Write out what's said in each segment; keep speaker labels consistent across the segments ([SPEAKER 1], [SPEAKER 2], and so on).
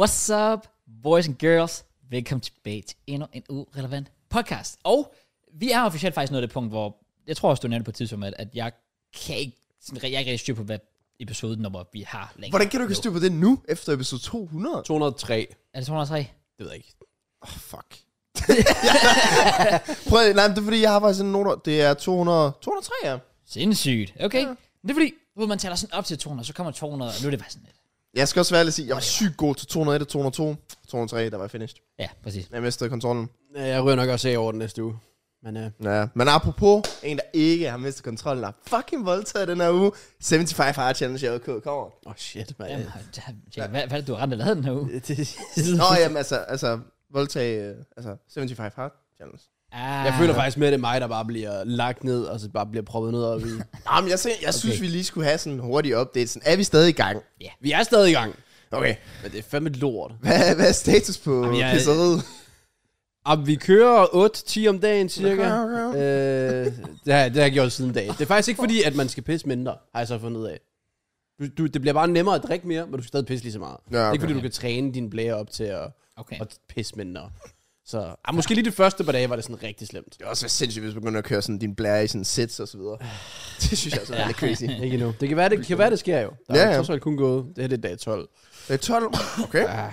[SPEAKER 1] What's up, boys and girls? Velkommen tilbage til endnu en urelevant podcast. Og vi er officielt faktisk nået det punkt, hvor jeg tror også, du nævnte på et tidspunkt, at, at jeg kan ikke, sådan, jeg er ikke rigtig styr på, hvad episoden nummer vi har længere.
[SPEAKER 2] Hvordan kan du ikke
[SPEAKER 1] styr
[SPEAKER 2] styre på det nu, efter episode 200?
[SPEAKER 3] 203.
[SPEAKER 1] Er det 203?
[SPEAKER 3] Det ved jeg ikke.
[SPEAKER 2] Oh, fuck. Prøv, at- nej, men det er fordi, jeg har faktisk en noter. Det er 200... 203, ja.
[SPEAKER 1] Sindssygt. Okay. Ja. Det er fordi, hvor man taler sådan op til 200, så kommer 200, og nu er det bare sådan lidt.
[SPEAKER 2] Jeg skal også være ærlig at sige, jeg var sygt god til 201 og 202. 203, der var jeg finished.
[SPEAKER 1] Ja, præcis.
[SPEAKER 2] Jeg mistede kontrollen.
[SPEAKER 3] Ja, Øh, Jeg ryger nok også af over den næste uge. Men øh,
[SPEAKER 2] Ja, men apropos, en der ikke har mistet kontrollen, har fucking voldtaget den her uge. 75 Hard Challenge, jeg okay, kommer.
[SPEAKER 3] oh shit, man.
[SPEAKER 1] Jamen, hold da- Jacob, hvad, hvad er det, du har rendt og lavet den her uge?
[SPEAKER 2] Nå, jamen, altså, altså, voldtage, øh, altså, 75 Hard Challenge.
[SPEAKER 1] Ah,
[SPEAKER 3] Jeg føler faktisk med, at det er mig, der bare bliver lagt ned, og så bare bliver proppet ned. Og vi,
[SPEAKER 2] Nå, men jeg, jeg, jeg okay. synes, vi lige skulle have sådan en hurtig update. Sådan, er vi stadig i gang?
[SPEAKER 3] vi er stadig i gang.
[SPEAKER 2] Okay.
[SPEAKER 3] Men det er fandme lort.
[SPEAKER 2] Hvad, hvad er status på
[SPEAKER 3] Jamen, jeg-
[SPEAKER 2] pisseriet?
[SPEAKER 3] Og vi kører 8-10 om dagen cirka.
[SPEAKER 2] Okay, okay.
[SPEAKER 3] øh, det, har, det har jeg gjort siden dag. Det er faktisk ikke fordi, at man skal pisse mindre, har jeg så fundet ud af. Du, du, det bliver bare nemmere at drikke mere, men du skal stadig pisse lige så meget.
[SPEAKER 2] Ja,
[SPEAKER 3] Det er ikke
[SPEAKER 2] okay.
[SPEAKER 3] fordi, du kan træne dine blære op til at,
[SPEAKER 1] Okay.
[SPEAKER 3] at pisse mindre. Så ah, måske lige det første par dage var det sådan rigtig slemt.
[SPEAKER 2] Det er også sindssygt, hvis man begynder at køre sådan din blære i sådan sets og så videre. Det synes jeg også er lidt crazy.
[SPEAKER 3] Ikke endnu. Det kan være, det, kan være, det sker jo. Der
[SPEAKER 2] Ja,
[SPEAKER 3] er
[SPEAKER 2] ja.
[SPEAKER 3] jo trods alt kun gået. Det her det er dag 12.
[SPEAKER 2] Det er 12. Øh, Okay.
[SPEAKER 3] Ah,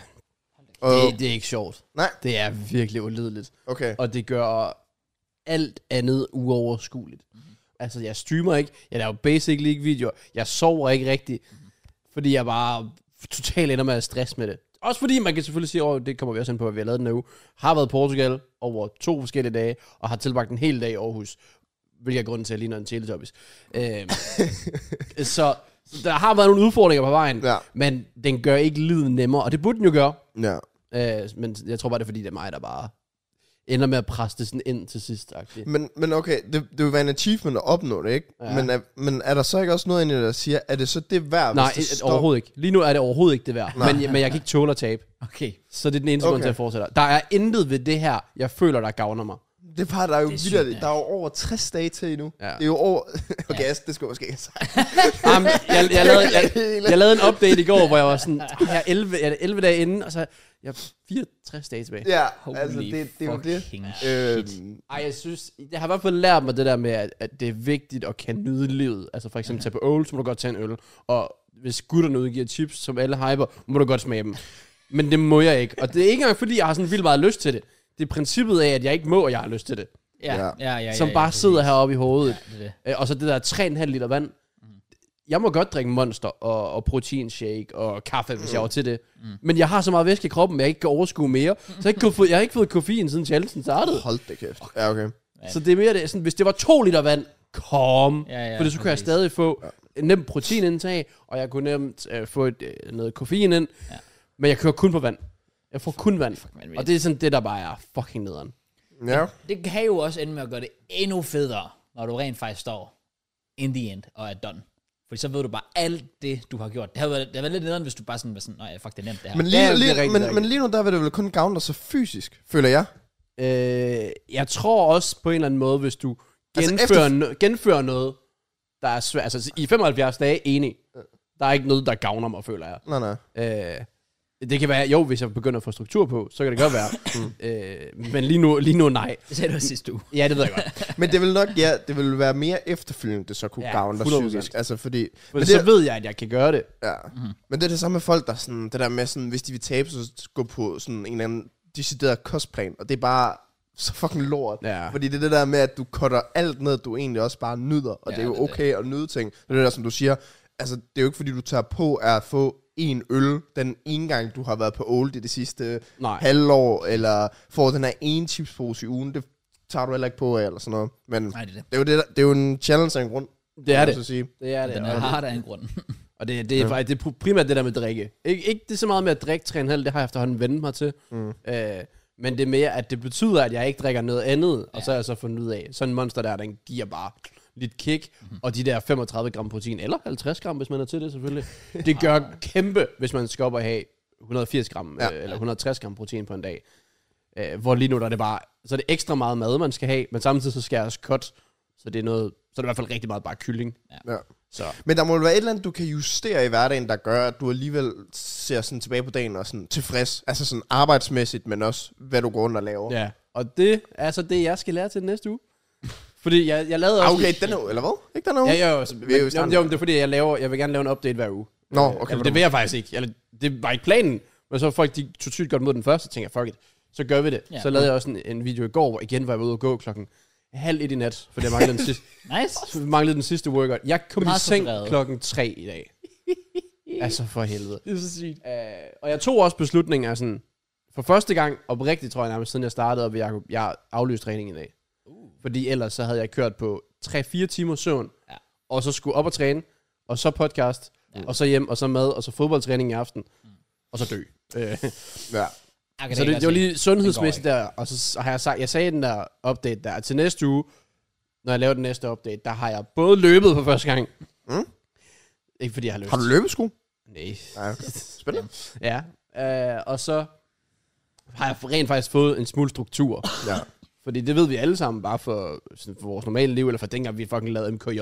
[SPEAKER 2] Og,
[SPEAKER 3] det, det, er ikke sjovt.
[SPEAKER 2] nej,
[SPEAKER 3] Det er virkelig ulideligt.
[SPEAKER 2] okay.
[SPEAKER 3] Og det gør alt andet uoverskueligt. Altså, jeg streamer ikke. Jeg laver basically ikke videoer. Jeg sover ikke rigtigt. Fordi jeg bare totalt ender med at stresse med det. Også fordi man kan selvfølgelig sige, at det kommer vi også ind på, hvad vi har lavet den her uge. Har været i Portugal over to forskellige dage, og har tilbragt en hel dag i Aarhus. Hvilket er grunden til, at jeg ligner en teletubbies. Øh, så så der har været nogle udfordringer på vejen,
[SPEAKER 2] Ja.
[SPEAKER 3] men den gør ikke livet nemmere, og det burde den jo gøre.
[SPEAKER 2] Ja.
[SPEAKER 3] Øh, men jeg tror bare, det er fordi, det er mig, der bare ender med at presse det sådan ind til sidst. -agtigt.
[SPEAKER 2] Men, men okay, det, det vil være en achievement at opnå det, ikke? Ja.
[SPEAKER 3] Ja.
[SPEAKER 2] Men, er, men er der så ikke også noget inde i det, der siger, er det så det værd,
[SPEAKER 3] Nej,
[SPEAKER 2] hvis det
[SPEAKER 3] et, overhovedet ikke. Lige nu er det overhovedet ikke det værd.
[SPEAKER 2] Nej.
[SPEAKER 3] Men, men jeg kan ikke tåle at tabe.
[SPEAKER 1] Okay.
[SPEAKER 3] Så det er den eneste okay. grund til, at jeg fortsætter. Der er intet ved det her, jeg føler, der gavner mig.
[SPEAKER 2] Det er bare, der er
[SPEAKER 1] Det
[SPEAKER 2] jo
[SPEAKER 1] er
[SPEAKER 2] vildt,
[SPEAKER 1] sygt, ja.
[SPEAKER 2] der er jo over 60 dage til endnu.
[SPEAKER 3] Ja.
[SPEAKER 2] Det er jo over... Okay, altså, det skulle jeg måske ikke have sagt.
[SPEAKER 3] Jamen, jeg, jeg, lavede, jeg, jeg lavede en update i går, hvor jeg var sådan, "Ah, jeg er 11, jeg er 11 dage inden, og så er jeg 64 dage tilbage.
[SPEAKER 2] Ja,
[SPEAKER 1] Holy
[SPEAKER 2] altså, det, det er jo det.
[SPEAKER 1] fucking shit.
[SPEAKER 2] Øhm,
[SPEAKER 3] Ej, jeg synes, jeg har i hvert fald lært mig det der med, at, at det er vigtigt at kan nyde livet. Altså for eksempel tage på øl, så må du godt tage en øl. Og hvis gutterne udgiver chips, som alle hyper, må du godt smage dem. Men det må jeg ikke. Og det er ikke engang fordi, jeg har sådan vildt meget lyst til det. Det er princippet af, at jeg ikke må, og jeg har lyst til det.
[SPEAKER 1] Ja, ja,
[SPEAKER 2] Ja.
[SPEAKER 1] ja. ja, ja
[SPEAKER 3] som bare
[SPEAKER 1] præcis.
[SPEAKER 3] sidder heroppe i hovedet.
[SPEAKER 1] Det er det.
[SPEAKER 3] Øh, Og så det der 3,5 liter vand.
[SPEAKER 1] Mhm.
[SPEAKER 3] Jeg må godt drikke monster og, og proteinshake og kaffe, hvis
[SPEAKER 1] Mm.
[SPEAKER 3] jeg var til det. Men jeg har så meget væske i kroppen, at jeg ikke kan overskue mere. Så jeg, har ikke kunne få, jeg har ikke fået koffein, siden Chelsea startede.
[SPEAKER 2] hold da kæft. Ja, okay.
[SPEAKER 3] Så det er mere det, sådan, hvis det var 2 liter vand, kom.
[SPEAKER 1] Ja, ja,
[SPEAKER 3] for det så kunne jeg
[SPEAKER 1] præcis.
[SPEAKER 3] stadig få ja. nemt proteinindtag, og jeg kunne nemt øh, få et, øh, noget koffein ind.
[SPEAKER 1] Ja.
[SPEAKER 3] Ja. Men jeg kører kun på vand. Jeg får kun vand.
[SPEAKER 1] vanvittigt.
[SPEAKER 3] og det er sådan det, der bare er fucking nederen.
[SPEAKER 2] Ja.
[SPEAKER 1] det kan jo også ende med at gøre det endnu federe, når du rent faktisk står in the end og er done. Fordi så ved du bare alt det, du har gjort. Det havde været, det havde været lidt nederen, hvis du bare sådan var sådan, nej, fuck, det er nemt det her.
[SPEAKER 2] Men
[SPEAKER 1] Men,
[SPEAKER 2] lige,
[SPEAKER 3] Ja, det er
[SPEAKER 2] lige,
[SPEAKER 3] rigtigt,
[SPEAKER 2] men,
[SPEAKER 3] rigtigt.
[SPEAKER 2] men lige nu, der vil det vel kun gavne dig så fysisk, føler jeg.
[SPEAKER 3] Øh, jeg tror også på en eller anden måde, hvis du
[SPEAKER 2] Altså,
[SPEAKER 3] genfører, no- genfører noget, der er svært. Altså i 75 dage, enig. Der er ikke noget, der gavner mig, føler jeg.
[SPEAKER 2] Nej, nej.
[SPEAKER 3] Øh, det kan være, jo, hvis jeg begynder at få struktur på, så kan det godt være. øh, men lige nu, lige nu, nej.
[SPEAKER 1] det sagde du også sidste uge.
[SPEAKER 3] Ja, det ved jeg godt.
[SPEAKER 2] Men det vil nok, ja, det vil være mere efterfølgende, det så kunne
[SPEAKER 1] Ja,
[SPEAKER 2] ja, gavne dig
[SPEAKER 3] 100%.
[SPEAKER 2] psykisk. Altså, fordi...
[SPEAKER 3] Men
[SPEAKER 2] men,
[SPEAKER 3] så
[SPEAKER 2] det,
[SPEAKER 3] ved jeg, at jeg kan gøre det.
[SPEAKER 2] ja. mm-hmm. men det er det samme med folk, der sådan, det der med sådan, hvis de vil tabe, så gå på sådan en eller anden decideret kostplan, og det er bare så fucking lort.
[SPEAKER 3] Ja.
[SPEAKER 2] Fordi det er det der med, at du cutter alt ned, du egentlig også bare nyder, og ja, det er jo
[SPEAKER 1] det er det.
[SPEAKER 2] okay at nyde ting. Det er det der, som du siger, altså, det er jo ikke fordi, du tager på at få en øl, den ene gang, du har været på old i det sidste
[SPEAKER 3] Nej.
[SPEAKER 2] halvår, eller får den her ene chipspose i ugen, det tager du heller ikke på af, eller sådan noget. Men
[SPEAKER 1] Nej, det er det.
[SPEAKER 2] det er jo, det, der, det er jo en challenge af en grund.
[SPEAKER 3] Det er
[SPEAKER 2] kan man
[SPEAKER 3] det.
[SPEAKER 2] Så sige.
[SPEAKER 3] Det er det.
[SPEAKER 1] Den
[SPEAKER 3] Og,
[SPEAKER 1] er
[SPEAKER 3] det,
[SPEAKER 1] hard af en grund.
[SPEAKER 3] og det, det er faktisk det er pri- primært det der med drikke. Ikke, ikke det er så meget med at drikke 3,5, det har jeg efterhånden vendt mig til. Mm. Øh, men det er mere, at det betyder, at jeg ikke drikker noget andet, og så har jeg så fundet ud af, sådan en monster der, den giver bare lidt kick, mm. og de der 35 gram protein, eller 50 gram, hvis man er til det selvfølgelig, det gør kæmpe, hvis man skal op og have 180 gram,
[SPEAKER 2] Ja.
[SPEAKER 3] ja. øh, eller 160 gram protein på en dag. Øh, hvor lige nu der er det bare, så er det ekstra meget mad, man skal have, men samtidig så skal jeg også cut, så det er noget, så er det i hvert fald rigtig meget bare kylling.
[SPEAKER 2] Ja.
[SPEAKER 3] Så
[SPEAKER 2] Men der må jo være et eller andet, du kan justere i hverdagen, der gør, at du alligevel ser sådan tilbage på dagen og sådan tilfreds. Altså sådan arbejdsmæssigt, men også hvad du går rundt og laver.
[SPEAKER 3] ja. Og det er så det, jeg skal lære til næste uge. Fordi jeg, jeg lavede
[SPEAKER 2] Ah,
[SPEAKER 3] også...
[SPEAKER 2] okay, den er, eller hvad? Ikke den er
[SPEAKER 3] Ja,
[SPEAKER 2] ja,
[SPEAKER 3] jo, jo, men,
[SPEAKER 2] Vi er jo i
[SPEAKER 3] jo,
[SPEAKER 2] starten.
[SPEAKER 3] jo, men det er fordi, jeg, laver, jeg vil gerne lave en update hver uge.
[SPEAKER 2] Nå, okay,
[SPEAKER 3] Okay,
[SPEAKER 2] på
[SPEAKER 3] Eller, det
[SPEAKER 2] den
[SPEAKER 3] vil jeg faktisk ikke. Eller, det var ikke planen, men så var folk, de tog sygt godt mod den første, og tænker, jeg, fuck it, så gør vi det.
[SPEAKER 1] Ja.
[SPEAKER 3] Ja. Så lavede jeg også en, en video i går, hvor igen var jeg ude og gå klokken halv et i nat, for det manglede den sidste,
[SPEAKER 1] Nice.
[SPEAKER 3] manglede den sidste workout. Jeg kom i
[SPEAKER 1] Meget
[SPEAKER 3] seng
[SPEAKER 1] struktureret.
[SPEAKER 3] klokken tre i dag. altså for helvede.
[SPEAKER 1] Det er så sygt.
[SPEAKER 3] Øh, og jeg tog også beslutningen af sådan, for første gang, oprigtigt tror jeg nærmest, siden jeg startede op, jeg, jeg aflyste træning i dag. Uh. Fordi ellers så havde jeg kørt på 3-4 timer søvn,
[SPEAKER 1] Ja.
[SPEAKER 3] ja. og så skulle op og træne, og så podcast,
[SPEAKER 1] Ja.
[SPEAKER 3] ja. og så hjem, og så mad, og så fodboldtræning i aften, mm. og så dø. Øh,
[SPEAKER 2] Ja.
[SPEAKER 1] Okay,
[SPEAKER 3] så det, det var lige sundhedsmæssigt
[SPEAKER 1] Den
[SPEAKER 3] der, og så s- har jeg sagt, jeg sagde i den der update der, at til næste uge, når jeg laver den næste update, der har jeg både løbet for første gang,
[SPEAKER 2] Mm.
[SPEAKER 3] ikke fordi jeg har løbet.
[SPEAKER 2] Har du løbesko?
[SPEAKER 3] Nej.
[SPEAKER 2] Nej, okay. Spændende.
[SPEAKER 3] Ja, øh, og så har jeg rent faktisk fået en smule struktur.
[SPEAKER 2] Ja.
[SPEAKER 3] Fordi det ved vi alle sammen, bare for, sådan, for vores normale liv, eller for dengang vi fucking lavede MKJ,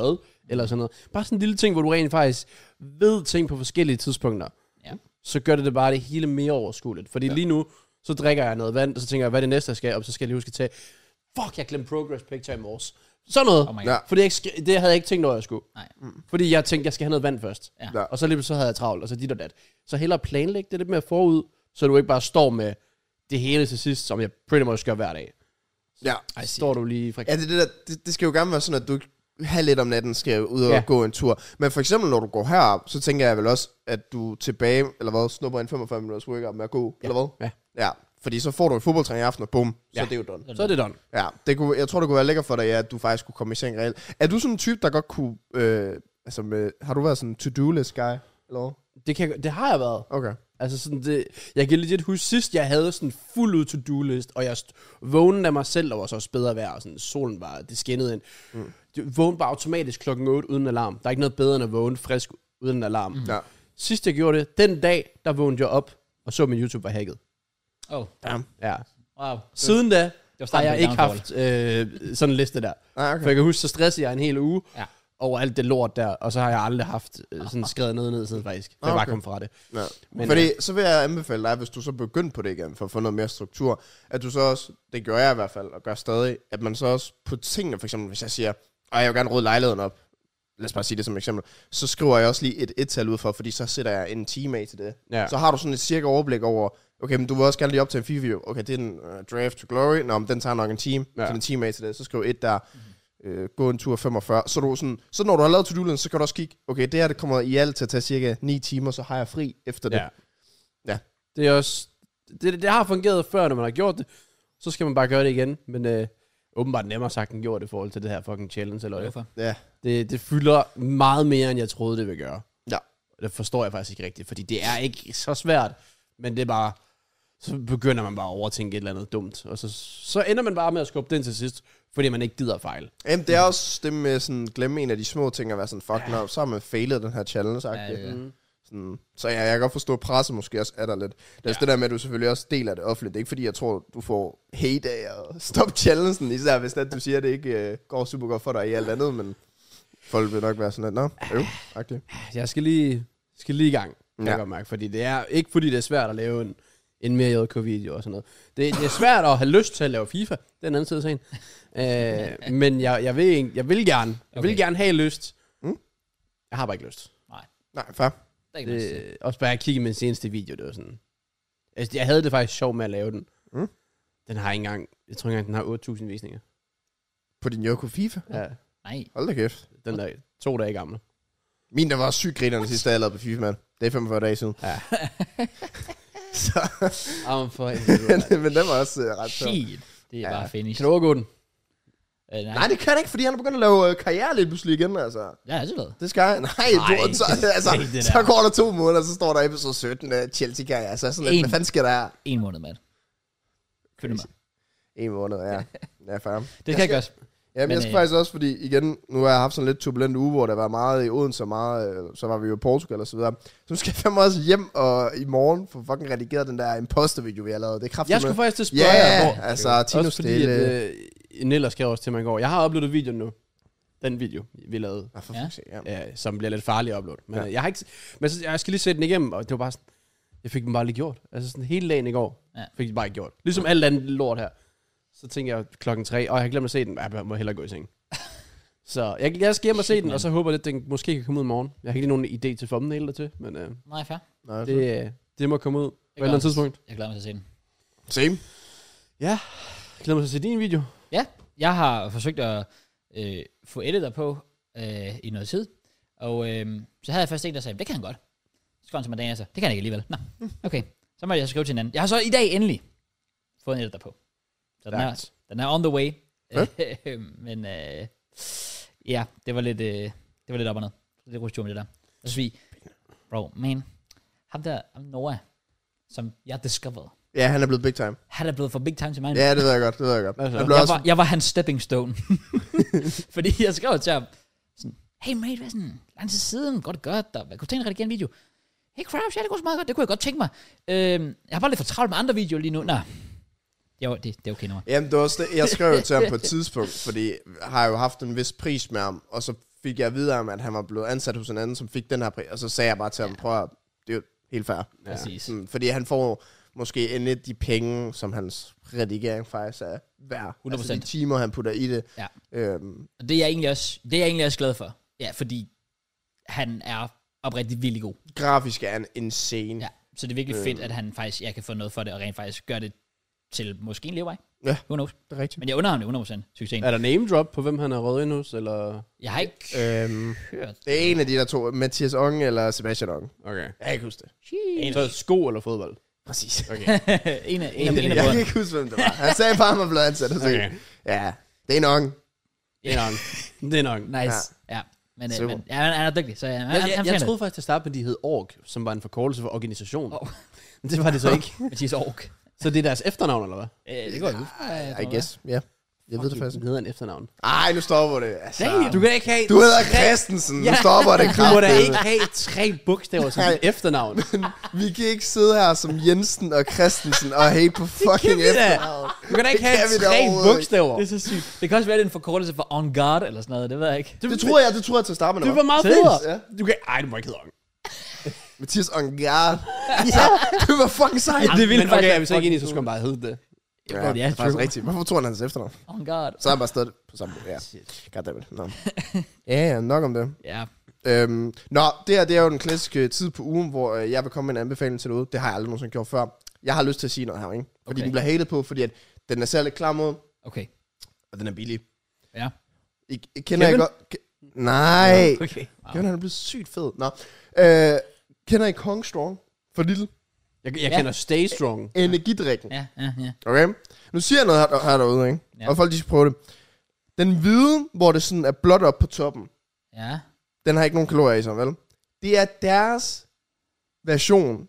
[SPEAKER 3] eller sådan noget. Bare sådan en lille ting, hvor du rent faktisk ved ting på forskellige tidspunkter.
[SPEAKER 1] Ja.
[SPEAKER 3] Så gør det det bare det hele mere overskueligt. Fordi ja. lige nu, så drikker jeg noget vand, og så tænker jeg, hvad er det næste, jeg skal, og så skal jeg lige huske at tage, fuck, jeg glemte progress picture i morges. Sådan noget.
[SPEAKER 1] Oh my god.
[SPEAKER 2] Ja.
[SPEAKER 3] Fordi jeg, ikke skal- det havde jeg ikke tænkt over, jeg skulle.
[SPEAKER 1] Nej.
[SPEAKER 3] Fordi jeg tænkte, jeg skal have noget vand først.
[SPEAKER 2] Ja.
[SPEAKER 3] Og så lige pludselig så havde jeg travlt, og så dit og dat. Så hellere planlægge det lidt mere forud, så du ikke bare står med det hele til sidst, som jeg pretty much gør hver dag.
[SPEAKER 2] ja.
[SPEAKER 1] I see.
[SPEAKER 3] Står du lige fra...
[SPEAKER 2] Ja, det, er det, der, det, det skal jo gerne være sådan, at du ikke halv lidt om natten skal ud og
[SPEAKER 3] Ja.
[SPEAKER 2] gå en tur. Men for eksempel, når du går herop, så tænker jeg vel også, at du er tilbage, eller hvad, snupper en 45 minutters workout med at gå, ja. eller hvad?
[SPEAKER 3] Ja.
[SPEAKER 2] Ja, fordi så får du en fodboldtræning i aften, og bum, ja. så
[SPEAKER 3] Ja.
[SPEAKER 2] er det jo done.
[SPEAKER 3] Så er det done.
[SPEAKER 2] Ja, det kunne, jeg tror, det kunne være lækkert for dig, ja, at du faktisk kunne komme i seng reelt. Er du sådan en type, der godt kunne... Øh, altså, med, har du været sådan en to-do-list guy? Eller hvad?
[SPEAKER 3] Det, kan, det har jeg været.
[SPEAKER 2] Okay.
[SPEAKER 3] Altså sådan det, jeg kan legit huske sidst, jeg havde sådan en fuld ud to-do list, og jeg st- vågnede af mig selv, og var så også bedre vejr, og sådan, solen var, det skinnede ind. Mm. Vågnede bare automatisk klokken 8 uden alarm. Der er ikke noget bedre end at vågne frisk uden alarm. Mm.
[SPEAKER 2] Ja.
[SPEAKER 3] Sidst jeg gjorde det, den dag, der vågnede jeg op, og så min YouTube var hacket.
[SPEAKER 1] Oh,
[SPEAKER 3] Ja.
[SPEAKER 1] wow.
[SPEAKER 3] Siden da
[SPEAKER 1] Det var
[SPEAKER 3] har
[SPEAKER 1] starten på
[SPEAKER 3] jeg
[SPEAKER 1] et
[SPEAKER 3] ikke
[SPEAKER 1] downfall.
[SPEAKER 3] haft øh, sådan en liste der.
[SPEAKER 2] Ah,
[SPEAKER 3] For
[SPEAKER 2] okay.
[SPEAKER 3] jeg kan huske, så stressede jeg en hel uge
[SPEAKER 1] Ja.
[SPEAKER 3] over alt det lort der, og så har jeg aldrig haft øh, sådan skrevet noget ned siden faktisk. Så jeg
[SPEAKER 2] Ah,
[SPEAKER 3] bare
[SPEAKER 2] okay.
[SPEAKER 3] kom fra det.
[SPEAKER 2] Ja.
[SPEAKER 3] Men, øh,
[SPEAKER 2] Fordi så vil jeg anbefale dig, hvis du så begyndte på det igen, for at få noget mere struktur, at du så også, det gør jeg i hvert fald, og gør stadig, at man så også på tingene, for eksempel hvis jeg siger, at jeg vil gerne rydde lejligheden op, lad os bare sige det som eksempel, så skriver jeg også lige et et-tal ud for, fordi så sætter jeg en time af til det.
[SPEAKER 3] Ja.
[SPEAKER 2] Så har du sådan et cirka overblik over, okay, men du vil også gerne lige op til en FIFA-video. Okay, det er en uh, draft to glory. Nå, men den tager nok en time. Ja.
[SPEAKER 3] Ja. Mhm.
[SPEAKER 2] Så en time af til det. Så skriv et der. Øh, gå en tur 45. Så, du sådan, så når du har lavet to do så kan du også kigge, okay, det her det kommer i alt til at tage cirka 9 timer, så har jeg fri efter det.
[SPEAKER 3] Ja.
[SPEAKER 2] Ja.
[SPEAKER 3] Det er også... Det, det har fungeret før, når man har gjort det. Så skal man bare gøre det igen. Men øh, åbenbart nemmere sagt end gjort i forhold til det her fucking challenge. Eller det.
[SPEAKER 1] Hvorfor?
[SPEAKER 2] Ja.
[SPEAKER 3] Det, det fylder meget mere, end jeg troede, det ville gøre.
[SPEAKER 2] Ja.
[SPEAKER 3] Og Det forstår jeg faktisk ikke rigtigt, fordi det er ikke så svært. Men det er bare... Så begynder man bare at overtænke et eller andet dumt. Og så, så ender man bare med at skubbe den til sidst, fordi man ikke gider at fejle.
[SPEAKER 2] Jamen, det er også det med sådan, glemme en af de små ting og være sådan, fuck, ja. nå, så har man failet den her challenge.
[SPEAKER 1] Ja, ja,
[SPEAKER 2] Ja,
[SPEAKER 1] ja.
[SPEAKER 2] Sådan, så ja, jeg kan godt forstå, at presset måske også er der lidt. Det er ja.
[SPEAKER 3] Ja.
[SPEAKER 2] det der med, at du selvfølgelig også deler det offentligt. Det er ikke fordi, jeg tror, du får hate af at stoppe challengen, især hvis det, du siger, at det ikke øh, går super godt for dig i alt andet, men folk vil nok være sådan lidt, nå, øv, agtigt.
[SPEAKER 3] Jeg skal lige, skal lige i gang, kan
[SPEAKER 2] Ja.
[SPEAKER 3] ja. jeg godt mærke. Fordi det er ikke fordi, det er svært at lave en, en mere JK-video og sådan noget. Det, det er svært at have lyst til at lave FIFA. Det er en anden side af sagen. Øh, men jeg, jeg, vil, egentlig- jeg vil gerne. Jeg okay.
[SPEAKER 1] Okay.
[SPEAKER 3] vil gerne have lyst.
[SPEAKER 2] Mm.
[SPEAKER 3] Mm? Jeg har bare ikke lyst.
[SPEAKER 2] Nej, fair.
[SPEAKER 1] Det er ikke noget at sige.
[SPEAKER 3] Det, Øh, også bare at kigge i min seneste video, det var sådan... Altså, jeg havde det faktisk sjovt med at lave den.
[SPEAKER 2] Mm.
[SPEAKER 3] Den har ikke engang... Jeg tror ikke engang, den har 8.000 visninger.
[SPEAKER 2] På din Joko FIFA?
[SPEAKER 3] Ja,
[SPEAKER 1] Nej.
[SPEAKER 2] Hold da kæft.
[SPEAKER 3] den der to dage gammel.
[SPEAKER 2] Min, der var sygt grinerne sidste, dag, jeg lavede på FIFA, mand. Det er 45 dage siden.
[SPEAKER 3] Ja.
[SPEAKER 2] så,
[SPEAKER 3] Jamen for helvede, mand.
[SPEAKER 2] men den var også øh, ret sjov.
[SPEAKER 1] Shit. Det er
[SPEAKER 2] Ja.
[SPEAKER 1] bare finish.
[SPEAKER 3] Kan du overgå den?
[SPEAKER 1] Øh,
[SPEAKER 2] Nej, det kan han ikke, fordi han er begyndt at lave øh, karriere lige pludselig igen, altså.
[SPEAKER 1] Ja, det er det.
[SPEAKER 2] Det skal jeg. Nej,
[SPEAKER 1] Nej,
[SPEAKER 2] du, så,
[SPEAKER 1] det er
[SPEAKER 2] altså,
[SPEAKER 1] ikke det
[SPEAKER 2] så
[SPEAKER 1] der.
[SPEAKER 2] går der to måneder, så står der episode 17 af Chelsea-karriere. Så er jeg sådan lidt,
[SPEAKER 1] En.
[SPEAKER 2] hvad fanden sker der her?
[SPEAKER 1] En måned, mand. Følg mig.
[SPEAKER 2] En måned, ja. Ja, fair.
[SPEAKER 1] Det skal jeg gøres.
[SPEAKER 2] Jamen,
[SPEAKER 1] Men,
[SPEAKER 2] jeg skal
[SPEAKER 1] øh,
[SPEAKER 2] faktisk også, fordi igen, nu har jeg haft sådan lidt turbulent uge, hvor der var meget i Odense, og meget, øh, så var vi jo i Portugal og så videre. Så nu skal jeg fandme også hjem og i morgen få fucking redigeret den der imposter-video, vi har lavet. Det er kraftigt
[SPEAKER 3] Jeg skulle faktisk til at spørge
[SPEAKER 2] Ja,
[SPEAKER 3] jer, hvor-
[SPEAKER 2] altså, Tino
[SPEAKER 3] Også fordi,
[SPEAKER 1] øh,
[SPEAKER 2] Stille.
[SPEAKER 3] at, øh, Niller skrev også til mig i går. Jeg har uploadet videoen nu. Den video, vi lavede,
[SPEAKER 2] Ah, for
[SPEAKER 1] Ja.
[SPEAKER 2] ja. Se, ja.
[SPEAKER 3] øh, som bliver lidt farlig at uploade. Men
[SPEAKER 2] Ja.
[SPEAKER 3] ja. jeg har ikke... Men så, jeg skal lige sætte den igennem, og det var bare sådan... Jeg fik den bare lige gjort. Altså sådan hele dagen i går
[SPEAKER 1] Ja.
[SPEAKER 3] ja. fik jeg den bare ikke gjort. Ligesom alt andet lort her. Så tænkte jeg klokken tre, og jeg har glemt at se den. Ej, Jeg må hellere gå i seng. Så jeg, jeg skal hjem og se
[SPEAKER 1] Shit,
[SPEAKER 3] den,
[SPEAKER 1] mand.
[SPEAKER 3] og så håber jeg lidt, den måske kan komme ud i morgen. Jeg har ikke lige nogen idé til thumbnail der til, men øh,
[SPEAKER 1] Nej, fair.
[SPEAKER 2] Nej, det...
[SPEAKER 3] det, øh, det må komme ud på et
[SPEAKER 1] gør
[SPEAKER 3] eller andet
[SPEAKER 1] det.
[SPEAKER 3] tidspunkt.
[SPEAKER 1] Jeg glæder mig til at se den.
[SPEAKER 2] Same.
[SPEAKER 3] Ja, jeg glæder mig til at se din video.
[SPEAKER 1] Ja, jeg har forsøgt at øh, få editor på øh, i noget tid. Og øh, så havde jeg først en, der sagde, det kan han godt. Så kom han til mig dagen efter, det kan han ikke alligevel. Nå, okay. Så må jeg skrive til hinanden. Jeg har så i dag endelig fået en editor på. Så den er,
[SPEAKER 3] Stærkt.
[SPEAKER 1] den er on the way. Men øh, ja, det var lidt, øh, det var lidt op og ned. Så Det ruste med det der. Og så vi, bro, man, ham der, ham Noah, som jeg discovered,
[SPEAKER 2] Ja, han er blevet big time.
[SPEAKER 1] han er blevet for big time til mig. nu.
[SPEAKER 2] Ja, det ved jeg godt, det ved jeg godt.
[SPEAKER 3] Hvad så?
[SPEAKER 2] Han blev
[SPEAKER 1] Jeg
[SPEAKER 2] også...
[SPEAKER 1] var, jeg var hans stepping stone. Fordi jeg skrev til ham, sådan, hey mate, hvad sådan, lang tid siden, godt gør dig, kunne du tænke dig at redigere en video? Hey Kraus, ja, det går så meget godt, det kunne jeg godt tænke mig. Øhm, jeg har bare lidt for travlt med andre videoer lige nu. Nej, jo, det, det er okay nu.
[SPEAKER 2] Jamen, det var også det. Jeg skrev jo til ham på et tidspunkt, fordi har jo haft en vis pris med ham, og så fik jeg videre om, at han var blevet ansat hos en anden, som fik den her pris, og så sagde jeg bare til ham, prøv at, det er jo helt fair.
[SPEAKER 1] Præcis.
[SPEAKER 2] Sådan, fordi han får måske endelig de penge, som hans redigering faktisk er værd.
[SPEAKER 1] 100%.
[SPEAKER 2] Altså de timer, han putter i det.
[SPEAKER 1] Ja.
[SPEAKER 2] Øhm,
[SPEAKER 1] Og det er, jeg egentlig også, det er jeg egentlig også glad for. Ja, fordi han er oprigtigt vildt god.
[SPEAKER 2] grafisk er han insane.
[SPEAKER 1] Ja, så det er virkelig
[SPEAKER 2] Øh.
[SPEAKER 1] fedt, at han faktisk, jeg kan få noget for det, og rent faktisk gør det til måske en levevej.
[SPEAKER 2] Ja.
[SPEAKER 1] Who knows?
[SPEAKER 2] Det er rigtigt.
[SPEAKER 1] Men jeg under ham det 100% succesen.
[SPEAKER 3] Er der name drop på, hvem han har røget ind hos, eller...
[SPEAKER 1] Jeg har ikke
[SPEAKER 2] Øhm,
[SPEAKER 1] hørt.
[SPEAKER 2] det er en af de der to, Mathias Ong eller Sebastian Ong.
[SPEAKER 3] Okay.
[SPEAKER 2] Jeg kan ikke huske det.
[SPEAKER 3] Så sko eller fodbold?
[SPEAKER 2] Præcis. Okay.
[SPEAKER 1] en af, en
[SPEAKER 2] Jeg,
[SPEAKER 1] af, en af
[SPEAKER 2] kan
[SPEAKER 1] brødrene.
[SPEAKER 2] ikke huske, hvem det var. Han sagde bare, at man blev ansat. Og så,
[SPEAKER 3] Okay.
[SPEAKER 2] okay. Ja, det er en Ong.
[SPEAKER 3] Det er nok. det er nok.
[SPEAKER 1] Nice. Ja. ja. Men, øh,
[SPEAKER 2] Super.
[SPEAKER 1] men ja, han, han er dygtig, så ja, han,
[SPEAKER 3] Jeg,
[SPEAKER 1] han,
[SPEAKER 3] jeg,
[SPEAKER 1] han
[SPEAKER 3] jeg
[SPEAKER 1] fortjener
[SPEAKER 3] troede faktisk til at starte med, at de hed Org, som var en forkortelse for organisation.
[SPEAKER 1] Åh.
[SPEAKER 3] Oh. Det var det så ikke.
[SPEAKER 1] det. Mathias Ork.
[SPEAKER 3] Så det er deres efternavn, eller hvad?
[SPEAKER 1] Øh, det går jo.
[SPEAKER 2] I guess, ja. Jeg ved det faktisk.
[SPEAKER 3] Den hedder en efternavn.
[SPEAKER 2] Ej, nu stopper det. Altså,
[SPEAKER 3] Du kan ikke have...
[SPEAKER 2] du hedder Christensen. Nu stopper det
[SPEAKER 3] du må da
[SPEAKER 2] kraftigt.
[SPEAKER 3] ikke have tre bogstaver som dit efternavn.
[SPEAKER 2] Vi kan ikke sidde her som Jensen og Christensen og hate på fucking
[SPEAKER 3] vi da.
[SPEAKER 2] efternavn.
[SPEAKER 3] Du kan da ikke
[SPEAKER 2] Det
[SPEAKER 3] have
[SPEAKER 2] kan vi da
[SPEAKER 3] tre
[SPEAKER 2] overhovedet
[SPEAKER 3] bogstaver.
[SPEAKER 1] Det er så sygt. Det kan også være, det er en forkortelse for on guard eller sådan noget, det ved jeg ikke.
[SPEAKER 2] Det tror jeg, det tror jeg til at starte med.
[SPEAKER 3] Det var meget
[SPEAKER 1] Seriøst?
[SPEAKER 3] federe.
[SPEAKER 2] Ja.
[SPEAKER 3] Du kan... Ej, du må ikke hedde Org.
[SPEAKER 2] Mathias Ongard. ja, det var fucking sejt.
[SPEAKER 3] Det er vildt.
[SPEAKER 1] men
[SPEAKER 3] Okay,
[SPEAKER 1] faktisk-
[SPEAKER 3] er vi så ikke enige, så skulle han bare hedde det.
[SPEAKER 2] Ja,
[SPEAKER 1] godt,
[SPEAKER 2] det
[SPEAKER 1] ja,
[SPEAKER 2] er faktisk
[SPEAKER 1] true.
[SPEAKER 2] rigtigt. Hvorfor tror han hans efternavn?
[SPEAKER 1] On guard.
[SPEAKER 2] Så er han bare stadig på samme måde. Ja, goddammit. Nå. Ja, ja, nok om det.
[SPEAKER 1] Ja.
[SPEAKER 2] Øhm, nå, det her det er jo den klassiske tid på ugen, hvor øh, jeg vil komme med en anbefaling til derude. Det har jeg aldrig nogensinde gjort før. Jeg har lyst til at sige noget her, ikke? Fordi
[SPEAKER 1] Okay.
[SPEAKER 2] okay. den bliver hated på, fordi at den er særlig lidt klar mod,
[SPEAKER 1] Okay.
[SPEAKER 2] og den er billig.
[SPEAKER 1] Ja.
[SPEAKER 2] I, I kender
[SPEAKER 3] Kevin?
[SPEAKER 2] Kevin? I godt... Ke- Nej. Okay.
[SPEAKER 1] Okay. Wow.
[SPEAKER 2] Kevin, han er blevet sygt fed. Nå. Øh, kender I Kong Strong? For lille.
[SPEAKER 3] Jeg, jeg
[SPEAKER 1] Ja.
[SPEAKER 3] kender Stay Strong.
[SPEAKER 2] Energidrikken.
[SPEAKER 1] Ja, ja, ja.
[SPEAKER 2] Okay? Nu siger jeg noget her, her derude, ikke?
[SPEAKER 1] Ja.
[SPEAKER 2] Ja. Og folk, de skal prøve det. Den hvide, hvor det sådan er blåt op på toppen,
[SPEAKER 1] Ja.
[SPEAKER 2] den har ikke nogen kalorier i sig, vel? Det er deres version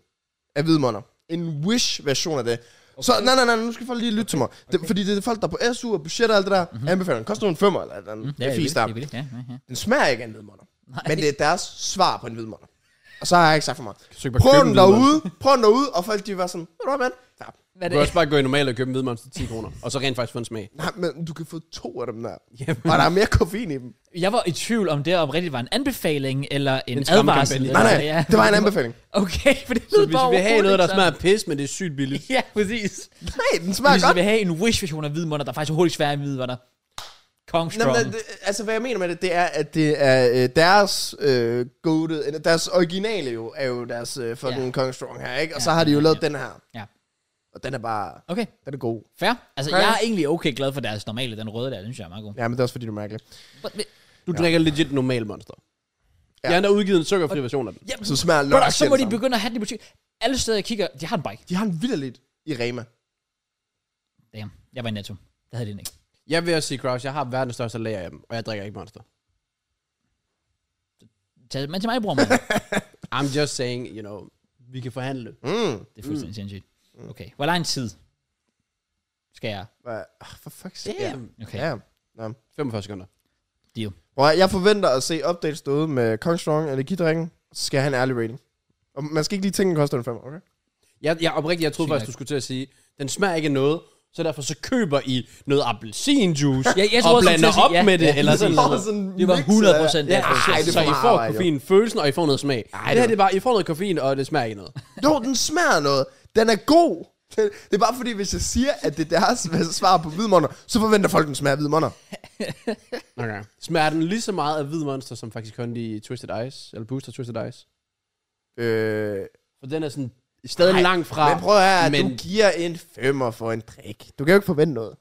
[SPEAKER 2] af hvidmånder. En Wish-version af det. Okay. Så nej, nej, nej, nu skal folk lige lytte okay. til mig. Det, okay. Fordi det er folk, der er på SU og budget og alt det der, mm-hmm. anbefaler den. Koster en femmer eller den mm,
[SPEAKER 1] Ja, det er vildt,
[SPEAKER 2] fisk der.
[SPEAKER 1] det er vildt. Ja, ja, ja.
[SPEAKER 2] Den smager ikke af en hvidmånder.
[SPEAKER 1] Nej.
[SPEAKER 2] Men det er deres svar på en hvidmånder. Og så har jeg ikke sagt for meget.
[SPEAKER 3] Så kan du bare købe
[SPEAKER 2] Prøv den
[SPEAKER 3] en hvidmånd.
[SPEAKER 2] derude, prøv den derude, og folk de var sådan, ved du hvad, mand? Ja.
[SPEAKER 1] Hvad er
[SPEAKER 3] Du
[SPEAKER 1] det?
[SPEAKER 3] kan også bare gå i normalt og købe en hvidmånd til 10 kroner, og så rent faktisk få en smag.
[SPEAKER 2] Nej, men du kan få to af dem der.
[SPEAKER 3] Jamen.
[SPEAKER 2] Og der er mere koffein i dem.
[SPEAKER 1] Jeg var i tvivl om det oprindeligt var en anbefaling eller en,
[SPEAKER 3] En
[SPEAKER 1] advarsel.
[SPEAKER 3] skræmmekampagne.
[SPEAKER 2] Nej,
[SPEAKER 1] eller-
[SPEAKER 2] nej, det var en anbefaling.
[SPEAKER 1] Okay, for det
[SPEAKER 3] Så
[SPEAKER 1] lyder
[SPEAKER 3] hvis
[SPEAKER 1] bare
[SPEAKER 3] vi vil have noget, der
[SPEAKER 1] overhovedet ikke
[SPEAKER 3] smager af pis, men det er sygt billigt.
[SPEAKER 1] sådan. Ja, præcis.
[SPEAKER 2] Nej, den
[SPEAKER 1] Hvis
[SPEAKER 2] smager
[SPEAKER 1] vi
[SPEAKER 2] godt.
[SPEAKER 1] vil have en wish-version af hvidmunder, der er faktisk hurtigt svær end hvidmunder. Kong
[SPEAKER 2] Nå,
[SPEAKER 1] Strong.
[SPEAKER 2] men, det, altså, hvad jeg mener med det, det er, at det er øh, deres øh, goated, eller deres originale jo, er jo deres øh, fucking
[SPEAKER 1] Ja.
[SPEAKER 2] yeah. Kong Strong her, ikke? Og
[SPEAKER 1] Ja,
[SPEAKER 2] yeah, så har de jo
[SPEAKER 1] ja,
[SPEAKER 2] lavet
[SPEAKER 1] ja.
[SPEAKER 2] yeah. den her.
[SPEAKER 1] Ja.
[SPEAKER 2] Og den er bare,
[SPEAKER 1] Okay.
[SPEAKER 2] den er god.
[SPEAKER 1] Fair. Altså,
[SPEAKER 2] Okay.
[SPEAKER 1] jeg er egentlig okay glad for deres normale, den røde der, den synes jeg er meget god.
[SPEAKER 2] Ja, men det er også fordi, du mærker det.
[SPEAKER 1] But, but,
[SPEAKER 3] Du drikker legit normal monster.
[SPEAKER 2] Ja.
[SPEAKER 3] Ja. Jeg har udgivet en sukkerfri version af den.
[SPEAKER 1] ja,
[SPEAKER 2] Så smager
[SPEAKER 1] but,
[SPEAKER 2] lort.
[SPEAKER 1] så må de begynde at have den i butik. Alle steder, jeg kigger, de har den bare ikke.
[SPEAKER 2] De har en vildt i Rema.
[SPEAKER 1] Damn, jeg var i Netto. Det havde de den ikke.
[SPEAKER 3] Jeg vil også sige, Kraus, jeg har verdens største lager af dem, og jeg drikker ikke monster.
[SPEAKER 1] Tag men til mig, bror, mand.
[SPEAKER 3] I'm just saying, you know, vi kan forhandle.
[SPEAKER 2] Mm.
[SPEAKER 1] Det er fuldstændig sindssygt. Okay, hvor lang tid skal jeg?
[SPEAKER 2] Hvad? ah, For fuck's sake. Ja.
[SPEAKER 3] Damn.
[SPEAKER 1] Okay,
[SPEAKER 2] Ja. Nå.
[SPEAKER 3] 45 sekunder.
[SPEAKER 1] deal.
[SPEAKER 2] Prøv at- jeg forventer at se updates derude med Kong Strong energidrikken. Så skal jeg have en ærlig rating. Og man skal ikke lige tænke, at den koster en 5, okay?
[SPEAKER 3] Jeg, jeg oprigtigt, jeg troede
[SPEAKER 1] Sygt
[SPEAKER 3] faktisk,
[SPEAKER 1] nok.
[SPEAKER 3] du skulle til at sige, den smager ikke af noget, så Så derfor så køber I noget appelsinjuice
[SPEAKER 1] Ja, jeg tror
[SPEAKER 3] og
[SPEAKER 1] også, jeg
[SPEAKER 3] blander
[SPEAKER 1] skulle til at
[SPEAKER 3] op
[SPEAKER 1] sige- ja,
[SPEAKER 3] med det,
[SPEAKER 1] ja,
[SPEAKER 3] eller
[SPEAKER 1] præcis.
[SPEAKER 3] sådan noget.
[SPEAKER 1] Det var 100%
[SPEAKER 2] Ja,
[SPEAKER 1] det.
[SPEAKER 2] ej, det er
[SPEAKER 3] så
[SPEAKER 2] for
[SPEAKER 3] I
[SPEAKER 2] meget
[SPEAKER 3] får
[SPEAKER 2] arbejde, jo.
[SPEAKER 3] koffeinfølelsen, og I får noget smag. Ej, det her, det er bare, I får noget koffein, og det smager ikke noget.
[SPEAKER 2] Jo, den smager af noget. Den er god. Det det er bare fordi, hvis jeg siger, at det er deres svar på hvidmånder, så forventer folk, den smager af hvidmånder.
[SPEAKER 3] Okay. Smager den lige så meget af hvid monster, som faktisk kun i Twisted Ice, eller Booster Twisted Ice?
[SPEAKER 2] Øh,
[SPEAKER 3] For den er sådan stadig
[SPEAKER 2] Nej,
[SPEAKER 3] langt fra.
[SPEAKER 2] men prøv at høre, Ah, men...
[SPEAKER 3] men-
[SPEAKER 2] du giver en femmer for en drik. Du kan jo ikke forvente noget.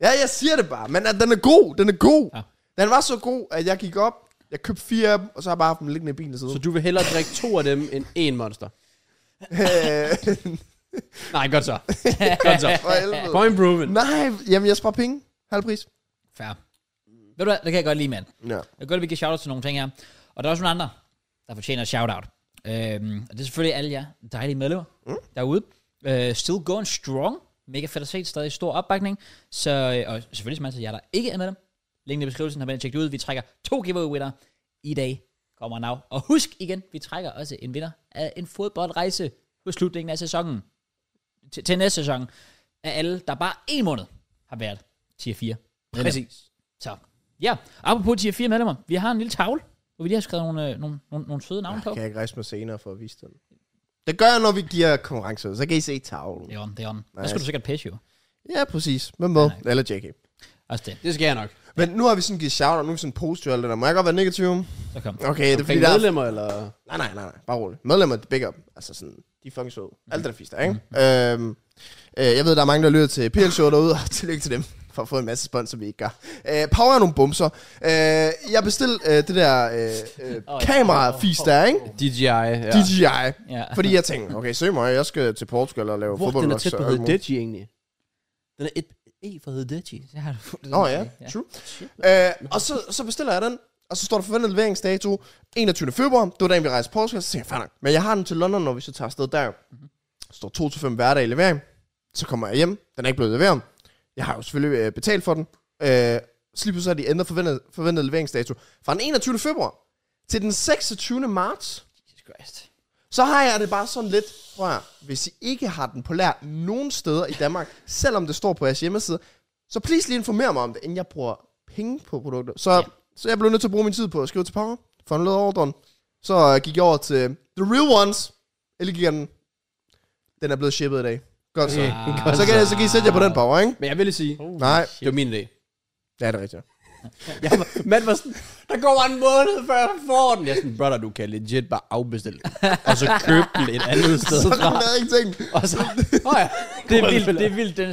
[SPEAKER 2] Ja, jeg siger det bare, men at den er god, den er god.
[SPEAKER 1] Ja.
[SPEAKER 2] Ja. Den var så god, at jeg gik op, jeg købte fire af dem, og så har jeg bare haft dem liggende i bilen siden.
[SPEAKER 3] Så du vil hellere drikke to af dem, end en monster?
[SPEAKER 2] Øh,
[SPEAKER 3] Nej, godt så. godt så.
[SPEAKER 2] for helvede.
[SPEAKER 3] Point proven.
[SPEAKER 2] Nej, jamen jeg sparer penge. Halv pris.
[SPEAKER 1] Fair. Ved du hvad, det kan jeg godt lide, mand.
[SPEAKER 2] Ja.
[SPEAKER 1] Det er godt, at vi kan shout-out til nogle ting her. Og der er også nogle andre, der fortjener et shout-out. Øhm, og det er selvfølgelig alle jer dejlige medlemmer mm. derude. Øh, still going strong. Mega fedt at se. Stadig stor opbakning. Så, øh, og selvfølgelig som altid jer, der ikke er med dem. Linken i beskrivelsen har man tjekket ud. Vi trækker to giveaway winner i dag. Kommer now. Og husk igen, vi trækker også en vinder af en fodboldrejse på slutningen af sæsonen. Til, til næste sæson. Af alle, der bare en måned har været tier 4. medlem.
[SPEAKER 3] Præcis.
[SPEAKER 1] Så ja, apropos tier 4 medlemmer, vi har en lille tavle, hvor vi lige har skrevet nogle, øh, nogle, nogle, nogle søde navne
[SPEAKER 2] Ah,
[SPEAKER 1] på.
[SPEAKER 2] Kan jeg ikke rejse mig senere for at vise den? Det gør jeg, når vi giver konkurrencer. ud. Så kan I se tavlen.
[SPEAKER 1] Det er on, det er on. Der
[SPEAKER 2] Nice.
[SPEAKER 1] skulle du sikkert pisse jo.
[SPEAKER 2] Ja, præcis. Hvem med?
[SPEAKER 1] Nej.
[SPEAKER 2] Eller JK.
[SPEAKER 1] Også det.
[SPEAKER 3] Det skal jeg nok.
[SPEAKER 2] Men nu har vi sådan givet shout og nu er vi sådan positive og alt det der. Må jeg godt være negativ?
[SPEAKER 1] Så kom.
[SPEAKER 2] Okay, det er fordi,
[SPEAKER 3] Omkring
[SPEAKER 2] der er
[SPEAKER 3] medlemmer, eller...
[SPEAKER 2] Nej, nej, nej, nej. Bare roligt. Medlemmer, det big up. Altså sådan, de er fucking søde.
[SPEAKER 1] Mm.
[SPEAKER 2] Alt det der fister, ikke? Øhm, øh, jeg ved, der er mange, der lytter til PL Show derude, og tillykke til dem for at få en masse spons, som vi ikke gør. Øh, power er nogle bumser. Øh, jeg bestilte øh, det der øh, øh,
[SPEAKER 1] Åh, ja.
[SPEAKER 2] kamera-fis der, ikke?
[SPEAKER 3] DJI, ja.
[SPEAKER 2] DJI.
[SPEAKER 1] Ja.
[SPEAKER 2] Fordi jeg tænkte, okay, søg mig, jeg skal til Portugal og lave
[SPEAKER 3] Hvor
[SPEAKER 2] fodbold.
[SPEAKER 3] den er tæt på at hedde Deji, egentlig. Den er et E for at hedde Deji.
[SPEAKER 1] Det har du fuldt-
[SPEAKER 2] Nå ja, true. Øh, og så, så bestiller jeg den, og så står der forventet leveringsdato 21. februar. Det var dagen, vi rejste på Portugal, så tænkte jeg, "Fair nok." Men jeg har den til London, når vi så tager afsted der.
[SPEAKER 3] Mhm.
[SPEAKER 2] Står 2 til 5 hverdage i levering. Så kommer jeg hjem. Den er ikke blevet leveret. Jeg har jo selvfølgelig øh, betalt for den. Øh, så lige pludselig har de ændret forventet, forventet leveringsdato fra den 21. februar til den 26. marts.
[SPEAKER 1] Jesus Christ.
[SPEAKER 2] Så har jeg det bare sådan lidt, prøv at, høre, hvis I ikke har den på lær nogen steder i Danmark, selvom det står på jeres hjemmeside, så please lige informer mig om det, inden jeg bruger penge på produkter. Så,
[SPEAKER 1] Ja.
[SPEAKER 2] ja. så jeg blev nødt til at bruge min tid på at skrive til Power, for han lød ordren. Så øh, gik jeg over til The Real Ones, eller gik jeg den. Den er blevet shippet i dag. Godt så.
[SPEAKER 3] Okay,
[SPEAKER 2] Så kan, jeg, så kan I sætte jer på den Power, ikke?
[SPEAKER 3] Men jeg vil lige sige,
[SPEAKER 2] Nej,
[SPEAKER 3] det var min idé.
[SPEAKER 2] ja, det er rigtigt.
[SPEAKER 3] Jeg var, man var sådan, der går en måned, før jeg får den. Jeg er sådan, brother, du kan legit bare afbestille den, og så købe den et andet sted
[SPEAKER 2] Så
[SPEAKER 3] fra.
[SPEAKER 2] den havde jeg ikke tænkt.
[SPEAKER 3] Og så, oh ja,
[SPEAKER 1] Det er vildt, det er vildt, den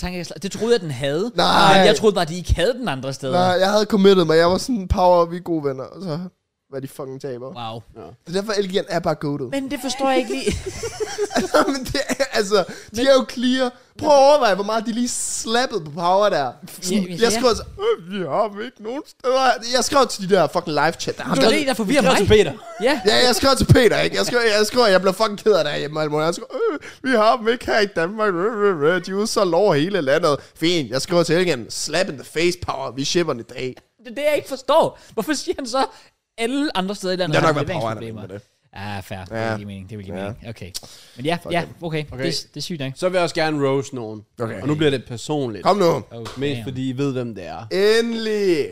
[SPEAKER 1] tanke, det troede jeg, den havde.
[SPEAKER 2] Nej.
[SPEAKER 1] Men jeg troede bare, de ikke havde den andre steder.
[SPEAKER 2] Nej, jeg havde committed mig. Jeg var sådan, Power, vi er gode venner. Og så var de fucking taber.
[SPEAKER 1] Wow.
[SPEAKER 2] Det er derfor, LGN er bare goated.
[SPEAKER 1] Men det forstår jeg ikke lige.
[SPEAKER 2] men det er, altså, de er jo clear. Prøv at overveje, hvor meget de lige slappede på power der. Sådan,
[SPEAKER 1] Ja, ja.
[SPEAKER 2] jeg skrev til, øh, vi har dem ikke nogen steder. Jeg skrev til de der fucking live chat. Der, ham
[SPEAKER 1] Det
[SPEAKER 2] der,
[SPEAKER 1] var det, der forvirrer mig.
[SPEAKER 3] til Peter.
[SPEAKER 1] Ja.
[SPEAKER 2] ja, jeg skrev til Peter, ikke? Jeg skrev, jeg, skrev, jeg blev fucking ked af det hjemme. Jeg skrev, øh, vi har dem ikke her i Danmark. Øh, øh, øh. De er udsolgt over hele landet. Fint, jeg skrev til igen. Slap in the face, power. Vi shipper den i dag.
[SPEAKER 1] Det er det, jeg ikke forstår. Hvorfor siger han så, alle andre steder i landet
[SPEAKER 2] Det har nok
[SPEAKER 1] har
[SPEAKER 2] været Power, der
[SPEAKER 1] leveringsproblemer?
[SPEAKER 2] mente det.
[SPEAKER 1] Ah, fair. Det
[SPEAKER 2] Ja.
[SPEAKER 1] vil give mening. Det vil give mening. Okay. Men ja, ja, okay.
[SPEAKER 3] Okay.
[SPEAKER 1] Det, det er sygt, ikke?
[SPEAKER 3] Så vil jeg også gerne rose nogen.
[SPEAKER 2] Okay.
[SPEAKER 3] Og nu bliver det personligt.
[SPEAKER 2] Kom nu.
[SPEAKER 1] Oh,
[SPEAKER 3] Mest
[SPEAKER 1] damn.
[SPEAKER 3] fordi I ved, hvem det er.
[SPEAKER 2] Endelig.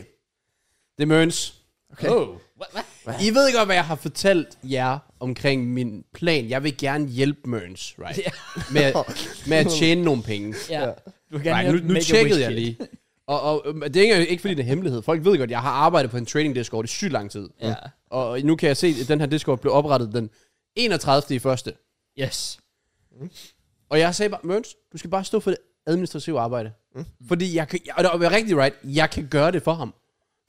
[SPEAKER 3] Det er Møns.
[SPEAKER 2] Okay.
[SPEAKER 3] Oh.
[SPEAKER 1] Hvad? Hvad?
[SPEAKER 3] I ved godt, hvad jeg har fortalt jer omkring min plan. Jeg vil gerne hjælpe Møns, right?
[SPEAKER 1] Ja.
[SPEAKER 3] Med, at- med at tjene nogle penge.
[SPEAKER 1] Ja. Du kan
[SPEAKER 3] Nej, nu, nu tjekkede jeg lige. Og, og øhm, det er ikke, ikke fordi, det er hemmelighed. Folk ved godt, jeg har arbejdet på en trading Discord i sygt lang tid.
[SPEAKER 1] Ja.
[SPEAKER 3] Og nu kan jeg se, at den her Discord blev oprettet den 31. i første.
[SPEAKER 1] Yes.
[SPEAKER 3] Og jeg sagde bare, Møns, du skal bare stå for det administrative arbejde. Mm. Fordi jeg kan, og det er rigtig right, jeg kan gøre det for ham.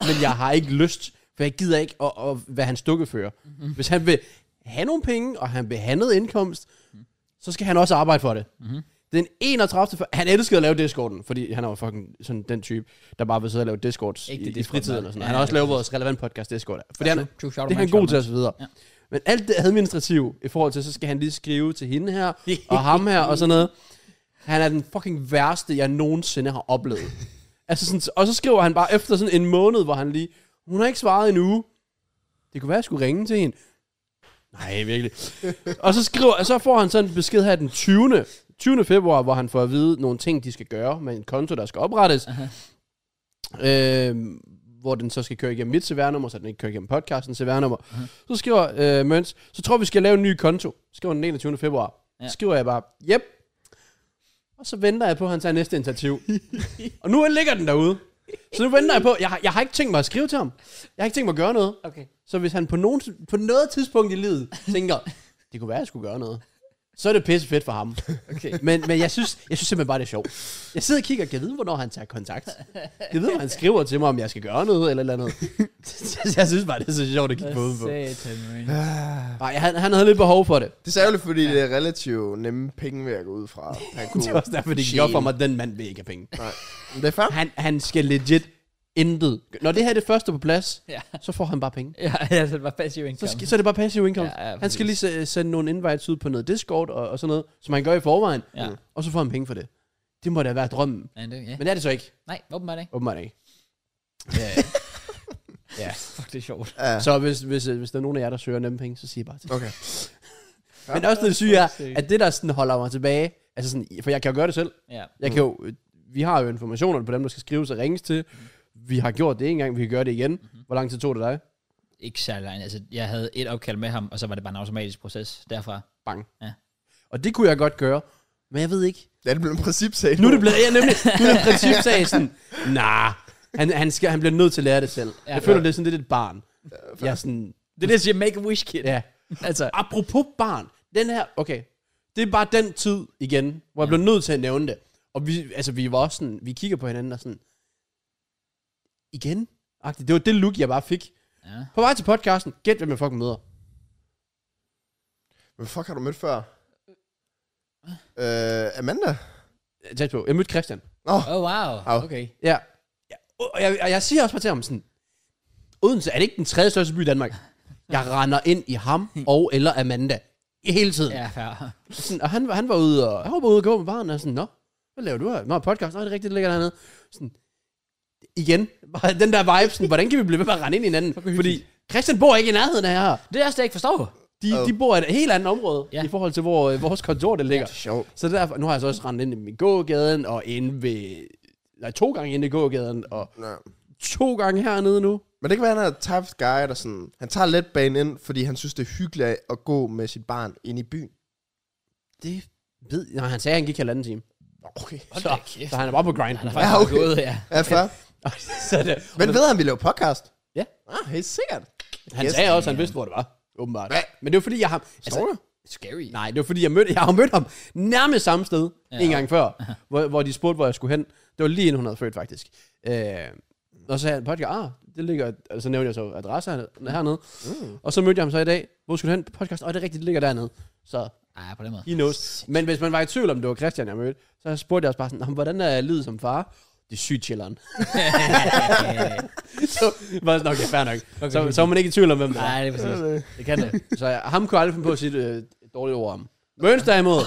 [SPEAKER 3] Men jeg har ikke lyst, for jeg gider ikke at, at være hans dukkefører.
[SPEAKER 1] Mm-hmm.
[SPEAKER 3] Mm. Hvis han vil have nogle penge, og han vil have noget indkomst,
[SPEAKER 1] Mm.
[SPEAKER 3] så skal han også arbejde for det.
[SPEAKER 1] Mm-hmm.
[SPEAKER 3] Mm. Den 31. før- Han elskede at lave Discorden, fordi han var fucking sådan den type, der bare vil sidde og lave Discords
[SPEAKER 1] Ikke
[SPEAKER 3] ikke
[SPEAKER 1] det
[SPEAKER 3] i, i
[SPEAKER 1] Discord,
[SPEAKER 3] fritiden
[SPEAKER 1] nej.
[SPEAKER 3] og sådan
[SPEAKER 1] Ja,
[SPEAKER 3] noget. Han
[SPEAKER 1] ja,
[SPEAKER 3] har også lavet vores relevant podcast Discord. Fordi han,
[SPEAKER 1] True, shout out,
[SPEAKER 3] det er han
[SPEAKER 1] man, shout
[SPEAKER 3] god
[SPEAKER 1] out,
[SPEAKER 3] til osv. videre.
[SPEAKER 1] Ja.
[SPEAKER 3] Men alt det administrative i forhold til, så skal han lige skrive til hende her, og ham her, og sådan noget. Han er den fucking værste, jeg nogensinde har oplevet. altså sådan, og så skriver han bare efter sådan en måned, hvor han lige, hun har ikke svaret en uge. Det kunne være, jeg skulle ringe til hende. Nej, virkelig. og så skriver, og så får han sådan en besked her den 20. 20. februar, hvor han får at vide nogle ting, de skal gøre med en konto, der skal oprettes. Øh, hvor den så skal køre igennem mit CVR-nummer, så den ikke kører igennem podcasten CVR-nummer. Så skriver øh, Møns, så tror vi skal lave en ny konto. Skriver den 21. februar.
[SPEAKER 1] Ja.
[SPEAKER 3] Ja. Skriver jeg bare, yep. Og så venter jeg på, at han tager næste initiativ. og nu ligger den derude. Så nu venter jeg på, jeg, har- jeg har ikke tænkt mig at skrive til ham. Jeg har ikke tænkt mig at gøre noget.
[SPEAKER 1] Okay.
[SPEAKER 3] Så hvis han på, nogen, på noget tidspunkt i livet tænker, det kunne være, at jeg skulle gøre noget, så er det pisse fedt for ham.
[SPEAKER 1] Okay.
[SPEAKER 3] Men, men jeg, synes, jeg synes simpelthen bare, det er sjovt. Jeg sidder og kigger, kan jeg vide, hvornår han tager kontakt? Jeg ved, om han skriver til mig, om jeg skal gøre noget eller et eller andet. Så jeg synes bare, det er så sjovt at kigge på. udenpå.
[SPEAKER 1] Satan, man.
[SPEAKER 3] Nej, han, han havde lidt behov for det.
[SPEAKER 2] Ah, Det er særligt, fordi det er relativt nemme penge, ved at gå ud fra. Han
[SPEAKER 3] Det er
[SPEAKER 2] kunne...
[SPEAKER 3] også derfor, det gik op for mig, at den mand vil ikke have penge.
[SPEAKER 2] Nej. Men det er fair.
[SPEAKER 3] Han, han skal legit intet. Når det her er det første på plads,
[SPEAKER 1] Ja.
[SPEAKER 3] så får han bare penge.
[SPEAKER 1] Ja, altså, det var passive
[SPEAKER 3] Så,
[SPEAKER 1] income.
[SPEAKER 3] skal, så er det bare passive income.
[SPEAKER 1] Ja, ja,
[SPEAKER 3] han skal lige se- sende nogle invites ud på noget Discord og, og sådan noget, som han gør i forvejen,
[SPEAKER 1] Ja.
[SPEAKER 3] og så får han penge for det. Det må da være drømmen.
[SPEAKER 1] Men det, ja.
[SPEAKER 3] Men det er det så ikke.
[SPEAKER 1] Nej, åbenbart ikke.
[SPEAKER 3] Åbenbart ikke. Ja. ja.
[SPEAKER 1] Fuck, det er sjovt.
[SPEAKER 2] Ja.
[SPEAKER 3] Så hvis, hvis, øh, hvis der er nogen af jer, der søger nemme penge, så siger I bare til.
[SPEAKER 2] Okay.
[SPEAKER 3] Men også det syge er,
[SPEAKER 1] sindssygt.
[SPEAKER 3] at det der sådan holder mig tilbage, altså sådan, for jeg kan jo gøre det selv.
[SPEAKER 1] Ja.
[SPEAKER 3] Jeg kan jo, øh, vi har jo informationerne på dem, der skal skrives og ringes til. Vi har gjort det en gang, vi kan gøre det igen. Hvor lang tid tog det dig?
[SPEAKER 1] Ikke særlig langt. Altså, jeg havde et opkald med ham, og så var det bare en automatisk proces derfra.
[SPEAKER 3] Bang.
[SPEAKER 1] Ja.
[SPEAKER 3] Og det kunne jeg godt gøre, men jeg ved ikke,
[SPEAKER 2] Ja, det blev en principsag.
[SPEAKER 3] Nu er det blevet, ja, nemlig, nu er det principsag sådan, nah, han, han, skal, han bliver nødt til at lære det selv.
[SPEAKER 1] Ja.
[SPEAKER 3] Ja, jeg føler, det er sådan lidt et barn. Jeg er sådan,
[SPEAKER 1] Det er det, jeg siger, make a wish, kid.
[SPEAKER 3] ja.
[SPEAKER 1] Altså,
[SPEAKER 3] Apropos barn, den her, okay, det er bare den tid igen, hvor jeg blev nødt til at nævne det. Og vi, altså, vi var også sådan, vi kigger på hinanden og sådan, igen? Agtigt. Det var det look, jeg bare fik.
[SPEAKER 1] ja.
[SPEAKER 3] På vej til podcasten, gæt hvem jeg fucking møder.
[SPEAKER 2] Hvad fuck har du mødt før? Øh, Amanda?
[SPEAKER 3] Tæt på, jeg mødte Christian.
[SPEAKER 2] Nå,
[SPEAKER 1] Oh, wow.
[SPEAKER 2] Au.
[SPEAKER 1] Okay.
[SPEAKER 3] Ja. ja. Og, jeg, og jeg siger også bare til ham sådan, Odense er det ikke den tredje største by i Danmark? Jeg render ind i ham og eller Amanda hele tiden. Ja.
[SPEAKER 1] Ja, fair.
[SPEAKER 3] Sådan, og han, var- han var ude og, han var bare ude og gå med barnet og sådan, nå, hvad laver du her? Nå, podcast, nå, det er rigtigt, det ligger dernede. Sådan, igen, bare den der vibe, sådan, hvordan kan vi blive ved med at rende ind i hinanden? Fordi Christian bor ikke i nærheden af her.
[SPEAKER 1] Det er jeg slet ikke forstår.
[SPEAKER 3] De,
[SPEAKER 2] Oh.
[SPEAKER 3] de bor i et helt andet område,
[SPEAKER 1] Ja.
[SPEAKER 3] ja. i forhold til, hvor øh, vores kontor det ligger.
[SPEAKER 2] sjovt.
[SPEAKER 3] Så derfor, nu har jeg så også rendt ind i min gågaden, og inde ved, nej, to gange inde i gågaden, og
[SPEAKER 2] Ja.
[SPEAKER 3] to gange hernede nu.
[SPEAKER 2] Men det kan være, han er type guy, der sådan... Han tager let banen ind, fordi han synes, det er hyggeligt at gå med sit barn ind i byen.
[SPEAKER 3] Det ved jeg. Nej, han sagde, at han gik halvanden time.
[SPEAKER 2] Okay.
[SPEAKER 1] Hold
[SPEAKER 3] Så,
[SPEAKER 1] da kæft.
[SPEAKER 3] så han er bare på grind.
[SPEAKER 1] Han er
[SPEAKER 2] Ja,
[SPEAKER 1] faktisk
[SPEAKER 2] okay.
[SPEAKER 1] gået, ja.
[SPEAKER 2] Ja, fair.
[SPEAKER 3] så det,
[SPEAKER 2] Men ved han, vi laver podcast?
[SPEAKER 3] Ja.
[SPEAKER 2] Ah, helt sikkert.
[SPEAKER 3] han
[SPEAKER 2] Yes.
[SPEAKER 3] sagde også, at han vidste, hvor det var. Åbenbart.
[SPEAKER 2] Hva?
[SPEAKER 3] Men det var fordi, jeg har... Altså,
[SPEAKER 2] Tror du?
[SPEAKER 1] Scary.
[SPEAKER 3] nej, det var fordi, jeg, mødte, jeg har mødt ham nærmest samme sted
[SPEAKER 1] Ja.
[SPEAKER 3] ja. en gang før, hvor, hvor de spurgte, hvor jeg skulle hen. Det var lige inden hun havde født, faktisk. Øh, og så sagde han, podcast, ah, det ligger, og så nævnte jeg så adresse hernede. hernede. Mm. Og så mødte jeg ham så i dag, hvor skulle du hen på podcast? Og det er rigtigt, det ligger dernede. Så
[SPEAKER 1] Ej, på den måde.
[SPEAKER 3] He knows. Men hvis man var i tvivl om, det var Christian, jeg mødte, så spurgte jeg også bare sådan, "Nå, men hvordan er livet som far? Det er sygt chilleren. så var sådan, okay, fair nok. Okay, så, så var man ikke i tvivl om, hvem det
[SPEAKER 1] Nej,
[SPEAKER 3] er.
[SPEAKER 1] det er præcis. Det kan det.
[SPEAKER 3] Så jeg, ham kunne jeg aldrig finde på at sige et, øh, et dårligt ord om. Møns derimod,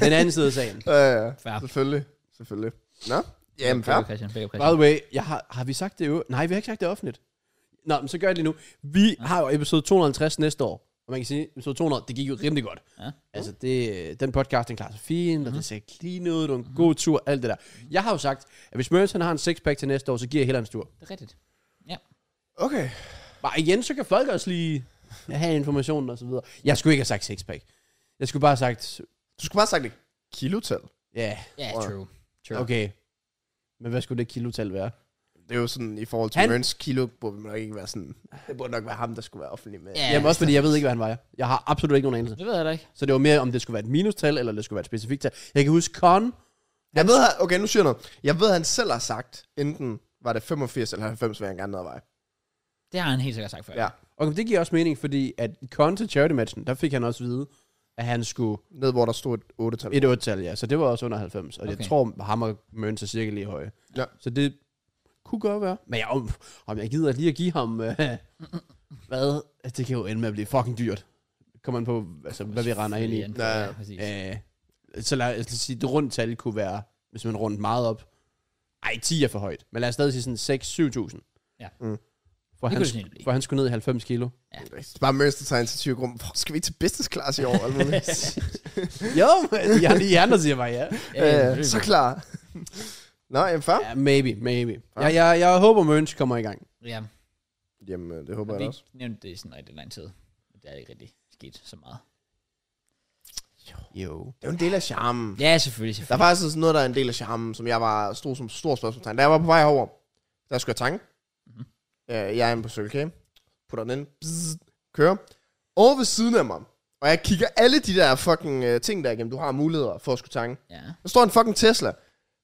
[SPEAKER 3] den anden side af sagen.
[SPEAKER 2] Ja, ja.
[SPEAKER 1] Fair.
[SPEAKER 2] Øh, Selvfølgelig. Selvfølgelig. Nå? Jamen, fair.
[SPEAKER 1] Big up, Christian. Big up,
[SPEAKER 3] By
[SPEAKER 1] Christian.
[SPEAKER 3] the way, jeg har, har vi sagt det jo? Nej, vi har ikke sagt det offentligt. Nå, men så gør jeg det lige nu. Vi har jo episode 250 næste år. Og man kan sige, episode 200, det gik jo rimelig godt.
[SPEAKER 1] Ja.
[SPEAKER 3] Altså, det, den podcast, den klarer sig fint, mm-hmm. og det ser clean ud, det var en god tur, alt det der. Jeg har jo sagt, at hvis Mørens han har en sixpack til næste år, så giver jeg hele hans tur.
[SPEAKER 1] Det er rigtigt.
[SPEAKER 2] Okay.
[SPEAKER 3] Bare igen, så kan folk også lige have informationen og så videre. Jeg skulle ikke have sagt sixpack. Jeg skulle bare have sagt,
[SPEAKER 2] Du skulle bare have sagt et kilotal.
[SPEAKER 3] ja,
[SPEAKER 1] Ja,
[SPEAKER 2] Wow.
[SPEAKER 1] true. True.
[SPEAKER 3] yeah, okay. Men hvad skulle det kilotal være?
[SPEAKER 2] Det er jo sådan, i forhold til
[SPEAKER 3] Han-
[SPEAKER 2] Mørns kilo, burde man nok ikke være sådan... Det burde nok være ham, der skulle være offentlig med.
[SPEAKER 1] Ja.
[SPEAKER 3] Jamen også fordi, jeg ved ikke, hvad han vejer. Jeg har absolut ikke nogen anelse.
[SPEAKER 1] Det ved jeg da ikke.
[SPEAKER 3] Så det var mere, om det skulle være et minustal, eller det skulle være et specifikt tal. Jeg kan huske, Con,
[SPEAKER 2] Jeg ved, han- okay, nu siger jeg noget. Jeg ved, han selv har sagt, enten var det 85 eller 90, hvad han gerne havde vej.
[SPEAKER 1] Det har han helt sikkert sagt før.
[SPEAKER 2] Ja,
[SPEAKER 3] og det giver også mening, fordi at Con til charity-matchen, der fik han også at vide, at han skulle
[SPEAKER 2] ned hvor der stod et 8-tal.
[SPEAKER 3] et 8-tal, ja. Så det var også under 90. Og okay.
[SPEAKER 1] Okay.
[SPEAKER 3] jeg tror, ham og Møns er cirka lige høje.
[SPEAKER 2] Ja.
[SPEAKER 3] Så det kunne godt være. Men jeg, om, om jeg gider lige at give ham... Øh, hvad? Altså, Det kan jo ende med at blive fucking dyrt. Kommer man på, altså, hvad vi render ind i.
[SPEAKER 1] Ja,
[SPEAKER 2] Ja,
[SPEAKER 1] ja,
[SPEAKER 2] ja.
[SPEAKER 1] præcis.
[SPEAKER 3] Øh, så lad os sige, det rundt tal kunne være, hvis man rundt meget op. Ej, 10 er for højt. Men lad os stadig sige sådan 6-7.000.
[SPEAKER 1] Ja.
[SPEAKER 2] Mm.
[SPEAKER 3] For,
[SPEAKER 1] Det
[SPEAKER 3] han,
[SPEAKER 1] kunne det snildt blive.
[SPEAKER 3] for han skulle ned i 90 kilo.
[SPEAKER 2] Det er bare Mønster tager initiativ rum. Hvor skal vi til business class i år? Eller noget?
[SPEAKER 3] jo, men jeg, de andre siger bare ja.
[SPEAKER 1] Ja,
[SPEAKER 2] øh, så klar. Nå, jamen før.
[SPEAKER 3] Ja, maybe, maybe. Jeg, jeg, jeg håber, Møns kommer i gang.
[SPEAKER 1] ja.
[SPEAKER 2] Jamen, øh, det
[SPEAKER 1] Og
[SPEAKER 2] håber
[SPEAKER 1] vi
[SPEAKER 2] jeg også.
[SPEAKER 1] nævnte det i sådan rigtig lang tid. Men Det er ikke rigtig sket så meget.
[SPEAKER 2] Jo. Det er jo en del af charmen.
[SPEAKER 1] Ja, selvfølgelig.
[SPEAKER 2] Der er
[SPEAKER 1] selvfølgelig.
[SPEAKER 2] faktisk sådan noget, der er en del af charmen, som jeg var stor som stor spørgsmålstegn. Da jeg var på vej herover, der skulle jeg tanke.
[SPEAKER 1] Mhm.
[SPEAKER 2] Mm-hmm. Jeg er inde på Circle K, putter den ind, bzzz, kører. Over ved siden af mig, og jeg kigger alle de der fucking øh, ting der igennem, du har muligheder for at skulle tanke.
[SPEAKER 1] Ja.
[SPEAKER 2] Der står en fucking Tesla.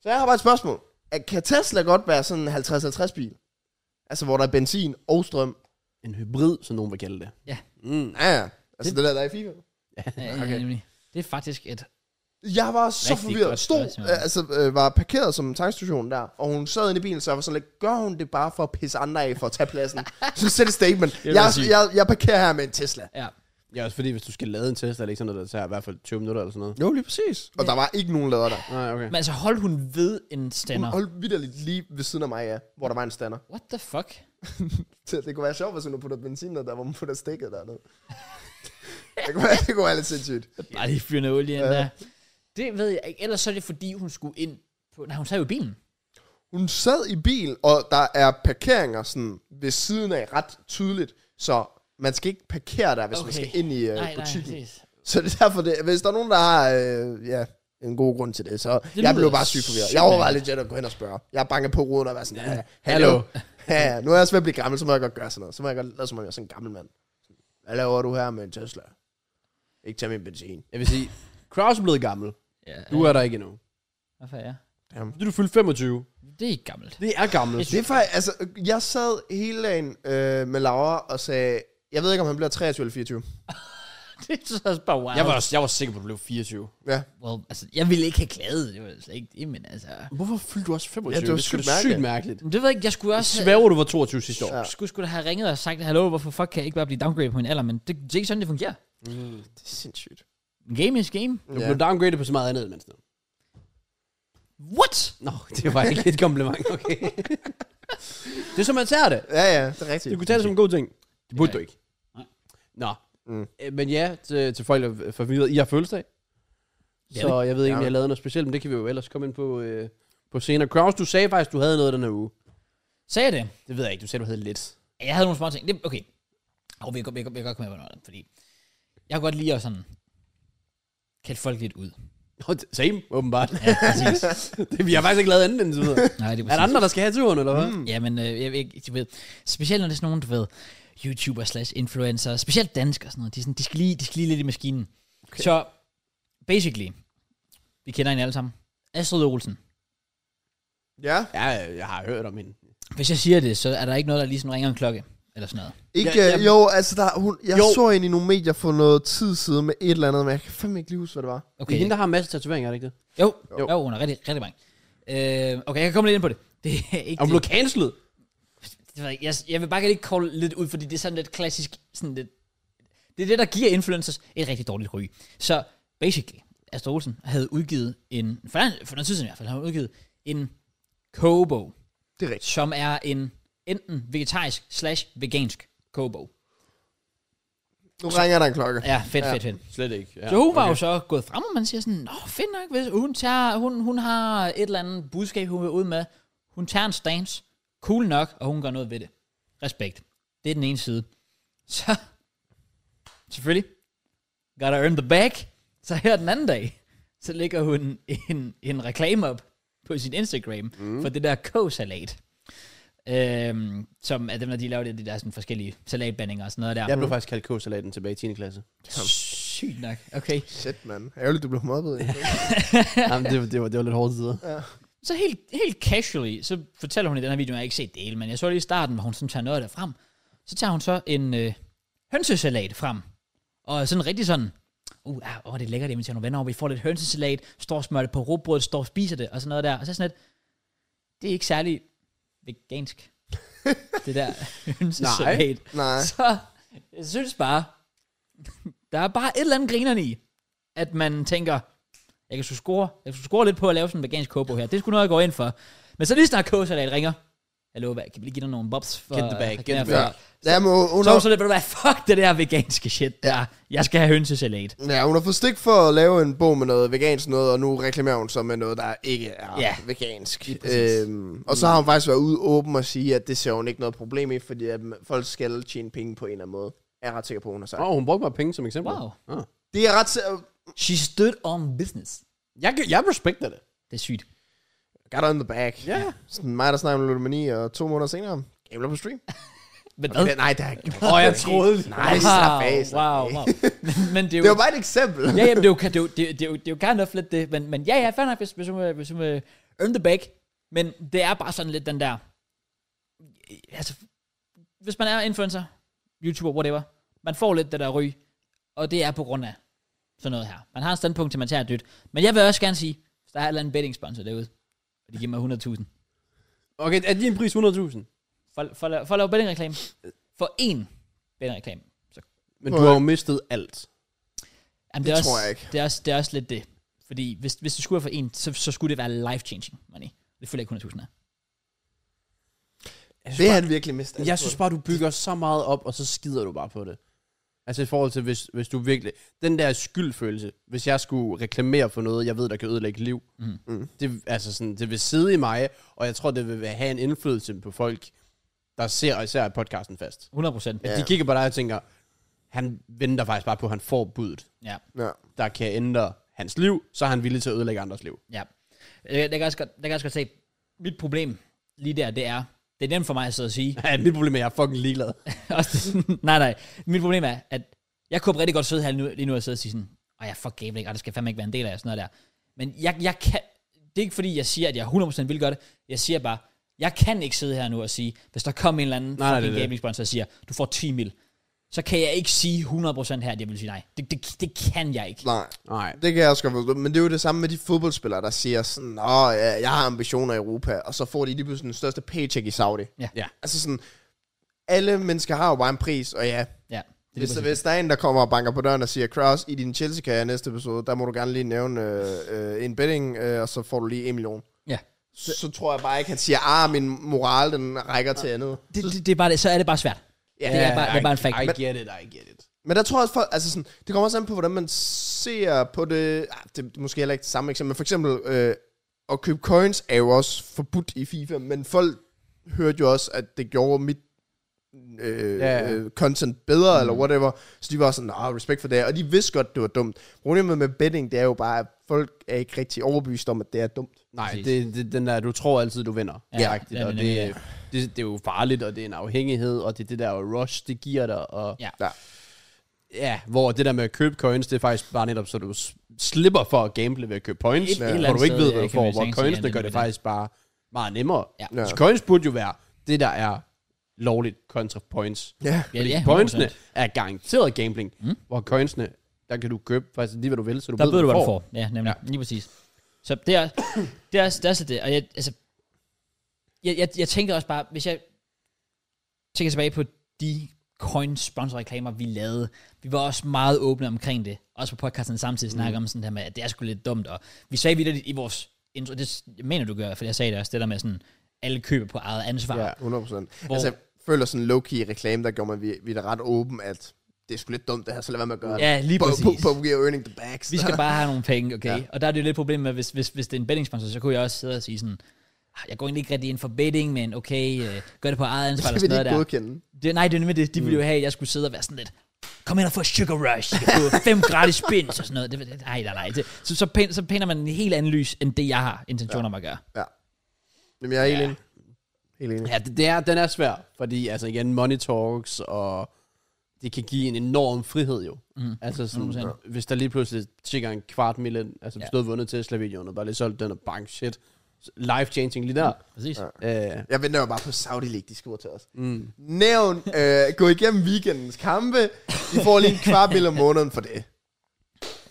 [SPEAKER 2] Så jeg har bare et spørgsmål. Er- Kan Tesla godt være sådan en 50-50 bil? Altså, hvor der er benzin og strøm.
[SPEAKER 3] En hybrid, som nogen vil kalde det.
[SPEAKER 1] Ja.
[SPEAKER 3] Mm.
[SPEAKER 2] Ja, ja. Altså, det, det der, der er i FIFA.
[SPEAKER 1] Ja, ja,
[SPEAKER 2] Okay.
[SPEAKER 1] nemlig. Det er faktisk et...
[SPEAKER 2] Jeg var så
[SPEAKER 1] Rigtig
[SPEAKER 2] Rigtig forvirret.
[SPEAKER 1] godt
[SPEAKER 2] Stod,
[SPEAKER 1] spørgsmål.
[SPEAKER 2] øh, altså, øh, var parkeret som en tankstation der, og hun sad inde i bilen, så jeg var sådan lidt, gør hun det bare for at pisse andre af for at tage pladsen? så sæt et statement.
[SPEAKER 1] vil
[SPEAKER 2] Jeg,
[SPEAKER 1] jeg sige.
[SPEAKER 2] jeg, jeg parkerer her med en Tesla.
[SPEAKER 1] Ja.
[SPEAKER 3] Ja, også fordi, hvis du skal lade en Tesla, er det ikke sådan noget, der tager i hvert fald 20 minutter eller sådan noget.
[SPEAKER 2] Jo, lige præcis. Og der var ikke nogen lader der.
[SPEAKER 3] Nej, okay.
[SPEAKER 1] Men altså, hold hun ved en
[SPEAKER 2] Hun
[SPEAKER 1] stander.
[SPEAKER 2] holdt vidderligt lige ved siden af mig, ja, hvor der var en stander.
[SPEAKER 1] What the fuck?
[SPEAKER 2] Så det kunne være sjovt, hvis hun havde puttet benzin ned der, hvor man putter stikket dernede. det, kunne være, det kunne være lidt sindssygt.
[SPEAKER 1] Bare lige fyre noget olie ind
[SPEAKER 2] Ja.
[SPEAKER 1] der. Det ved jeg ikke. Ellers så er det, fordi hun skulle ind på... Nej, hun sad jo i bilen.
[SPEAKER 2] Hun sad i bil, og der er parkeringer sådan ved siden af ret tydeligt, så man skal ikke parkere der, hvis okay. man
[SPEAKER 1] Okay.
[SPEAKER 2] skal ind i øh,
[SPEAKER 1] nej, nej,
[SPEAKER 2] butikken.
[SPEAKER 1] præcis.
[SPEAKER 2] Så det er derfor, det, hvis der er nogen, der har øh, ja, en god grund til det, så det jeg
[SPEAKER 1] lyder
[SPEAKER 2] blev bare sygt forvirret.
[SPEAKER 1] sygt
[SPEAKER 2] Jeg overvejede
[SPEAKER 1] mærkeligt.
[SPEAKER 2] legit at gå hen og spørge. Jeg banker på ruden og være sådan, ja,
[SPEAKER 3] Hallo.
[SPEAKER 2] hallo. Ja, ja, nu er jeg også ved at blive gammel, så må jeg godt gøre sådan noget. Så må jeg godt lade, som om jeg er sådan en gammel mand. Hvad laver du her med en Tesla? Ikke tage min benzin.
[SPEAKER 3] Jeg vil sige, Kraus er blevet gammel.
[SPEAKER 1] Ja,
[SPEAKER 3] Du er der ikke endnu.
[SPEAKER 1] Hvorfor ja?
[SPEAKER 2] Jamen.
[SPEAKER 3] Fordi du fyldte 25.
[SPEAKER 1] Det er ikke gammelt.
[SPEAKER 3] Det er gammelt.
[SPEAKER 2] Det er faktisk, altså, jeg sad hele dagen øh, med Laura og sagde, jeg ved ikke, om han bliver 23 eller 24.
[SPEAKER 1] det er så også bare wow.
[SPEAKER 3] Jeg var, også- jeg var sikker på, at du blev 24.
[SPEAKER 2] Ja,
[SPEAKER 1] Well, altså, jeg ville ikke have klaget. Det var slet ikke det, men altså...
[SPEAKER 3] Hvorfor fyldte du også 25?
[SPEAKER 2] Ja, det var
[SPEAKER 3] sgu da
[SPEAKER 2] sygt
[SPEAKER 3] sygt mærkeligt.
[SPEAKER 1] Men Det ved jeg ikke, jeg skulle også...
[SPEAKER 3] Svæver du var 22 sidste år.
[SPEAKER 2] Ja.
[SPEAKER 1] skulle, skulle da have ringet og sagt, hallo, hvorfor fuck kan jeg ikke bare blive downgraded på en alder, men det, det er ikke sådan, det fungerer.
[SPEAKER 3] Mm,
[SPEAKER 2] det er sindssygt.
[SPEAKER 1] Game is game.
[SPEAKER 3] Du blev downgraded på så meget andet, mens
[SPEAKER 1] What?
[SPEAKER 3] Nå, det var ikke et kompliment, okay. det er som man tager det.
[SPEAKER 2] Ja, ja, det er rigtigt.
[SPEAKER 3] Du kunne tage det som en god ting. Det burde
[SPEAKER 1] Ja.
[SPEAKER 3] du ikke.
[SPEAKER 1] Nej.
[SPEAKER 3] Nå.
[SPEAKER 2] Mm.
[SPEAKER 3] Øh, Men ja, til, til folk, der er forvirret. I har fødselsdag.
[SPEAKER 1] Ja,
[SPEAKER 3] Så jeg ved ikke, om
[SPEAKER 2] Ja.
[SPEAKER 3] jeg har lavet noget specielt, men det kan vi jo ellers komme ind på, øh, på senere. Kraus, du sagde faktisk, du havde noget den her uge.
[SPEAKER 1] Sagde jeg det?
[SPEAKER 3] Det ved jeg ikke, du sagde, du havde lidt.
[SPEAKER 1] Jeg havde nogle små ting. Det, okay. Og vi kan vi kan- vi kan godt komme med på noget, af det, fordi jeg kan godt lide at sådan kælde folk lidt ud.
[SPEAKER 3] Nå, det- Same, åbenbart.
[SPEAKER 1] Ja, præcis.
[SPEAKER 3] Det- vi har faktisk ikke lavet andet end videre.
[SPEAKER 1] Nej, det er
[SPEAKER 3] Er der
[SPEAKER 1] præcis.
[SPEAKER 3] andre, der skal have turen, eller hvad? Mm.
[SPEAKER 1] Ja, men øh, jeg, ved ikke, du ved, specielt når det er sådan nogen, du ved, YouTuber slash influencer, specielt danskere og sådan noget, de, er sådan, de, skal lige, de skal lige lidt i maskinen. Okay. Så, basically, vi kender hende alle sammen. Astrid Olsen.
[SPEAKER 2] Ja,
[SPEAKER 3] Ja, jeg har hørt om hende.
[SPEAKER 1] Hvis jeg siger det, så er der ikke noget, der ligesom ringer en klokke, eller sådan noget.
[SPEAKER 2] Ikke,
[SPEAKER 3] Ja,
[SPEAKER 2] ja,
[SPEAKER 3] jamen-
[SPEAKER 2] jo, altså der, hun, jeg
[SPEAKER 3] Jo.
[SPEAKER 2] jo. så hende i nogle medier for noget tid siden med et eller andet, men jeg kan fandme ikke lige huske, hvad det var.
[SPEAKER 3] Okay. Det er hende, der har en masse tatoveringer, er det ikke det?
[SPEAKER 1] Jo, jo,
[SPEAKER 2] Jo.
[SPEAKER 1] jo hun er rigtig, rigtig mange. Øh, okay, jeg kan komme lidt ind på det. Det er ikke
[SPEAKER 3] Er hun
[SPEAKER 1] det,
[SPEAKER 3] blevet cancelled?
[SPEAKER 1] det, ved jeg ikke. jeg, jeg vil bare gerne ikke kolde lidt ud, fordi det er sådan lidt klassisk, sådan lidt, det er det, der giver influencers et rigtig dårligt ry. Så basically, Astrid Olsen havde udgivet en, for, lang- for noget tid siden i hvert fald, havde hun udgivet en kogebog,
[SPEAKER 2] Det er rigtigt.
[SPEAKER 1] som er en enten vegetarisk slash vegansk kogebog.
[SPEAKER 2] Nu ringer der en klokke.
[SPEAKER 1] Ja, fedt, ja. fedt, fedt.
[SPEAKER 3] Slet ikke. Ja,
[SPEAKER 1] Så hun var jo så gået frem, og man siger sådan, Nå, fedt nok, hvis hun, tager, hun, hun har et eller andet budskab, hun vil ud med. Hun tager en stance, cool nok, og hun gør noget ved det. Respekt. Det er den ene side. Så, selvfølgelig, gotta earn the bag. Så her den anden dag, så lægger hun en, en reklame op på sin Instagram mm. for det der k-salat. Øhm, som er dem, der de laver det, de der sådan forskellige salatbandinger og sådan noget der.
[SPEAKER 3] Jeg blev faktisk kaldt K-salaten tilbage i 10. klasse.
[SPEAKER 1] Sygt nok. Okay.
[SPEAKER 2] Shit, mand. Ærgerligt, du blev mobbet. Ja.
[SPEAKER 3] Jamen, det, var- det, var, det var lidt hårde tider.
[SPEAKER 1] Så helt, helt casually, så fortæller hun i den her video, jeg har ikke set det hele, men jeg så lige i starten, hvor hun sådan tager noget af det frem. Så tager hun så en øh, hønsesalat frem. Og sådan rigtig sådan, uh, ah, åh, det er lækkert, jeg inviterer nogle venner over, vi får lidt hønsesalat, står og smører det på råbrød, står og spiser det, og sådan noget der. Og så sådan lidt, det er ikke særlig vegansk, det der hønsesalat.
[SPEAKER 2] Nej.
[SPEAKER 1] Så jeg synes bare, der er bare et eller andet grinerne i, at man tænker, jeg kan sgu score, jeg kan sgu score lidt på at lave sådan en vegansk kobo her. Det skulle noget, jeg går ind for. Men så lige snart kåsalat ringer, er Hallo, hvad, kan vi lige give dig nogle bobs? For,
[SPEAKER 3] Get the bag,
[SPEAKER 1] øh,
[SPEAKER 3] get the
[SPEAKER 1] for-
[SPEAKER 2] bag. Ja, må, hun,
[SPEAKER 1] Så,
[SPEAKER 2] har,
[SPEAKER 1] så det, ved du hvad, fuck det der veganske shit der. Jeg skal have hønsesalat.
[SPEAKER 2] ja, hun har fået stik for at lave en bog med noget vegansk noget, og nu reklamerer hun så med noget, der ikke er
[SPEAKER 1] Ja.
[SPEAKER 2] ja. vegansk.
[SPEAKER 1] præcis.
[SPEAKER 2] Øhm, og så har hun faktisk været ude åben og sige, at det ser hun ikke noget problem i, fordi at folk skal tjene penge på en eller anden måde. Jeg er ret sikker på, hun har sagt.
[SPEAKER 3] Åh,
[SPEAKER 2] Oh.
[SPEAKER 3] oh, hun brugte bare penge som eksempel.
[SPEAKER 1] Wow.
[SPEAKER 3] Ah.
[SPEAKER 2] Det er jeg ret sikker...
[SPEAKER 1] She stood on business.
[SPEAKER 3] Jeg, kan- jeg respekter det.
[SPEAKER 1] Det er sygt.
[SPEAKER 2] Got her in the bag.
[SPEAKER 3] Ja. Yeah.
[SPEAKER 2] Sådan mig, der snakker om ludomani, og to måneder senere, gambler på stream.
[SPEAKER 1] Men hvad?
[SPEAKER 2] Det- Nej, det er ikke.
[SPEAKER 3] Åh, oh, jeg troede det.
[SPEAKER 2] Nej, slap af, slap
[SPEAKER 1] wow,
[SPEAKER 2] af.
[SPEAKER 1] wow. Men, men det er jo...
[SPEAKER 2] Det var bare et eksempel.
[SPEAKER 1] ja, jamen, det er jo, det er jo, det er jo, det er jo, det er jo kind of lidt det, men, men ja, ja, fair nok, hvis, hvis hun vil- hvis hun vil earn the bag, men det er bare sådan lidt den der, altså, hvis man er influencer, YouTuber, whatever, man får lidt det der ryg, og det er på grund af sådan noget her. Man har et standpunkt til, man tager et dyt. Men jeg vil også gerne sige, hvis der er et eller andet betting sponsor derude, og de giver mig 100.000,
[SPEAKER 3] Okay, er din pris 100.000?
[SPEAKER 1] for, for, for at lave bettingreklame, for én bettingreklame, så
[SPEAKER 3] Men
[SPEAKER 2] Nå,
[SPEAKER 3] du har
[SPEAKER 2] ja.
[SPEAKER 3] jo mistet alt.
[SPEAKER 1] Jamen,
[SPEAKER 2] Det
[SPEAKER 1] det, er
[SPEAKER 2] tror
[SPEAKER 1] også,
[SPEAKER 2] jeg ikke.
[SPEAKER 1] Det er, også, det er også lidt det. Fordi hvis, hvis det skulle være for en, så, så skulle det være life-changing money. Det føler jeg ikke 100.000 af.
[SPEAKER 2] Det har han virkelig mistet.
[SPEAKER 3] Jeg synes bare, du bygger så meget op, og så skider du bare på det. Altså i forhold til, hvis, hvis du virkelig... Den der skyldfølelse, hvis jeg skulle reklamere for noget, jeg ved, der kan ødelægge liv,
[SPEAKER 1] Mhm.
[SPEAKER 2] Mm.
[SPEAKER 3] Det, altså sådan, det vil sidde i mig, og jeg tror, det vil have en indflydelse på folk, der ser især podcasten fast.
[SPEAKER 1] 100 procent.
[SPEAKER 3] Ja.
[SPEAKER 2] Ja.
[SPEAKER 3] De kigger på dig og tænker, han venter faktisk bare på, at han får budet,
[SPEAKER 1] Ja.
[SPEAKER 2] Ja.
[SPEAKER 3] der kan ændre hans liv, så er han villig til at ødelægge andres liv.
[SPEAKER 1] ja. Øh, Jeg, kan også godt, jeg kan også godt se, mit problem lige der, det er, det er nemt for mig at sidde og sige.
[SPEAKER 3] Ja, mit problem er, at jeg er fucking ligeglad.
[SPEAKER 1] Også det sådan, nej, nej. Mit problem er, at jeg kunne rigtig godt sidde her lige nu, lige nu og sidde og sige sådan, og jeg fuck gabe ikke, og det skal fandme ikke være en del af sådan noget der. Men jeg, jeg kan, det er ikke fordi, jeg siger, at jeg 100% vil gøre det. Jeg siger bare, jeg kan ikke sidde her nu og sige, hvis der kom en eller anden
[SPEAKER 3] Nej, nej, det er
[SPEAKER 1] fucking
[SPEAKER 3] det.
[SPEAKER 1] gambling sponsor og siger, du får 10 mil, så kan jeg ikke sige 100% her, at jeg vil sige nej. Det, det, det kan jeg ikke.
[SPEAKER 2] Nej.
[SPEAKER 3] Nej.
[SPEAKER 2] Det kan jeg også godt forstå, men det er jo det samme med de fodboldspillere, der siger sådan, Nå, ja, jeg har ambitioner i Europa, og så får de lige pludselig den største paycheck i Saudi.
[SPEAKER 1] Ja.
[SPEAKER 3] Ja.
[SPEAKER 2] Altså sådan, alle mennesker har jo bare en pris, og ja,
[SPEAKER 1] Ja, det
[SPEAKER 2] hvis,
[SPEAKER 1] er
[SPEAKER 2] der,
[SPEAKER 1] det,
[SPEAKER 2] hvis der er en, der kommer og banker på døren og siger, Kraus, i din Chelsea-karriere næste episode, der må du gerne lige nævne øh, øh, en betting, øh, og så får du lige en million.
[SPEAKER 1] ja.
[SPEAKER 2] Så, så tror jeg bare ikke, han siger, ah, min moral, den rækker til andet.
[SPEAKER 1] Det, det, det, er bare det, så er det bare svært.
[SPEAKER 2] Ja.
[SPEAKER 1] det er bare, det er bare en fact.
[SPEAKER 3] I, I get it, I get it.
[SPEAKER 2] Men der tror jeg, at folk, altså sådan, det kommer også an på, hvordan man ser på det. Ah, det er måske heller ikke det samme eksempel, men for eksempel øh, at købe coins er jo også forbudt i FIFA, men folk hørte jo også, at det gjorde mit øh,
[SPEAKER 3] Ja, ja.
[SPEAKER 2] yeah. øh, content bedre, mm. eller whatever. Så de var sådan, nah, respekt for det, og de vidste godt, det var dumt. Problemet med betting, det er jo bare, at folk er ikke rigtig overbevist om, at det er dumt.
[SPEAKER 3] Nej,
[SPEAKER 1] Præcis.
[SPEAKER 3] det, det, den der, du tror altid, du vinder.
[SPEAKER 1] Ja,
[SPEAKER 3] Rigtigt,
[SPEAKER 1] det er
[SPEAKER 3] og
[SPEAKER 1] det
[SPEAKER 3] det,
[SPEAKER 1] nemlig, ja.
[SPEAKER 3] det, det, er jo farligt, og det er en afhængighed, og det er det der rush, det giver dig. Og,
[SPEAKER 1] Ja.
[SPEAKER 2] Ja.
[SPEAKER 3] ja, hvor det der med at købe coins, det er faktisk bare netop, så du s- slipper for at gamble ved at købe
[SPEAKER 1] Et- et
[SPEAKER 3] coins,
[SPEAKER 1] eller
[SPEAKER 3] hvor
[SPEAKER 1] andet
[SPEAKER 3] du ikke
[SPEAKER 1] sted,
[SPEAKER 3] ved,
[SPEAKER 1] ja,
[SPEAKER 3] hvad du
[SPEAKER 1] kan man
[SPEAKER 3] får,
[SPEAKER 1] jo
[SPEAKER 3] hvor
[SPEAKER 1] sagtens sige,
[SPEAKER 3] coins,
[SPEAKER 1] ja,
[SPEAKER 3] det
[SPEAKER 1] det
[SPEAKER 3] gør
[SPEAKER 1] er
[SPEAKER 3] det
[SPEAKER 1] det.
[SPEAKER 3] faktisk bare meget nemmere.
[SPEAKER 1] Ja.
[SPEAKER 2] Ja.
[SPEAKER 3] Så coins burde jo være det, der er lovligt kontra points.
[SPEAKER 2] Ja.
[SPEAKER 1] Ja,
[SPEAKER 3] Fordi
[SPEAKER 1] ja, 100%.
[SPEAKER 3] pointsene er garanteret gambling, mm. hvor coinsene, der kan du købe faktisk lige, hvad du vil, så du
[SPEAKER 1] Der ved du, hvad
[SPEAKER 3] hvad
[SPEAKER 1] du får. Ja, nemlig. Ja. Lige præcis. Så det er, det er, også- det er også lidt det. Og jeg, altså, jeg, jeg, jeg tænker også bare, hvis jeg tænker tilbage på de coin sponsor reklamer, vi lavede. Vi var også meget åbne omkring det. Også på podcasten samtidig snakke om sådan der med, at det er sgu lidt dumt. Og vi sagde videre i vores intro, det mener du gør, for jeg sagde det også, det der med sådan, alle køber på eget ansvar.
[SPEAKER 3] Ja.
[SPEAKER 1] Ja.
[SPEAKER 2] 100%.
[SPEAKER 1] Hvor-
[SPEAKER 2] Hvor? Altså, jeg føler sådan en low-key reklame, der gjorde mig vi, vi er da ret åben, at det er sgu lidt dumt det her, så lad være med at gøre det.
[SPEAKER 1] Ja, lige
[SPEAKER 2] på,
[SPEAKER 1] præcis.
[SPEAKER 2] på, på, på earning the bags.
[SPEAKER 1] Vi skal bare have nogle penge, okay? Ja.
[SPEAKER 2] Ja.
[SPEAKER 1] Og der er det jo lidt problem med, hvis, hvis, hvis det er en bettingsponsor, så kunne jeg også sidde og sige sådan, "Ah, jeg går egentlig ikke rigtig ind for betting, men okay, øh, gør det på eget ansvar eller
[SPEAKER 2] skal vi
[SPEAKER 1] sådan
[SPEAKER 2] lige
[SPEAKER 1] noget
[SPEAKER 2] ikke
[SPEAKER 1] der.
[SPEAKER 2] godkende. Mm.
[SPEAKER 1] Det, nej, det er nemlig det. De ville jo have, at jeg skulle sidde og være sådan lidt, kom ind og få sugar rush, jeg kan få fem gratis pins og sådan noget. Det, det, nej, nej, nej. Det, så, så, pæn, så pæner man en helt anden lys, end det, jeg har intentioner om at gøre.
[SPEAKER 2] Jamen, jeg er helt enig. Helt enig.
[SPEAKER 3] Ja, det, det er, den er svær, fordi altså igen, money talks, og det kan give en enorm frihed jo. Mm. Altså sådan,
[SPEAKER 1] 100%.
[SPEAKER 3] hvis der lige pludselig tjekker en kvart million, altså hvis
[SPEAKER 1] Ja.
[SPEAKER 3] du havde vundet Tesla-videoen, og bare lige solgt den og bank shit, life-changing lige der.
[SPEAKER 1] Præcis. Ja.
[SPEAKER 3] Ja. Øh,
[SPEAKER 2] Jeg venter jo bare på Saudi League, de skriver til os.
[SPEAKER 3] mm.
[SPEAKER 2] Nævn, øh, gå igennem weekendens kampe. I får lige en kvart mil om måneden for det.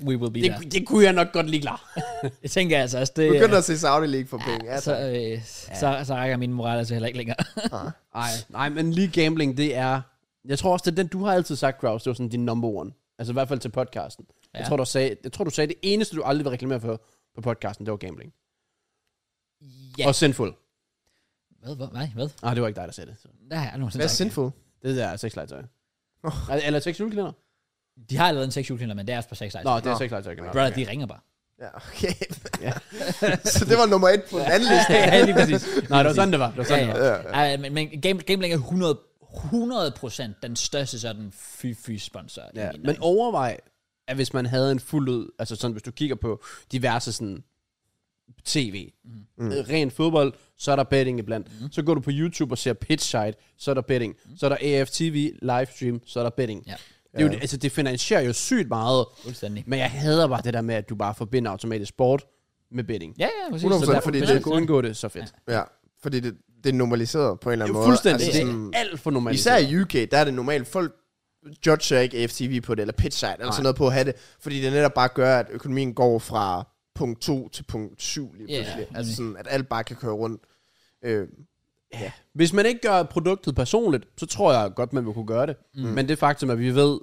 [SPEAKER 1] We will be there.
[SPEAKER 3] det, det kunne jeg nok godt lige klare.
[SPEAKER 1] Jeg tænker altså også, det...
[SPEAKER 2] Begynder at se Saudi League for penge. Altså, Ja,
[SPEAKER 1] så,
[SPEAKER 2] tak.
[SPEAKER 1] øh, så, så rækker min moral altså heller ikke længere.
[SPEAKER 3] Nej, nej, men lige gambling, det er... Jeg tror også, det er den, du har altid sagt, Kraus, det var sådan din number one. Altså i hvert fald til podcasten. Ja.
[SPEAKER 1] Ja.
[SPEAKER 3] Jeg, tror, du sagde, jeg tror, du sagde, det eneste, du aldrig vil reklamere for på podcasten, det var gambling.
[SPEAKER 1] ja,
[SPEAKER 3] Og Sinful.
[SPEAKER 1] Hvad? Hvad? Nej, hvad?
[SPEAKER 3] Ah, det var ikke dig, der sagde det. Så.
[SPEAKER 1] Nej, jeg har
[SPEAKER 2] Hvad er
[SPEAKER 1] nogensinde sagt.
[SPEAKER 2] sinful?
[SPEAKER 3] Det der er sexlegetøj. Oh. Eller seks julekalender?
[SPEAKER 1] det. De har allerede en seks julekalender, men det er også på seks
[SPEAKER 3] Nå,
[SPEAKER 1] no,
[SPEAKER 3] det er
[SPEAKER 2] Nå.
[SPEAKER 3] sexlegetøj. Okay.
[SPEAKER 1] Brother, de ringer bare.
[SPEAKER 2] Ja, okay.
[SPEAKER 3] Ja.
[SPEAKER 2] så det var nummer et på den anden liste.
[SPEAKER 3] ja, lige præcis. Nej, det var sådan, det var. Det var sådan,
[SPEAKER 1] Ja,
[SPEAKER 3] det
[SPEAKER 1] ja.
[SPEAKER 3] var.
[SPEAKER 2] Ja, ja.
[SPEAKER 1] Ej, men, men game, Gameblink er 100, 100 den største sådan fy-fy-sponsor. i
[SPEAKER 3] Ja,
[SPEAKER 1] min
[SPEAKER 3] men
[SPEAKER 1] øjne.
[SPEAKER 3] overvej, at hvis man havde en fuld ud, altså sådan, hvis du kigger på diverse sådan tv, mm. ren fodbold, så er der betting iblandt. Mm. Så går du på YouTube og ser pitchside, så er der betting. Mm. Så er der AFTV livestream, så er der betting.
[SPEAKER 1] Ja.
[SPEAKER 3] Det, er jo, det- altså, det finansierer jo sygt meget,
[SPEAKER 1] Fuldstændig.
[SPEAKER 3] men jeg hader bare det der med, at du bare forbinder automatisk sport med betting.
[SPEAKER 1] Ja, ja, præcis.
[SPEAKER 2] 100%,
[SPEAKER 3] Så derfor,
[SPEAKER 2] fordi
[SPEAKER 3] fordi hvis
[SPEAKER 2] det-
[SPEAKER 3] man kunne undgå det, så fedt.
[SPEAKER 2] ja. Fordi det, det er normaliseret på en eller
[SPEAKER 3] Ja.
[SPEAKER 2] anden måde.
[SPEAKER 3] Fuldstændig.
[SPEAKER 2] Altså,
[SPEAKER 3] det
[SPEAKER 2] sådan,
[SPEAKER 3] er alt for normalt.
[SPEAKER 2] især i UK, der er det normalt, folk judger ikke FTV på det, eller pitchside, eller sådan noget på at have det, fordi det netop bare gør, at økonomien går fra punkt 2 til punkt 7 lige
[SPEAKER 1] Ja, ja,
[SPEAKER 2] pludselig.
[SPEAKER 1] nemlig.
[SPEAKER 2] Altså sådan, at alt bare kan køre rundt. Øh,
[SPEAKER 3] Hvis man ikke gør produktet personligt, så tror jeg godt, man vil kunne gøre det. Mm. Men det faktum, at vi ved,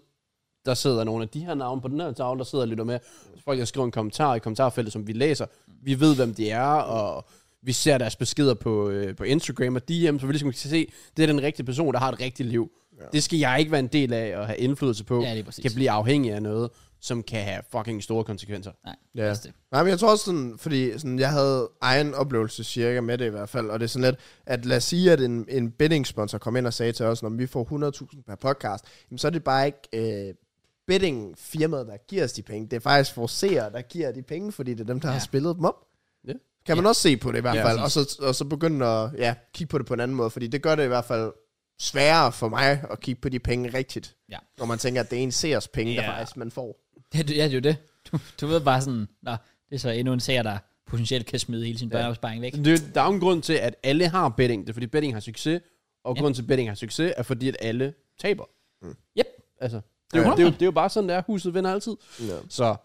[SPEAKER 3] der sidder nogle af de her navne på den her tavle, der sidder og lytter med. Folk, der skriver en kommentar i kommentarfeltet, som vi læser. Vi ved, hvem de er, og vi ser deres beskeder på, øh, på Instagram og DM, så vi ligesom kan se, det er den rigtige person, der har et rigtigt liv. Ja. Det skal jeg ikke være en del af og have indflydelse på.
[SPEAKER 1] Ja, lige præcis.
[SPEAKER 3] kan blive afhængig af noget, som kan have fucking store konsekvenser.
[SPEAKER 1] Nej,
[SPEAKER 2] Ja.
[SPEAKER 1] også det.
[SPEAKER 2] Nej, men jeg tror også sådan, fordi sådan, jeg havde egen oplevelse cirka med det i hvert fald, og det er sådan lidt, at lad os sige, at en, en betting-sponsor kom ind og sagde til os, når vi får 100.000 per podcast, jamen, så er det bare ikke øh, betting-firmaet, der giver os de penge. Det er faktisk vores seere, der giver de penge, fordi det er dem, der ja. har
[SPEAKER 1] Ja.
[SPEAKER 2] spillet dem op.
[SPEAKER 3] Ja.
[SPEAKER 2] Kan man også se på det i hvert
[SPEAKER 3] Ja,
[SPEAKER 2] fald, og så, og så begynde at ja, kigge på det på en anden måde, fordi det gør det i hvert fald sværere for mig at kigge på de penge rigtigt,
[SPEAKER 1] Ja.
[SPEAKER 2] når man tænker, at det er en seers penge,
[SPEAKER 1] Ja.
[SPEAKER 2] der faktisk man får.
[SPEAKER 1] Ja, det, ja, det er jo det. Du, du ved bare sådan, nå, det er så endnu en seer, der potentielt kan smide hele sin børneopsparing væk.
[SPEAKER 3] Det, er jo- der er jo en grund til, at alle har betting. Det er fordi betting har succes, og ja. grunden til, at betting har succes, er fordi, at alle taber.
[SPEAKER 1] Yep.
[SPEAKER 3] Altså, det, er jo, det, er jo, det er jo bare sådan, det er. Huset vinder altid.
[SPEAKER 2] Ja.
[SPEAKER 3] Så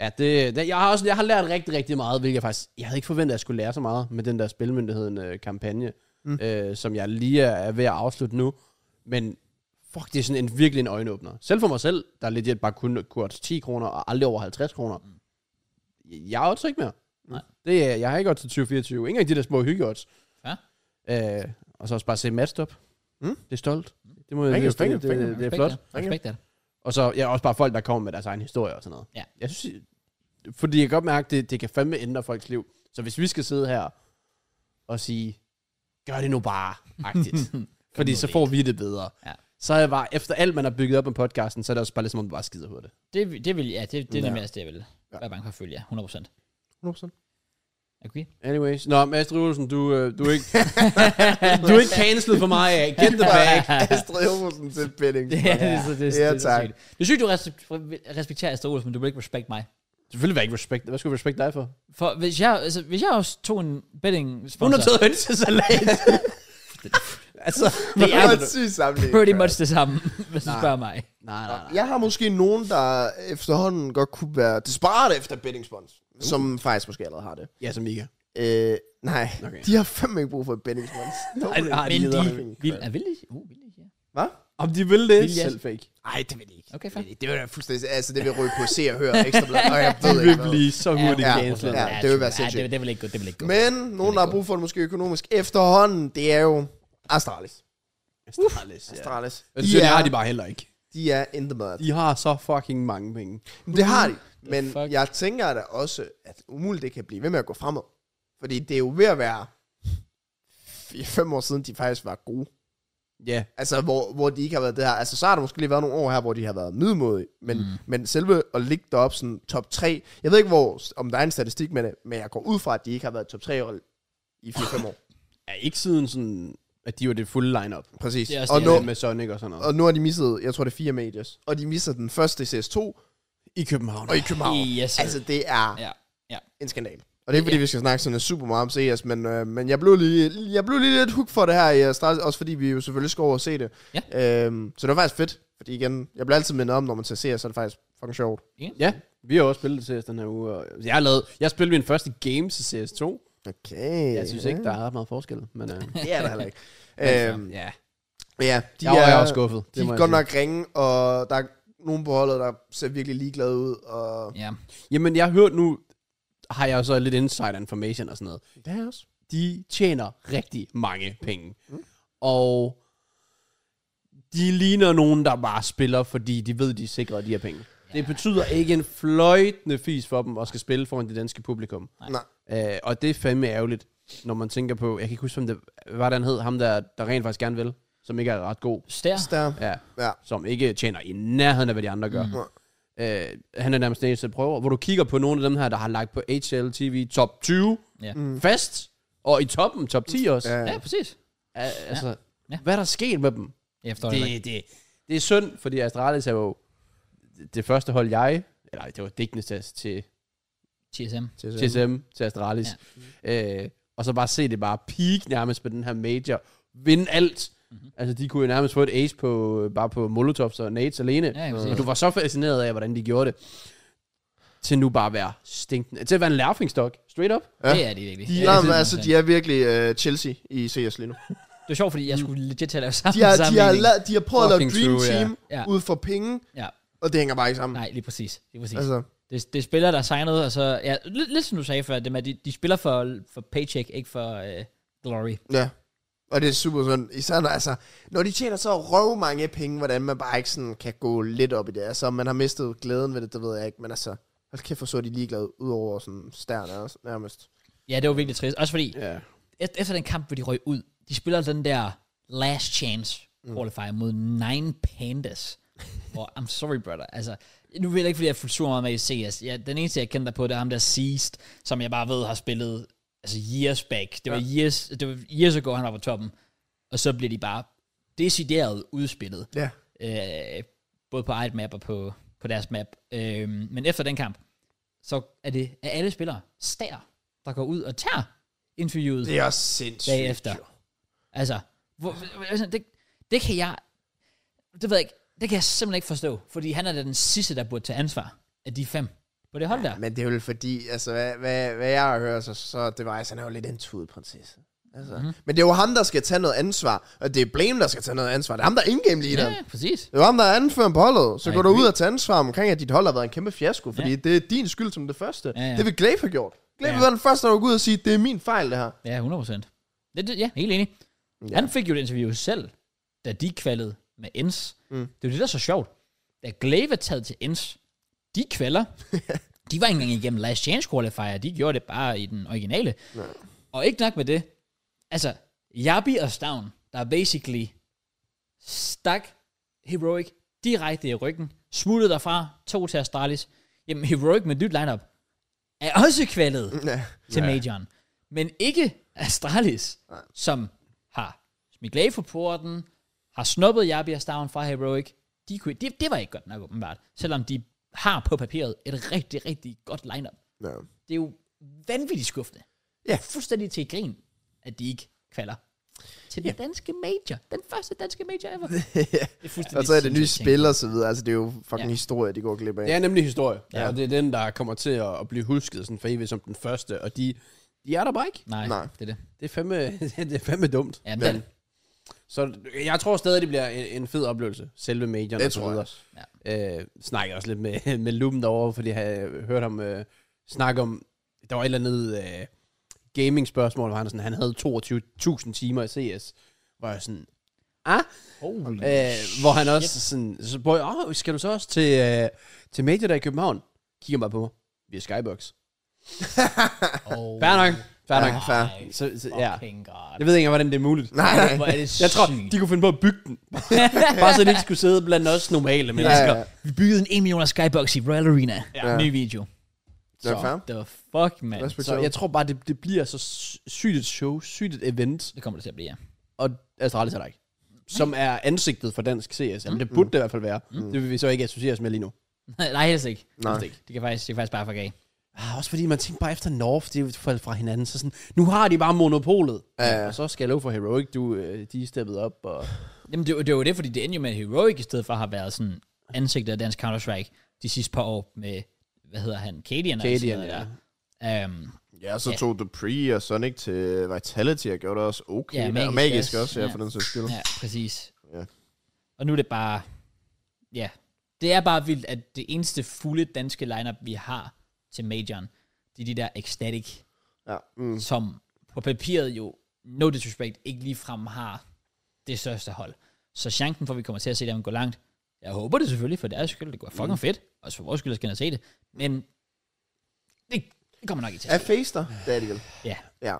[SPEAKER 3] ja, det, det, jeg, har også, jeg har lært rigtig, rigtig meget, hvilket jeg faktisk... Jeg havde ikke forventet, at jeg skulle lære så meget med den der Spilmyndigheden-kampagne, mm. øh, som jeg lige er, er ved at afslutte nu. Men fuck, det er sådan en virkelig en øjenåbner. Selv for mig selv, der legit bare kun kurt 10 kroner og aldrig over 50 kroner. Mm. Jeg er også ikke mere.
[SPEAKER 1] Nej.
[SPEAKER 3] Det, er- jeg har ikke odds til 2024. Ingen af de der små hyggeodds.
[SPEAKER 1] Ja.
[SPEAKER 3] Øh, og så også bare se matchstop.
[SPEAKER 2] Mm.
[SPEAKER 3] Det er stolt. Det, må,
[SPEAKER 2] Thank
[SPEAKER 3] jeg-
[SPEAKER 2] you,
[SPEAKER 3] det,
[SPEAKER 2] thank you,
[SPEAKER 3] det, det,
[SPEAKER 2] thank you.
[SPEAKER 3] det, det er flot.
[SPEAKER 1] Respekt af det.
[SPEAKER 3] Og så ja, også bare folk, der kommer med deres egen historie og sådan noget.
[SPEAKER 1] Ja.
[SPEAKER 3] Jeg synes, fordi jeg kan godt mærke, at det, det kan fandme ændre folks liv. Så hvis vi skal sidde her og sige, gør det nu bare, agtigt. fordi
[SPEAKER 1] nu
[SPEAKER 3] så
[SPEAKER 1] ved
[SPEAKER 3] får vi det bedre.
[SPEAKER 1] Ja.
[SPEAKER 3] Så er jeg bare, efter alt man har bygget op med podcasten, så er det også bare lidt som om, du bare skider hurtigt.
[SPEAKER 1] Det, det vil, ja, det, det er
[SPEAKER 2] Ja.
[SPEAKER 1] nemlig også det, jeg vil
[SPEAKER 2] Ja.
[SPEAKER 1] være bange for at følge, ja. 100 procent.
[SPEAKER 2] 100%.
[SPEAKER 1] Okay.
[SPEAKER 3] Anyways. Nå, Mads Drivelsen, du, øh, du er ikke, du er ikke cancelled for mig af. Get the bag.
[SPEAKER 2] Astrid Helmersen til betting.
[SPEAKER 1] Det er, det, er så- det, er-
[SPEAKER 2] Ja,
[SPEAKER 1] det, er så
[SPEAKER 2] tak.
[SPEAKER 1] sygt. Det er sygt, du res- respekterer Astrid Olsen, men du vil ikke respektere mig.
[SPEAKER 3] Selvfølgelig vil jeg ikke respekt. Hvad skulle jeg respekte dig for?
[SPEAKER 1] For hvis jeg, altså, hvis jeg også tog en betting
[SPEAKER 3] Hun
[SPEAKER 1] sponsor,
[SPEAKER 3] har taget hønsesalat. altså,
[SPEAKER 1] det
[SPEAKER 2] Det var en
[SPEAKER 1] er
[SPEAKER 2] syg sammenligning.
[SPEAKER 1] pretty much det samme, hvis du
[SPEAKER 3] Nej.
[SPEAKER 1] spørger mig.
[SPEAKER 3] nej, nej, nej.
[SPEAKER 2] Jeg har måske nogen, der efterhånden godt kunne være desperat efter betting spons, uh. som faktisk måske allerede har det.
[SPEAKER 3] Ja, som Mika.
[SPEAKER 2] Øh, nej,
[SPEAKER 3] Okay.
[SPEAKER 2] okay. de har fandme ikke brug for et betting spons.
[SPEAKER 3] Nej, nej,
[SPEAKER 1] Men
[SPEAKER 3] de,
[SPEAKER 1] de
[SPEAKER 3] hedder-
[SPEAKER 1] vil, er vilde, uh, vilde, ja.
[SPEAKER 2] Hvad?
[SPEAKER 3] Om de vil det?
[SPEAKER 1] Vil jeg?
[SPEAKER 3] Selv fake.
[SPEAKER 2] Nej, det vil de ikke.
[SPEAKER 1] Okay, fair.
[SPEAKER 2] det, vil de- det vil jeg fuldstændig... Altså, det vil ryge på se og høre ekstra blad. Og jeg ved
[SPEAKER 3] Det
[SPEAKER 2] ikke
[SPEAKER 3] vil
[SPEAKER 2] hvad.
[SPEAKER 3] blive så hurtigt
[SPEAKER 2] ja,
[SPEAKER 3] cancelet.
[SPEAKER 2] ja. det vil være
[SPEAKER 1] Ja,
[SPEAKER 2] sindssygt.
[SPEAKER 1] det, det vil ikke gå, det vil ikke gå.
[SPEAKER 2] Men nogen, der har brug for det måske økonomisk efterhånden, det er jo Astralis.
[SPEAKER 3] Astralis, ja.
[SPEAKER 2] Astralis.
[SPEAKER 3] Men
[SPEAKER 2] De
[SPEAKER 3] det har
[SPEAKER 2] er,
[SPEAKER 3] de bare heller ikke.
[SPEAKER 2] de er in the mud.
[SPEAKER 3] De har så fucking mange penge.
[SPEAKER 2] Det har de, men
[SPEAKER 1] fuck?
[SPEAKER 2] jeg tænker da også, at umuligt det kan blive ved med at gå fremad. Fordi det er jo ved at være 4-5 år siden, de faktisk var gode.
[SPEAKER 3] Ja.
[SPEAKER 2] Altså, hvor, hvor de ikke har været det her. Altså, så har der måske lige været nogle år her, hvor de har været middelmodige. Men, mm. men selve at ligge deroppe sådan top 3, jeg ved ikke, hvor, om der er en statistik med det, men jeg går ud fra, at de ikke har været top 3 hold i 4-5 år.
[SPEAKER 3] Er ikke siden sådan, at de var det fulde lineup
[SPEAKER 2] Præcis.
[SPEAKER 1] Det er også
[SPEAKER 2] Og
[SPEAKER 1] det,
[SPEAKER 2] nu,
[SPEAKER 1] jeg
[SPEAKER 3] med Sonic og sådan noget.
[SPEAKER 2] og nu har de misset, jeg tror det er fire majors. Og de misser den første i CS2
[SPEAKER 3] I København.
[SPEAKER 2] og i København.
[SPEAKER 1] Yes, sir.
[SPEAKER 2] Altså, det er...
[SPEAKER 1] Ja, ja.
[SPEAKER 2] en skandal. Og det er ikke, fordi vi skal snakke sådan øh, super meget om CS, men, øh, men jeg, blev lige, jeg blev lige lidt hook for det her i Astralis, også fordi vi jo selvfølgelig skal over og se det.
[SPEAKER 1] Ja.
[SPEAKER 2] Øhm, så det var faktisk fedt, fordi igen, jeg bliver altid mindet om, når man ser CS, så er det faktisk fucking sjovt.
[SPEAKER 3] Ja, vi har også spillet CS den her uge. og Jeg, har lavet, jeg spillede min første game til CS2.
[SPEAKER 2] Okay.
[SPEAKER 3] Jeg synes ikke, der er ret meget forskel. Men øh,
[SPEAKER 2] Det er der heller ikke. øhm,
[SPEAKER 3] ja,
[SPEAKER 2] ja, de
[SPEAKER 3] de jeg er,
[SPEAKER 2] er,
[SPEAKER 3] også skuffet.
[SPEAKER 2] de
[SPEAKER 3] må
[SPEAKER 2] er
[SPEAKER 3] jeg
[SPEAKER 2] godt
[SPEAKER 3] sige.
[SPEAKER 2] nok ringe, og der er nogen på holdet, der ser virkelig ligeglade ud. Og...
[SPEAKER 1] Ja.
[SPEAKER 3] Jamen, jeg har hørt nu, har jeg jo så lidt insider information og sådan noget.
[SPEAKER 2] Det er også.
[SPEAKER 3] de tjener rigtig mange penge. Mm. Og de ligner nogen, der bare spiller, fordi de ved, de er sikret de her penge. Det betyder ikke en fløjtende fis for dem at skal spille foran det danske publikum.
[SPEAKER 2] Nej.
[SPEAKER 3] Øh, og det er fandme ærgerligt, når man tænker på, jeg kan ikke huske, hvem det, hvad den hed, ham der, der rent faktisk gerne vil, som ikke er ret god,
[SPEAKER 1] Stær.
[SPEAKER 2] Der.
[SPEAKER 3] ja,
[SPEAKER 2] Ja.
[SPEAKER 3] som ikke tjener i nærheden af, hvad de andre gør. Mm. Øh, han er nærmest den eneste, der prøver. Hvor du kigger på nogle af dem her, der har lagt på HL TV top 20
[SPEAKER 1] Ja.
[SPEAKER 3] mm. fast, og i toppen, top 10 også.
[SPEAKER 2] Ja.
[SPEAKER 3] Ja.
[SPEAKER 1] Ja, præcis.
[SPEAKER 3] Altså, ja.
[SPEAKER 1] Ja.
[SPEAKER 3] Ja. hvad er der sket med dem?
[SPEAKER 1] Jeg forstår det,
[SPEAKER 3] Det, det, det er synd, fordi Astralis er jo det første hold, jeg... Eller det var Dignes til, til
[SPEAKER 1] TSM.
[SPEAKER 3] TSM til Astralis. Ja. Øh, og så bare se det bare peak nærmest med den her major. Vinde alt.
[SPEAKER 1] Mhm.
[SPEAKER 3] Mm-hmm. Altså, de kunne jo nærmest få et ace på, bare på Molotovs og Nates alene.
[SPEAKER 1] Ja, ja, præcis.
[SPEAKER 3] og du var så fascineret af, hvordan de gjorde det. Til nu bare at være stinkende. Til at være en lærfingstok. Straight up.
[SPEAKER 2] Ja.
[SPEAKER 1] Det er de virkelig.
[SPEAKER 3] De
[SPEAKER 1] Ja,
[SPEAKER 2] Nå,
[SPEAKER 1] det
[SPEAKER 2] men
[SPEAKER 1] er
[SPEAKER 2] altså, de er virkelig øh, Chelsea i CS lige nu.
[SPEAKER 1] Det er sjovt, fordi jeg skulle legit til at lave
[SPEAKER 2] De
[SPEAKER 1] sammen
[SPEAKER 2] har, de har,
[SPEAKER 1] sammenligning.
[SPEAKER 2] la, de har prøvet at lave
[SPEAKER 3] Fucking
[SPEAKER 2] Dream
[SPEAKER 3] true, ja.
[SPEAKER 2] Team
[SPEAKER 1] Ja.
[SPEAKER 2] ud for penge,
[SPEAKER 1] Ja.
[SPEAKER 2] og det hænger bare ikke sammen.
[SPEAKER 1] Nej, lige præcis. Lige præcis.
[SPEAKER 2] Altså,
[SPEAKER 1] Det, det er spillere, der er signet, og så... Ja, lidt, lidt som du sagde før, det med, at de, de spiller for, for paycheck, ikke for øh, glory.
[SPEAKER 2] ja. Og det er super sådan, især når, altså, når de tjener så røv mange penge, hvordan man bare ikke sådan kan gå lidt op i det. Altså, om man har mistet glæden ved det, det ved jeg ikke, men altså, hold kæft, hvor så er de ligeglade, udover sådan stærne også, nærmest.
[SPEAKER 1] Ja, det var virkelig trist. Også fordi,
[SPEAKER 3] Ja.
[SPEAKER 1] et- efter den kamp, hvor de røg ud, de spiller altså den der last chance qualifier mm. mod Nine Pandas. Hvor, I'm sorry, brother. Altså, nu ved jeg ikke, fordi jeg er fuldt sur meget med i CS. Ja, den eneste, jeg kender på, det er ham der Seized, som jeg bare ved har spillet altså years back. Det var, ja. years, det var years ago, han var på toppen. Og så bliver de bare decideret udspillet.
[SPEAKER 2] Ja.
[SPEAKER 1] øh, både på eget map og på, på deres map. Øh, men efter den kamp, så er det af alle spillere stater, der går ud og tager interviewet
[SPEAKER 2] Det er også sindssygt.
[SPEAKER 1] bagefter. Altså, hvor, altså, det, det kan jeg, det ved jeg ikke, det kan jeg simpelthen ikke forstå, fordi han er da den sidste, der burde tage ansvar af de fem på det hold der.
[SPEAKER 2] Men det er jo fordi, altså, hvad, hvad, hvad jeg har hørt, så, så er det var, altså, han er jo lidt en tudprinsesse. Altså.
[SPEAKER 1] Mhm.
[SPEAKER 2] Mm-hmm. Men det er jo ham, der skal tage noget ansvar, og det er Blame, der skal tage noget ansvar. Det er ham, der er in-game
[SPEAKER 1] Ja,
[SPEAKER 2] leaderen.
[SPEAKER 1] ja, præcis.
[SPEAKER 2] Det er jo ham, der er anføren på holdet. Så
[SPEAKER 1] Nej,
[SPEAKER 2] går du
[SPEAKER 1] det-
[SPEAKER 2] ud og tager ansvar omkring, at dit hold har været en kæmpe fiasko, fordi
[SPEAKER 1] Ja.
[SPEAKER 2] ja. det er din skyld som det første.
[SPEAKER 1] Ja, ja.
[SPEAKER 2] Det vil Glaive have gjort. Glaive
[SPEAKER 1] Ja.
[SPEAKER 2] ja. var den første, der var ud og sige, det er min fejl, det her.
[SPEAKER 1] Ja, 100 procent. Det, det, ja, helt enig. Ja. Han fik jo et interview selv, da de kvalede med Ens. Mm. Det er jo det, der er så sjovt. Da Glaive er taget til Ens, de kvaler. de var ikke engang igennem Last Chance Qualifier. De gjorde det bare i den originale. Ja. Og ikke nok med det. Altså, Jabi og Stavn, der er basically stak Heroic direkte i ryggen, smuttede derfra, tog til Astralis. Jamen, Heroic med nyt lineup er også kvalet
[SPEAKER 2] Ja.
[SPEAKER 1] til majoren. Men ikke Astralis, Nej. som har smidt Glaive på porten, har snuppet Jabi og Stavn fra Heroic. De kunne, det, det var ikke godt nok åbenbart, selvom de har på papiret et rigtig, rigtig godt lineup.
[SPEAKER 2] Ja.
[SPEAKER 1] Det er jo vanvittigt skuffende.
[SPEAKER 2] Ja.
[SPEAKER 1] Fuldstændig til grin, at de ikke kvalder til den ja. danske major. Den første danske major ever. Det er fuldstændig
[SPEAKER 2] Og så er det nye
[SPEAKER 1] sindssygt ting.
[SPEAKER 2] spil og så videre. Altså, det er jo fucking
[SPEAKER 1] Ja.
[SPEAKER 2] ja. historie, de går glip af.
[SPEAKER 3] Det er nemlig historie.
[SPEAKER 1] Ja.
[SPEAKER 3] Ja. Og det er den, der kommer til at, at blive husket sådan for evigt som den første. Og de, de er der bare ikke.
[SPEAKER 1] Nej, Nej,
[SPEAKER 2] Nej.
[SPEAKER 1] det er det.
[SPEAKER 3] Det er fandme, det er fandme dumt.
[SPEAKER 1] Ja, men,
[SPEAKER 3] Så jeg tror stadig, det bliver en, en fed oplevelse, selve majoren
[SPEAKER 2] Det
[SPEAKER 3] og så
[SPEAKER 2] tror jeg
[SPEAKER 3] videre. Øh, snakker også lidt med, med Lum derovre, fordi jeg havde hørt ham øh, snakke om, der var et eller andet øh, gaming-spørgsmål, hvor han, er sådan, han havde 22.000 timer i CS, hvor jeg sådan, ah?
[SPEAKER 1] holy
[SPEAKER 3] Øh, hvor han også sådan, så spurgte jeg, oh, skal du så også til, øh, til Major der i København? Kigger bare på mig, vi er Skybox.
[SPEAKER 1] oh,
[SPEAKER 3] Fair nok, fair
[SPEAKER 2] Ja,
[SPEAKER 3] nok.
[SPEAKER 2] fair.
[SPEAKER 3] Så, så, ja.
[SPEAKER 1] Fucking god.
[SPEAKER 3] Jeg ved ikke, engang, hvordan det er muligt.
[SPEAKER 2] Nej, nej.
[SPEAKER 1] Hvor er det
[SPEAKER 3] Jeg tror,
[SPEAKER 1] sygt.
[SPEAKER 3] de kunne finde på at bygge den. Bare så de ikke skulle sidde blandt os normale
[SPEAKER 2] Ja,
[SPEAKER 3] mennesker.
[SPEAKER 2] ja,
[SPEAKER 3] Ja,
[SPEAKER 2] ja.
[SPEAKER 1] Vi byggede en 1 million Skybox i Royal Arena. Ja. Ny video.
[SPEAKER 2] Det er fair.
[SPEAKER 1] Det var fuck, man.
[SPEAKER 3] Så jeg tror bare, det, det bliver så sy- sygt et show, sygt et event,
[SPEAKER 1] Det kommer det til at blive, ja.
[SPEAKER 3] og Astralis er der ikke. Som er ansigtet for dansk CS. Jamen, det burde det i hvert fald være. Det vil vi så ikke associere os med lige nu.
[SPEAKER 1] Nej, helst ikke.
[SPEAKER 2] Nej.
[SPEAKER 1] Det kan faktisk, det kan faktisk bare fuck af.
[SPEAKER 3] Ah, også fordi man tænker bare efter North, det er jo faldet fra hinanden. Så sådan, nu har de bare monopolet.
[SPEAKER 2] Ja, ja.
[SPEAKER 3] Og så skal jeg love for Heroic, du, øh, de er steppet op. Og...
[SPEAKER 1] Jamen, det, er jo- det er jo det, fordi det endte jo med, at Heroic i stedet for har været sådan ansigtet af dansk Counter-Strike de sidste par år med, hvad hedder han, Cadian? altså, og sådan
[SPEAKER 3] Cadian,
[SPEAKER 1] noget der. Um,
[SPEAKER 2] Ja, så tog The Pre og Sonic til Vitality og gjorde det også okay.
[SPEAKER 1] Ja,
[SPEAKER 2] der.
[SPEAKER 1] Magisk
[SPEAKER 2] og magisk
[SPEAKER 1] også.
[SPEAKER 2] også, ja,
[SPEAKER 1] Ja.
[SPEAKER 2] for den sags skyld.
[SPEAKER 1] ja, præcis.
[SPEAKER 2] Ja.
[SPEAKER 1] Og nu er det bare, ja, det er bare vildt, at det eneste fulde danske lineup vi har til majoren, det er de der Ecstatic,
[SPEAKER 2] Ja. Mm.
[SPEAKER 1] som på papiret jo, no disrespect, ikke ligefrem har det største hold. Så chancen for, at vi kommer til at se dem gå langt, jeg håber det selvfølgelig, for deres skyld, det går fucking mm. fedt. Også for vores skyld, jeg skal ind og se det. Men det, det kommer nok ikke til
[SPEAKER 2] Er
[SPEAKER 1] at ske.
[SPEAKER 2] Face der? Det er det vel.
[SPEAKER 1] Ja,
[SPEAKER 2] Ja.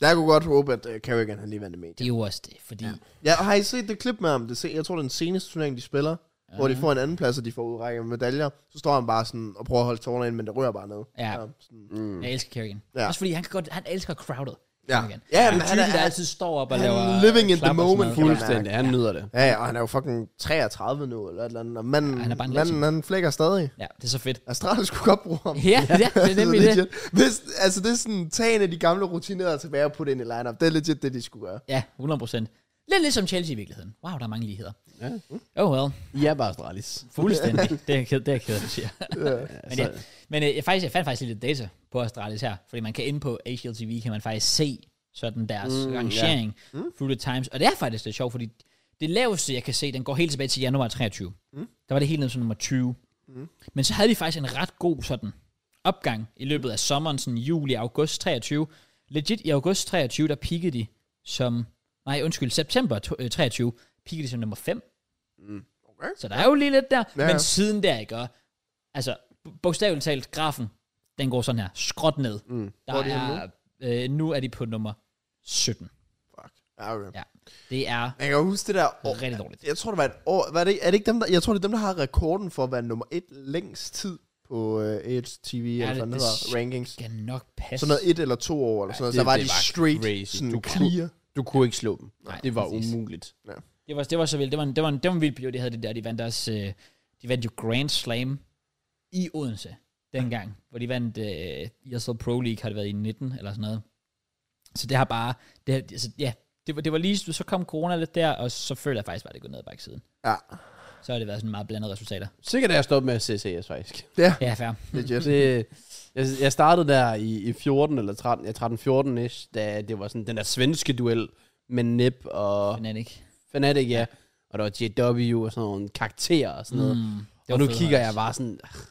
[SPEAKER 2] Jeg kunne godt håbe, at uh, Carrigan han lige vandt det med.
[SPEAKER 1] det er jo også det, fordi... Ja.
[SPEAKER 2] Ja, og har I set det klip med ham? Det se, jeg tror, det er den seneste turnering, de spiller, ja. hvor de får en anden plads, og de får udrækket medaljer. Så står han bare sådan og prøver at holde tårerne ind, men det rører bare ned.
[SPEAKER 1] Ja.
[SPEAKER 2] sådan, mm.
[SPEAKER 1] Jeg elsker Kerrigan.
[SPEAKER 2] Ja.
[SPEAKER 1] Ja. Også fordi han, kan godt, han elsker crowded.
[SPEAKER 2] ja.
[SPEAKER 1] Kerrigan.
[SPEAKER 2] ja
[SPEAKER 1] han,
[SPEAKER 2] men han
[SPEAKER 1] typen,
[SPEAKER 2] er,
[SPEAKER 1] der
[SPEAKER 2] altså,
[SPEAKER 1] altid står op og
[SPEAKER 2] han er
[SPEAKER 1] laver...
[SPEAKER 2] living in
[SPEAKER 1] klap
[SPEAKER 2] the
[SPEAKER 1] og sådan
[SPEAKER 2] moment,
[SPEAKER 1] noget.
[SPEAKER 2] fuld-
[SPEAKER 3] Fuldstændig, han nyder det.
[SPEAKER 2] ja, ja, og han er jo fucking 33 nu, eller et eller andet, og manden,
[SPEAKER 1] Ja,
[SPEAKER 2] ja,
[SPEAKER 1] han
[SPEAKER 2] han,
[SPEAKER 1] er bare en
[SPEAKER 2] manden han flækker stadig.
[SPEAKER 1] Ja, det er så fedt.
[SPEAKER 2] Astralis skulle godt bruge ham.
[SPEAKER 1] Ja, ja det er nemlig det.
[SPEAKER 2] legit. Hvis, altså, det er sådan, tag en af de gamle rutinerede tilbage og putte ind i lineup. Det er legit det, de skulle gøre.
[SPEAKER 1] Ja, 100 procent. Lidt ligesom Chelsea i virkeligheden. Wow, der er mange ligheder.
[SPEAKER 3] Ja.
[SPEAKER 1] Oh well,
[SPEAKER 3] I er bare Astralis.
[SPEAKER 1] fuldstændig. det er jeg ked, det er jeg ked af, du siger. men ja, men øh, jeg, faktisk, jeg fandt faktisk lidt data på Astralis her, fordi man kan inde på ACL TV, kan man faktisk se sådan deres mm, rangering mm. through the times. Og det er faktisk lidt sjovt, fordi det laveste, jeg kan se, den går helt tilbage til januar 23. Mm. Der var det helt ned til nummer 20. Men så havde de faktisk en ret god sådan opgang i løbet af sommeren, sådan juli, august 23. Legit i august 23, der pikkede de som, nej undskyld, september to- øh, 23, pikkede de som nummer 5.
[SPEAKER 2] Mm, Okay.
[SPEAKER 1] Så der er jo lige lidt der,
[SPEAKER 2] Ja,
[SPEAKER 1] ja.
[SPEAKER 2] ja.
[SPEAKER 1] men siden der, ikke? Og, altså, b- bogstaveligt talt, grafen, den går sådan her, skråt ned. Mm. Der
[SPEAKER 2] Hvor er de
[SPEAKER 1] er, øh, nu er de på nummer 17.
[SPEAKER 2] Fuck. Ja, okay.
[SPEAKER 1] Ja. Det er
[SPEAKER 2] Jeg kan huske det der år.
[SPEAKER 1] rigtig dårligt.
[SPEAKER 2] Jeg tror, det var et år. Var det, er det ikke dem, der, jeg tror, det er dem, der har rekorden for at være nummer et længst tid på uh, HTV, ja, eller
[SPEAKER 1] det-
[SPEAKER 2] sådan
[SPEAKER 1] det
[SPEAKER 2] noget,
[SPEAKER 1] sk-
[SPEAKER 2] rankings.
[SPEAKER 1] Skal nok passe.
[SPEAKER 2] Sådan noget et eller to år, eller sådan noget.
[SPEAKER 3] det-
[SPEAKER 2] Så var
[SPEAKER 3] det
[SPEAKER 2] de
[SPEAKER 3] var
[SPEAKER 2] straight,
[SPEAKER 3] crazy.
[SPEAKER 2] sådan
[SPEAKER 3] Du
[SPEAKER 2] du
[SPEAKER 3] kunne-
[SPEAKER 2] clear.
[SPEAKER 3] Du kunne ikke slå dem.
[SPEAKER 1] Nej,
[SPEAKER 3] det var
[SPEAKER 1] præcis.
[SPEAKER 3] umuligt.
[SPEAKER 1] Det var, det var så vildt. Det var en, det var en, det var en vild periode, de havde det der. De vandt deres, øh, de vandt jo Grand Slam i Odense dengang, hvor de vandt øh, ESL Pro League, har det været i 19 eller sådan noget. Så det har bare, det, har- altså, ja, det, var, det var lige, så kom corona lidt der, og så føler jeg faktisk bare, at det er gået ned ad baksiden.
[SPEAKER 2] Ja,
[SPEAKER 1] Så har det været sådan meget blandede resultater.
[SPEAKER 3] Sikkert er jeg stoppet med at se CS, faktisk.
[SPEAKER 2] ja,
[SPEAKER 1] Ja, fair.
[SPEAKER 2] legit.
[SPEAKER 3] Det, jeg, jeg startede der i, i 14 eller 13, ja 13-14 ish, da det var sådan den der svenske duel med Nip og
[SPEAKER 1] Fnatic.
[SPEAKER 3] Fnatic, ja. Og der var JW og sådan nogle karakterer og sådan noget.
[SPEAKER 1] Mm, det
[SPEAKER 3] og nu
[SPEAKER 1] fed
[SPEAKER 3] kigger
[SPEAKER 1] højt.
[SPEAKER 3] jeg bare sådan, "Ugh,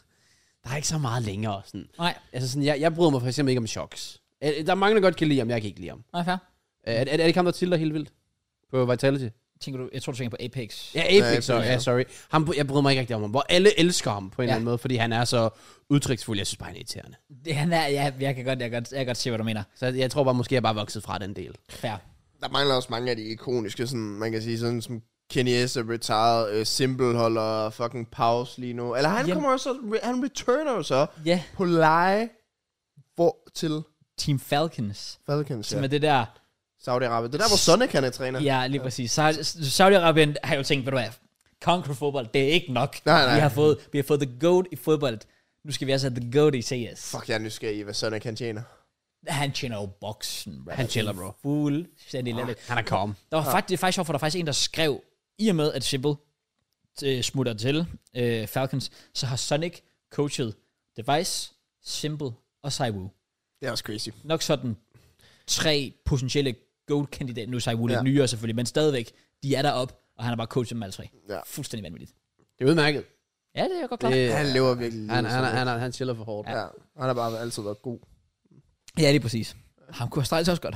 [SPEAKER 3] der er ikke så meget længere. Sådan.
[SPEAKER 1] Nej,
[SPEAKER 3] Altså sådan, jeg, jeg bryder mig for eksempel ikke om shocks. Øh, Der er mange, der godt kan lide ham, jeg kan ikke lide ham.
[SPEAKER 1] nej, fair.
[SPEAKER 3] Øh, Er, er, er det ham, der tilter helt vildt? På Vitality?
[SPEAKER 1] Tænker du, jeg tror, du tænker på Apex.
[SPEAKER 3] Ja,
[SPEAKER 2] Ja,
[SPEAKER 3] Apex,
[SPEAKER 2] Apex,
[SPEAKER 3] ja, ja,
[SPEAKER 2] ja.
[SPEAKER 3] sorry. Ham, jeg bryder mig ikke rigtig om ham. Hvor alle elsker ham på en
[SPEAKER 1] Ja.
[SPEAKER 3] eller anden måde, fordi han er så udtryksfuld. Jeg synes bare, han er irriterende.
[SPEAKER 1] Det, han er, ja, jeg kan godt, jeg kan godt, jeg kan godt se, hvad du mener.
[SPEAKER 3] Så jeg, jeg tror bare, måske jeg bare er vokset fra den del.
[SPEAKER 1] Fair.
[SPEAKER 2] Der mangler også mange af de ikoniske, sådan, man kan sige, sådan som Kenny S er retired, uh, Simple holder fucking pause lige nu. Eller han
[SPEAKER 1] Jamen.
[SPEAKER 2] kommer også, re- han returner jo så
[SPEAKER 1] Ja,
[SPEAKER 2] på leje, hvor til
[SPEAKER 1] Team Falcons.
[SPEAKER 2] Falcons,
[SPEAKER 1] Som
[SPEAKER 2] ja.
[SPEAKER 1] er det der,
[SPEAKER 2] Saudi-Arabien. Det er der, hvor Sonic han er træner.
[SPEAKER 1] Ja, lige præcis. Sa- Saudi-Arabien har jo tænkt, ved du hvad, conquer fodbold, det er ikke nok.
[SPEAKER 2] Nej, nej.
[SPEAKER 1] Vi har fået, vi har fået the goat i fodbold. Nu skal vi altså have the goat i CS.
[SPEAKER 2] Fuck, jeg er nysgerrig i, hvad Sonic han tjener.
[SPEAKER 1] Han tjener jo boksen, bro.
[SPEAKER 3] Han chiller, bro.
[SPEAKER 2] Ah.
[SPEAKER 1] Fuldstændig oh.
[SPEAKER 3] Han er kom.
[SPEAKER 1] Der var faktisk, det er faktisk sjovt, for der var faktisk en, der skrev, i og med at Simple øh, smutter til øh, Falcons, så har Sonic coachet Device, Simple og Saiwu.
[SPEAKER 2] Det er også crazy.
[SPEAKER 1] Nok sådan tre potentielle GOAT-kandidater. Nu er Saiwu lidt
[SPEAKER 2] Ja.
[SPEAKER 1] nyere selvfølgelig, men stadigvæk, de er derop, og han har bare coachet dem alle tre.
[SPEAKER 2] Ja.
[SPEAKER 1] Fuldstændig vanvittigt.
[SPEAKER 3] Det er udmærket.
[SPEAKER 1] Ja, det er jeg godt klar.
[SPEAKER 3] Det,
[SPEAKER 2] Han lever virkelig
[SPEAKER 3] Øh, han,
[SPEAKER 2] livet,
[SPEAKER 3] han,
[SPEAKER 2] Sonic.
[SPEAKER 3] han, han, han chiller for hårdt.
[SPEAKER 2] Ja, han har bare altid været god.
[SPEAKER 1] Ja, lige præcis. Ham kunne Astralis også godt.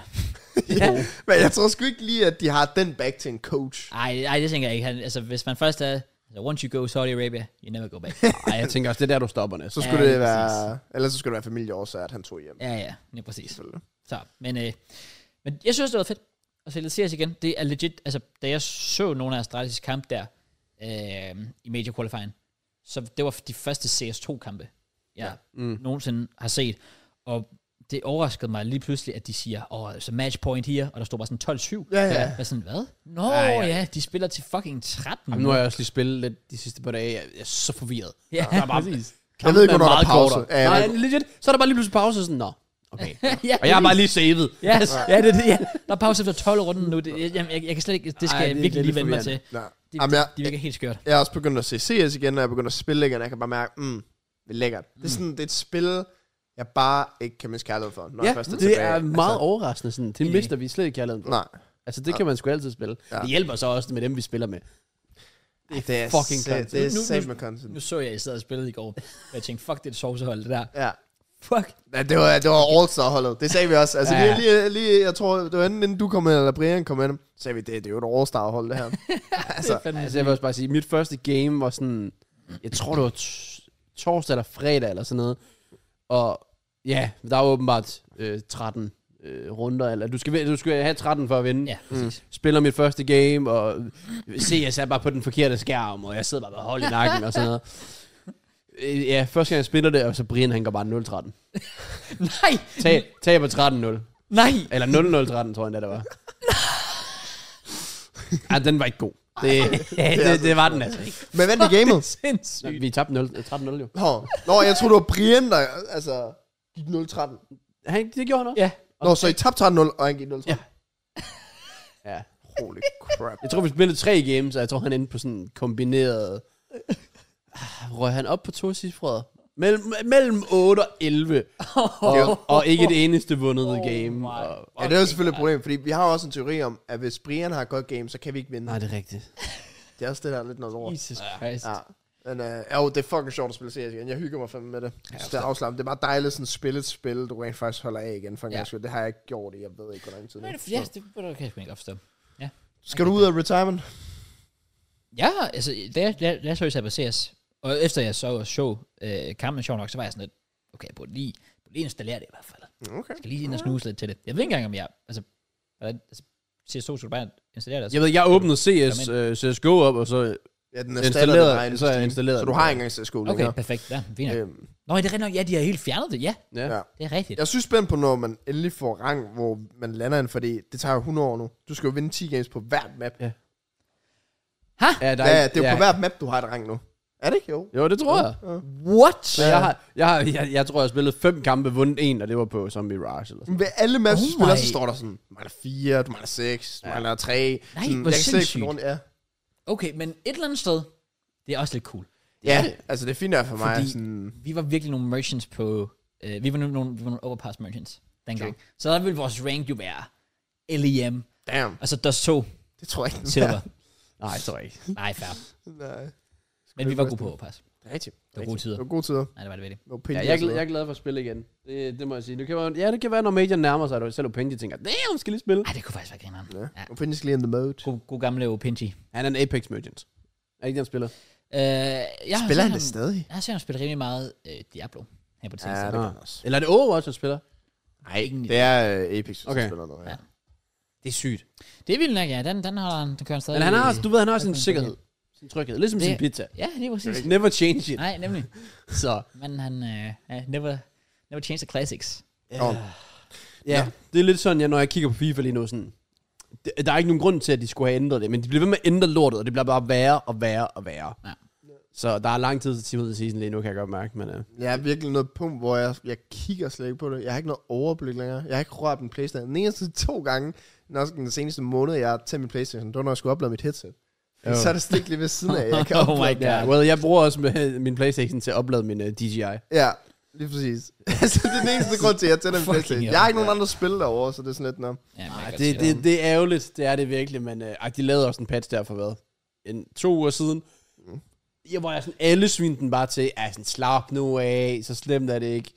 [SPEAKER 2] ja. Men jeg tror sgu ikke lige, at de har den back til en coach.
[SPEAKER 1] Ej, ej, det tænker jeg ikke. Han, altså, hvis man først er... Altså, once you go Saudi Arabia, you never go back.
[SPEAKER 3] Ej, jeg tænker også, det er der, du stopper næst.
[SPEAKER 2] Så skulle
[SPEAKER 1] Ja,
[SPEAKER 2] ja,
[SPEAKER 1] lige
[SPEAKER 2] det være... Ellers så skulle det være familieårsager, at han tog hjem. Ja.
[SPEAKER 1] ja, ja, lige præcis. Så, men, øh, men jeg synes, det var fedt at se lidt CS igen. Det er legit... Altså, da jeg så nogle af Astralis' kamp der øh, i Major Qualifying, så det var de første CS2-kampe, jeg ja. mm. nogensinde har set. Og det overraskede mig lige pludselig, at de siger, åh, oh, så match point her, og der står bare sådan 12-7.
[SPEAKER 2] Ja, ja.
[SPEAKER 1] Jeg er sådan, hvad? Nå,
[SPEAKER 3] Ja,
[SPEAKER 1] ja,
[SPEAKER 3] ja.
[SPEAKER 1] ja. de spiller til fucking 13.
[SPEAKER 3] Jamen, nu har jeg også lige spillet lidt de sidste par dage. Jeg jeg er så forvirret.
[SPEAKER 1] Ja,
[SPEAKER 3] Der er bare, Kampen
[SPEAKER 2] Jeg ved ikke, hvornår der er
[SPEAKER 3] meget
[SPEAKER 2] pause.
[SPEAKER 3] kortere.
[SPEAKER 2] Ja, jeg ved
[SPEAKER 3] Nej, legit. Så er der bare lige pludselig pause, og sådan, nå, okay.
[SPEAKER 1] ja,
[SPEAKER 3] Og jeg har bare lige savet.
[SPEAKER 1] Ja, ja, det, er det, ja. der er pause efter 12 runden nu. Det, jeg, jeg, jeg, jeg kan slet ikke, det skal
[SPEAKER 3] Ej,
[SPEAKER 1] Ej,
[SPEAKER 3] det
[SPEAKER 1] jeg
[SPEAKER 3] er
[SPEAKER 1] virkelig
[SPEAKER 3] lidt
[SPEAKER 1] lige vende mig til.
[SPEAKER 3] forvirrende.
[SPEAKER 2] Ja.
[SPEAKER 1] Det,
[SPEAKER 2] Jamen, jeg,
[SPEAKER 1] det virker helt skørt.
[SPEAKER 2] jeg er også begyndt at se CS igen, og jeg er begyndt at spille igen, og jeg kan bare mærke, mm, det er lækkert. Det er
[SPEAKER 3] Mm.
[SPEAKER 2] sådan, det er et spil, jeg bare ikke kan miste kærlighed for, når
[SPEAKER 3] Ja,
[SPEAKER 2] jeg først er
[SPEAKER 3] det
[SPEAKER 2] tilbage.
[SPEAKER 3] er meget overraskende. Sådan. Det
[SPEAKER 1] Enig.
[SPEAKER 3] mister vi slet ikke kærligheden. på.
[SPEAKER 2] Nej.
[SPEAKER 3] Altså, det kan man sgu altid spille.
[SPEAKER 2] Ja.
[SPEAKER 3] Det hjælper så også med dem, vi spiller med.
[SPEAKER 2] Det er
[SPEAKER 3] fucking
[SPEAKER 2] sa-
[SPEAKER 3] content.
[SPEAKER 2] Det er
[SPEAKER 1] Nu- nu-
[SPEAKER 2] sat med
[SPEAKER 1] Nu
[SPEAKER 2] content.
[SPEAKER 1] så jeg, at jeg sad og spillede i går, og jeg tænkte, fuck, det er et sovsehold, det der.
[SPEAKER 2] Ja.
[SPEAKER 1] Fuck.
[SPEAKER 2] Ja, det var, det var All-Star-holdet. Det sagde vi også. Altså,
[SPEAKER 1] Ja.
[SPEAKER 2] ja. lige, lige, jeg tror, det var inden, inden du kom med, eller Brian kom med, dem, så sagde vi, det, det er jo et All-Star-hold, det her. altså,
[SPEAKER 3] Altså, jeg vil også bare sige, mit første game var sådan, jeg tror det var t- torsdag eller fredag eller sådan noget. Og ja, der var åbenbart øh, 13 øh, runder, eller du skal, vin- du skal have 13 for at vinde.
[SPEAKER 1] Ja, præcis.
[SPEAKER 3] Spiller mit første game, og CS er bare på den forkerte skærm, og jeg sidder bare med hold i nakken og sådan noget. Øh, Ja, første gang jeg spiller det, og så Brian han går bare 0-13.
[SPEAKER 2] Mm.
[SPEAKER 1] Nej,
[SPEAKER 3] Tag, taber 13-0.
[SPEAKER 1] nej.
[SPEAKER 3] Eller 0-0-13, tror jeg endda, det var. Ej, den var ikke god. Det, det, det var den altså ikke.
[SPEAKER 2] men vent i gamet.
[SPEAKER 3] Nå,
[SPEAKER 1] Sindssygt.
[SPEAKER 3] Vi tabte 0 13-0 jo.
[SPEAKER 2] Nå, Nå, jeg tror, det var Brian, der altså, gik 0-13.
[SPEAKER 3] Han, det gjorde han også.
[SPEAKER 1] Ja.
[SPEAKER 2] Nå, så I tabte 13-0, og han gik 0-13.
[SPEAKER 3] Ja.
[SPEAKER 2] Ja.
[SPEAKER 3] ja.
[SPEAKER 2] Holy crap.
[SPEAKER 3] Jeg tror, vi spillede tre games, og jeg tror, han endte på sådan en kombineret... Ah, Røg han op på to cifrede? Mellem, mellem 8 og 11. Og, og ikke et eneste vundet oh game.
[SPEAKER 1] my.
[SPEAKER 3] Og,
[SPEAKER 2] Ja, det er jo selvfølgelig et problem, fordi vi har jo også en teori om, at hvis Brian har et godt game, så kan vi ikke vinde.
[SPEAKER 3] nej,
[SPEAKER 2] Nej.
[SPEAKER 3] det er rigtigt.
[SPEAKER 2] Det er også det, der er lidt noget over.
[SPEAKER 1] Jesus Christ.
[SPEAKER 2] Ja. Men øh, jo, det er fucking sjovt at spille CS igen. Jeg hygger mig fandme med det. Ja, det er afslappet. Det er bare dejligt sådan at spille et spil, du rent faktisk holder af igen. For
[SPEAKER 1] Ja.
[SPEAKER 2] ja. Det har jeg ikke gjort i, jeg ved ikke, hvor lang tid
[SPEAKER 1] Men
[SPEAKER 2] nu.
[SPEAKER 1] det- Ja, det det kan jeg sgu ikke opstå.
[SPEAKER 2] Skal du ud af retirement?
[SPEAKER 1] Ja, altså, da jeg, da, jeg- da jeg så i Sabaseas, og efter jeg så og så øh, kampen sjov nok, så var jeg sådan lidt, okay, jeg burde lige, jeg burde lige installere det i hvert fald.
[SPEAKER 2] Okay.
[SPEAKER 1] Jeg skal lige ind og snuse lidt til det. Jeg ved ikke engang, om jeg, altså, hvordan, altså CS2 skulle du bare installere det.
[SPEAKER 3] Jeg ved, jeg åbnede CS, uh, CSGO op, og så...
[SPEAKER 2] Ja, den
[SPEAKER 3] Installeret,
[SPEAKER 2] installeret, nej,
[SPEAKER 3] så er jeg
[SPEAKER 2] Steam.
[SPEAKER 3] installeret
[SPEAKER 2] Så
[SPEAKER 3] den.
[SPEAKER 2] du har ikke engang CSGO okay.
[SPEAKER 1] Okay,
[SPEAKER 2] længere.
[SPEAKER 1] perfekt. Ja, fint. nok.
[SPEAKER 2] Øhm,
[SPEAKER 1] Nå, det er rigtigt nok. Ja, de har helt fjernet det. Ja,
[SPEAKER 3] Ja.
[SPEAKER 2] ja.
[SPEAKER 1] det er rigtigt.
[SPEAKER 2] Jeg synes spændt på, når man endelig får rang, hvor man lander en, fordi det tager jo 100 år nu. Du skal jo vinde 10 games på hvert map.
[SPEAKER 3] Ja.
[SPEAKER 2] Ja,
[SPEAKER 3] ja, der
[SPEAKER 2] ja det er jo
[SPEAKER 3] ja.
[SPEAKER 2] på hvert map, du har et rang nu. Er det ikke? Jo.
[SPEAKER 3] Jo, det tror jeg.
[SPEAKER 1] What?
[SPEAKER 3] Men jeg, har, jeg, har, jeg, jeg tror, jeg har spillet fem kampe, vundet en, og det var på Zombie Rush. Eller sådan.
[SPEAKER 2] Ved alle maps,
[SPEAKER 1] Oh
[SPEAKER 2] du spiller,
[SPEAKER 1] my.
[SPEAKER 2] så står der sådan, du mangler 4, du mangler 6, du
[SPEAKER 3] Ja.
[SPEAKER 2] mangler 3.
[SPEAKER 1] hvor
[SPEAKER 2] sådan, jeg kan slet ikke
[SPEAKER 1] sindssygt.
[SPEAKER 2] finde rundt- Ja.
[SPEAKER 1] Okay, men et eller andet sted, det er også lidt cool.
[SPEAKER 2] Ja, altså det er fint der for mig.
[SPEAKER 1] Fordi-
[SPEAKER 2] Sådan,
[SPEAKER 1] Vi var virkelig nogle merchants på, øh, vi var nogle, nogle, vi var nogle overpass merchants dengang. Så der ville vores rank jo være LEM,
[SPEAKER 2] damn,
[SPEAKER 1] altså Dust 2
[SPEAKER 2] det tror jeg ikke. den
[SPEAKER 1] Silver.
[SPEAKER 3] Nej, det tror jeg ikke.
[SPEAKER 1] Nej, fair.
[SPEAKER 2] er. Nej.
[SPEAKER 1] Men vi var gode på overpass.
[SPEAKER 2] Rigtigt.
[SPEAKER 1] Det var gode tider.
[SPEAKER 2] Det var gode tider.
[SPEAKER 1] Nej, det var det virkelig.
[SPEAKER 2] Det var
[SPEAKER 3] Ja,
[SPEAKER 2] penge.
[SPEAKER 3] jeg, er glad, jeg er glad for at spille igen. Det, det må jeg sige. Det kan være, ja, det kan være, når Major nærmer sig, at selv Opinji tænker, damn, skal lige spille.
[SPEAKER 1] Ej, det kunne faktisk være grineren.
[SPEAKER 2] Ja.
[SPEAKER 1] Ja.
[SPEAKER 2] Og findes lige in the mode.
[SPEAKER 1] God, god gamle Opinji.
[SPEAKER 3] Han er en Apex Merchant. Er ikke den spiller?
[SPEAKER 1] Øh, jeg har set
[SPEAKER 2] Spiller han det
[SPEAKER 1] ham-
[SPEAKER 2] stadig?
[SPEAKER 1] Jeg har set ham spille rimelig meget øh, Diablo her på det
[SPEAKER 2] Ja,
[SPEAKER 1] seneste.
[SPEAKER 2] det
[SPEAKER 3] Ah.
[SPEAKER 2] kan han også.
[SPEAKER 3] Eller er det Overwatch, han spiller?
[SPEAKER 2] Nej,
[SPEAKER 1] Ingen-
[SPEAKER 2] det er øh, Apex, der
[SPEAKER 3] Okay.
[SPEAKER 2] spiller noget.
[SPEAKER 1] Ja.
[SPEAKER 2] Ja.
[SPEAKER 3] Det er sygt.
[SPEAKER 1] Det er vildt nok, ja. Den, den, holder han, den kører han stadig.
[SPEAKER 3] Men han har også, du ved, han har også
[SPEAKER 1] det
[SPEAKER 3] en
[SPEAKER 1] er
[SPEAKER 3] sikkerhed. Sin tryghed. Ligesom
[SPEAKER 1] Det-
[SPEAKER 3] sin pizza.
[SPEAKER 1] Ja, lige præcis.
[SPEAKER 3] Never change it.
[SPEAKER 1] Nej, nemlig.
[SPEAKER 3] Så,
[SPEAKER 1] Men han, øh, ja, never, never change the classics.
[SPEAKER 2] Nå,
[SPEAKER 3] ja. Det er lidt sådan, jeg, når jeg kigger på FIFA lige nu, sådan... det- Der er ikke nogen grund til, at de skulle have ændret det, men de bliver ved med at ændre lortet, og det bliver bare værre og værre og værre.
[SPEAKER 1] Ja.
[SPEAKER 3] Så der er lang tid til Team of the Season lige nu, kan jeg godt mærke. Men, uh,
[SPEAKER 2] Jeg er virkelig noget punkt, hvor jeg, jeg kigger slet ikke på det. Jeg har ikke noget overblik længere. Jeg har ikke rørt min Playstation. Den eneste to gange, når den seneste måned, jeg har tændt min Playstation, det var, når jeg skulle oplade mit headset.
[SPEAKER 3] Jo.
[SPEAKER 2] Oh. Så er det stik lige ved siden af. Jeg kan
[SPEAKER 1] Oh my
[SPEAKER 2] oplade det.
[SPEAKER 1] God.
[SPEAKER 3] yeah, well, jeg bruger også med, min Playstation til at oplade min uh, DJI.
[SPEAKER 2] Ja, lige præcis. altså, det er den eneste grund til, at jeg tænder min
[SPEAKER 1] Fucking
[SPEAKER 2] Playstation.
[SPEAKER 1] hell.
[SPEAKER 2] Jeg har ikke nogen andre spil derovre, så det er sådan lidt, nå.
[SPEAKER 1] Ja, man kan
[SPEAKER 3] Ej,
[SPEAKER 1] godt
[SPEAKER 3] det,
[SPEAKER 1] sige
[SPEAKER 3] det, det er ærgerligt, det er det virkelig, men øh, ej, de lavede også en patch der for hvad? En, to uger siden.
[SPEAKER 1] Mm.
[SPEAKER 3] Jeg var sådan, alle svinte den bare til, er sådan, slap nu af, så slemt er det ikke.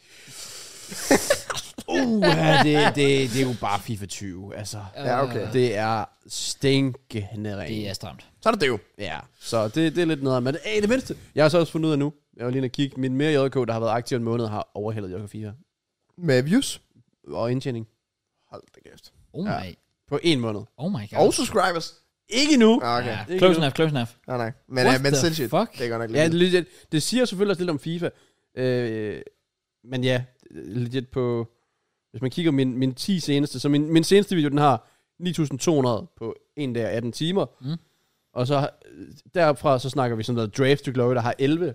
[SPEAKER 3] uh, det, det, det er jo bare FIFA 20, altså.
[SPEAKER 2] Ja, okay.
[SPEAKER 3] Det er stinkende rent.
[SPEAKER 1] Det er stramt.
[SPEAKER 2] Så er det det jo.
[SPEAKER 3] Ja, så det, det er lidt noget, men hey, det mindste. Jeg har så også fundet ud af nu, jeg var lige inde og kigge, min mere JK, der har været aktiv en måned, har overhældet JK 4
[SPEAKER 2] Med views.
[SPEAKER 3] og indtjening
[SPEAKER 2] Hold da kæft.
[SPEAKER 1] Oh
[SPEAKER 3] Ja.
[SPEAKER 1] my,
[SPEAKER 3] på en måned.
[SPEAKER 1] oh my god.
[SPEAKER 2] Og subscribers.
[SPEAKER 3] Ikke nu.
[SPEAKER 2] Ah, Okay.
[SPEAKER 1] Ja,
[SPEAKER 3] Ikke
[SPEAKER 1] close
[SPEAKER 3] nu.
[SPEAKER 1] enough, close enough.
[SPEAKER 2] Nej, nej. Men,
[SPEAKER 1] What
[SPEAKER 2] øh, men
[SPEAKER 1] the
[SPEAKER 2] sindssygt.
[SPEAKER 1] fuck?
[SPEAKER 2] Det er godt nok
[SPEAKER 3] Ja,
[SPEAKER 2] lidt. Ja,
[SPEAKER 3] legit. Det siger selvfølgelig også lidt om FIFA. Øh, men ja, legit på... Hvis man kigger min, min 10 seneste, så min, min seneste video, den har 9.200 på en dag og 18 timer.
[SPEAKER 1] Mm.
[SPEAKER 3] Mm. Og så har- derfra, så snakker vi sådan noget Draft to Glory, der har 11,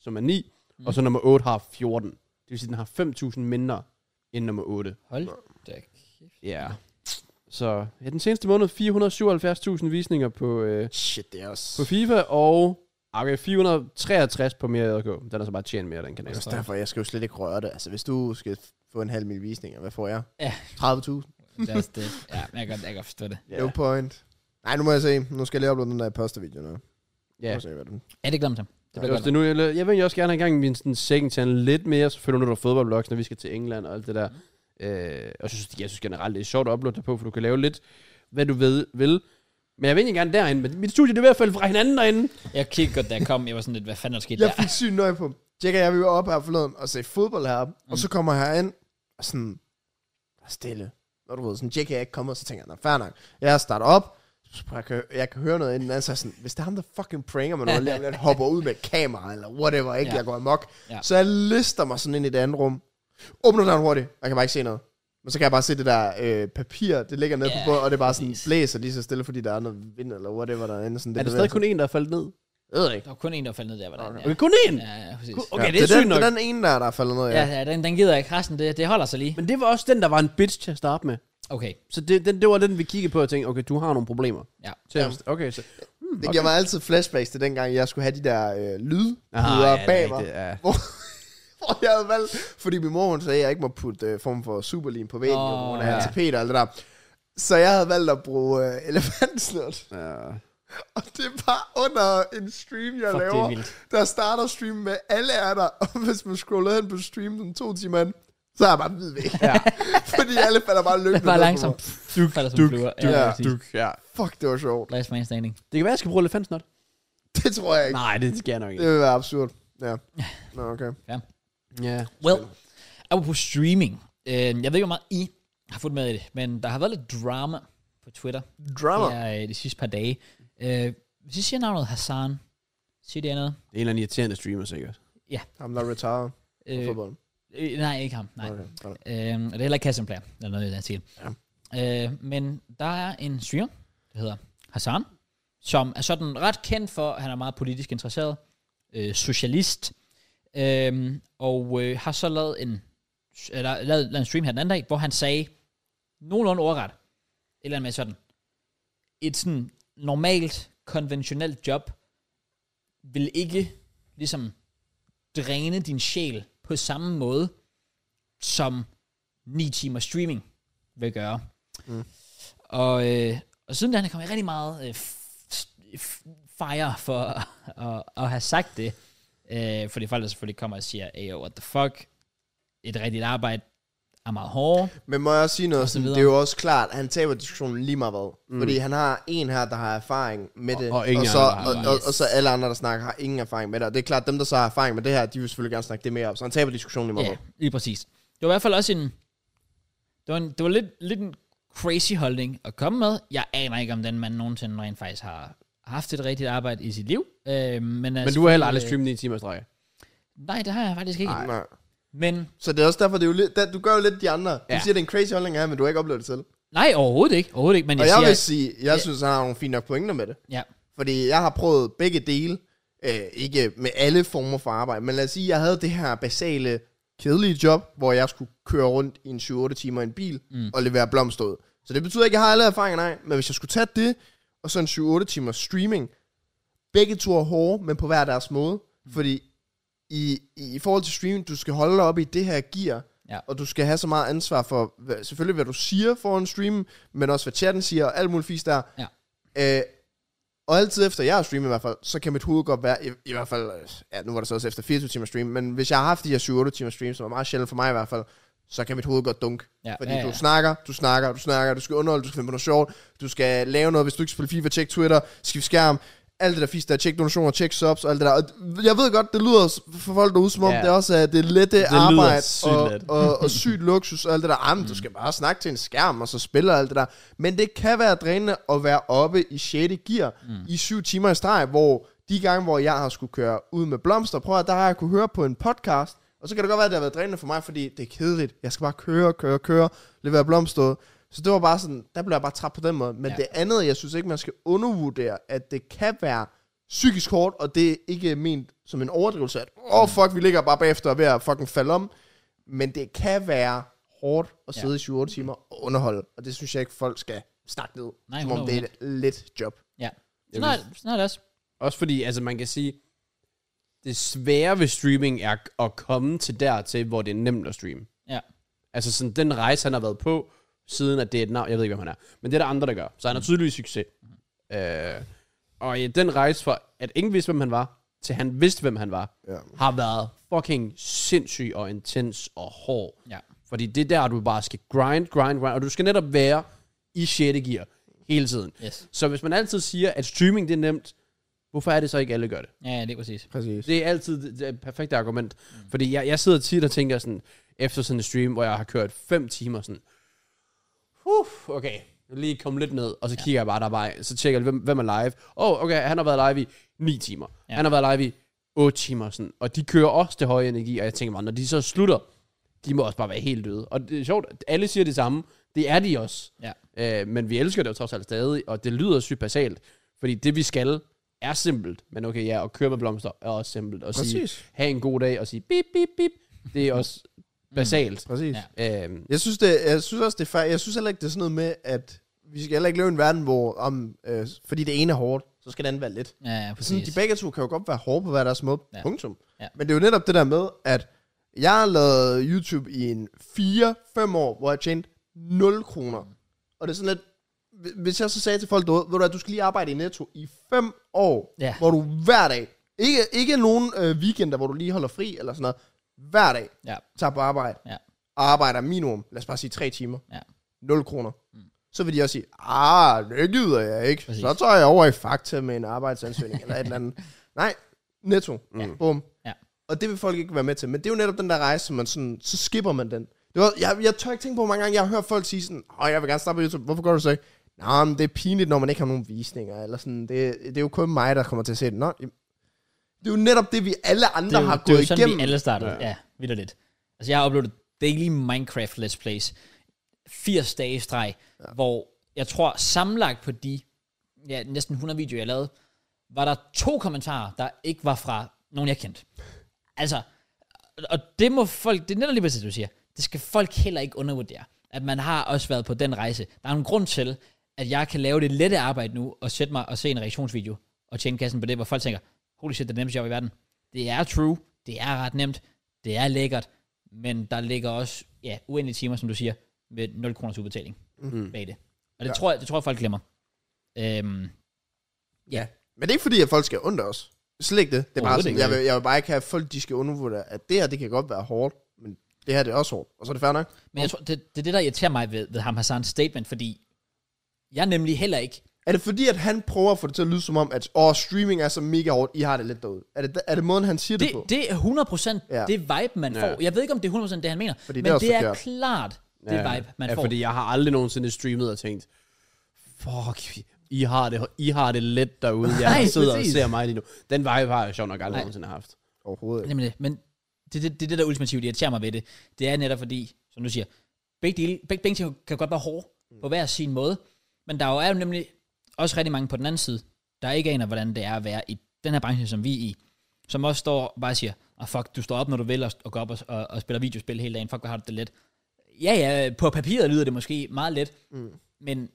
[SPEAKER 3] som er 9, mm. og så nummer 8 har 14. Det vil sige, den har 5.000 mindre end nummer 8.
[SPEAKER 1] Hold da kæft.
[SPEAKER 3] Ja. Yeah. Så ja, den seneste måned 477.000 visninger på, øh,
[SPEAKER 2] Shit, det er også...
[SPEAKER 3] på FIFA, og okay, 463 på mere ADK. Den er så bare tjent mere, den kanal.
[SPEAKER 2] Det er også derfor, jeg skal jo slet ikke røre det. Altså, hvis du skal få en halv mil visninger, hvad får jeg?
[SPEAKER 1] Ja.
[SPEAKER 2] 30.000.
[SPEAKER 1] That's det. Ja, men jeg kan godt, jeg kan godt forstå det.
[SPEAKER 2] Yeah. No point. Nej, nu må jeg se. Nu skal jeg lige uploade den der postervideo nu.
[SPEAKER 3] Ja.
[SPEAKER 2] Yeah. Se, hvad den.
[SPEAKER 1] Er Altså, det glemt ham? Det
[SPEAKER 3] Det
[SPEAKER 1] bliver
[SPEAKER 3] er også
[SPEAKER 1] godt.
[SPEAKER 3] det nu, jeg, jeg vil jo også gerne have gang i min sådan, second channel lidt mere, selvfølgelig når der er fodboldvlogs, når vi skal til England og alt det der.
[SPEAKER 1] Mhm.
[SPEAKER 3] Øh, og jeg synes, jeg synes generelt, det er sjovt at uploade det på, for du kan lave lidt, hvad du ved, vil. Men jeg vil egentlig gerne derhen, men mit studie det er i hvert fald fra hinanden derinde.
[SPEAKER 1] Jeg kiggede godt, da jeg kom. Jeg var sådan lidt, hvad fanden er der sket
[SPEAKER 2] Jeg
[SPEAKER 1] der?
[SPEAKER 2] fik sygt nøje på. Jack og jeg, vi var oppe her forleden og se fodbold heroppe, mm. og så kommer jeg herind, og sådan, der er stille. Når du ved, sådan, Jack er ikke kommet, så tænker jeg, "Nå, fair nok. Jeg starter op, så jeg kan, jeg kan høre noget inden, altså sådan, hvis det er ham, der fucking pranger mig noget, lige om lidt hopper ud med et kamera, eller whatever, ikke,
[SPEAKER 1] Ja.
[SPEAKER 2] ja. jeg går amok.
[SPEAKER 1] Ja.
[SPEAKER 2] Ja. Så jeg lister mig sådan ind i det andet rum. Åbner døren hurtigt, og jeg kan bare ikke se noget. Men så kan jeg bare se det der øh, papir, det ligger nede
[SPEAKER 1] Ja,
[SPEAKER 2] på bordet, og det er bare sådan,
[SPEAKER 1] præcis.
[SPEAKER 2] blæser lige så stille, fordi der er noget vind, eller whatever, der er inde. Sådan,
[SPEAKER 3] Det er der
[SPEAKER 2] bevæger
[SPEAKER 3] stadig kun en, der er faldet ned?
[SPEAKER 2] sig. Jeg ved ikke.
[SPEAKER 1] Der var kun en, der faldt ned der. Var der
[SPEAKER 2] Okay.
[SPEAKER 3] Okay, kun én?
[SPEAKER 1] ja, ja, præcis.
[SPEAKER 3] Okay,
[SPEAKER 2] Ja,
[SPEAKER 3] det er sygt
[SPEAKER 2] den,
[SPEAKER 3] nok.
[SPEAKER 2] Det er den ene, der, der er faldet ned, ja.
[SPEAKER 1] Ja, ja den, den gider ikke. Resten, det, det holder sig lige.
[SPEAKER 3] Men det var også den, der var en bitch til at starte med.
[SPEAKER 1] Okay,
[SPEAKER 3] Så det, den, det var den, vi kiggede på og tænkte, okay, du har nogle problemer.
[SPEAKER 1] ja.
[SPEAKER 3] Til at, okay, så...
[SPEAKER 2] Det giver mig altid flashbacks til dengang, jeg skulle have de der øh, lyd ah,
[SPEAKER 3] det er
[SPEAKER 2] ja, bag mig.
[SPEAKER 3] rigtigt, ja.
[SPEAKER 2] Hvor, hvor jeg havde valgt, fordi min mor hun sagde, at jeg ikke må putte øh, form for superlim på væggen,
[SPEAKER 1] Åh,
[SPEAKER 2] oh, hun
[SPEAKER 1] ja.
[SPEAKER 2] er tapeter og alt det der. Så jeg havde valgt at bruge øh, elefantsnot.
[SPEAKER 3] Ja.
[SPEAKER 2] Og det er bare under en stream, jeg
[SPEAKER 1] Fuck, det er
[SPEAKER 2] laver,
[SPEAKER 1] vildt.
[SPEAKER 2] der starter streamen med, alle er der, og hvis man scroller hen på streamen sådan to timer, ind, så er jeg bare hvid væk. Ja. fordi alle falder bare løbende.
[SPEAKER 1] Bare
[SPEAKER 2] ned på
[SPEAKER 1] langsomt.
[SPEAKER 2] mig.
[SPEAKER 1] Duk, falder som
[SPEAKER 3] duk,
[SPEAKER 1] flyver.
[SPEAKER 2] duk,
[SPEAKER 1] ja,
[SPEAKER 2] ja,
[SPEAKER 1] præcis.
[SPEAKER 3] Duk, ja.
[SPEAKER 2] Fuck, det var sjovt.
[SPEAKER 1] Last man standing.
[SPEAKER 3] Det kan være, jeg skal bruge elefantsnot.
[SPEAKER 2] Det tror jeg ikke.
[SPEAKER 3] Nej, det skal jeg nok
[SPEAKER 2] Det
[SPEAKER 3] ikke.
[SPEAKER 2] vil være absurd. Ja. Nå, okay.
[SPEAKER 3] Ja.
[SPEAKER 1] Well, apropos streaming. Øh, jeg ved ikke, hvor meget I har fået med i det, men der har været lidt drama på Twitter
[SPEAKER 2] Drama.
[SPEAKER 1] her, øh, de sidste par dage. Øh, hvis I siger navnet Hassan, siger det andet?
[SPEAKER 3] Det er en eller anden irriterende streamer, sikkert.
[SPEAKER 2] Ham, der retirer øh.
[SPEAKER 1] Øh,
[SPEAKER 2] fodbold.
[SPEAKER 1] øh, nej, ikke ham. Nej.
[SPEAKER 2] Okay. okay.
[SPEAKER 1] Øhm, og det er heller ikke Kasim Player, eller noget i den stil. Ja. Øh, men der er en streamer, der hedder Hassan, som er sådan ret kendt for, at han er meget politisk interesseret, øh, socialist, øh, og øh, har så lavet en, eller, lavet, lavet en stream her den anden dag, hvor han sagde, nogenlunde ordret, et eller andet med sådan, et sådan normalt, konventionelt job, vil ikke ligesom dræne din sjæl på samme måde, som 9 timer streaming vil gøre.
[SPEAKER 2] Mm.
[SPEAKER 1] Og, øh, og siden da han er kommet i rigtig meget øh, f- f- fire for at, at have sagt det. Øh, fordi folk der selvfølgelig kommer og siger, hey, what the fuck, et rigtigt arbejde er meget hårdt.
[SPEAKER 2] Men må jeg også sige
[SPEAKER 1] Og
[SPEAKER 2] noget?
[SPEAKER 1] så
[SPEAKER 2] Sådan,
[SPEAKER 1] videre.
[SPEAKER 2] det er jo også klart, at han taber diskussionen lige meget hvad. Mm. Fordi han har en her, der har erfaring med det.
[SPEAKER 3] Og- og ingen
[SPEAKER 2] og, så,
[SPEAKER 3] andre har
[SPEAKER 2] og,
[SPEAKER 1] det.
[SPEAKER 2] og,
[SPEAKER 1] Yes.
[SPEAKER 2] og, så alle andre, der snakker, har ingen erfaring med det. Og det er klart, dem, der så har erfaring med det her, de vil selvfølgelig gerne snakke det mere op. Så han taber diskussionen lige meget
[SPEAKER 1] Ja, lige præcis. Det var i hvert fald også en... Det var, en, det var lidt, lidt en crazy holdning at komme med. Jeg aner ikke, om den mand nogensinde rent faktisk har haft et rigtigt arbejde i sit liv. Øh, men, øh,
[SPEAKER 3] Men du har heller aldrig streamet i en time og strække.
[SPEAKER 1] Nej, det har jeg faktisk ikke.
[SPEAKER 2] hvad. Nej.
[SPEAKER 1] Men
[SPEAKER 2] Så det er også derfor, det er jo lidt, da, du gør jo lidt de andre. Du
[SPEAKER 3] Ja.
[SPEAKER 2] siger, det er en crazy holdning her, men du har ikke oplevet det selv.
[SPEAKER 1] Nej, overhovedet ikke. Overhovedet ikke, men
[SPEAKER 2] Og
[SPEAKER 1] jeg,
[SPEAKER 2] jeg
[SPEAKER 1] siger...
[SPEAKER 2] vil sige, jeg synes, han har nogle fine nok pointer med det.
[SPEAKER 1] Ja,
[SPEAKER 2] Fordi jeg har prøvet begge dele. Øh, ikke med alle former for arbejde, men lad os sige, jeg havde det her basale, kedelige job, hvor jeg skulle køre rundt i en 7-8 timer i en bil mm. og levere blomster ud. Så det betyder ikke, at jeg har alle erfaringer, nej. Men hvis jeg skulle tage det, og så en 7-8 timer streaming, begge to er hårde, men på hver deres måde. Mm. Fordi i, i, i forhold til streaming, du skal holde dig op i det her gear,
[SPEAKER 1] Ja.
[SPEAKER 2] og du skal have så meget ansvar for, hvad, selvfølgelig hvad du siger foran streamen, men også hvad chatten siger, og alt muligt fisk der. Øh, og altid efter jeg har streamet i hvert fald, så kan mit hoved godt være, i, i hvert fald, øh, ja, nu var det så også efter 24 timer stream, men hvis jeg har haft de her 7-8 timer stream, som er meget sjældent for mig i hvert fald, så kan mit hoved godt dunk.
[SPEAKER 1] Ja,
[SPEAKER 2] fordi
[SPEAKER 1] ja, ja.
[SPEAKER 2] du snakker, du snakker, du snakker, du skal underholde, du skal finde på noget sjovt, du skal lave noget, hvis du ikke spiller FIFA, tjek Twitter, skift skærm, alt det der fisk der, tjek donationer, tjek subs, og alt det der. Og jeg ved godt, det lyder s- for folk derude, som om
[SPEAKER 3] Ja.
[SPEAKER 2] det også er det lette det
[SPEAKER 3] lyder
[SPEAKER 2] arbejde
[SPEAKER 3] sygt
[SPEAKER 2] og,
[SPEAKER 3] let.
[SPEAKER 2] og, og sygt luksus og alt det der. Jamen, du skal bare snakke til en skærm, og så spiller alt det der. Men det kan være drænende at være oppe i 6. gear mm. i 7 timer i streg, hvor de gange, hvor jeg har skulle køre ud med blomster, prøv at der har jeg kunne høre på en podcast, og så kan det godt være, at det har været drænende for mig, fordi det er kedeligt. Jeg skal bare køre, køre, køre, levere blomster. ud. Så det var bare sådan, der blev jeg bare træt på den måde. Men
[SPEAKER 1] Ja.
[SPEAKER 2] ja. det andet, jeg synes ikke, man skal undervurdere, at det kan være psykisk hårdt, og det er ikke ment som en overdrivelse, at åh oh, fuck, vi ligger bare bagefter og er ved at fucking falde om. Men det kan være hårdt at
[SPEAKER 1] Ja.
[SPEAKER 2] sidde ja. i 7-8 timer og underholde, og det synes jeg ikke, folk skal snakke ned,
[SPEAKER 1] Nej,
[SPEAKER 2] som om det er et let job.
[SPEAKER 1] ja.
[SPEAKER 3] Jeg
[SPEAKER 1] Sådan er, det- sådan er det også.
[SPEAKER 3] Også fordi, altså man kan sige, det svære ved streaming er at komme til dertil, hvor det er nemt at streame.
[SPEAKER 1] Ja.
[SPEAKER 3] Altså sådan den rejse, han har været på, siden at det er et navn, jeg ved ikke, hvem han er, men det er der andre, der gør. Så han har tydeligvis succes. Øh, og i den rejse for, at ingen vidste, hvem han var, til han vidste, hvem han var,
[SPEAKER 2] Ja.
[SPEAKER 3] har været fucking sindssyg og intens og hård.
[SPEAKER 1] Ja.
[SPEAKER 3] Fordi det er der, du bare skal grind, grind, grind, og du skal netop være i 6. gear hele tiden.
[SPEAKER 1] Yes.
[SPEAKER 3] Så hvis man altid siger, at streaming det er nemt, hvorfor er det så ikke alle gør det?
[SPEAKER 1] Ja, ja, det er præcis.
[SPEAKER 2] Præcis.
[SPEAKER 3] Det er altid det, det perfekte argument. Mm. Fordi jeg, jeg sidder tit og tænker sådan, efter sådan en stream, hvor jeg har kørt 5 timer sådan, Uff, okay, jeg lige kom lidt ned, og så kigger jeg bare der er bare, så tjekker jeg, hvem, hvem er live. Åh, oh, okay, han har været live i 9 timer.
[SPEAKER 1] Ja.
[SPEAKER 3] Ja. Han har været live i 8 timer, sådan. og de kører også til høj energi, og jeg tænker bare, når de så slutter, de må også bare være helt døde. Og det er sjovt, at alle siger det samme. Det er de også.
[SPEAKER 1] Ja.
[SPEAKER 3] Øh, men vi elsker det jo trods alt stadig, og det lyder sygt basalt. Fordi det, vi skal, er simpelt. Men okay, ja, at køre med blomster er også simpelt. Og sige,
[SPEAKER 2] Præcis.
[SPEAKER 3] have en god dag, og sige bip, bip, bip. Det er også
[SPEAKER 1] Mm.
[SPEAKER 3] basalt.
[SPEAKER 2] Præcis.
[SPEAKER 1] Ja.
[SPEAKER 3] Øhm,
[SPEAKER 2] Jeg synes, det, jeg synes også, det er fair. Jeg synes heller ikke, det er sådan noget med, at vi skal heller ikke leve i en verden, hvor om, øh, fordi det ene er hårdt, så skal det andet være lidt.
[SPEAKER 1] Ja, ja, præcis.
[SPEAKER 2] Sådan, de begge to kan jo godt være hårde på hver deres måde.
[SPEAKER 1] Ja.
[SPEAKER 2] Ja. Punktum.
[SPEAKER 1] Ja.
[SPEAKER 2] Ja. Men det er jo netop det der med, at jeg har lavet YouTube i en 4-5 år, hvor jeg tjente 0 kroner. Og det er sådan lidt, hvi- hvis jeg så sagde til folk derude, ved du at du skal lige arbejde i Netto i 5 år,
[SPEAKER 1] Ja.
[SPEAKER 2] hvor du hver dag, ikke, ikke nogen øh, weekender, hvor du lige holder fri eller sådan noget, hver dag
[SPEAKER 1] Ja.
[SPEAKER 2] tager på arbejde,
[SPEAKER 1] Ja.
[SPEAKER 2] og arbejder minimum, lad os bare sige 3 timer,
[SPEAKER 1] Ja.
[SPEAKER 2] 0 kroner. Så vil de også sige, ah, det gider jeg ikke.
[SPEAKER 1] Mm. Præcis.
[SPEAKER 2] Præcis. Så tager jeg over i Fakta med en arbejdsansøgning eller et eller andet. Nej, netto. Mm. Bum.
[SPEAKER 1] Ja.
[SPEAKER 2] Og det vil folk ikke være med til. Men det er jo netop den der rejse, som man sådan, så skipper man den. Det var, jeg, jeg tør ikke tænke på, hvor mange gange jeg har hørt folk sige sådan, åh, jeg vil gerne starte på YouTube. Hvorfor gør du så ikke? Nå, men det er pinligt, når man ikke har nogen visninger. Eller sådan. Det, det er jo kun mig, der kommer til at se det. Nå, jamen, det er jo netop det, vi alle andre
[SPEAKER 1] Det er jo,
[SPEAKER 2] har
[SPEAKER 1] det er jo
[SPEAKER 2] gået
[SPEAKER 1] sådan,
[SPEAKER 2] igennem.
[SPEAKER 1] vi alle startede. Ja, ja vildt lidt. Altså, jeg har uploadet daily Minecraft Let's Plays. 80 dage i streg, ja. hvor jeg tror sammenlagt på de ja, næsten 100 videoer, jeg lavede, var der to kommentarer, der ikke var fra nogen, jeg kendte. Altså, og det må folk, det er netop lige præcis, det, du siger, det skal folk heller ikke undervurdere, at man har også været på den rejse. Der er en grund til, at jeg kan lave det lette arbejde nu, og sætte mig og se en reaktionsvideo, og tjene kassen på det, hvor folk tænker, holy shit, det er det nemmeste job i verden. Det er true, det er ret nemt, det er lækkert, men der ligger også ja, uendelige timer, som du siger, med 0 kroners udbetaling mm. bag det. Og det, ja. tror jeg, det tror jeg, folk glemmer. Øhm, ja,
[SPEAKER 2] Men det er ikke fordi, at folk skal undre os. Slet ikke det. Det er bare
[SPEAKER 1] Overhovedet
[SPEAKER 2] sådan,
[SPEAKER 1] ikke.
[SPEAKER 2] jeg vil, jeg vil bare ikke have, at folk de skal undervurdere, at det her, det kan godt være hårdt, men det her, det er også hårdt. Og så er det fair nok.
[SPEAKER 1] men jeg tror, det, det er det, der irriterer mig ved, ved ham Hassans statement, fordi jeg er nemlig heller ikke
[SPEAKER 2] Er det fordi, at han prøver at få det til at lyde som om, at åh, streaming er så mega hårdt, I har det lidt derude? Er det, er det måden, han siger det, det på?
[SPEAKER 1] det, det er 100% ja.
[SPEAKER 2] Ja.
[SPEAKER 1] det vibe, man ja.
[SPEAKER 3] Ja.
[SPEAKER 1] får. Jeg ved ikke, om det er 100% det, han mener,
[SPEAKER 2] Fordi det
[SPEAKER 1] men
[SPEAKER 2] er
[SPEAKER 1] det
[SPEAKER 2] også
[SPEAKER 1] er,
[SPEAKER 2] forkert.
[SPEAKER 1] klart det
[SPEAKER 3] Ja,
[SPEAKER 1] vibe, man
[SPEAKER 3] ja,
[SPEAKER 1] får.
[SPEAKER 3] fordi jeg har aldrig nogensinde streamet og tænkt, fuck, I har det, I har det let derude, jeg
[SPEAKER 1] Nej,
[SPEAKER 3] sidder
[SPEAKER 1] præcis.
[SPEAKER 3] og ser mig lige nu. Den vibe har jeg sjovt nok aldrig
[SPEAKER 1] Nej.
[SPEAKER 3] nogensinde haft.
[SPEAKER 2] Overhovedet ikke.
[SPEAKER 1] Nemlig det. Men det, det, det, er det der ultimativt irriterer mig ved det, det er netop fordi, som du siger, begge, dele, begge, begge ting kan godt være hårde
[SPEAKER 2] Mm.
[SPEAKER 1] på hver sin måde, men der er jo- er jo nemlig også rigtig mange på den anden side, der ikke aner, hvordan det er at være i den her branche, som vi er i, som også står og bare siger, oh, fuck, du står op, når du vil, og, og går op og, og, og spiller videospil hele dagen, fuck, hvor har du det let. Ja, ja, på papiret lyder det måske meget let, mm. men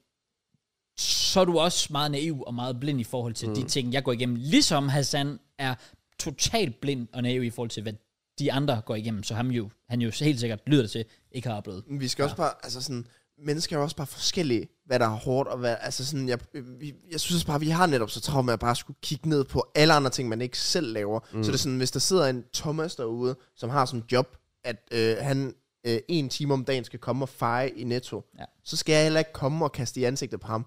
[SPEAKER 1] så er du også meget naiv og meget blind i forhold til mm. de ting, jeg går igennem. Ligesom Hassan er totalt blind og naiv i forhold til, hvad de andre går igennem, så ham jo, han jo helt sikkert lyder det til, ikke har oplevet.
[SPEAKER 2] Men vi skal ja. også bare, altså sådan, mennesker er jo også bare forskellige, hvad der er hårdt, og hvad, altså sådan, jeg, øh, vi, jeg synes også bare, vi har netop så travlt med at bare skulle kigge ned på alle andre ting, man ikke selv laver. Mm. Så det er sådan, hvis der sidder en Thomas derude, som har som job, at øh, han øh, en time om dagen skal komme og feje i Netto,
[SPEAKER 1] Ja.
[SPEAKER 2] ja. så skal jeg heller ikke komme og kaste i ansigtet på ham.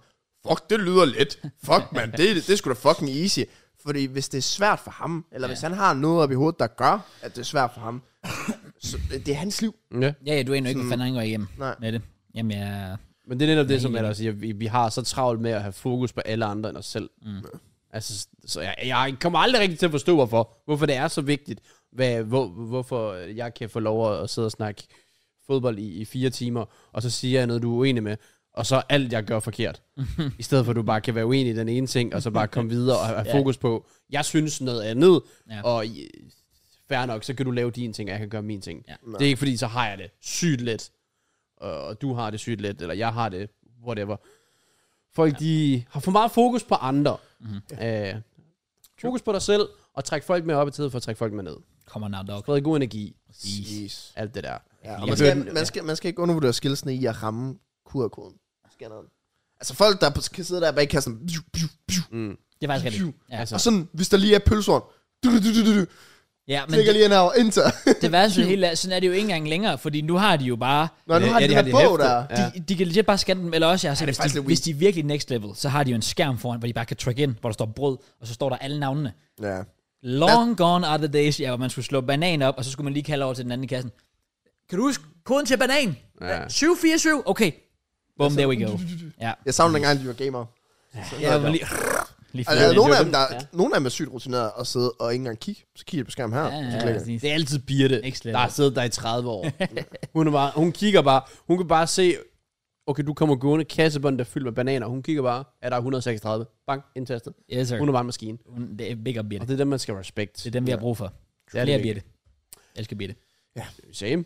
[SPEAKER 2] Fuck, det lyder let. Fuck, man, det, det er sgu da fucking easy. Fordi hvis det er svært for ham, eller
[SPEAKER 1] Ja.
[SPEAKER 2] ja. hvis han har noget op i hovedet, der gør, at det er svært for ham, så øh, det er hans liv.
[SPEAKER 3] Ja.
[SPEAKER 1] Ja, ja, du aner jo ikke, hvad fanden han går igennem
[SPEAKER 2] Nej.
[SPEAKER 1] med det. Jamen, jeg,
[SPEAKER 3] Men det er netop det, som
[SPEAKER 1] helt
[SPEAKER 3] jeg også siger, vi, vi har så travlt med at have fokus på alle andre end os selv. Mm. Altså, så jeg, jeg kommer aldrig rigtig til at forstå, hvorfor, hvorfor det er så vigtigt, hvad, hvor, hvorfor jeg kan få lov at, at sidde og snakke fodbold i, i fire timer, og så siger jeg noget, du er uenig med, og så er alt, jeg gør forkert. I stedet for, at du bare kan være uenig i den ene ting, og så bare komme videre og have
[SPEAKER 1] Ja.
[SPEAKER 3] ja. fokus på, jeg synes noget andet,
[SPEAKER 1] Ja.
[SPEAKER 3] ja. og i- fair nok, så kan du lave din ting, og jeg kan gøre min ting.
[SPEAKER 1] Ja.
[SPEAKER 3] Det er ikke fordi, så har jeg det sygt let og og du har det sygt let, eller jeg har det, whatever. Folk, ja. de har for meget fokus på andre. Mm-hmm. Øh, fokus på dig selv, og træk folk med op i tiden for at trække folk med ned.
[SPEAKER 1] kommer now dog.
[SPEAKER 3] Spred god energi,
[SPEAKER 2] Jeez.
[SPEAKER 3] alt det der.
[SPEAKER 1] Jeg
[SPEAKER 2] Ja, og man,
[SPEAKER 1] ved
[SPEAKER 2] skal, man, skal, man skal ikke undervurdere skillsene i at ramme QR-koden. Scanneren. Altså folk, der på- kan sidde der bag kassen, piu, piu, piu,
[SPEAKER 1] Det er faktisk rigtigt.
[SPEAKER 2] piu.
[SPEAKER 1] Ja.
[SPEAKER 3] Altså,
[SPEAKER 2] og sådan, hvis der lige er pølsehorn, Du, du, du, du, du.
[SPEAKER 1] Ja, men
[SPEAKER 2] Klikker
[SPEAKER 1] det,
[SPEAKER 2] lige en her, enter.
[SPEAKER 1] det værste hele er, sådan er det jo ikke engang længere, fordi nu har de jo bare...
[SPEAKER 2] Nå, nu
[SPEAKER 3] Ja,
[SPEAKER 2] har
[SPEAKER 3] ja,
[SPEAKER 2] de den
[SPEAKER 3] de
[SPEAKER 2] her
[SPEAKER 3] har det i
[SPEAKER 2] bog
[SPEAKER 3] hæftet.
[SPEAKER 2] der.
[SPEAKER 1] De, de kan legit bare scanne dem, eller også jeg har set,
[SPEAKER 2] det er
[SPEAKER 1] hvis,
[SPEAKER 2] faktisk
[SPEAKER 1] de,
[SPEAKER 2] lidt
[SPEAKER 1] hvis de er virkelig next level, så har de jo en skærm foran, hvor de bare kan trykke ind, hvor der står brød, og så står der alle navnene.
[SPEAKER 2] Ja.
[SPEAKER 1] Long gone are the days, ja, hvor man skulle slå banan op, og så skulle man lige kalde over til den anden i kassen. Kan du huske koden til banan? Ja.
[SPEAKER 3] Ja.
[SPEAKER 1] 747? Okay. Boom, there we go. Ja,
[SPEAKER 2] Jeg savner dengang, at de var gamere.
[SPEAKER 1] jeg var lige... lige
[SPEAKER 2] Altså,
[SPEAKER 1] fyret.
[SPEAKER 2] nogle, af dem,
[SPEAKER 3] var dem.
[SPEAKER 2] der,
[SPEAKER 3] Ja.
[SPEAKER 2] nogle af dem er sygt rutineret og sidde og ikke engang kigge. Så kigger de på skærmen her.
[SPEAKER 1] Ja,
[SPEAKER 2] så
[SPEAKER 1] ja,
[SPEAKER 2] klikker de.
[SPEAKER 1] præcis.
[SPEAKER 3] Det er altid Birte,
[SPEAKER 1] Next level.
[SPEAKER 3] der har siddet der i 30 år. hun, er bare, hun kigger bare, hun kan bare se, okay, du kommer gående, kassebånd der er fyldt med bananer, hun kigger bare, er der 136, bang, indtastet.
[SPEAKER 1] Yes, sir.
[SPEAKER 3] Hun er bare en maskine.
[SPEAKER 1] Hun- Det er big up, Birte.
[SPEAKER 3] Og det er dem, man skal respekt.
[SPEAKER 1] Det er dem, vi har brug for.
[SPEAKER 3] er
[SPEAKER 1] Flere
[SPEAKER 3] det
[SPEAKER 1] Birte. Jeg elsker Birte.
[SPEAKER 3] Same.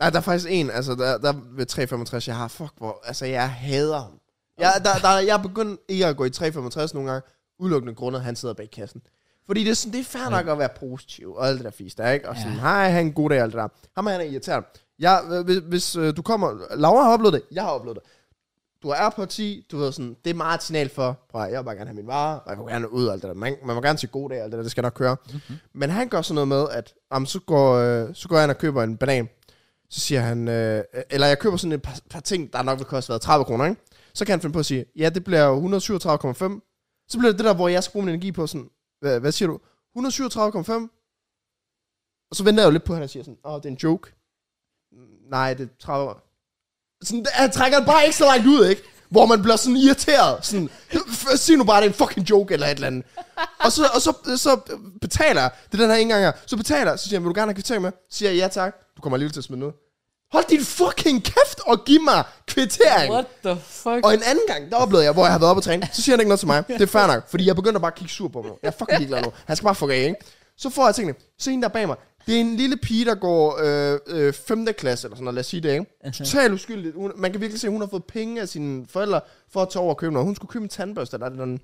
[SPEAKER 2] Nej, der er faktisk en, altså, der, der ved 365, jeg har, fuck, hvor, altså, jeg hader ham. Jeg, der, der, jeg er begyndt ikke at gå i 365 nogle gange, udelukkende grundet, at han sidder bag kassen. Fordi det er, sådan, det er fair nok at være positiv, og alt det der fisk, der, ikke? Og sådan,
[SPEAKER 1] Ja.
[SPEAKER 2] ja. hej, han en god dag, og alt det der. Ham er han er irriterende. Jeg, hvis, hvis øh, du kommer, Laura har oplevet det, jeg har oplevet det. Du er på 10, du ved sådan, det er meget et signal for, prøv at, høre, jeg vil bare gerne have min vare, og jeg vil gerne ud, og alt det der. Man, man må gerne sige god dag, og alt det der, det skal nok køre. Mm-hmm. Men han gør sådan noget med, at jamen, så, går, øh, så går han og køber en banan, så siger han, øh, eller jeg køber sådan et par, par ting, der nok vil koste hvad, 30 kroner, ikke? Så kan han finde på at sige, ja, det bliver jo 137,5. Så bliver det det der, hvor jeg skal bruge min energi på sådan, hvad, hvad siger du? 137,5? Og så venter jeg jo lidt på, at han siger sådan, åh, det er en joke. Nej, det er 30 år. Sådan, han trækker det bare ikke så langt ud, ikke? Hvor man bliver sådan irriteret. Sådan, "F- sig nu bare, det er en fucking joke eller et eller andet. Og så, og så, så betaler jeg. Det er den her en gang her. Så betaler jeg. Så siger jeg, vil du gerne have kvittering med? Så siger jeg, ja tak. Du kommer alligevel til at smide noget. Hold din fucking kæft og giv mig kvittering.
[SPEAKER 1] the fuck?
[SPEAKER 2] Og en anden gang, der oplevede jeg, hvor jeg havde været oppe og træne, så siger han ikke noget til mig. Det er fair nok, fordi jeg begynder bare at kigge sur på ham nu. Jeg er fucking ligeglad nu. Han skal bare fuck af, ikke? Så får jeg tingene. Så en der bag mig. Det er en lille pige, der går 5. Øh, femte klasse, eller sådan noget, lad os sige det, ikke? Totalt uskyldigt. Hun, man kan virkelig se, at hun har fået penge af sine forældre for at tage over og købe noget. Hun skulle købe en tandbørste, eller den.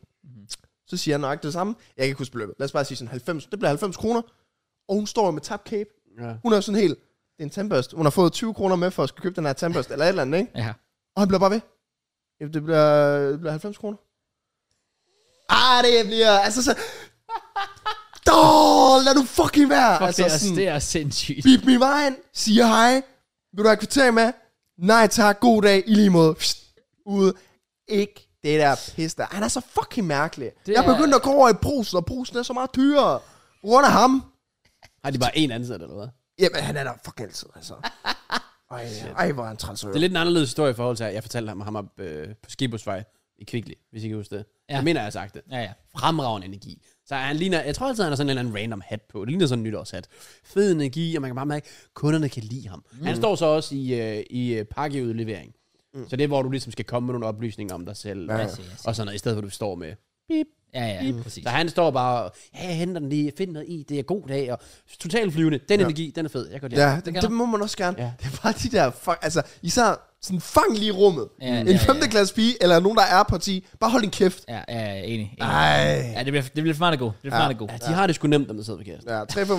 [SPEAKER 2] Så siger han nok det samme. Jeg kan ikke huske beløbet. Lad os bare sige sådan 90. Det bliver 90 kroner. Og hun står jo med tab cape.
[SPEAKER 3] Ja.
[SPEAKER 2] Hun er sådan helt, det er en tandbørste. Hun har fået 20 kroner med for at skulle købe den her tandbørste, eller et eller andet, ikke?
[SPEAKER 1] Ja.
[SPEAKER 2] Og han bliver bare ved. Jamen, det bliver, det bliver 90 kroner. Ah, det bliver... Altså, så... Dåh, lad nu fucking være!
[SPEAKER 1] Fuck,
[SPEAKER 2] altså,
[SPEAKER 1] det, er, det er sindssygt.
[SPEAKER 2] bip min vejen, siger hej, vil du have kvarter med? Nej tak, god dag, i lige måde. Pst, ude. Ikke det der pis der. Han er så fucking mærkelig.
[SPEAKER 1] Det
[SPEAKER 2] jeg
[SPEAKER 1] er-
[SPEAKER 2] begyndte at gå over i brusen, og brusen er så meget dyrere. På grund af ham.
[SPEAKER 3] Har de bare én ansat, eller hvad?
[SPEAKER 2] Jamen, han er der fucking altid, altså. Ej, ej hvor er han træls
[SPEAKER 3] Det er lidt en anderledes historie i forhold til, at jeg fortalte ham, ham op, øh, på Skibusvej i Kvickly, hvis I kan huske det.
[SPEAKER 1] Ja.
[SPEAKER 3] Ja. Jeg mener, jeg har sagt det.
[SPEAKER 1] Ja, ja.
[SPEAKER 3] Fremragende energi. Så han ligner, jeg tror altid, han har sådan en eller anden random hat på. Det ligner sådan en nytårshat. Fed energi, og man kan bare mærke, at kunderne kan lide ham. Mm. Han står så også i, øh, i øh, pakkeudlevering. Mm. Så det er, hvor du ligesom skal komme med nogle oplysninger om dig selv.
[SPEAKER 2] Ja,
[SPEAKER 3] Ja.
[SPEAKER 2] ja.
[SPEAKER 1] Jeg ser, jeg ser.
[SPEAKER 3] Og sådan noget, i stedet for, at du står med bip,
[SPEAKER 1] Ja, ja, præcis.
[SPEAKER 3] Så han står bare og, ja, jeg henter den lige, find noget i, det er god dag, og totalt flyvende. Den
[SPEAKER 2] Ja.
[SPEAKER 3] ja. energi, den er fed, jeg kan godt lide.
[SPEAKER 2] Ja, det,
[SPEAKER 1] kan
[SPEAKER 2] det,
[SPEAKER 1] du.
[SPEAKER 2] må man også gerne. Ja.
[SPEAKER 3] Ja.
[SPEAKER 2] Det er bare de der, fuck, altså især sådan fang lige rummet.
[SPEAKER 1] Ja, ja,
[SPEAKER 2] en
[SPEAKER 1] ja, ja.
[SPEAKER 2] 5. klasse pige, eller nogen, der er på 10, bare hold din kæft.
[SPEAKER 1] Ja, ja, ja, enig. enig.
[SPEAKER 2] Ej.
[SPEAKER 1] Ja, det bliver, det bliver for meget god. Det bliver for
[SPEAKER 2] Ja.
[SPEAKER 1] meget god.
[SPEAKER 3] Ja, de har det sgu nemt, dem der sidder ved kassen.
[SPEAKER 2] Ja, 3, 5,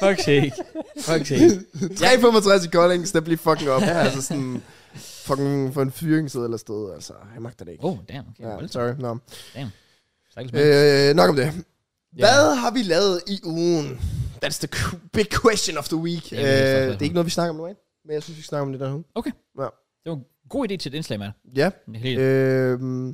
[SPEAKER 1] Fuck sake. Fuck sake.
[SPEAKER 2] 365 i Kolding, step lige fucking op. altså sådan, fucking for en fyringssæde eller sted, altså. Jeg magter det ikke.
[SPEAKER 1] Oh, damn. Okay,
[SPEAKER 2] Ja,
[SPEAKER 1] ja,
[SPEAKER 2] sorry, no.
[SPEAKER 1] damn. Stakkels mand.
[SPEAKER 2] Øh, nok om det. Hvad har vi lavet i ugen? That's the qu- big question of the week.
[SPEAKER 1] Det
[SPEAKER 2] Det
[SPEAKER 1] er
[SPEAKER 2] er,
[SPEAKER 1] vi ikke så
[SPEAKER 2] øh,
[SPEAKER 1] glade
[SPEAKER 2] det
[SPEAKER 1] for.
[SPEAKER 2] er ikke noget, vi snakker om nu, ikke? Men jeg synes, vi snakker om det der nu.
[SPEAKER 1] Okay.
[SPEAKER 2] Ja.
[SPEAKER 1] Det var en god idé til et indslag, mand.
[SPEAKER 2] Ja.
[SPEAKER 1] Helt.
[SPEAKER 2] Øhm,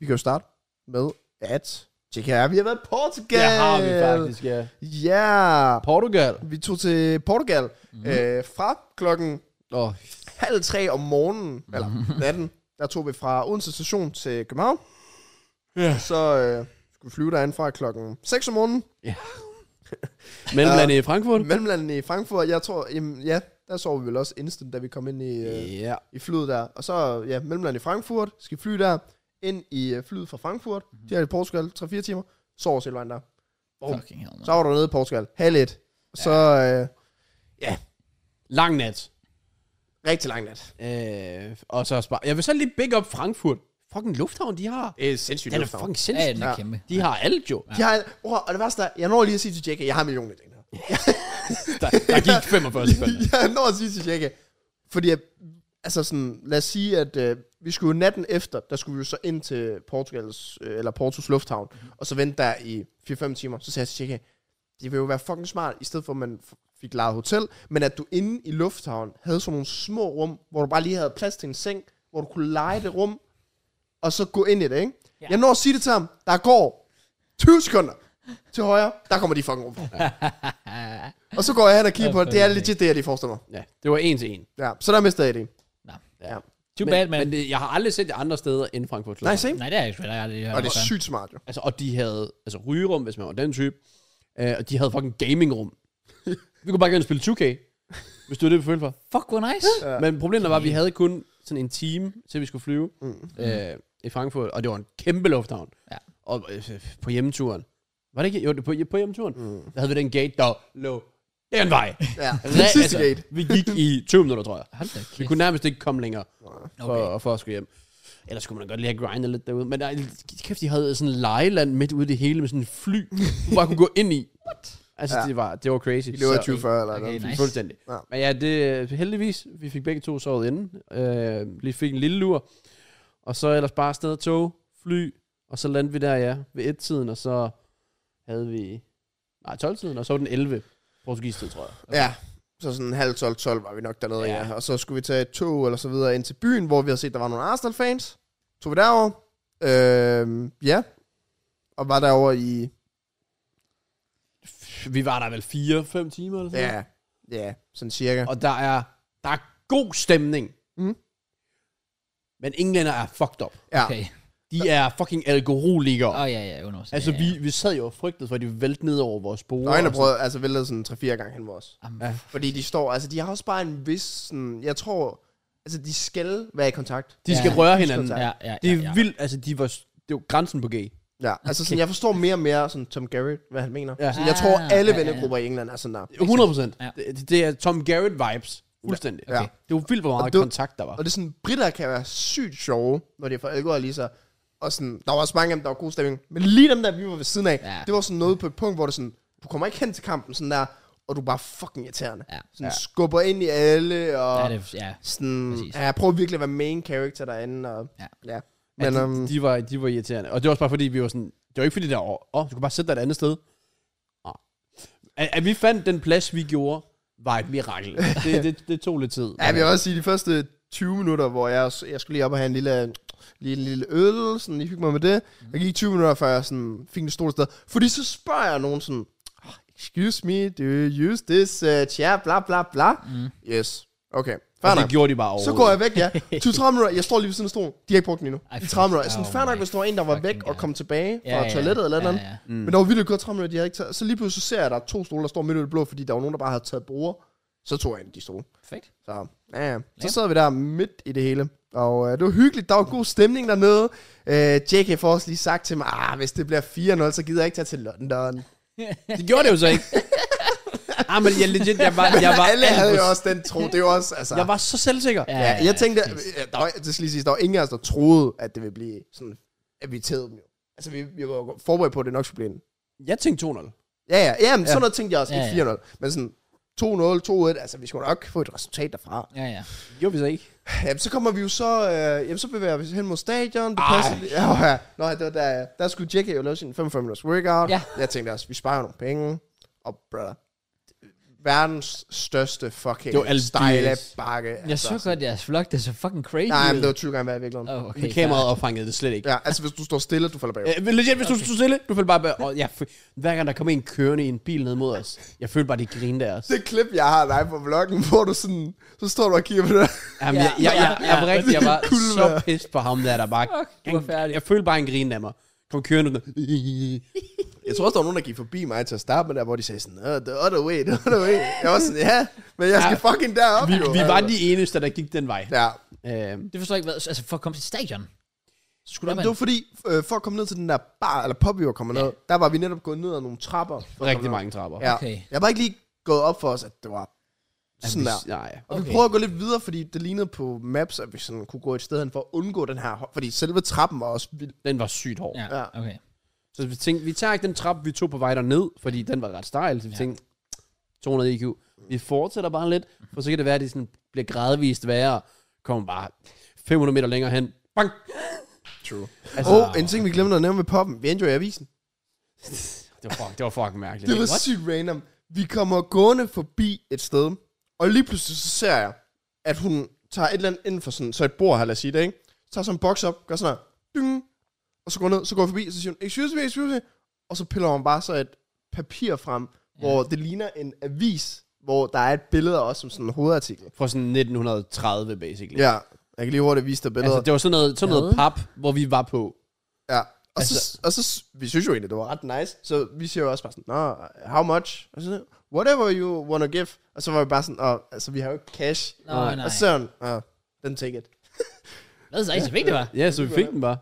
[SPEAKER 2] vi kan jo starte med, at tjek her, vi har været i Portugal.
[SPEAKER 3] Det har vi faktisk, ja.
[SPEAKER 2] Ja, yeah.
[SPEAKER 3] Portugal.
[SPEAKER 2] vi tog til Portugal
[SPEAKER 3] Mhm.
[SPEAKER 2] mm-hmm. øh, fra klokken
[SPEAKER 3] Åh,
[SPEAKER 2] halv tre om morgenen,
[SPEAKER 3] Mhm.
[SPEAKER 2] mm-hmm. eller natten. Der tog vi fra Odense station til København.
[SPEAKER 3] Ja.
[SPEAKER 2] Så øh, skulle vi flyve derinde fra klokken 6 om morgenen.
[SPEAKER 3] Mellemlandet i Frankfurt.
[SPEAKER 2] Mellemlandet i Frankfurt, jeg tror, jamen, ja, der sov vi vel også instant, da vi kom ind i, øh,
[SPEAKER 3] Ja.
[SPEAKER 2] i flyet der. Og så, ja, mellemland i Frankfurt, skal fly der, ind i øh, flyet fra Frankfurt, mm-hmm. direkte til Portugal, 3-4 timer, sover Silvan der. Oh,
[SPEAKER 1] Fucking hell, man.
[SPEAKER 2] så var du nede i Portugal, halv et. Så, øh,
[SPEAKER 3] Lang nat.
[SPEAKER 2] rigtig lang nat.
[SPEAKER 3] Øh, og så spar. Jeg vil så lige big up Frankfurt. Fucking lufthavn, de har.
[SPEAKER 2] Det er sindssygt
[SPEAKER 3] Den er fucking
[SPEAKER 1] Ja, ja,
[SPEAKER 3] sindssygt.
[SPEAKER 1] den er
[SPEAKER 2] Ja.
[SPEAKER 1] kæmpe.
[SPEAKER 3] De har alt jo.
[SPEAKER 2] De har, oh, og det værste er, jeg når lige at sige til Jackie, jeg har millioner i den her.
[SPEAKER 3] Der, der gik 45 sekunder.
[SPEAKER 2] jeg når at sige til Jackie, fordi jeg, altså sådan, lad os sige, at øh, vi skulle jo natten efter, der skulle vi jo så ind til Portugals, øh, eller Portos lufthavn, mm. og så vente der i 4-5 timer. Så sagde jeg til Tjekka, det ville jo være fucking smart, i stedet for at man f- fik lejet hotel, men at du inde i lufthavnen havde sådan nogle små rum, hvor du bare lige havde plads til en seng, hvor du kunne lege det rum, og så gå ind i det, ikke?
[SPEAKER 1] Ja.
[SPEAKER 2] Ja. Jeg når at sige det til ham, der går 20 sekunder til højre, der kommer de fucking rum. og så går jeg hen og kigger på det, det er legit det, jeg lige forestiller mig.
[SPEAKER 3] Ja, det var en til en.
[SPEAKER 2] Ja, så der mistede jeg det.
[SPEAKER 1] Nå.
[SPEAKER 2] Ja.
[SPEAKER 1] Too
[SPEAKER 3] men,
[SPEAKER 1] bad, man.
[SPEAKER 3] Men det, jeg har aldrig set det andre steder end Frankfurt.
[SPEAKER 2] Nej, se.
[SPEAKER 1] Nej, det er ikke svært. Jeg har aldrig hørt
[SPEAKER 2] Og det
[SPEAKER 1] om
[SPEAKER 2] er sygt smart, jo.
[SPEAKER 3] Altså, og de havde altså, rygerum, hvis man var den type. Øh, og de havde fucking gamingrum. vi kunne bare gerne spille 2K, hvis du var det, vi følte for.
[SPEAKER 1] Fuck, hvor nice.
[SPEAKER 2] Ja.
[SPEAKER 3] Men problemet var, at vi havde kun sådan en time, til vi skulle flyve mm. øh, i Frankfurt, og det var en kæmpe lufthavn.
[SPEAKER 1] Ja.
[SPEAKER 3] Og øh, på hjemmeturen, var det ikke? Jo, det var på, på hjemmeturen, mm. der havde vi den gate, der lå den vej.
[SPEAKER 2] Ja.
[SPEAKER 3] Re-
[SPEAKER 2] Sidste gate.
[SPEAKER 3] Vi gik i 20 minutter, tror jeg.
[SPEAKER 1] Hold da
[SPEAKER 3] Vi
[SPEAKER 1] kæft.
[SPEAKER 3] kunne nærmest ikke komme længere for,
[SPEAKER 1] Okay.
[SPEAKER 3] for at skulle hjem. Ellers kunne man godt lige have grindet lidt derude. Men nej, kæft, de havde sådan en lejeland midt ude i det hele med sådan en fly, du bare kunne gå ind i. What? Altså,
[SPEAKER 2] Ja.
[SPEAKER 3] ja. det, var, det var crazy.
[SPEAKER 2] Vi lever
[SPEAKER 3] Så-
[SPEAKER 2] 2040 eller
[SPEAKER 1] Okay,
[SPEAKER 2] noget.
[SPEAKER 1] nice.
[SPEAKER 3] Fuldstændig.
[SPEAKER 2] Ja.
[SPEAKER 3] Ja. Men ja, det, heldigvis, vi fik begge to sovet inden. Øh, lige fik en lille lur. Og så ellers bare afsted tog, fly, og så landte vi der, ja, ved et-tiden, og så havde vi... Nej, 12-tiden, og så var den 11 portugistid, tror jeg.
[SPEAKER 2] Ja, så sådan halv 12, 12 var vi nok dernede, ja.
[SPEAKER 3] Ja.
[SPEAKER 2] ja. Og så skulle vi tage et tog eller så videre ind til byen, hvor vi havde set, der var nogle Arsenal-fans. Tog vi derover. Øhm, ja. Og var derover i...
[SPEAKER 3] Vi var der vel 4-5 timer eller sådan noget.
[SPEAKER 2] Ja, ja, sådan cirka.
[SPEAKER 3] Og der er, der er god stemning.
[SPEAKER 2] Mhm.
[SPEAKER 3] Men englænder er fucked up.
[SPEAKER 2] Ja,
[SPEAKER 1] Okay.
[SPEAKER 3] De er fucking alkoholikere.
[SPEAKER 1] Åh, oh, ja, ja, under
[SPEAKER 3] Altså,
[SPEAKER 1] ja, ja.
[SPEAKER 3] vi, vi sad jo og frygtede for, at de vælte ned over vores bord.
[SPEAKER 2] Nøgne prøvede, altså væltede sådan 3-4 gange hen mod os.
[SPEAKER 1] Jamen,
[SPEAKER 3] Ja.
[SPEAKER 2] Fordi de står, altså de har også bare en vis sådan, jeg tror, altså de skal være i kontakt.
[SPEAKER 3] De skal
[SPEAKER 1] Ja.
[SPEAKER 3] røre hinanden.
[SPEAKER 2] Ja.
[SPEAKER 1] Ja, ja,
[SPEAKER 3] Det er
[SPEAKER 1] ja, ja.
[SPEAKER 3] vildt, altså de var, det var grænsen på gay.
[SPEAKER 2] Ja, altså sådan, jeg forstår mere og mere sådan Tom Garrett, hvad han mener.
[SPEAKER 3] Ja.
[SPEAKER 2] Ja. Så jeg tror,
[SPEAKER 1] Ah,
[SPEAKER 2] alle
[SPEAKER 1] ja, ja, ja.
[SPEAKER 2] vennegrupper i England er sådan der.
[SPEAKER 3] 100 procent.
[SPEAKER 1] Ja.
[SPEAKER 3] Ja. Det, det er Tom Garrett vibes. Fuldstændig.
[SPEAKER 2] Ja. Okay.
[SPEAKER 3] Det var vildt, hvor meget
[SPEAKER 2] Og det-
[SPEAKER 3] kontakt der var.
[SPEAKER 2] Og det er sådan, britter kan være sygt sjove, når de er for alkohol lige så. Og sådan, der var også mange af dem, der var god stemning. Men lige dem der, vi var ved siden af,
[SPEAKER 1] Ja.
[SPEAKER 2] ja. det var sådan noget på et punkt, hvor det sådan, du kommer ikke hen til kampen sådan der, og du er bare fucking irriterende.
[SPEAKER 1] Ja.
[SPEAKER 2] Sådan ja. skubber ind i alle,
[SPEAKER 1] Ja,
[SPEAKER 2] og
[SPEAKER 1] det
[SPEAKER 2] ja,
[SPEAKER 1] er, ja.
[SPEAKER 2] sådan,
[SPEAKER 1] præcis.
[SPEAKER 2] ja, jeg prøver virkelig at være main character derinde. Og,
[SPEAKER 1] Ja.
[SPEAKER 2] ja. ja.
[SPEAKER 3] Ja,
[SPEAKER 2] Men, um,
[SPEAKER 3] de, de, var, de var irriterende. Og det var også bare fordi, vi var sådan... Det var ikke fordi, der var... Åh, oh, du kan bare sætte dig et andet sted. Oh. At, at, vi fandt den plads, vi gjorde, var et mirakel. det, det, det tog lidt tid.
[SPEAKER 2] ja, vi vil også sige, de første 20 minutter, hvor jeg, jeg skulle lige op og have en lille, lige en lille øl, sådan lige hygge mig med det.
[SPEAKER 1] Mhm.
[SPEAKER 2] Der gik 20 minutter, før jeg sådan, fik det store sted. Fordi så spørger jeg nogen sådan, "Ah, excuse me, do you use this uh, chair, bla bla bla.
[SPEAKER 1] Mhm.
[SPEAKER 2] Mm. Yes, okay. Fair
[SPEAKER 3] Og det
[SPEAKER 2] nok.
[SPEAKER 3] gjorde de bare
[SPEAKER 2] Så
[SPEAKER 3] overhovedet.
[SPEAKER 2] går jeg væk, ja. 20-30 minutter, jeg står lige ved siden af stolen. De har ikke brugt den endnu.
[SPEAKER 1] Ej,
[SPEAKER 2] I 30 minutter. Jeg er
[SPEAKER 1] oh
[SPEAKER 2] Sådan, fair nok,
[SPEAKER 1] my
[SPEAKER 2] hvis der var en, der var væk
[SPEAKER 1] fucking
[SPEAKER 2] og kom tilbage
[SPEAKER 1] Ja,
[SPEAKER 2] fra
[SPEAKER 1] ja,
[SPEAKER 2] toilettet eller Mm.
[SPEAKER 1] ja,
[SPEAKER 2] noget.
[SPEAKER 1] ja.
[SPEAKER 2] Men der var vildt godt 30 minutter, de havde ikke taget. Så lige pludselig så ser jeg, at der er to stole, der står midt i det blå, fordi der var nogen, der bare havde taget bruger. Så tog jeg en af de stole.
[SPEAKER 1] Perfekt.
[SPEAKER 2] Så, ja, ja. så sad vi der midt i det hele. Og øh, det var hyggeligt, der var god stemning dernede. Øh, JK får også lige sagt til mig, ah, hvis det bliver 4-0, så gider jeg ikke tage til London.
[SPEAKER 3] Det gjorde det jo så ikke. ah, men jeg, legit, jeg var, jeg var,
[SPEAKER 2] Alle
[SPEAKER 3] alt
[SPEAKER 2] havde
[SPEAKER 3] for-
[SPEAKER 2] jo også den tro, det var også, altså...
[SPEAKER 3] jeg var så selvsikker.
[SPEAKER 1] Ja,
[SPEAKER 2] ja, jeg tænkte,
[SPEAKER 1] præcis.
[SPEAKER 2] ja, der var, det skal lige sige, der var ingen af os, der troede, at det ville blive sådan, at vi tævede dem jo. Altså, vi, vi var jo forberedt på, at det nok skulle blive en.
[SPEAKER 3] Jeg tænkte 2-0.
[SPEAKER 2] Ja, ja, ja, men ja. sådan noget tænkte jeg også,
[SPEAKER 1] Ja,
[SPEAKER 2] ja,
[SPEAKER 1] ja.
[SPEAKER 2] ja. 4-0. Men sådan 2-0, 2-1, altså, vi skulle nok få et resultat derfra.
[SPEAKER 1] Ja, ja.
[SPEAKER 3] Det gjorde vi så ikke.
[SPEAKER 2] Jamen, så kommer vi jo så, øh, jamen, så bevæger vi os hen mod stadion. Det passer. Ja, ja. Nå, ja, det var der, der skulle Jackie jo lave sin 45 minutters workout.
[SPEAKER 1] Ja.
[SPEAKER 2] Jeg tænkte også, vi sparer nogle penge. Og brother, verdens største fucking
[SPEAKER 3] Det var alt
[SPEAKER 2] stejle
[SPEAKER 3] dyrt.
[SPEAKER 2] bakke.
[SPEAKER 1] Jeg så godt, jeres vlog, det er så fucking crazy.
[SPEAKER 2] Nej,
[SPEAKER 1] ud.
[SPEAKER 2] men det var 20 gange værd i virkeligheden.
[SPEAKER 1] Åh,
[SPEAKER 3] Okay,
[SPEAKER 1] okay,
[SPEAKER 3] kameraet opfangede det slet ikke.
[SPEAKER 2] Ja, altså hvis du står stille, du falder bagud.
[SPEAKER 3] Øh, men legit, hvis du stod stille, du følte bare, bare og ja, f- hver gang der kom en kørende i en bil ned mod os, jeg følte bare, de grinede af os.
[SPEAKER 2] Det klip, jeg har af dig på vloggen, hvor du sådan, så står du og kigger på det.
[SPEAKER 3] Jamen, jeg, jeg, jeg, jeg, jeg, var rigtig, jeg var
[SPEAKER 2] Kunne
[SPEAKER 3] så
[SPEAKER 2] være.
[SPEAKER 3] pissed på ham der, der bare...
[SPEAKER 1] du var færdig.
[SPEAKER 3] Jeg følte bare, han grinede af mig. Kom kørende ud.
[SPEAKER 2] Jeg tror også, der var nogen, der gik forbi mig til at starte med der, hvor de sagde sådan, "Øh, the other way, the other way. Jeg var sådan, ja, men jeg skal fucking derop.
[SPEAKER 3] Vi,
[SPEAKER 2] jo."
[SPEAKER 3] vi var de eneste, der gik den vej.
[SPEAKER 2] Ja,
[SPEAKER 3] Øhm,
[SPEAKER 1] Det forstår jeg ikke, hvad, altså for at komme til stadion. Skulle
[SPEAKER 2] Jamen, det var fordi, øh, for at komme ned til den der bar, eller pop, vi var kommet ned, der var vi netop gået ned ad nogle trapper. for at komme
[SPEAKER 3] rigtig
[SPEAKER 2] ned.
[SPEAKER 3] mange trapper.
[SPEAKER 2] Ja.
[SPEAKER 1] Okay.
[SPEAKER 2] Jeg var ikke lige gået op for os, at det var
[SPEAKER 3] Jamen,
[SPEAKER 2] sådan
[SPEAKER 3] vi-
[SPEAKER 2] der.
[SPEAKER 3] Nej.
[SPEAKER 2] Og
[SPEAKER 1] Okay.
[SPEAKER 2] vi prøvede at gå lidt videre, fordi det lignede på maps, at vi sådan kunne gå et sted hen for at undgå den her... ho- Fordi selve trappen var også vild.
[SPEAKER 3] Den var sygt hård.
[SPEAKER 1] Ja,
[SPEAKER 2] Ja.
[SPEAKER 1] okay.
[SPEAKER 3] Så vi tænkte, vi tager ikke den trappe, vi tog på vej derned, fordi den var ret stejl. Så vi
[SPEAKER 1] Ja.
[SPEAKER 3] tænkte, E 200 IQ. Vi fortsætter bare lidt, for så kan det være, at det sådan bliver gradvist værre. Kommer bare 500 meter længere hen. Bang!
[SPEAKER 2] True.
[SPEAKER 3] Altså,
[SPEAKER 2] Åh, oh, en ting, vi glemte at nævne med poppen. Vi endte jo i avisen.
[SPEAKER 3] det, var fuck, det var fucking mærkeligt.
[SPEAKER 2] Det var sygt random. Vi kommer gående forbi et sted, og lige pludselig så ser jeg, at hun tager et eller andet ind for sådan, så et bord her, lad os sige det, ikke? Så tager sådan en boks op, gør sådan her, dyng, og så går hun ned, så går jeg forbi, så siger hun, excuse me, excuse me, og så piller hun bare så et papir frem, hvor det ligner en avis, hvor der er et billede af os som sådan en hovedartikel.
[SPEAKER 3] Fra sådan 1930, basically.
[SPEAKER 2] Ja, jeg kan lige hurtigt vise dig billedet.
[SPEAKER 3] Altså,
[SPEAKER 2] Altså,
[SPEAKER 3] det var sådan noget, sådan noget
[SPEAKER 1] Hvad?
[SPEAKER 3] pap, hvor vi var på.
[SPEAKER 2] ja. Og, altså,
[SPEAKER 3] altså-
[SPEAKER 2] så, og så, vi synes jo egentlig, det var ret nice, så vi siger jo også bare sådan, Nå, how much? Og så, whatever you wanna give. Og så var vi bare sådan, Åh, altså, vi har jo ikke cash.
[SPEAKER 1] Nå,
[SPEAKER 3] Nej.
[SPEAKER 1] nej.
[SPEAKER 2] Og så er hun, Åh, den ticket.
[SPEAKER 1] Hvad er det så ikke så vigtigt, var?
[SPEAKER 3] Ja, så vi fik den bare.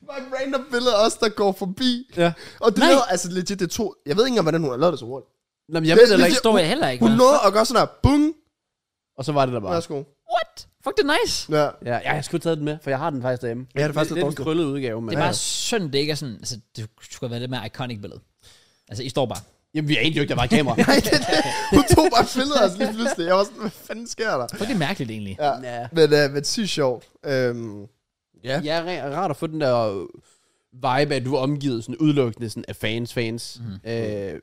[SPEAKER 2] Det var et random billede af os, der går forbi.
[SPEAKER 3] Ja.
[SPEAKER 2] Og det
[SPEAKER 1] Nej.
[SPEAKER 2] lavede, altså legit, det to. Jeg ved ikke engang, hvordan hun har lavet det så hurtigt.
[SPEAKER 3] Nå, men jeg
[SPEAKER 2] Det-
[SPEAKER 3] ved det heller
[SPEAKER 1] Det
[SPEAKER 3] ikke.
[SPEAKER 1] står jeg heller ikke,
[SPEAKER 2] Hun
[SPEAKER 1] hva'?
[SPEAKER 2] nåede at gøre sådan her, bung,
[SPEAKER 3] Og så var det der bare.
[SPEAKER 2] værsgo.
[SPEAKER 1] What? Fuck, det er nice.
[SPEAKER 2] Ja.
[SPEAKER 3] Ja, ja, jeg skulle have taget den med, for jeg har den faktisk derhjemme.
[SPEAKER 2] Ja, det er faktisk
[SPEAKER 3] lidt,
[SPEAKER 2] lidt
[SPEAKER 3] lidt
[SPEAKER 2] dårligt.
[SPEAKER 3] en krøllet udgave. Men
[SPEAKER 1] Det er bare synd, det ikke er sådan... Altså, det skulle have været det mere iconic billede. Altså, I står bare.
[SPEAKER 3] Jamen, vi er egentlig jo ikke, der var et kamera.
[SPEAKER 2] Nej, det, det. Hun tog bare billeder af os lige pludselig. Jeg var sådan, hvad fanden sker der?
[SPEAKER 1] Fuck, det er mærkeligt egentlig.
[SPEAKER 2] Ja.
[SPEAKER 3] ja.
[SPEAKER 2] Men, øh, men sygt sjovt. Øhm, ja.
[SPEAKER 3] Ja, re- rart at få den der vibe, at du er omgivet sådan udelukkende sådan af fans, fans.
[SPEAKER 2] Mhm.
[SPEAKER 3] Mm. Øh,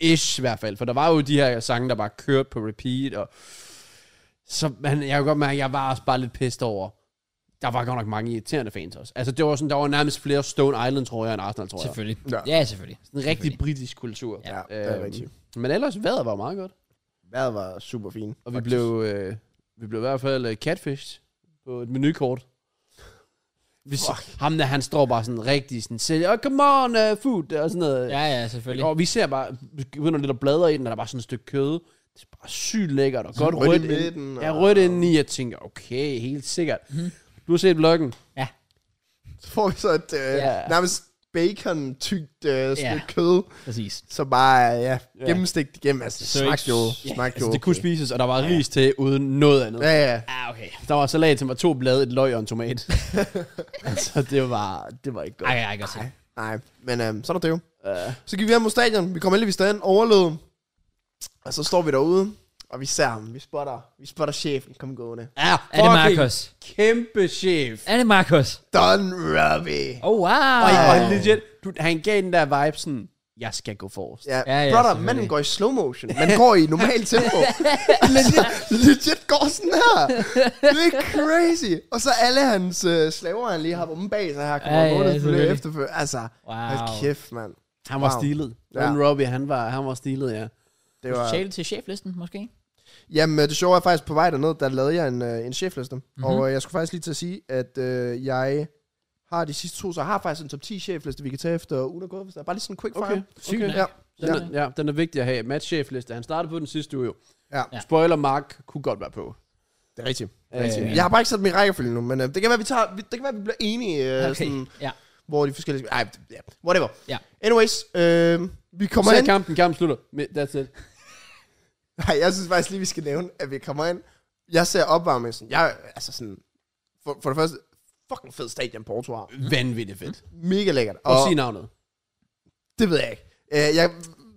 [SPEAKER 3] ish i hvert fald, for der var jo de her sange, der bare kørte på repeat, og så, man, jeg kan godt mærke, at jeg var også bare lidt pissed over, der var godt nok mange irriterende fans også. Altså, det var sådan, der var nærmest flere Stone Island, tror jeg, end Arsenal, tror jeg.
[SPEAKER 1] Selvfølgelig.
[SPEAKER 2] Ja.
[SPEAKER 1] Ja, Øhm. ja selvfølgelig.
[SPEAKER 3] En rigtig britisk kultur. Øh,
[SPEAKER 2] Ja, det er rigtigt.
[SPEAKER 3] Men ellers, vejret var meget godt.
[SPEAKER 2] Vejret var super fint.
[SPEAKER 3] Og vi blev, øh, vi blev i hvert fald øh, catfished på et menukort. Vi, Fuck. Ham der, han står bare sådan rigtig sådan, sælger, oh, come on, uh, food, og sådan noget.
[SPEAKER 1] Ja, ja, selvfølgelig.
[SPEAKER 3] og vi ser bare, vi begynder lidt at bladre i den, og der er bare sådan et stykke kød. Det er bare sygt lækkert, og godt
[SPEAKER 2] rødt i
[SPEAKER 3] rødt ind.
[SPEAKER 2] midten,
[SPEAKER 3] Ja,
[SPEAKER 2] og-
[SPEAKER 3] rødt ind i, jeg tænker, okay, helt sikkert. Du har set bloggen.
[SPEAKER 1] Ja.
[SPEAKER 2] Så får vi så et øh,
[SPEAKER 3] Ja.
[SPEAKER 2] nærmest bacon-tykt øh, stykke
[SPEAKER 1] Ja.
[SPEAKER 2] kød,
[SPEAKER 1] Præcis.
[SPEAKER 2] som bare er ja, gennemstegt igennem. Altså, det
[SPEAKER 1] Så
[SPEAKER 2] smagte
[SPEAKER 1] ikke-
[SPEAKER 2] jo,
[SPEAKER 1] Ja,
[SPEAKER 2] smagte jo
[SPEAKER 3] Altså, det kunne
[SPEAKER 2] okay.
[SPEAKER 3] spises, og der var ris til, uden noget andet.
[SPEAKER 2] Ja, ja.
[SPEAKER 1] Ja, okay.
[SPEAKER 3] Der var salat, som var to blade, et løg og en tomat. altså, det var, det var ikke godt.
[SPEAKER 1] Ej, jeg kan godt se. det.
[SPEAKER 2] Nej, men øhm, sådan er det jo.
[SPEAKER 3] Ja.
[SPEAKER 2] Så gik vi hjem mod stadion. Vi kom heldigvis derhen, overlevede. Og så står vi derude, og vi ser ham. Vi spotter, vi spotter chefen. Kom gående.
[SPEAKER 3] Ja,
[SPEAKER 1] Er det Marcus?
[SPEAKER 3] Kæmpe chef.
[SPEAKER 1] Er det Marcus?
[SPEAKER 2] Don Robbie.
[SPEAKER 1] Oh, wow.
[SPEAKER 3] Og, og legit, du, han gav den der vibe sådan, jeg skal gå forrest.
[SPEAKER 2] Ja,
[SPEAKER 1] Ja,
[SPEAKER 2] ja,
[SPEAKER 1] ja,
[SPEAKER 2] ja brother,
[SPEAKER 1] selvfølgelig.
[SPEAKER 2] manden går i slow motion. Man går i normal tempo. legit, legit går sådan her. Det er crazy. Og så alle hans øh, slaver, han lige har om bag sig her, kommer
[SPEAKER 1] Ja, ja,
[SPEAKER 2] ja, ja,
[SPEAKER 1] selvfølgelig.
[SPEAKER 2] efterfølgende. Altså, wow. hold kæft, mand.
[SPEAKER 3] Han var
[SPEAKER 2] Wow.
[SPEAKER 3] stilet.
[SPEAKER 2] Ja.
[SPEAKER 3] Ron Robbie, han var, han var stilet, ja.
[SPEAKER 2] Det var...
[SPEAKER 1] Sjæl til cheflisten, måske?
[SPEAKER 2] Jamen, øh, det sjove er faktisk på vej derned, der lavede jeg en, øh, en chefliste.
[SPEAKER 1] Mhm.
[SPEAKER 2] Mm-hmm. Og øh, jeg skulle faktisk lige til at sige, at øh, jeg har de sidste to, så jeg har faktisk en top 10 chefliste, vi kan tage efter ugen er gået. hvis der er Bare lige sådan en quick fire.
[SPEAKER 3] Okay,
[SPEAKER 1] Sygt
[SPEAKER 3] okay.
[SPEAKER 1] nok.
[SPEAKER 2] Ja.
[SPEAKER 3] Den, er, ja, den er vigtig at have. Matchchefliste, han startede på den sidste uge jo.
[SPEAKER 2] Ja.
[SPEAKER 1] Ja.
[SPEAKER 3] Spoiler, Mark kunne godt være på.
[SPEAKER 2] Det er rigtigt.
[SPEAKER 3] Øh,
[SPEAKER 2] Jeg har bare ikke sat dem i rækkefølge nu, men øh, det kan være, vi tager, vi, det kan være, vi bliver enige, øh, okay.
[SPEAKER 1] Okay.
[SPEAKER 2] sådan,
[SPEAKER 1] Ja.
[SPEAKER 2] hvor de forskellige... Ej, ja, whatever.
[SPEAKER 1] Ja.
[SPEAKER 2] Anyways, øh, vi kommer
[SPEAKER 3] Se
[SPEAKER 2] ind...
[SPEAKER 3] kampen, kampen slutter. Mi- That's it.
[SPEAKER 2] Nej, jeg synes faktisk lige, vi skal nævne, at vi kommer ind. Jeg ser opvarmningen sådan... Jeg, altså sådan... For, for det første, fucking fed stadion Porto har.
[SPEAKER 3] Vanvittigt fedt.
[SPEAKER 2] Mega lækkert.
[SPEAKER 3] Og sig navnet.
[SPEAKER 2] Det ved jeg ikke. Øh, jeg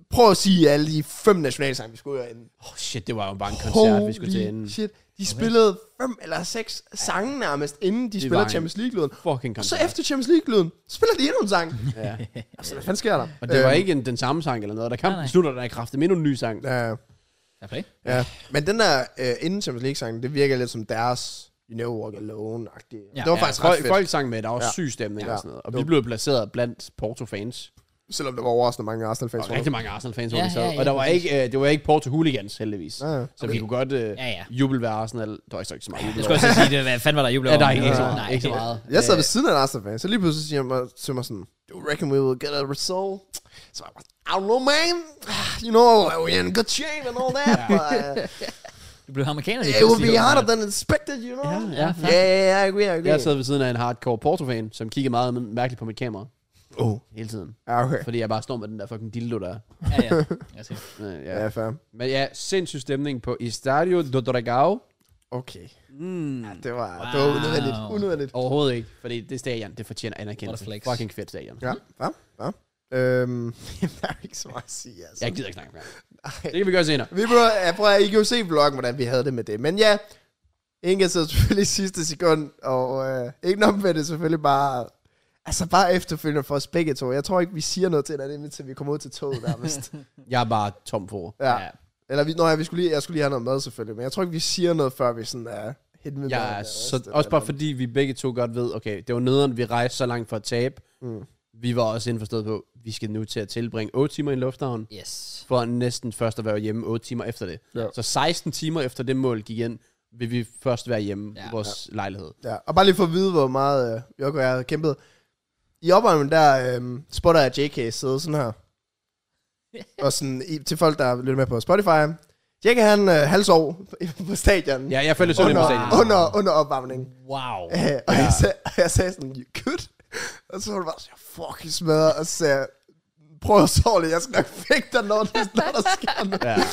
[SPEAKER 2] prøver at sige alle de fem nationalsange, vi skulle høre inden.
[SPEAKER 3] Åh, oh, shit, det var jo bare en koncert, vi skulle til inden.
[SPEAKER 2] shit. De spillede fem eller seks sange nærmest, inden de
[SPEAKER 3] var
[SPEAKER 2] spiller
[SPEAKER 3] en
[SPEAKER 2] Champions League-lyden.
[SPEAKER 3] Fucking
[SPEAKER 2] Og så
[SPEAKER 3] koncert.
[SPEAKER 2] efter Champions League-lyden, spiller de endnu en sang.
[SPEAKER 3] Ja.
[SPEAKER 2] altså, hvad fanden sker der?
[SPEAKER 3] Og det var
[SPEAKER 2] Øhm,
[SPEAKER 3] ikke en, den samme sang eller noget. Der
[SPEAKER 1] Nej,
[SPEAKER 3] kampen
[SPEAKER 1] nej.
[SPEAKER 3] slutter, der er kraftigt endnu en ny sang.
[SPEAKER 2] Øh, Ja,
[SPEAKER 1] Fair play.
[SPEAKER 2] ja. Men den der øh, inden Champions League-sangen, det virker lidt som deres You Never Walk Alone-agtige. Ja.
[SPEAKER 1] Ja.
[SPEAKER 2] Det var faktisk
[SPEAKER 3] Ja, Altså, folk,
[SPEAKER 2] ret fedt,
[SPEAKER 3] folk sang med, der var
[SPEAKER 2] Ja.
[SPEAKER 3] ja. syg stemning ja.
[SPEAKER 2] Ja.
[SPEAKER 3] og sådan noget. Og
[SPEAKER 2] Det
[SPEAKER 3] vi
[SPEAKER 2] var-
[SPEAKER 3] blev placeret blandt Porto-fans.
[SPEAKER 2] selvom der var overraskende mange Arsenal-fans.
[SPEAKER 3] Og rigtig mange Arsenal-fans, ja,
[SPEAKER 1] Ja,
[SPEAKER 3] ja,
[SPEAKER 1] ja,
[SPEAKER 3] ja,
[SPEAKER 1] ja,
[SPEAKER 3] Og der var
[SPEAKER 1] præcis.
[SPEAKER 3] ikke, øh, det var ikke Porto-hooligans, heldigvis.
[SPEAKER 2] Ja, ja.
[SPEAKER 3] Så vi kunne godt øh, ja,
[SPEAKER 1] Ja,
[SPEAKER 3] ja.
[SPEAKER 1] ja.
[SPEAKER 3] juble ved Arsenal. Der var ikke så ikke så meget jubel.
[SPEAKER 1] Jeg
[SPEAKER 3] over
[SPEAKER 1] skulle også sige, det, hvad fanden var der jubel
[SPEAKER 3] det. Ja, der er ikke, ikke så
[SPEAKER 1] over?
[SPEAKER 3] meget. Ikke så meget.
[SPEAKER 2] Jeg sad ved siden af en Arsenal-fan, så lige pludselig siger han mig, til mig sådan, Do you reckon we will get a result? Så var jeg bare, I don't know, man. You know, we're in good shape and all that, but uh,
[SPEAKER 1] Du blev amerikaner.
[SPEAKER 2] it will be harder than expected, you know?
[SPEAKER 3] Ja,
[SPEAKER 2] Yeah,
[SPEAKER 1] ja,
[SPEAKER 2] yeah, yeah, I agree, I agree.
[SPEAKER 3] Jeg sad ved siden af en hardcore Porto-fan, som kiggede meget mærkeligt på mit kamera.
[SPEAKER 2] oh,
[SPEAKER 3] Hele tiden.
[SPEAKER 2] ja, okay.
[SPEAKER 3] Fordi jeg bare står med den der fucking dildo der.
[SPEAKER 1] Ja, ja. Jeg ser.
[SPEAKER 3] Øh,
[SPEAKER 2] Ja,
[SPEAKER 3] Ja.
[SPEAKER 2] fair.
[SPEAKER 3] Men ja, sindssyg stemning på Estadio do Dragao.
[SPEAKER 2] Okay.
[SPEAKER 3] Mm.
[SPEAKER 2] Ja, det var, det var
[SPEAKER 1] Wow.
[SPEAKER 2] unødvendigt. Unødvendigt.
[SPEAKER 3] Overhovedet ikke, fordi det stadion, det fortjener
[SPEAKER 1] What a
[SPEAKER 3] anerkendelse.
[SPEAKER 1] flex.
[SPEAKER 3] Fucking fedt stadion.
[SPEAKER 2] Ja, ja, ja. Øhm, jamen, der er ikke så meget at sige, altså.
[SPEAKER 3] Jeg gider ikke snakke om det.
[SPEAKER 2] Ej.
[SPEAKER 3] Det kan vi gøre senere.
[SPEAKER 2] Vi prøver, jeg prøver, I kan jo se vloggen, hvordan vi havde det med det. Men ja, Inga sidder selvfølgelig i sidste sekund, og øh, ikke nok med det selvfølgelig bare... Altså bare efterfølgende for os begge to. Jeg tror ikke, vi siger noget til hinanden, indtil vi kommer ud til toget nærmest.
[SPEAKER 3] Jeg er bare tom for ord.
[SPEAKER 2] Ja. ja. Eller vi, nå, ja, vi skulle lige, jeg skulle lige have noget mad selvfølgelig, men jeg tror ikke, vi siger noget, før vi sådan er... Uh,
[SPEAKER 3] Jeg er så, også bare fordi vi begge to godt ved, okay, det var nederen, vi rejste så langt for at tabe.
[SPEAKER 2] Mm.
[SPEAKER 3] Vi var også indforstået på, vi skal nu til at tilbringe 8 timer i lufthavnen,
[SPEAKER 1] Yes.
[SPEAKER 3] for næsten først at være hjemme 8 timer efter det.
[SPEAKER 2] Ja.
[SPEAKER 3] Så 16 timer efter det mål gik ind, vil vi først være hjemme
[SPEAKER 1] Ja.
[SPEAKER 3] i vores lejlighed.
[SPEAKER 2] Ja, og bare lige for at vide, hvor meget øh, Jokko og jeg havde kæmpet. I opvarmningen der øh, spotter jeg JK sidde sådan her. og sådan, i, til folk, der lytter med på Spotify. JK han øh, halsov på stadion.
[SPEAKER 3] Ja, jeg faldt i søvn på stadion.
[SPEAKER 2] under, under, under opvarmningen.
[SPEAKER 1] Wow.
[SPEAKER 2] Øh, og, ja. jeg sagde, og jeg sagde sådan, you good? Og så var det bare så, jeg fucking smadret, og så sagde jeg, prøv at sove lidt, jeg skal nok fække dig, når, det, når der sker noget.
[SPEAKER 3] Ja.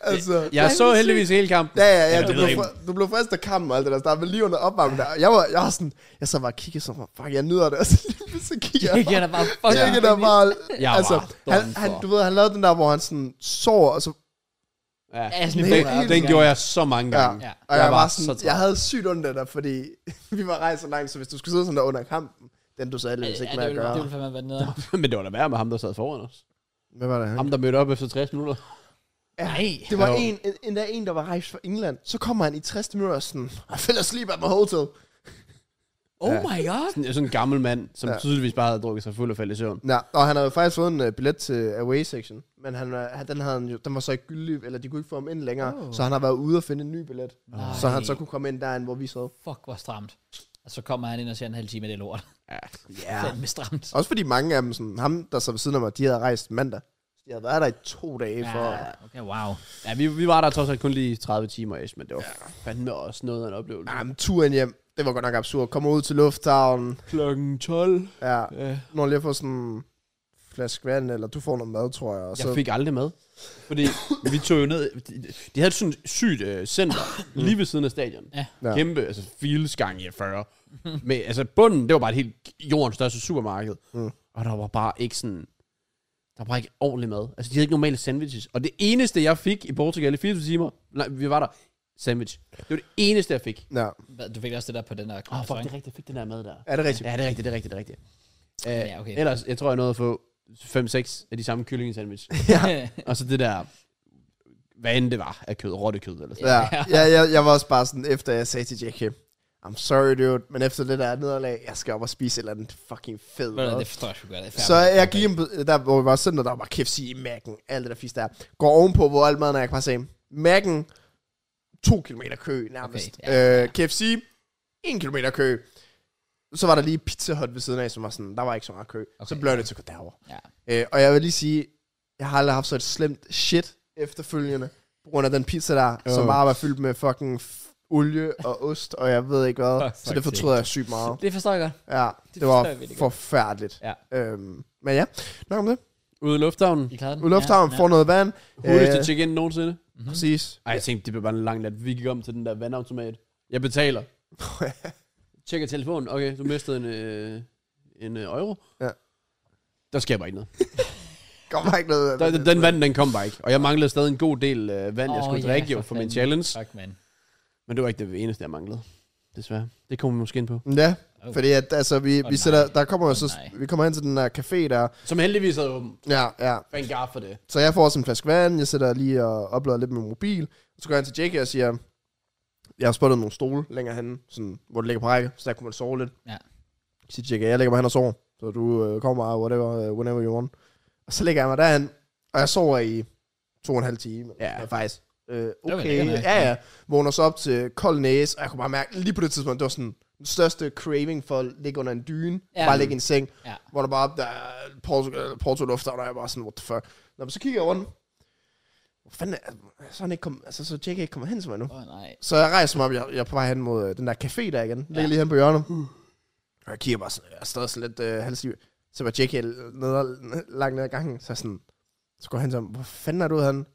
[SPEAKER 2] Altså,
[SPEAKER 3] Jeg så heldigvis hele kampen.
[SPEAKER 2] Ja, ja, ja,
[SPEAKER 1] det
[SPEAKER 2] du
[SPEAKER 1] ved jeg
[SPEAKER 2] blev,
[SPEAKER 1] ikke.
[SPEAKER 2] fri- du blev frist af kampen og alt det der, så der var lige under opvarmning der. Jeg var, jeg var sådan, jeg så bare og kiggede, så var, fuck, jeg nyder det, og så lige pludselig kigger jeg
[SPEAKER 1] Ikke
[SPEAKER 2] bare.
[SPEAKER 1] er da bare fucking
[SPEAKER 2] Jeg der bare,
[SPEAKER 3] Jeg var
[SPEAKER 2] altså, han,
[SPEAKER 3] dum for.
[SPEAKER 2] han, du ved, han lavede den der, hvor han sådan sover, og så,
[SPEAKER 3] Ja.
[SPEAKER 1] Ja, sådan
[SPEAKER 2] Det-
[SPEAKER 1] lidt
[SPEAKER 3] Den, den gjorde jeg så mange
[SPEAKER 2] ja.
[SPEAKER 3] gange.
[SPEAKER 1] Ja.
[SPEAKER 2] Og jeg,
[SPEAKER 3] Jeg
[SPEAKER 2] jeg
[SPEAKER 3] var
[SPEAKER 2] var
[SPEAKER 3] så
[SPEAKER 2] sådan,
[SPEAKER 3] træt.
[SPEAKER 2] jeg havde sygt ondt af dig, fordi vi var rejst så langt, så hvis du skulle sidde sådan der under kampen, den du så heldigvis ikke med
[SPEAKER 1] det
[SPEAKER 2] at
[SPEAKER 1] ville, det
[SPEAKER 2] gøre.
[SPEAKER 1] ville fandme være noget.
[SPEAKER 3] Men det var da værre med ham, der sad foran os.
[SPEAKER 2] Hvad var det, han?
[SPEAKER 3] Ham, der mødte op efter 60 minutter.
[SPEAKER 1] Nej.
[SPEAKER 2] Det var
[SPEAKER 3] Jo.
[SPEAKER 2] en, en, en, der, en, der var rejst fra England. Så kommer han i 60 minutter og sådan, I fell asleep at my hotel.
[SPEAKER 1] Oh
[SPEAKER 3] Ja.
[SPEAKER 1] my god.
[SPEAKER 3] Sådan, sådan en gammel mand, som ja.
[SPEAKER 2] Ja.
[SPEAKER 3] tydeligvis bare havde drukket sig fuld og faldt i søvn.
[SPEAKER 2] Ja, og han havde jo faktisk fået en uh, billet til away section, men han, øh, han, den, havde han jo, den var så ikke gyldig, eller de kunne ikke få ham ind længere,
[SPEAKER 1] Oh.
[SPEAKER 2] oh. så han har været ude og finde en ny billet,
[SPEAKER 1] Nej.
[SPEAKER 2] så han så kunne komme ind derhen, hvor vi sad.
[SPEAKER 1] Fuck, hvor stramt. Og så kommer han ind og ser en halv time af det lort.
[SPEAKER 3] Ja.
[SPEAKER 1] Ja. Fandme stramt.
[SPEAKER 2] Også fordi mange af dem, sådan, ham der så ved siden af mig, de havde rejst mandag. De havde været der i to dage ja. for...
[SPEAKER 1] Ja, okay, wow.
[SPEAKER 3] ja vi, vi var der trods alt kun lige 30 timer, ish, men det var ja. Ah. fandme også noget af en oplevelse.
[SPEAKER 2] Ja, men turen hjem, det var godt nok absurd. Kommer ud til lufthavnen,
[SPEAKER 3] Klokken 12.
[SPEAKER 2] ja,
[SPEAKER 3] Ja.
[SPEAKER 2] når lige får sådan en flaske vand, eller du får noget mad, tror jeg. Og så,
[SPEAKER 3] Jeg fik aldrig mad. Fordi vi tog jo ned... De, de havde sådan et sygt øh, center lige ved siden af stadion.
[SPEAKER 1] Ja.
[SPEAKER 2] Ja.
[SPEAKER 3] Kæmpe, altså Fields gang i 40. Men altså bunden, det var bare et helt jordens største supermarked.
[SPEAKER 2] Mm.
[SPEAKER 3] Og der var bare ikke sådan... Der var bare ikke ordentlig mad. Altså, de havde ikke normale sandwiches. Og det eneste, jeg fik i Portugal i 24 timer... Nej, vi var der. Sandwich. Det var det eneste, jeg fik.
[SPEAKER 2] ja.
[SPEAKER 1] Hvad, Du fik også det der på den der
[SPEAKER 3] Åh, oh,
[SPEAKER 1] konference,
[SPEAKER 3] fuck, det
[SPEAKER 1] ikke?
[SPEAKER 3] er rigtigt. Jeg fik den der mad der.
[SPEAKER 2] Er det rigtigt?
[SPEAKER 3] Ja, det er rigtigt, det er rigtigt, det er rigtigt. Uh,
[SPEAKER 1] Ja, okay.
[SPEAKER 3] Ellers, jeg tror, jeg nåede at få 5-6 af de samme kyllingesandwich. Og så det der, hvad end det var, af kød, rottekød eller sådan
[SPEAKER 2] Ja, ja jeg, jeg var også bare sådan, efter jeg sagde til Jack, I'm sorry dude, men efter det der nederlag, jeg skal op og spise et eller andet fucking fed
[SPEAKER 1] Ved du hvad,
[SPEAKER 2] mad.
[SPEAKER 1] Det forstår jeg sgu godt. det er fair
[SPEAKER 2] Så
[SPEAKER 1] nok.
[SPEAKER 2] jeg gik ind på, der hvor vi var center, der var KFC i Mac'en, alt det der fisk der. Går ovenpå, hvor alt maden er, jeg kan bare se, Mac'en, to kilometer kø nærmest.
[SPEAKER 1] Okay, ja,
[SPEAKER 2] Okay, øh, KFC, en kilometer kø. Så var der lige Pizza Hut ved siden af, som var sådan, der var ikke så meget kø. Okay, så
[SPEAKER 1] Okay,
[SPEAKER 2] blev
[SPEAKER 1] ja.
[SPEAKER 2] det til at gå derover.
[SPEAKER 1] Ja.
[SPEAKER 2] Øh, og jeg vil lige sige, jeg har aldrig haft så et slemt shit efterfølgende, på grund af den pizza der,
[SPEAKER 3] Åh.
[SPEAKER 2] oh. som bare var fyldt med fucking f- olie og ost, og jeg ved ikke hvad.
[SPEAKER 1] Fuck,
[SPEAKER 2] så
[SPEAKER 1] fuck,
[SPEAKER 2] det fortryder jeg sygt meget.
[SPEAKER 1] Det forstår jeg godt.
[SPEAKER 2] Ja, det,
[SPEAKER 1] forstår
[SPEAKER 2] var
[SPEAKER 1] jeg virkelig godt.
[SPEAKER 2] forfærdeligt.
[SPEAKER 1] Ja.
[SPEAKER 2] Øhm, men ja, nok om det.
[SPEAKER 3] noget. Ude i lufthavnen,
[SPEAKER 1] I klarede den? Mhm.
[SPEAKER 2] Ud i lufthavnen, ja, får noget vand.
[SPEAKER 1] Mm.
[SPEAKER 3] hurtigste
[SPEAKER 2] Øh,
[SPEAKER 3] check-in nogensinde.
[SPEAKER 2] Præcis.
[SPEAKER 3] Ej, jeg tænkte, det blev bare en lang nat. Vi gik om til den der vandautomat. Jeg betaler. Tjekker telefonen. Okay, du mistede en, øh, en øh, euro.
[SPEAKER 2] Ja.
[SPEAKER 3] Der sker bare ikke noget.
[SPEAKER 2] Kom bare ikke noget.
[SPEAKER 3] Der, den vand, den kom bare ikke. Og jeg manglede stadig en god del øh, vand, jeg
[SPEAKER 1] Åh,
[SPEAKER 3] skulle
[SPEAKER 1] ja,
[SPEAKER 3] drikke jo
[SPEAKER 1] for
[SPEAKER 3] for min
[SPEAKER 1] fanden.
[SPEAKER 3] challenge.
[SPEAKER 1] Fuck, man.
[SPEAKER 3] Men det var ikke det eneste, jeg manglede. Desværre. Det kommer vi måske ind på.
[SPEAKER 2] Ja, fordi at, altså, vi,
[SPEAKER 1] Åh,
[SPEAKER 2] vi
[SPEAKER 1] nej.
[SPEAKER 2] sætter, der kommer jo
[SPEAKER 1] Åh,
[SPEAKER 2] så,
[SPEAKER 1] nej.
[SPEAKER 2] vi kommer hen til den der café der.
[SPEAKER 3] Som heldigvis havde åben.
[SPEAKER 2] Ja, ja.
[SPEAKER 3] Fandt gar for det.
[SPEAKER 2] Så jeg får også en flaske vand, jeg sætter lige og oplader lidt med min mobil. Så går jeg ind til Jake og siger, jeg har spottet nogle stole længere henne, sådan, hvor det ligger på række, så der kunne man sove lidt.
[SPEAKER 1] Ja.
[SPEAKER 2] Jeg siger til Jake, jeg lægger mig hen og sover, så du øh, kommer bare, whatever, øh, whenever you want. Og så lægger jeg mig derhen, og jeg sover i to og en halv time.
[SPEAKER 3] Ja.
[SPEAKER 2] faktisk. Øh,
[SPEAKER 1] var
[SPEAKER 2] okay,
[SPEAKER 1] lækkert nok.
[SPEAKER 2] ja, ja. Vågner så op til kold næse, og jeg kunne bare mærke, lige på det tidspunkt, det var sådan den største craving for at ligge under en dyne,
[SPEAKER 1] Ja.
[SPEAKER 2] ja. bare ligge i en seng,
[SPEAKER 1] Ja.
[SPEAKER 2] hvor der bare der er Porto, Porto lufthavn, og jeg bare sådan, what the fuck. Nå, men så kigger jeg rundt. Hvor fanden er, så er han ikke kom, altså, så Jake er ikke kommer hen til mig nu.
[SPEAKER 1] Åh, nej.
[SPEAKER 2] Så jeg rejser mig op, jeg, jeg er på vej hen mod øh, den der café der igen. Ligger
[SPEAKER 1] Ja.
[SPEAKER 2] lige hen på hjørnet. Og jeg kigger bare sådan, jeg er stadig sådan lidt øh, halvstiv. Så var Jake ned ad, langt ned ad gangen. Så jeg sådan, så går han til ham, hvor fanden er du han?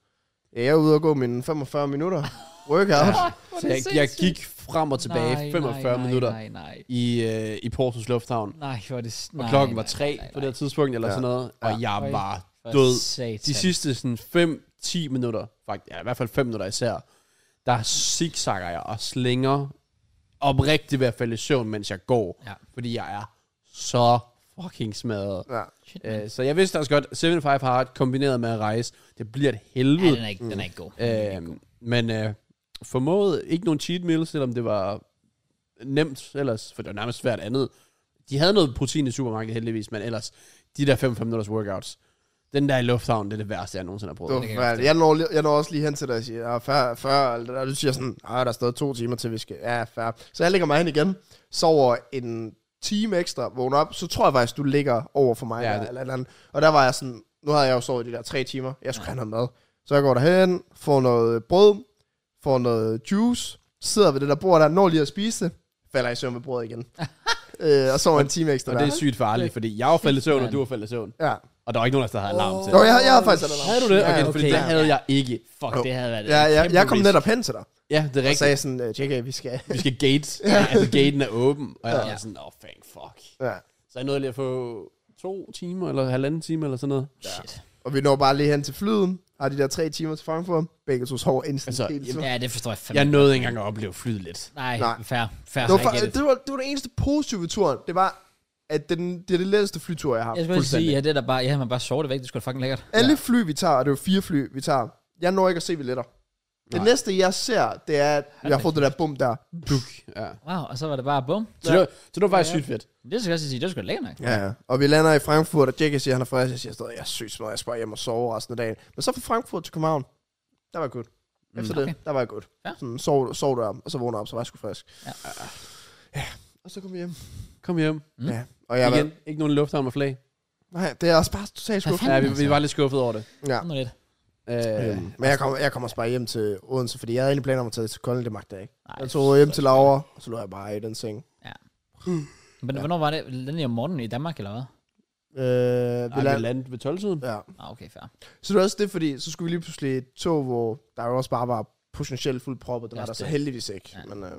[SPEAKER 2] Ja, jeg er ude og gå mine 45 minutter. Workout.
[SPEAKER 3] Ja. Så jeg, jeg gik frem og tilbage
[SPEAKER 1] Nej,
[SPEAKER 3] nej, 45
[SPEAKER 1] nej,
[SPEAKER 3] minutter
[SPEAKER 1] Nej, nej,
[SPEAKER 3] i, øh, i Portos Lufthavn.
[SPEAKER 1] nej. hvor er det... s-
[SPEAKER 3] Og
[SPEAKER 1] nej,
[SPEAKER 3] klokken var
[SPEAKER 1] nej,
[SPEAKER 3] tre
[SPEAKER 1] nej,
[SPEAKER 3] på det
[SPEAKER 1] nej.
[SPEAKER 3] her tidspunkt, eller
[SPEAKER 2] Ja.
[SPEAKER 3] sådan noget. Og
[SPEAKER 2] Ja.
[SPEAKER 3] jeg
[SPEAKER 1] Oj.
[SPEAKER 3] var
[SPEAKER 1] For
[SPEAKER 3] død.
[SPEAKER 1] satan.
[SPEAKER 3] De sidste sådan 5-10 minutter, faktisk, ja, i hvert fald 5 minutter især, der zigzagger jeg og slænger oprigtigt i hvert fald i søvn, mens jeg går.
[SPEAKER 1] Ja.
[SPEAKER 3] Fordi jeg er så fucking smadret.
[SPEAKER 2] Ja.
[SPEAKER 1] Shit, man.
[SPEAKER 3] Øh, så jeg vidste også godt, 75 Hard kombineret med at rejse, det bliver et
[SPEAKER 1] Ja,
[SPEAKER 3] helvede.
[SPEAKER 1] den er ikke, den er ikke god.
[SPEAKER 3] Øh, men øh, formåede ikke nogen cheat meals, selvom det var nemt ellers, for det var nærmest hvert andet. De havde noget protein i supermarkedet heldigvis, men ellers, de der 5-5 minutters workouts, den der i lufthavnen, det er det værste, jeg nogensinde har prøvet.
[SPEAKER 2] Det var
[SPEAKER 1] kan jeg
[SPEAKER 2] forfærdeligt. Jeg når, lige- jeg når også lige hen til dig og siger, ja, før, før, og alt det der, du siger sådan, ah, der er stadig to timer til, vi skal, ja, før. Så jeg lægger mig hen igen, sover en time ekstra, vågner op, så tror jeg faktisk, du ligger over for mig,
[SPEAKER 3] Ja,
[SPEAKER 2] ja,
[SPEAKER 3] det-
[SPEAKER 2] eller, eller andet. Og der var jeg sådan, nu havde jeg jo sovet de der tre timer, jeg skulle have noget mad. Så jeg går derhen, får noget brød, får noget juice, sidder ved det der bord der, når lige at spise det, falder i søvn med brød igen. øh, og sover en time ekstra
[SPEAKER 3] Og det er
[SPEAKER 2] der.
[SPEAKER 3] sygt farligt, fordi jeg var faldet i søvn, og du var faldet i søvn.
[SPEAKER 2] Ja.
[SPEAKER 3] Og der var ikke nogen af os, der havde alarm til.
[SPEAKER 2] Jo, jeg, jeg havde faktisk allerede.
[SPEAKER 3] Havde du det? Okay,
[SPEAKER 2] Ja,
[SPEAKER 3] okay. fordi det havde jeg ikke.
[SPEAKER 1] Fuck,
[SPEAKER 2] Jo.
[SPEAKER 1] det havde været
[SPEAKER 2] Ja, jeg,
[SPEAKER 1] kæmpe
[SPEAKER 2] jeg kom
[SPEAKER 1] risk.
[SPEAKER 2] netop hen til dig,
[SPEAKER 3] Ja, det er
[SPEAKER 2] og
[SPEAKER 3] rigtigt.
[SPEAKER 2] sagde sådan, øh, JK, vi skal...
[SPEAKER 3] Vi skal gate. Ja, altså, gaten er åben. Og jeg
[SPEAKER 1] Ja.
[SPEAKER 3] var sådan, åh, oh, fuck, fuck.
[SPEAKER 2] Ja.
[SPEAKER 3] Så jeg nåede lige at få to timer, eller halvanden time, eller sådan noget.
[SPEAKER 1] Shit.
[SPEAKER 2] Og vi når bare lige hen til flyden. Har de der tre timer til Frankfurt. Begge to sover instant
[SPEAKER 3] Altså,
[SPEAKER 2] altså, hele tiden.
[SPEAKER 1] Ja, det forstår jeg fandme.
[SPEAKER 3] Jeg nåede ikke engang at opleve flyet lidt.
[SPEAKER 1] Nej,
[SPEAKER 2] Nej.
[SPEAKER 1] fair. Fair,
[SPEAKER 2] det, var,
[SPEAKER 1] jeg
[SPEAKER 2] for,
[SPEAKER 1] gætter det.
[SPEAKER 2] det, var, det var det eneste positive ved turen. Det var, at den, det er det letteste flytur, jeg har.
[SPEAKER 1] Jeg
[SPEAKER 2] haft.
[SPEAKER 1] skulle lige sige, ja, det der bare, ja, man bare sover det væk, det skulle fucking lækkert.
[SPEAKER 2] Alle fly, vi tager, og det er jo fire fly, vi tager. Jeg når ikke at se billetter. Det
[SPEAKER 3] Nej.
[SPEAKER 2] næste, jeg ser, det er, at jeg har fået det der bum der.
[SPEAKER 3] Duk. Ja.
[SPEAKER 1] Wow, og så var det bare bum.
[SPEAKER 3] Så, det var, så det var faktisk sygt fedt.
[SPEAKER 1] Det skal jeg også sige, det skulle lækkert nok.
[SPEAKER 2] Ja, ja. Og vi lander i Frankfurt, og Jackie siger, at han er frisk. Jeg siger stadig, jeg er syg smadret, jeg skal bare hjem og sove resten af dagen. Men så fra Frankfurt til København, der var jeg godt. Efter
[SPEAKER 1] Mm. Okay.
[SPEAKER 2] det, der var jeg godt.
[SPEAKER 1] Ja.
[SPEAKER 2] Sådan, sov, sov der, og så vågner jeg op, så var jeg sgu frisk.
[SPEAKER 1] Ja.
[SPEAKER 2] ja. Og så kom vi hjem.
[SPEAKER 3] Kom hjem.
[SPEAKER 1] Mm.
[SPEAKER 2] Mm. Ja. Og jeg
[SPEAKER 3] Igen, ikke nogen lufthavn med flag.
[SPEAKER 2] Nej, det er også bare totalt
[SPEAKER 1] Hvad
[SPEAKER 2] skuffet.
[SPEAKER 1] fanden
[SPEAKER 3] Ja, vi,
[SPEAKER 1] altså?
[SPEAKER 3] vi var lidt skuffet over det.
[SPEAKER 2] Ja.
[SPEAKER 1] Sådan lidt.
[SPEAKER 3] Øh,
[SPEAKER 2] Øhm, Men jeg kommer, jeg kommer også bare hjem til Odense, fordi jeg havde egentlig planer om at tage til Kolding, det magter jeg ikke.
[SPEAKER 1] Nej,
[SPEAKER 2] Jeg tog hjem til Laura, og så lå jeg bare i den seng.
[SPEAKER 1] Men hvornår var det? Den her morgen i Danmark, eller hvad?
[SPEAKER 2] Øh, vi
[SPEAKER 3] vi
[SPEAKER 2] land.
[SPEAKER 3] landede ved 12-tiden.
[SPEAKER 2] Ja.
[SPEAKER 1] Ah, okay, fair.
[SPEAKER 2] Så det var også det, fordi så skulle vi lige pludselig i et tog, hvor der jo også bare var potentielt fuld proppet. Det
[SPEAKER 1] Ja,
[SPEAKER 2] var der
[SPEAKER 1] det-
[SPEAKER 2] så heldigvis ikke,
[SPEAKER 1] Ja.
[SPEAKER 2] men øh,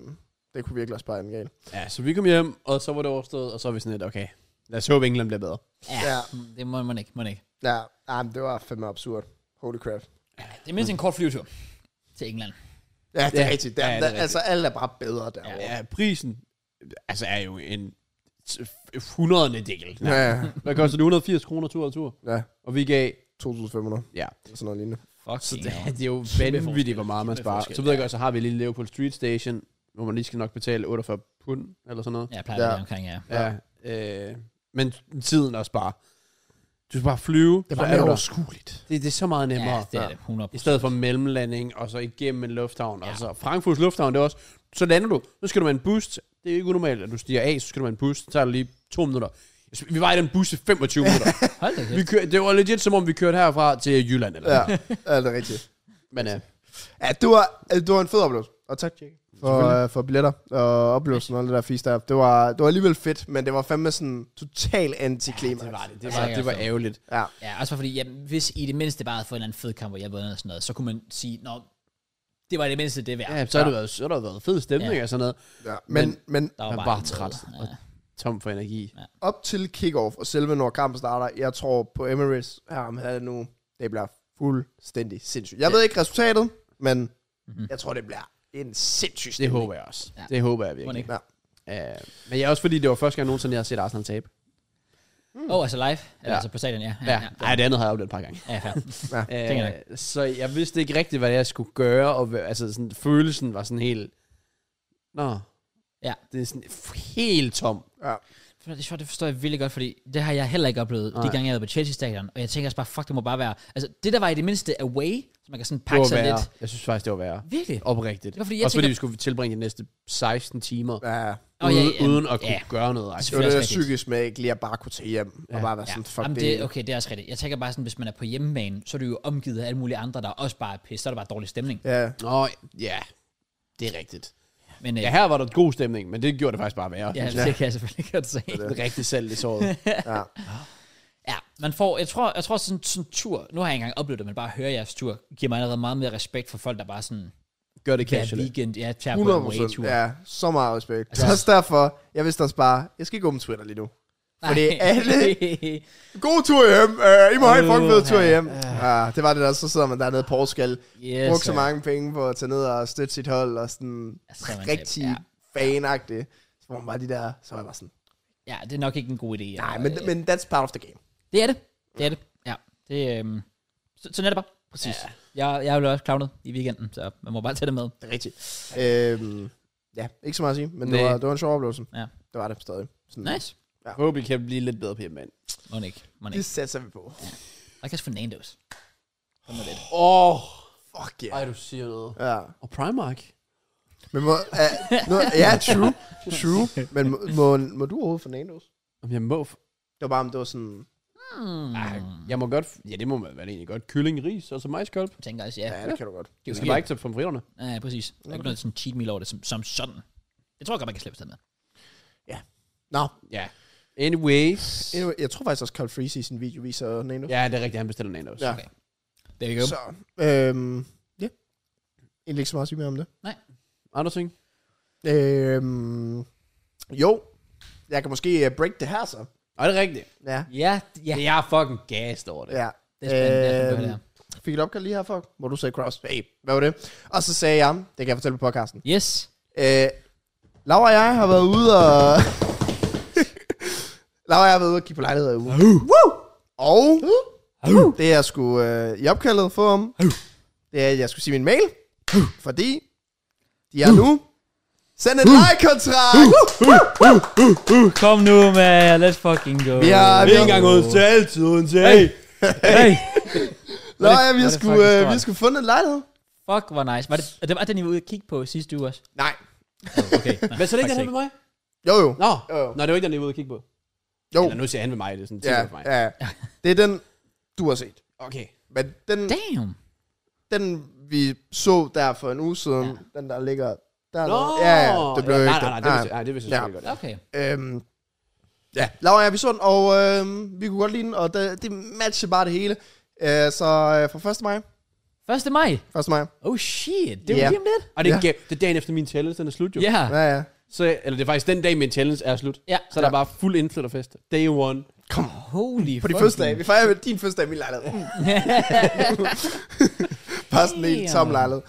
[SPEAKER 2] det kunne virkelig også bare en gal.
[SPEAKER 3] Ja, så vi kom hjem, og så var det overstået, og så var vi sådan lidt, okay, lad os håbe, England bliver bedre.
[SPEAKER 1] Ja,
[SPEAKER 2] Ja.
[SPEAKER 1] det må man ikke, må man ikke.
[SPEAKER 2] Ja, ah, men det var fandme absurd. Holy crap.
[SPEAKER 1] Det er mindst en kort flyvetur til England.
[SPEAKER 2] Ja, det er
[SPEAKER 3] Ja.
[SPEAKER 2] rigtigt. Det er,
[SPEAKER 3] Ja,
[SPEAKER 2] ja,
[SPEAKER 3] det er
[SPEAKER 2] Altså, alt er bare bedre derovre. Ja.
[SPEAKER 3] Ja, prisen, altså er jo en t- 100. del.
[SPEAKER 2] Ja, ja.
[SPEAKER 3] Hvad koster det? 180 kroner tur og tur.
[SPEAKER 2] ja.
[SPEAKER 3] Og vi gav,
[SPEAKER 2] 2.500.
[SPEAKER 3] ja,
[SPEAKER 2] Sådan noget lignende.
[SPEAKER 1] Fuck,
[SPEAKER 3] så det, det er jo vanvittigt, hvor meget man
[SPEAKER 1] Kæmpe
[SPEAKER 3] sparer.
[SPEAKER 1] forskel,
[SPEAKER 3] Så ved jeg godt, så har vi lige Liverpool Street Station, hvor man lige skal nok betale 48 pund, eller sådan noget.
[SPEAKER 1] Ja, jeg plejer at
[SPEAKER 2] Ja.
[SPEAKER 1] være omkring, ja.
[SPEAKER 3] Ja. Øh, men tiden også bare. Du skal bare flyve.
[SPEAKER 2] Det
[SPEAKER 3] så
[SPEAKER 2] var
[SPEAKER 3] er
[SPEAKER 2] mere
[SPEAKER 3] du der.
[SPEAKER 2] overskueligt.
[SPEAKER 3] det, det er så meget
[SPEAKER 1] Ja,
[SPEAKER 3] nemmere.
[SPEAKER 1] det er det, 100
[SPEAKER 3] I stedet for mellemlanding, og så igennem en lufthavn.
[SPEAKER 1] Ja.
[SPEAKER 3] Ja. Altså, Frankfurts lufthavn, det er også... Så lander du, så skal du med en bus. Det er jo ikke unormalt, at du stiger af, så skal du med en bus. Så tager det lige to minutter. Jeg synes, Vi var i den bus i 25 minutter.
[SPEAKER 1] Hold da
[SPEAKER 3] vi
[SPEAKER 1] kæft.
[SPEAKER 3] kører, det var legit, som om vi kørte herfra til Jylland. Eller
[SPEAKER 2] Ja,
[SPEAKER 3] ja.
[SPEAKER 2] ja, det er rigtigt.
[SPEAKER 3] Men øh, ja,
[SPEAKER 2] Ja, det var, altså, det var en fed oplevelse. Og tak, Jake, for,
[SPEAKER 3] Selvfølgelig.
[SPEAKER 2] øh, for billetter og oplevelsen og alt det der fisk der. Det var, det var alligevel fedt, men det var fandme sådan total antiklimax.
[SPEAKER 3] det var altså, det. Det
[SPEAKER 1] Ja,
[SPEAKER 3] var,
[SPEAKER 1] jeg
[SPEAKER 3] det var
[SPEAKER 1] forstår.
[SPEAKER 3] ærgerligt.
[SPEAKER 2] Ja,
[SPEAKER 1] Ja, også bare fordi, ja, hvis I det mindste bare havde fået en eller anden fed kamp, hvor jeg vundet og sådan noget, så kunne man sige, nå, det var det mindste, det værd.
[SPEAKER 3] Ja, så har det været, så har der været fed stemning
[SPEAKER 1] Ja.
[SPEAKER 3] ja. og sådan noget.
[SPEAKER 2] ja. Men, men
[SPEAKER 1] Der
[SPEAKER 3] Man var
[SPEAKER 1] ikke
[SPEAKER 3] træt.
[SPEAKER 1] noget.
[SPEAKER 3] Og tom for energi.
[SPEAKER 2] op til kickoff og selve når kampen starter, jeg tror på Emirates her om halvanden nu, det bliver fuldstændig sindssygt. Jeg ved ikke resultatet, men
[SPEAKER 1] Mhm.
[SPEAKER 2] jeg tror, det bliver en sindssyg
[SPEAKER 3] Det
[SPEAKER 2] stemning.
[SPEAKER 3] håber jeg også.
[SPEAKER 1] Ja.
[SPEAKER 3] Ja. Det håber jeg
[SPEAKER 1] Må den
[SPEAKER 3] virkelig.
[SPEAKER 1] ikke?
[SPEAKER 3] Ja. Øh, Men ja, også fordi det var første gang nogensinde, jeg har set Arsenal tabe.
[SPEAKER 1] Åh, oh, altså live? Eller
[SPEAKER 3] Ja.
[SPEAKER 1] altså på stadion, ja.
[SPEAKER 3] Ja. Ej, det andet har jeg oplevet et par gange.
[SPEAKER 1] Ja, fair. Tænker jeg
[SPEAKER 3] Øh, så jeg vidste ikke rigtigt, hvad jeg skulle gøre, og hva- altså, sådan, følelsen var sådan helt... Nå.
[SPEAKER 1] Ja.
[SPEAKER 3] Det er sådan f- helt tom.
[SPEAKER 2] Ja.
[SPEAKER 1] For Det er sjovt, det forstår jeg virkelig godt, fordi det har jeg heller ikke oplevet, de
[SPEAKER 3] Nej.
[SPEAKER 1] gange jeg har været på Chelsea-stadion. Og jeg tænker også bare, fuck, det må bare være... Altså, det der var i det mindste away, så man kan sådan
[SPEAKER 3] Det
[SPEAKER 1] pakke
[SPEAKER 3] var
[SPEAKER 1] sig
[SPEAKER 3] værre.
[SPEAKER 1] lidt.
[SPEAKER 3] Jeg synes faktisk, det var værre.
[SPEAKER 1] Virkelig?
[SPEAKER 3] Oprigtigt.
[SPEAKER 1] Det var fordi, jeg
[SPEAKER 3] Også fordi
[SPEAKER 1] tænker-
[SPEAKER 3] vi skulle tilbringe de næste 16 timer
[SPEAKER 2] Ja, ja.
[SPEAKER 1] Åh,
[SPEAKER 3] ude,
[SPEAKER 1] ja, ja,
[SPEAKER 3] uden at
[SPEAKER 1] ja.
[SPEAKER 3] kunne gøre noget. altså.
[SPEAKER 2] det
[SPEAKER 1] Selvfølgelig.
[SPEAKER 3] Aktivt.
[SPEAKER 2] var
[SPEAKER 1] også
[SPEAKER 2] det der
[SPEAKER 1] rigtigt.
[SPEAKER 2] psykisk med ikke lige at bare kunne tage hjem og
[SPEAKER 3] Ja.
[SPEAKER 2] bare være
[SPEAKER 1] Ja.
[SPEAKER 2] sådan, fuck
[SPEAKER 1] Jamen,
[SPEAKER 2] det.
[SPEAKER 1] det, okay, det er også rigtigt. Jeg tænker bare sådan, hvis man er på hjemmebane, så er du jo omgivet af alle mulige andre, der også bare er pisse. Så er der bare dårlig stemning.
[SPEAKER 2] Ja,
[SPEAKER 3] Nå, ja. Det er rigtigt.
[SPEAKER 1] Men øh,
[SPEAKER 3] Ja, her var der god stemning, men det gjorde det faktisk bare værre.
[SPEAKER 1] ja, det kan jeg selvfølgelig godt se.
[SPEAKER 3] Det er rigtig selv det såret.
[SPEAKER 2] ja.
[SPEAKER 1] Ja, man får, jeg tror, jeg tror sådan sådan en tur, nu har jeg ikke engang oplevet det, men bare at høre jeres tur, giver mig allerede meget mere respekt for folk, der bare sådan,
[SPEAKER 3] Gør det
[SPEAKER 1] hver
[SPEAKER 3] casual.
[SPEAKER 1] weekend, ja, tager på en
[SPEAKER 2] 100
[SPEAKER 1] way-tur.
[SPEAKER 2] procent. Ja, så meget respekt.
[SPEAKER 1] Altså-
[SPEAKER 2] Altså, også derfor, jeg vidste også bare, jeg skal ikke åbne Twitter lige nu. Fordi alle... God tur hjem. Uh, I må have en fucking fed tur
[SPEAKER 1] Uha.
[SPEAKER 2] hjem. Uh, det var det der. Så sidder man dernede i Portugal.
[SPEAKER 1] yes,
[SPEAKER 2] Brugte så
[SPEAKER 1] sir.
[SPEAKER 2] mange penge på at tage ned og støtte sit hold. Og sådan
[SPEAKER 1] Ja, så er man
[SPEAKER 2] rigtig
[SPEAKER 1] tab,
[SPEAKER 2] fanagtig. Så var man bare de der... Så var jeg bare sådan...
[SPEAKER 1] Ja, det er nok ikke en god idé.
[SPEAKER 2] Nej,
[SPEAKER 1] eller-
[SPEAKER 2] men, men that's part of the game.
[SPEAKER 1] Det er det. Det er det. Ja. Det, øhm, så, sådan er det bare. Præcis. Ja. Jeg, jeg blev også clownet i weekenden, så man må bare tage det med.
[SPEAKER 2] Det er rigtigt. Øhm, ja, ikke så meget at sige, men det
[SPEAKER 3] Nej.
[SPEAKER 2] var, det var en sjov oplevelse.
[SPEAKER 1] Ja.
[SPEAKER 2] Det var det stadig. Sådan,
[SPEAKER 1] Nice.
[SPEAKER 3] Håbentlig kan vi blive lidt bedre på hjemmebane.
[SPEAKER 1] Må den ikke. Må den
[SPEAKER 2] Det
[SPEAKER 1] ikke.
[SPEAKER 2] satser vi på.
[SPEAKER 1] Og Kasper Fernandes.
[SPEAKER 3] Åh, oh,
[SPEAKER 2] Fuck
[SPEAKER 3] ej,
[SPEAKER 2] yeah.
[SPEAKER 3] du siger noget.
[SPEAKER 2] Ja.
[SPEAKER 3] Og Primark.
[SPEAKER 2] Men må, uh, nu, ja, true. True. Men må, må, må du overhovedet Fernandos?
[SPEAKER 3] Jamen, jeg må... f-
[SPEAKER 2] Det var bare, om det var sådan...
[SPEAKER 1] Mm.
[SPEAKER 3] Ej, jeg må godt... f- Ja, det må man vel egentlig godt. Kylling, ris og så majskolb.
[SPEAKER 1] Jeg tænker også, ja.
[SPEAKER 2] Ja, det kan du godt.
[SPEAKER 1] Det
[SPEAKER 3] Du
[SPEAKER 1] er
[SPEAKER 3] skal
[SPEAKER 1] jo
[SPEAKER 3] bare
[SPEAKER 1] ikke.
[SPEAKER 3] ikke tage pomfritterne.
[SPEAKER 1] Ja, præcis. Der er ikke noget sådan cheat meal over det, som, som sådan. Det tror jeg godt, man kan slippe sted med.
[SPEAKER 2] Nå,
[SPEAKER 3] Ja. Anyways.
[SPEAKER 2] anyway, jeg tror faktisk også, Carl Freese i sin video viser Fernandos.
[SPEAKER 3] Ja, det er rigtigt, han bestiller en anden også.
[SPEAKER 2] Ja.
[SPEAKER 1] There you go.
[SPEAKER 2] Så, øhm, ja. Egentlig ikke så meget at sige mere om det.
[SPEAKER 3] Andre ting?
[SPEAKER 2] Øhm, jo, jeg kan måske øh, break det her så.
[SPEAKER 3] Nej, det er rigtigt.
[SPEAKER 2] Ja,
[SPEAKER 1] Ja, ja.
[SPEAKER 3] Ja. Jeg er fucking gassed over det.
[SPEAKER 2] ja. Øhm,
[SPEAKER 1] Det er spændende, det er sådan, det er.
[SPEAKER 2] fik et opkald lige her, fuck, hvor du sagde cross. Hey, hvad var det? Og så sagde jeg, det kan jeg fortælle på podcasten.
[SPEAKER 1] Yes.
[SPEAKER 2] Øh, Laura og jeg har været ude og... Laura og jeg har været ude og kigge på lejligheder i ugen. Woo! Og det jeg skulle øh, i opkaldet få om, det er, at jeg skulle sige min mail, fordi de er nu sendt en lejekontrakt.
[SPEAKER 1] Kom nu, man. Let's fucking go.
[SPEAKER 2] Vi har, vi har,
[SPEAKER 3] uden salt, uden salt.
[SPEAKER 1] Hey.
[SPEAKER 2] Laura, og jeg, vi
[SPEAKER 1] Hvor er
[SPEAKER 2] har
[SPEAKER 1] det
[SPEAKER 2] sgu,
[SPEAKER 1] fucking
[SPEAKER 2] øh, vi
[SPEAKER 1] stort.
[SPEAKER 2] har sgu fundet en lejlighed.
[SPEAKER 1] Fuck, hvor nice. Var det, og det var den, I var ude og kigge på sidste uge også?
[SPEAKER 2] Nej.
[SPEAKER 1] Oh, Okay.
[SPEAKER 3] Hvad så det ikke,
[SPEAKER 1] Faktisk
[SPEAKER 3] han med mig?
[SPEAKER 2] Jo jo.
[SPEAKER 3] Nå,
[SPEAKER 2] Jo, jo.
[SPEAKER 3] Nå det var ikke den, jeg var ude og kigge på.
[SPEAKER 2] Jo.
[SPEAKER 3] Eller nu siger han ved mig, det er sådan 10
[SPEAKER 2] Ja,
[SPEAKER 3] for mig.
[SPEAKER 2] ja. Det er den, du har set.
[SPEAKER 3] Okay.
[SPEAKER 2] Men den,
[SPEAKER 1] Damn.
[SPEAKER 2] den vi så der for en uge siden, ja. den der ligger der.
[SPEAKER 3] Nå,
[SPEAKER 2] ja, ja, det blev
[SPEAKER 3] nej,
[SPEAKER 2] ikke
[SPEAKER 3] nej,
[SPEAKER 2] den.
[SPEAKER 3] nej, det vidste, nej, det vidste jeg
[SPEAKER 2] Ja.
[SPEAKER 3] selvfølgelig godt.
[SPEAKER 1] Okay.
[SPEAKER 2] Øhm, ja, Laura og jeg, vi så den, og øhm, vi kunne godt lide den, og det, det matcher bare det hele. Øh, så øh, fra 1. maj,
[SPEAKER 1] 1. maj.
[SPEAKER 2] 1. maj,
[SPEAKER 1] Oh shit. Det er
[SPEAKER 2] Ja.
[SPEAKER 1] yeah. lige om lidt.
[SPEAKER 3] Og det er,
[SPEAKER 2] Ja.
[SPEAKER 3] ja. det er dagen efter min challenge, den er slut jo.
[SPEAKER 1] Ja.
[SPEAKER 2] ja, ja.
[SPEAKER 3] Så, eller det er faktisk den dag, min challenge er slut.
[SPEAKER 1] Ja.
[SPEAKER 3] Så er der bare fuld indflytterfest. Day one.
[SPEAKER 2] Kom,
[SPEAKER 1] Holy
[SPEAKER 2] på de
[SPEAKER 1] fucking-
[SPEAKER 2] første dage. Vi fejrer din første dag i min lejlighed. Mm. Bare sådan en helt tom
[SPEAKER 1] Damn.
[SPEAKER 2] lejlighed.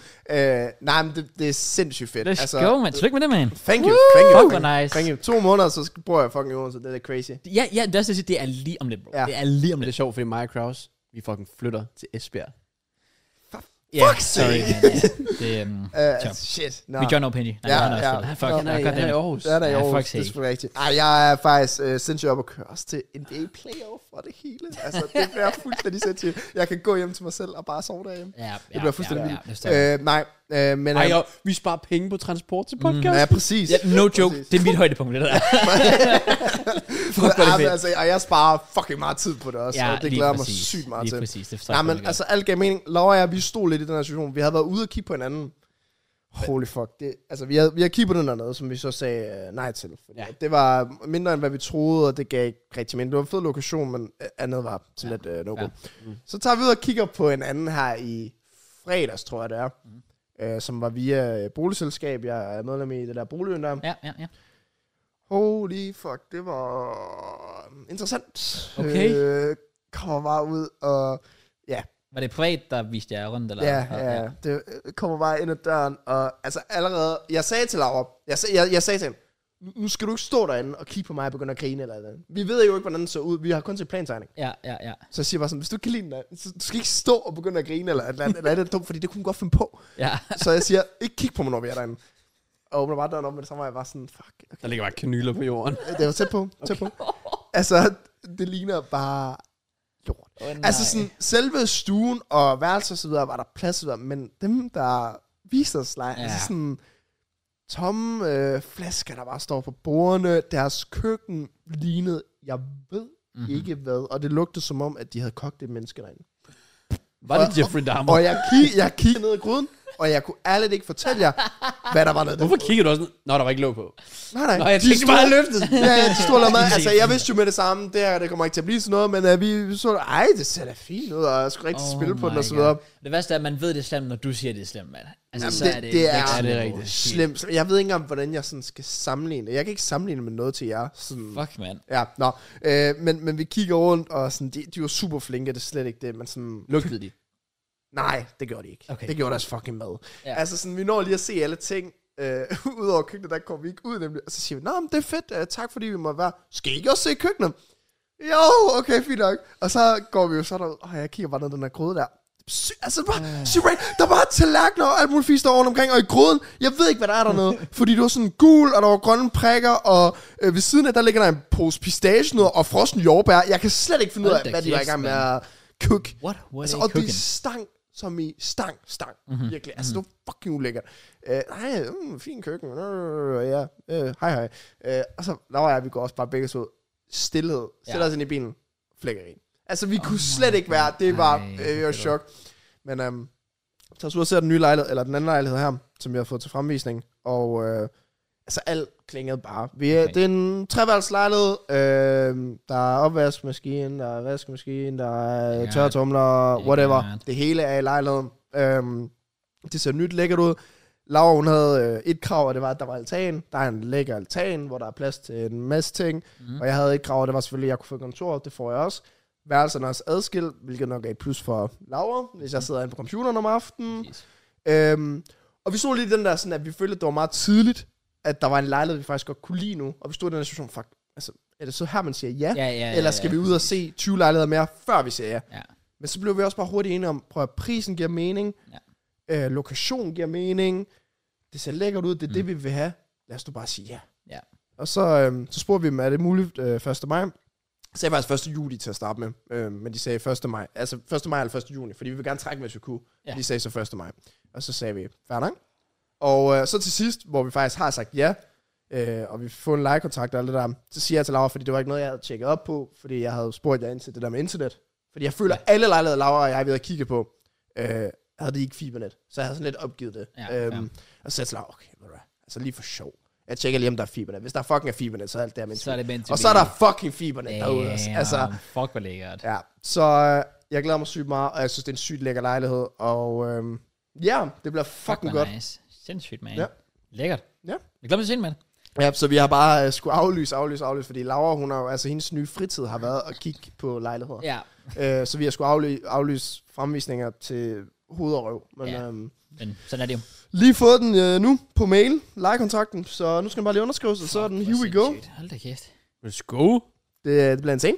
[SPEAKER 2] Øh, nej, men det, det er sindssygt fedt. Altså,
[SPEAKER 1] Let's go, man. Tillykke med det, man.
[SPEAKER 2] Thank you, thank you.
[SPEAKER 1] Fuck, hvor
[SPEAKER 2] thank you,
[SPEAKER 1] nice.
[SPEAKER 2] Thank you. To måneder, så sk- bor jeg fucking i Odense. Det er da crazy.
[SPEAKER 1] Ja, ja, det er også det, jeg siger, det er lige om lidt, bro.
[SPEAKER 2] Ja.
[SPEAKER 1] Det er lige om
[SPEAKER 3] Det
[SPEAKER 1] lidt.
[SPEAKER 3] er sjovt, fordi mig og Kraus, vi fucking flytter til Esbjerg.
[SPEAKER 1] Ja,
[SPEAKER 2] Fuck
[SPEAKER 1] sorry,
[SPEAKER 2] sake.
[SPEAKER 1] man. Ja. Det, um,
[SPEAKER 2] Uh,
[SPEAKER 1] Sjovt.
[SPEAKER 2] shit. Nå.
[SPEAKER 1] vi gør no penny. Nej,
[SPEAKER 2] Ja,
[SPEAKER 1] han er også
[SPEAKER 2] ja.
[SPEAKER 1] fed. Fuck,
[SPEAKER 2] Nå,
[SPEAKER 1] han er godt
[SPEAKER 3] han er i
[SPEAKER 1] den.
[SPEAKER 3] Aarhus.
[SPEAKER 2] Det er der i
[SPEAKER 1] Ja,
[SPEAKER 2] Aarhus,
[SPEAKER 1] fuck
[SPEAKER 2] det er
[SPEAKER 1] sake.
[SPEAKER 2] sgu da rigtigt. Ej, jeg er faktisk øh, sindssygt op og køre også til NBA playoff og det hele. Altså, det bliver fuldstændig sindssygt. Jeg kan gå hjem til mig selv og bare sove derhjemme.
[SPEAKER 1] Ja, ja,
[SPEAKER 2] Det bliver fuldstændig
[SPEAKER 1] ja, ja, det står der.
[SPEAKER 2] vildt. Øh, nej, øh, men...
[SPEAKER 3] Ej,
[SPEAKER 2] øh,
[SPEAKER 3] og vi sparer penge på transport til podcast.
[SPEAKER 2] Ja,
[SPEAKER 3] Mm,
[SPEAKER 2] præcis.
[SPEAKER 1] Ja, no joke,
[SPEAKER 2] Præcis.
[SPEAKER 1] det er mit højdepunkt, det der. Fuck, hvor er det
[SPEAKER 2] Ej, men
[SPEAKER 1] fedt.
[SPEAKER 2] altså, og jeg sparer fucking meget tid på det også, ja, og det
[SPEAKER 1] lige
[SPEAKER 2] glæder mig
[SPEAKER 1] præcis.
[SPEAKER 2] sygt meget
[SPEAKER 1] lige
[SPEAKER 2] til.
[SPEAKER 1] præcis, det forstår
[SPEAKER 2] Nej,
[SPEAKER 1] jeg
[SPEAKER 2] men
[SPEAKER 1] godt.
[SPEAKER 2] altså, alt gav mening. Laura og jeg, vi stod lidt i den her situation. Vi havde været ude og kigge på hinanden. Holy fuck. Det, altså, vi havde, vi havde kigget på den dernede, som vi så sagde øh, nej til. Ja.
[SPEAKER 3] Ja.
[SPEAKER 2] Det var mindre end, hvad vi troede, og det gav ikke rigtig mening. Det var en fed lokation, men øh, andet var sådan ja. lidt øh, no ja.
[SPEAKER 1] Ja.
[SPEAKER 2] Så tager vi ud og kigger på en anden her i fredags, tror jeg det er. Mm. Øh, som var via øh, boligselskab. Jeg er medlem i det der boligen der.
[SPEAKER 1] Ja, ja, ja.
[SPEAKER 2] Holy fuck, det var øh, interessant.
[SPEAKER 1] Okay.
[SPEAKER 2] Øh, kommer bare ud og... Ja,
[SPEAKER 1] Var det privat, der viste jer rundt? Eller?
[SPEAKER 2] Ja, ja, ja. Det øh, kommer bare ind ad døren, og altså allerede, jeg sagde til Laura, jeg, sag, jeg, jeg sagde til hende, "Nu- nu skal du ikke stå derinde og kigge på mig og begynde at grine eller noget. Vi ved jo ikke, hvordan den så ud, vi har kun set plantegning.
[SPEAKER 1] Ja, ja, ja.
[SPEAKER 2] Så jeg siger bare sådan, hvis du ikke kan lide den, øh, så du skal ikke stå og begynde at grine eller, eller, eller er det dumt, fordi det kunne hun godt finde på.
[SPEAKER 1] ja.
[SPEAKER 2] Så jeg siger, ikke kig på mig, når vi er derinde. Og åbner bare døren op med det samme, og jeg var sådan, fuck,
[SPEAKER 3] der ligger bare kanyler på jorden.
[SPEAKER 2] okay. det var tæt på, tæt på. Altså, det ligner bare lort.
[SPEAKER 1] Oh, nej.
[SPEAKER 2] Altså sådan, selve stuen og værelser og så videre, var der plads og så videre, men dem, der viser os lej,
[SPEAKER 1] Ja.
[SPEAKER 2] ja. altså sådan tomme øh, flasker, der bare står på bordene, deres køkken lignede, jeg ved
[SPEAKER 1] Mhm.
[SPEAKER 2] mm-hmm. ikke hvad, og det lugtede som om, at de havde kogt et menneske derinde.
[SPEAKER 3] Var det Jeffrey Dahmer?
[SPEAKER 2] Og jeg, kig, jeg kiggede ned i gryden, og jeg kunne ærligt ikke fortælle jer, hvad der var noget.
[SPEAKER 3] Hvorfor kigger du også ned? Nå, der var ikke låg på.
[SPEAKER 2] Nej, nej.
[SPEAKER 3] Nå, jeg
[SPEAKER 2] De
[SPEAKER 3] tænkte
[SPEAKER 2] store-
[SPEAKER 3] bare løftet.
[SPEAKER 2] Ja, ja, de store lavede mad. Altså, jeg vidste jo med det samme, det her, det kommer ikke til at blive sådan noget, men uh, vi så, ej, det ser da fint ud, og jeg skulle rigtig oh spille på den og så videre.
[SPEAKER 1] Det værste er, at man ved det er slemt, når du siger, det er slemt, mand. Altså,
[SPEAKER 2] Jamen,
[SPEAKER 1] så
[SPEAKER 2] det-
[SPEAKER 1] er det,
[SPEAKER 2] det er-
[SPEAKER 1] vækst-
[SPEAKER 3] Ja, det er
[SPEAKER 1] niveau.
[SPEAKER 3] rigtigt.
[SPEAKER 2] Slemt. slemt. Jeg ved ikke engang, hvordan jeg sådan skal sammenligne det. Jeg kan ikke sammenligne med noget til jer. Sådan.
[SPEAKER 1] Fuck, mand.
[SPEAKER 2] Ja, nå. Øh, men, men vi kigger rundt, og sådan, de, de var super flinke, det er slet ikke det, men sådan...
[SPEAKER 3] Lugtede de.
[SPEAKER 2] Nej, det gjorde de ikke.
[SPEAKER 1] Okay.
[SPEAKER 2] Okay. Det gjorde deres fucking mad.
[SPEAKER 1] Ja.
[SPEAKER 2] Ja. Altså sådan, vi når lige at se alle ting. Øh, Udover køkkenet, der kommer vi ikke ud nemlig. Og så siger vi, nå, men det er fedt, øh, tak fordi vi må være. Skal I ikke også se køkkenet? Jo, okay, fint nok. Og så går vi jo så derud, og jeg kigger bare ned den der gryde der. Sy- altså bare, øh. der var tallerkener og alt muligt fisk der rundt omkring, og i gryden, jeg ved ikke, hvad der er dernede, fordi det var sådan gul, og der var grønne prikker, og øh, ved siden af, der ligger der en pose pistagenød og frosne jordbær. Jeg kan slet ikke finde ud
[SPEAKER 1] Hold
[SPEAKER 2] af,
[SPEAKER 1] da
[SPEAKER 2] hvad de var i
[SPEAKER 1] kæft,
[SPEAKER 2] gang med at cook.
[SPEAKER 1] What were
[SPEAKER 2] Altså,
[SPEAKER 1] they
[SPEAKER 2] og de
[SPEAKER 1] cooking? Mhm.
[SPEAKER 2] stank som i stang, stang. Mm-hmm. Virkelig. Altså, det var fucking ulækkert. Øh, nej, mm, fin køkken. Øh, ja, øh, hej hej. Øh, og så, der var jeg, vi går også bare begge så stillhed. Sætter
[SPEAKER 1] Ja.
[SPEAKER 2] os ind i bilen. Flækkeri. Altså, vi oh kunne slet ikke være. Det
[SPEAKER 1] Ej,
[SPEAKER 2] var
[SPEAKER 1] hvor
[SPEAKER 2] øh, jeg var
[SPEAKER 1] fedt.
[SPEAKER 2] chok. Men øhm, så os ud og ser den nye lejlighed, eller den anden lejlighed her, som vi har fået til fremvisning. Og øh, altså, alt klingede bare. Vi, er,
[SPEAKER 1] Okay.
[SPEAKER 2] Det er en treværelseslejlighed. Øh, der er opvaskemaskine, der er vaskemaskine, der er
[SPEAKER 1] Lækkert.
[SPEAKER 2] øh, tørretumler,
[SPEAKER 1] Lækkert.
[SPEAKER 2] whatever. Det hele er i lejligheden. Øhm, det ser nyt lækkert ud. Laura, hun havde øh, et krav, og det var, at der var altan. Der er en lækker altan, hvor der er plads til en masse ting.
[SPEAKER 1] Mhm.
[SPEAKER 2] Mm. Og jeg havde et krav, og det var selvfølgelig, at jeg kunne få et kontor. Det får jeg også. Værelserne er også adskilt, hvilket nok er et plus for Laura, hvis jeg sidder inde på computeren om aftenen.
[SPEAKER 1] Jeez.
[SPEAKER 2] Øhm, og vi stod lige i den der, sådan, at vi følte, at det var meget tidligt, at der var en lejlighed, vi faktisk godt kunne lide nu. Og vi stod i den der situation, fuck, altså, er det så her, man siger ja?
[SPEAKER 1] Ja, ja, ja,
[SPEAKER 2] Eller skal
[SPEAKER 1] ja.
[SPEAKER 2] vi ud og se 20 lejligheder mere, før vi siger ja?
[SPEAKER 1] Ja.
[SPEAKER 2] Men så blev vi også bare hurtigt enige om, prøv at prisen giver mening, ja. øh, lokation giver mening, det ser lækkert ud, det er mm. det, vi vil have. Lad os nu bare sige ja.
[SPEAKER 1] Ja.
[SPEAKER 2] Og så, øh, så spurgte vi dem, er det muligt øh, 1. maj? Så sagde faktisk 1. juli til at starte med, øh, men de sagde 1. maj, altså 1. maj eller 1. juni, fordi vi vil gerne trække, hvis vi kunne.
[SPEAKER 1] Ja.
[SPEAKER 2] Ja. De sagde så 1. maj. Og så sagde vi, fair nok. Og øh, så til sidst, hvor vi faktisk har sagt ja, øh, og vi får en lejekontrakt og alt det der, så siger jeg til Laura, fordi det var ikke noget, jeg havde tjekket op på, fordi jeg havde spurgt jer ind til det der med internet. Fordi jeg føler, at alle lejligheder, Laura og jeg har været kigge på, øh, havde de ikke fibernet. Så jeg havde sådan lidt opgivet det. Øhm,
[SPEAKER 1] Ja, ja.
[SPEAKER 2] Og så sagde jeg til Laura, okay, ved du hvad, altså lige for sjov. Jeg tjekker lige, om der er fibernet. Hvis der fucking er fibernet, så er alt det her med
[SPEAKER 1] Så er det med
[SPEAKER 2] internet. Og så er der fucking fibernet derude. Altså,
[SPEAKER 1] Damn,
[SPEAKER 2] altså
[SPEAKER 1] Fuck, hvor lækkert.
[SPEAKER 2] Ja, så øh, jeg glæder mig sygt meget, og jeg synes, det er en sygt lækker lejlighed, og øhm, ja, det bliver fucking
[SPEAKER 1] hvor
[SPEAKER 2] godt.
[SPEAKER 1] Nice. Sindssygt, man.
[SPEAKER 2] Ja.
[SPEAKER 1] Lækkert.
[SPEAKER 2] Ja.
[SPEAKER 1] Jeg glemmer at se den, mand.
[SPEAKER 2] Ja, så vi har bare øh, skulle aflyse, aflyse, aflyse, fordi Laura, hun har, jo- altså hendes nye fritid har været at kigge på lejligheder.
[SPEAKER 1] Ja.
[SPEAKER 2] Ja. Øh, så vi har skulle aflyse, aflyse fremvisninger til hoved og røv. Men
[SPEAKER 1] Ja.
[SPEAKER 2] ja. øhm,
[SPEAKER 1] Men sådan er det jo.
[SPEAKER 2] lige fået den øh, nu på mail, lejekontrakten, så nu skal den bare lige underskrives, og så er den
[SPEAKER 1] Hvor
[SPEAKER 2] here we go.
[SPEAKER 1] sindssygt. Hold da kæft.
[SPEAKER 3] Let's go.
[SPEAKER 2] Det, det bliver en ting.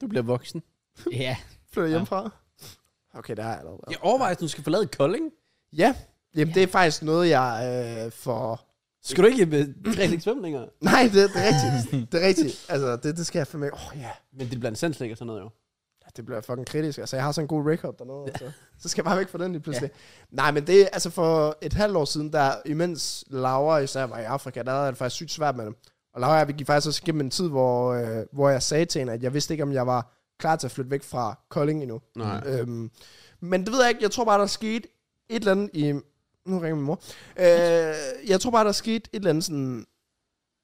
[SPEAKER 3] Du bliver voksen.
[SPEAKER 1] Ja.
[SPEAKER 2] Flytter hjemmefra. Okay, der er jeg allerede.
[SPEAKER 3] Jeg overvejer, at du skal forlade Kolding.
[SPEAKER 2] Ja, Jamen, det er faktisk noget, jeg øh, får
[SPEAKER 3] Skal du ikke med 365 længere?
[SPEAKER 2] Nej, det, det er rigtigt. det er rigtigt. Altså, det, det skal jeg fandme... Åh, oh, ja.
[SPEAKER 3] Men det bliver en sandslæg og sådan noget jo.
[SPEAKER 2] Det bliver fucking kritisk. Altså, jeg har sådan en god record dernede. Altså. Så skal jeg bare væk fra den lige pludselig. Ja. Nej, men det er... Altså, for et halvt år siden, der imens Laura især var i Afrika, der havde jeg det faktisk sygt svært med dem. Og Laura og jeg, vi gik faktisk også igennem en tid, hvor, øh, hvor jeg sagde til hende, at jeg vidste ikke, om jeg var klar til at flytte væk fra Kolding endnu.
[SPEAKER 3] Nej.
[SPEAKER 2] Øhm, men det ved jeg ikke. Jeg tror bare, der er sket et eller andet i... Nu ringer min mor. Øh, jeg tror bare, der er sket et eller andet sådan...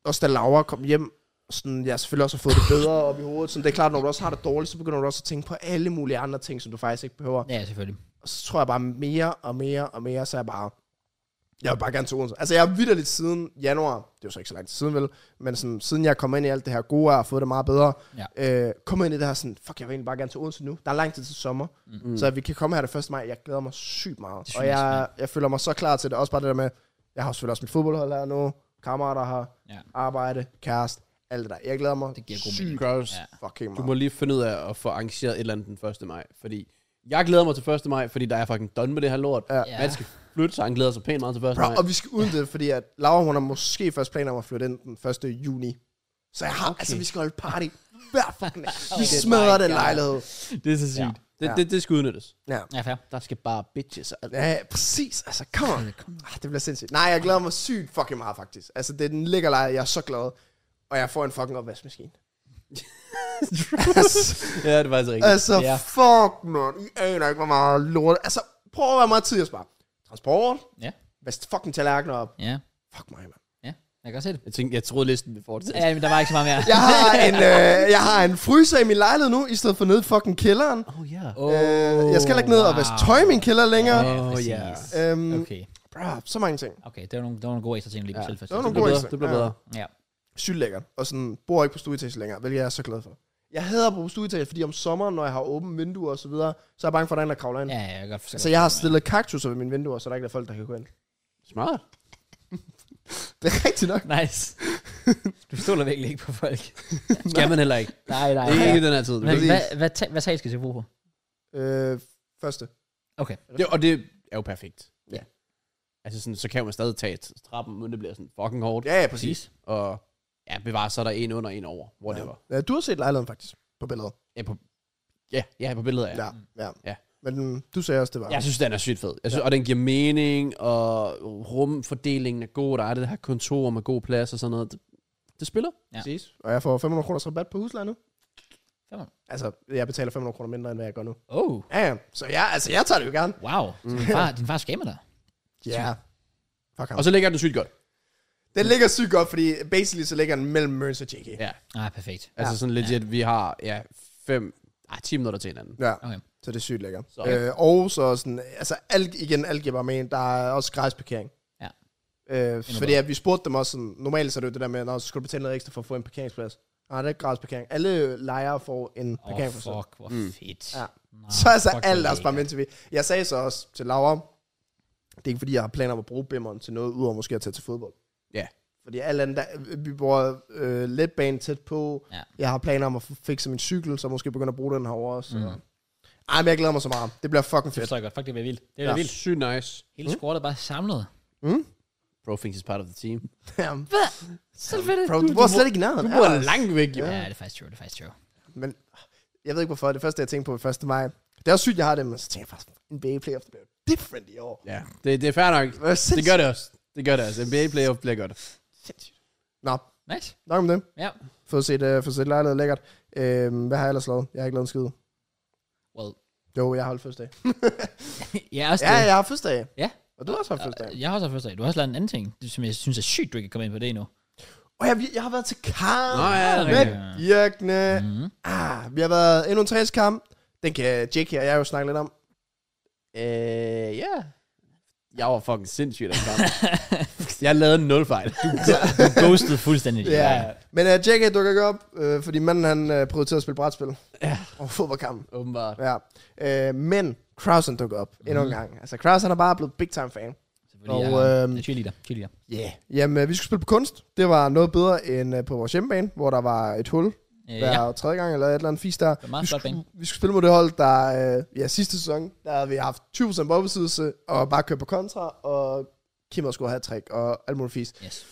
[SPEAKER 2] Også da Laura kom hjem, sådan, jeg selvfølgelig også har fået det bedre op i hovedet. Sådan, det er klart, når du også har det dårligt, så begynder du også at tænke på alle mulige andre ting, som du faktisk ikke behøver.
[SPEAKER 1] Ja, selvfølgelig.
[SPEAKER 2] Og så tror jeg bare mere og mere og mere, så er jeg bare... Jeg vil bare gerne til Odense. Altså, jeg har vidderligt siden januar, det er jo så ikke så lang tid siden vel, men sådan, siden jeg kom ind i alt det her gode og har fået det meget bedre, ja. øh, kom ind i det her sådan, fuck, jeg vil egentlig bare gerne til Odense nu. Der er lang tid til sommer, mm. så vi kan komme her det 1. maj. Jeg glæder mig sygt meget.
[SPEAKER 1] Det synes
[SPEAKER 2] og
[SPEAKER 1] jeg
[SPEAKER 2] jeg, jeg føler mig så klar til det. Også bare det der med, jeg har selvfølgelig også mit fodboldhold her nu, kammerater her,
[SPEAKER 1] Ja.
[SPEAKER 2] arbejde, kæreste, alt det der. Jeg glæder mig
[SPEAKER 1] Det giver god
[SPEAKER 2] sygt
[SPEAKER 3] Gross.
[SPEAKER 1] Ja.
[SPEAKER 2] fucking
[SPEAKER 3] Du
[SPEAKER 2] meget.
[SPEAKER 3] må lige finde ud af at få arrangeret et eller andet den 1. maj, fordi jeg glæder mig til 1. maj, fordi der er fucking done med det her lort.
[SPEAKER 2] Ja.
[SPEAKER 1] Ja.
[SPEAKER 3] Man skal flytte, så han glæder sig pænt meget til 1.
[SPEAKER 2] Bro,
[SPEAKER 3] maj.
[SPEAKER 2] og vi skal uden det, fordi at Laura, hun har måske først planer om at flytte ind den 1. juni. Så jeg har, okay. altså vi skal holde party hver fucking dag. Vi
[SPEAKER 1] Oh
[SPEAKER 2] smadrer
[SPEAKER 1] my
[SPEAKER 2] den
[SPEAKER 1] God.
[SPEAKER 2] lejlighed.
[SPEAKER 3] Det er så sygt. Ja. Det, det, det skal udnyttes.
[SPEAKER 2] Ja.
[SPEAKER 1] Ja, fair.
[SPEAKER 3] Der skal bare bitches og alt.
[SPEAKER 2] ja, præcis. Altså, come on. Ah, det bliver sindssygt. Nej, jeg glæder mig sygt fucking meget, faktisk. Altså, det er den lækker lejlighed, jeg er så glad. Og jeg får en fucking opvaskemaskine. altså,
[SPEAKER 3] Ja, det var altså rigtigt.
[SPEAKER 2] altså
[SPEAKER 3] ja.
[SPEAKER 2] fuck, man. I aner ikke, hvor meget lort. Altså, prøv at være meget tid, jeg sparer. transport.
[SPEAKER 1] Ja.
[SPEAKER 2] Vask fucking tallerkener op.
[SPEAKER 1] Ja,
[SPEAKER 2] Fuck mig, mand.
[SPEAKER 1] ja. Jeg kan godt se det.
[SPEAKER 3] Jeg, tænkte, jeg troede, listen ville fortsætte.
[SPEAKER 1] Ja, men der var ikke så meget mere.
[SPEAKER 2] Jeg har, en, øh, jeg har en fryser i min lejlighed nu, i stedet for nede i fucking kælderen.
[SPEAKER 3] Åh, oh, ja. Yeah.
[SPEAKER 1] Oh,
[SPEAKER 2] Øh, jeg skal heller ikke ned og vaske tøj i min kælder længere.
[SPEAKER 1] Ja,
[SPEAKER 3] Åh,
[SPEAKER 1] præcis.
[SPEAKER 3] ja.
[SPEAKER 2] Øhm, okay.
[SPEAKER 1] Okay,
[SPEAKER 2] brr, så mange ting.
[SPEAKER 1] okay. Det var nogle, det var nogle gode ekstra ting lige på
[SPEAKER 3] Ja.
[SPEAKER 1] selv først.
[SPEAKER 2] Det var
[SPEAKER 3] Det
[SPEAKER 2] nogle
[SPEAKER 3] bliver
[SPEAKER 2] gode
[SPEAKER 3] bedre. Det bliver
[SPEAKER 2] Ja.
[SPEAKER 3] bedre.
[SPEAKER 1] Ja.
[SPEAKER 2] Sygt lækkert. Og sådan, bor ikke på stueetage længere, hvilket jeg er så glad for. Jeg hader at bo på stueetage, fordi om sommeren, når jeg har åbent vinduer og så videre, så er jeg bange for, at der er en, der kravler ind.
[SPEAKER 1] ja, ja, jeg kan godt forstå.
[SPEAKER 2] Så jeg har stillet kaktuser ved mine vinduer, så der ikke er folk, der kan gå ind.
[SPEAKER 3] Smart.
[SPEAKER 2] Det er rigtigt nok.
[SPEAKER 1] Nice. Du stoler virkelig ikke på folk.
[SPEAKER 3] Skal man heller ikke.
[SPEAKER 1] nej, nej.
[SPEAKER 3] Det er ikke i den her tid. Du
[SPEAKER 1] Men
[SPEAKER 3] kan
[SPEAKER 1] hvad,
[SPEAKER 3] lige-
[SPEAKER 1] hvad, ta- hvad sag skal jeg bruge på?
[SPEAKER 2] Øh, første.
[SPEAKER 1] Okay.
[SPEAKER 3] det, og det er jo perfekt.
[SPEAKER 2] Ja.
[SPEAKER 3] Altså sådan, så kan man stadig tage trappen, men det bliver sådan fucking hårdt.
[SPEAKER 2] Ja, ja, præcis.
[SPEAKER 3] Og ja, bevare, så er der en under, en over. Whatever. Ja,
[SPEAKER 2] Ja, du har set lejligheden faktisk, på billedet.
[SPEAKER 3] ja på, ja, ja, på billeder, ja.
[SPEAKER 2] Ja, ja.
[SPEAKER 3] Ja.
[SPEAKER 2] Men mm, du sagde også, det var.
[SPEAKER 3] Jeg synes, den er sygt fed. Jeg synes, ja. Og den giver mening, og rumfordelingen er god. Der er det her kontor med god plads og sådan noget. Det, det spiller.
[SPEAKER 1] Ja.
[SPEAKER 2] Præcis. Og jeg får 500 kroners rabat på huslejen nu.
[SPEAKER 1] 500?
[SPEAKER 2] Altså, jeg betaler 500 kroner mindre, end hvad jeg gør nu.
[SPEAKER 1] Oh,
[SPEAKER 2] Ja, ja. Så jeg, altså, jeg tager det jo gerne.
[SPEAKER 1] wow. Så Din,
[SPEAKER 2] Mm.
[SPEAKER 1] far, din far skammer dig.
[SPEAKER 2] Ja. Fuck ham.
[SPEAKER 3] Og så ligger den sygt godt.
[SPEAKER 2] Den ligger sygt godt, fordi basically så ligger den mellem Møns og JK.
[SPEAKER 3] Ja.
[SPEAKER 1] Ah, perfekt.
[SPEAKER 3] Altså sådan legit, vi har ja, fem, ah, 10 minutter til hinanden.
[SPEAKER 2] Ja,
[SPEAKER 1] Okay.
[SPEAKER 2] så det er sygt lækkert.
[SPEAKER 3] Så.
[SPEAKER 2] Øh, og så sådan, altså alt, igen, alt giver bare mening. Der er også græsparkering.
[SPEAKER 1] Ja.
[SPEAKER 2] Øh, fordi
[SPEAKER 1] bedre.
[SPEAKER 2] at vi spurgte dem også sådan, normalt så er det jo det der med, "Nå, så skal du betale noget ekstra for at få en parkeringsplads. Nej, det er ikke græsparkering. Alle lejere får en
[SPEAKER 1] Åh,
[SPEAKER 2] parkeringsplads.
[SPEAKER 1] fuck, hvor fedt.
[SPEAKER 2] Mm. Ja.
[SPEAKER 1] Nå,
[SPEAKER 2] Så er så
[SPEAKER 1] Ah, fuck, hvor
[SPEAKER 2] alt også bare
[SPEAKER 1] lækkert.
[SPEAKER 2] med til vi. Jeg sagde så også til Laura, det er ikke fordi, jeg har planer om at bruge bimmeren til noget, udover måske at tage til fodbold.
[SPEAKER 3] Ja.
[SPEAKER 2] Fordi alle andre, der, vi bruger øh, letbanen tæt på.
[SPEAKER 1] Ja.
[SPEAKER 2] Jeg har planer om at fikse min cykel, så måske begynde at bruge den herovre også. Mm. Ej, men jeg glæder mig så meget. Det bliver fucking
[SPEAKER 1] Det
[SPEAKER 2] fedt.
[SPEAKER 1] forstår jeg godt. Fuck, det bliver vildt. Det
[SPEAKER 3] Det
[SPEAKER 1] bliver
[SPEAKER 3] er
[SPEAKER 1] vildt.
[SPEAKER 3] sygt nice.
[SPEAKER 1] Hele
[SPEAKER 2] Mm.
[SPEAKER 1] squadet bare samlet.
[SPEAKER 3] Bro thinks he's part of the team.
[SPEAKER 2] Ja.
[SPEAKER 1] Hvad? Selv fedt.
[SPEAKER 2] Bro, du bor slet ikke i nærheden.
[SPEAKER 3] Du er
[SPEAKER 2] Ja.
[SPEAKER 3] langt væk, jo.
[SPEAKER 1] Ja, det er faktisk true, det er faktisk true.
[SPEAKER 2] Men jeg ved ikke hvorfor. Det første, jeg tænkte på ved 1. maj. Det er også sygt, jeg har det, men så tænker jeg faktisk, en NBA playoff, det bliver different i år.
[SPEAKER 3] Ja, det, det er fair nok.
[SPEAKER 2] Hvad
[SPEAKER 3] Det gør det også. Det gør det også. NBA playoff bliver godt.
[SPEAKER 2] sindssygt. Nå,
[SPEAKER 1] Nice.
[SPEAKER 2] nok om det.
[SPEAKER 1] Ja.
[SPEAKER 2] Få set, uh, få set lejlighed lækkert. Øhm, hvad har jeg ellers lavet? Jeg har ikke lavet en skid.
[SPEAKER 1] Well,
[SPEAKER 2] Jo, jeg har holdt fødselsdag.
[SPEAKER 1] jeg er også
[SPEAKER 2] Ja,
[SPEAKER 1] det.
[SPEAKER 2] jeg har fødselsdag.
[SPEAKER 1] Ja. øh,
[SPEAKER 2] Og du har også haft fødselsdag.
[SPEAKER 1] Jeg har også haft første dag. Du har også lavet en anden ting, som jeg synes er sygt, du ikke kan komme ind på det endnu.
[SPEAKER 2] Og jeg, jeg har været til kamp.
[SPEAKER 3] Nå, ja, det er
[SPEAKER 2] med
[SPEAKER 1] rigtigt.
[SPEAKER 2] Jørgne.
[SPEAKER 1] Mhm.
[SPEAKER 2] Ah, vi har været endnu en træskamp. Den kan Jake og jeg jo snakke lidt om.
[SPEAKER 3] Øh, ja. Jeg var fucking sindssygt den kamp. jeg lavede 0 fejl.
[SPEAKER 1] Du ghostede fuldstændig.
[SPEAKER 2] Ja. Men uh, Jake dukker ikke op, øh, fordi manden han øh, prøvede til at spille brætspil.
[SPEAKER 3] Ja.
[SPEAKER 2] Og fodboldkampen.
[SPEAKER 3] Åbenbart.
[SPEAKER 2] Ja. Øh, men Krausen dukker op endnu en gang. Altså Krausen er bare blevet big time fan.
[SPEAKER 1] Selvfølgelig.
[SPEAKER 2] Og,
[SPEAKER 1] Og, jeg,
[SPEAKER 2] øhm,
[SPEAKER 1] jeg er cheerleader. cheerleader.
[SPEAKER 2] Ja. Yeah. Jamen, øh, vi skulle spille på kunst. Det var noget bedre end øh, på vores hjemmebane, hvor der var et hul
[SPEAKER 1] Øh,
[SPEAKER 2] hver
[SPEAKER 1] ja,
[SPEAKER 2] ja. tredje gang, eller et eller andet fisk der.
[SPEAKER 1] var meget
[SPEAKER 2] vi,
[SPEAKER 1] flot
[SPEAKER 2] skulle,
[SPEAKER 1] bane.
[SPEAKER 2] vi skulle spille mod det hold, der øh, ja, sidste sæson, der havde vi haft 20% boldbesiddelse, og bare kørt på kontra, og Kimmer skulle have træk og alt muligt fisk.
[SPEAKER 1] yes.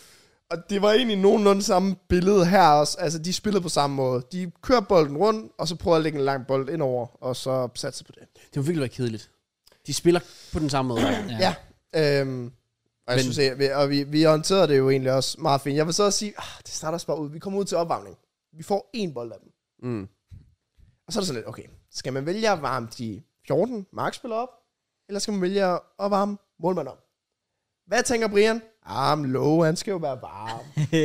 [SPEAKER 2] Og det var egentlig nogenlunde samme billede her også. Altså, de spillede på samme måde. De kører bolden rundt, og så prøver at lægge en lang bold indover, og så satser på det.
[SPEAKER 3] Det var virkelig være kedeligt. De spiller på den samme måde.
[SPEAKER 1] Ja.
[SPEAKER 2] Ja. Øhm, og jeg
[SPEAKER 3] Men-
[SPEAKER 2] synes, at vi, og vi, vi håndterede det jo egentlig også meget fint. Jeg vil så også sige, ah, det starter også bare ud. Vi kommer ud til opvarmning. Vi får en bold af dem.
[SPEAKER 3] Mm.
[SPEAKER 2] Og så er det sådan lidt, okay, skal man vælge at varme de 14 markspillere op, eller skal man vælge at varme målmanden op? Hvad tænker Brian? Ah, men Lowe, han skal jo være varm.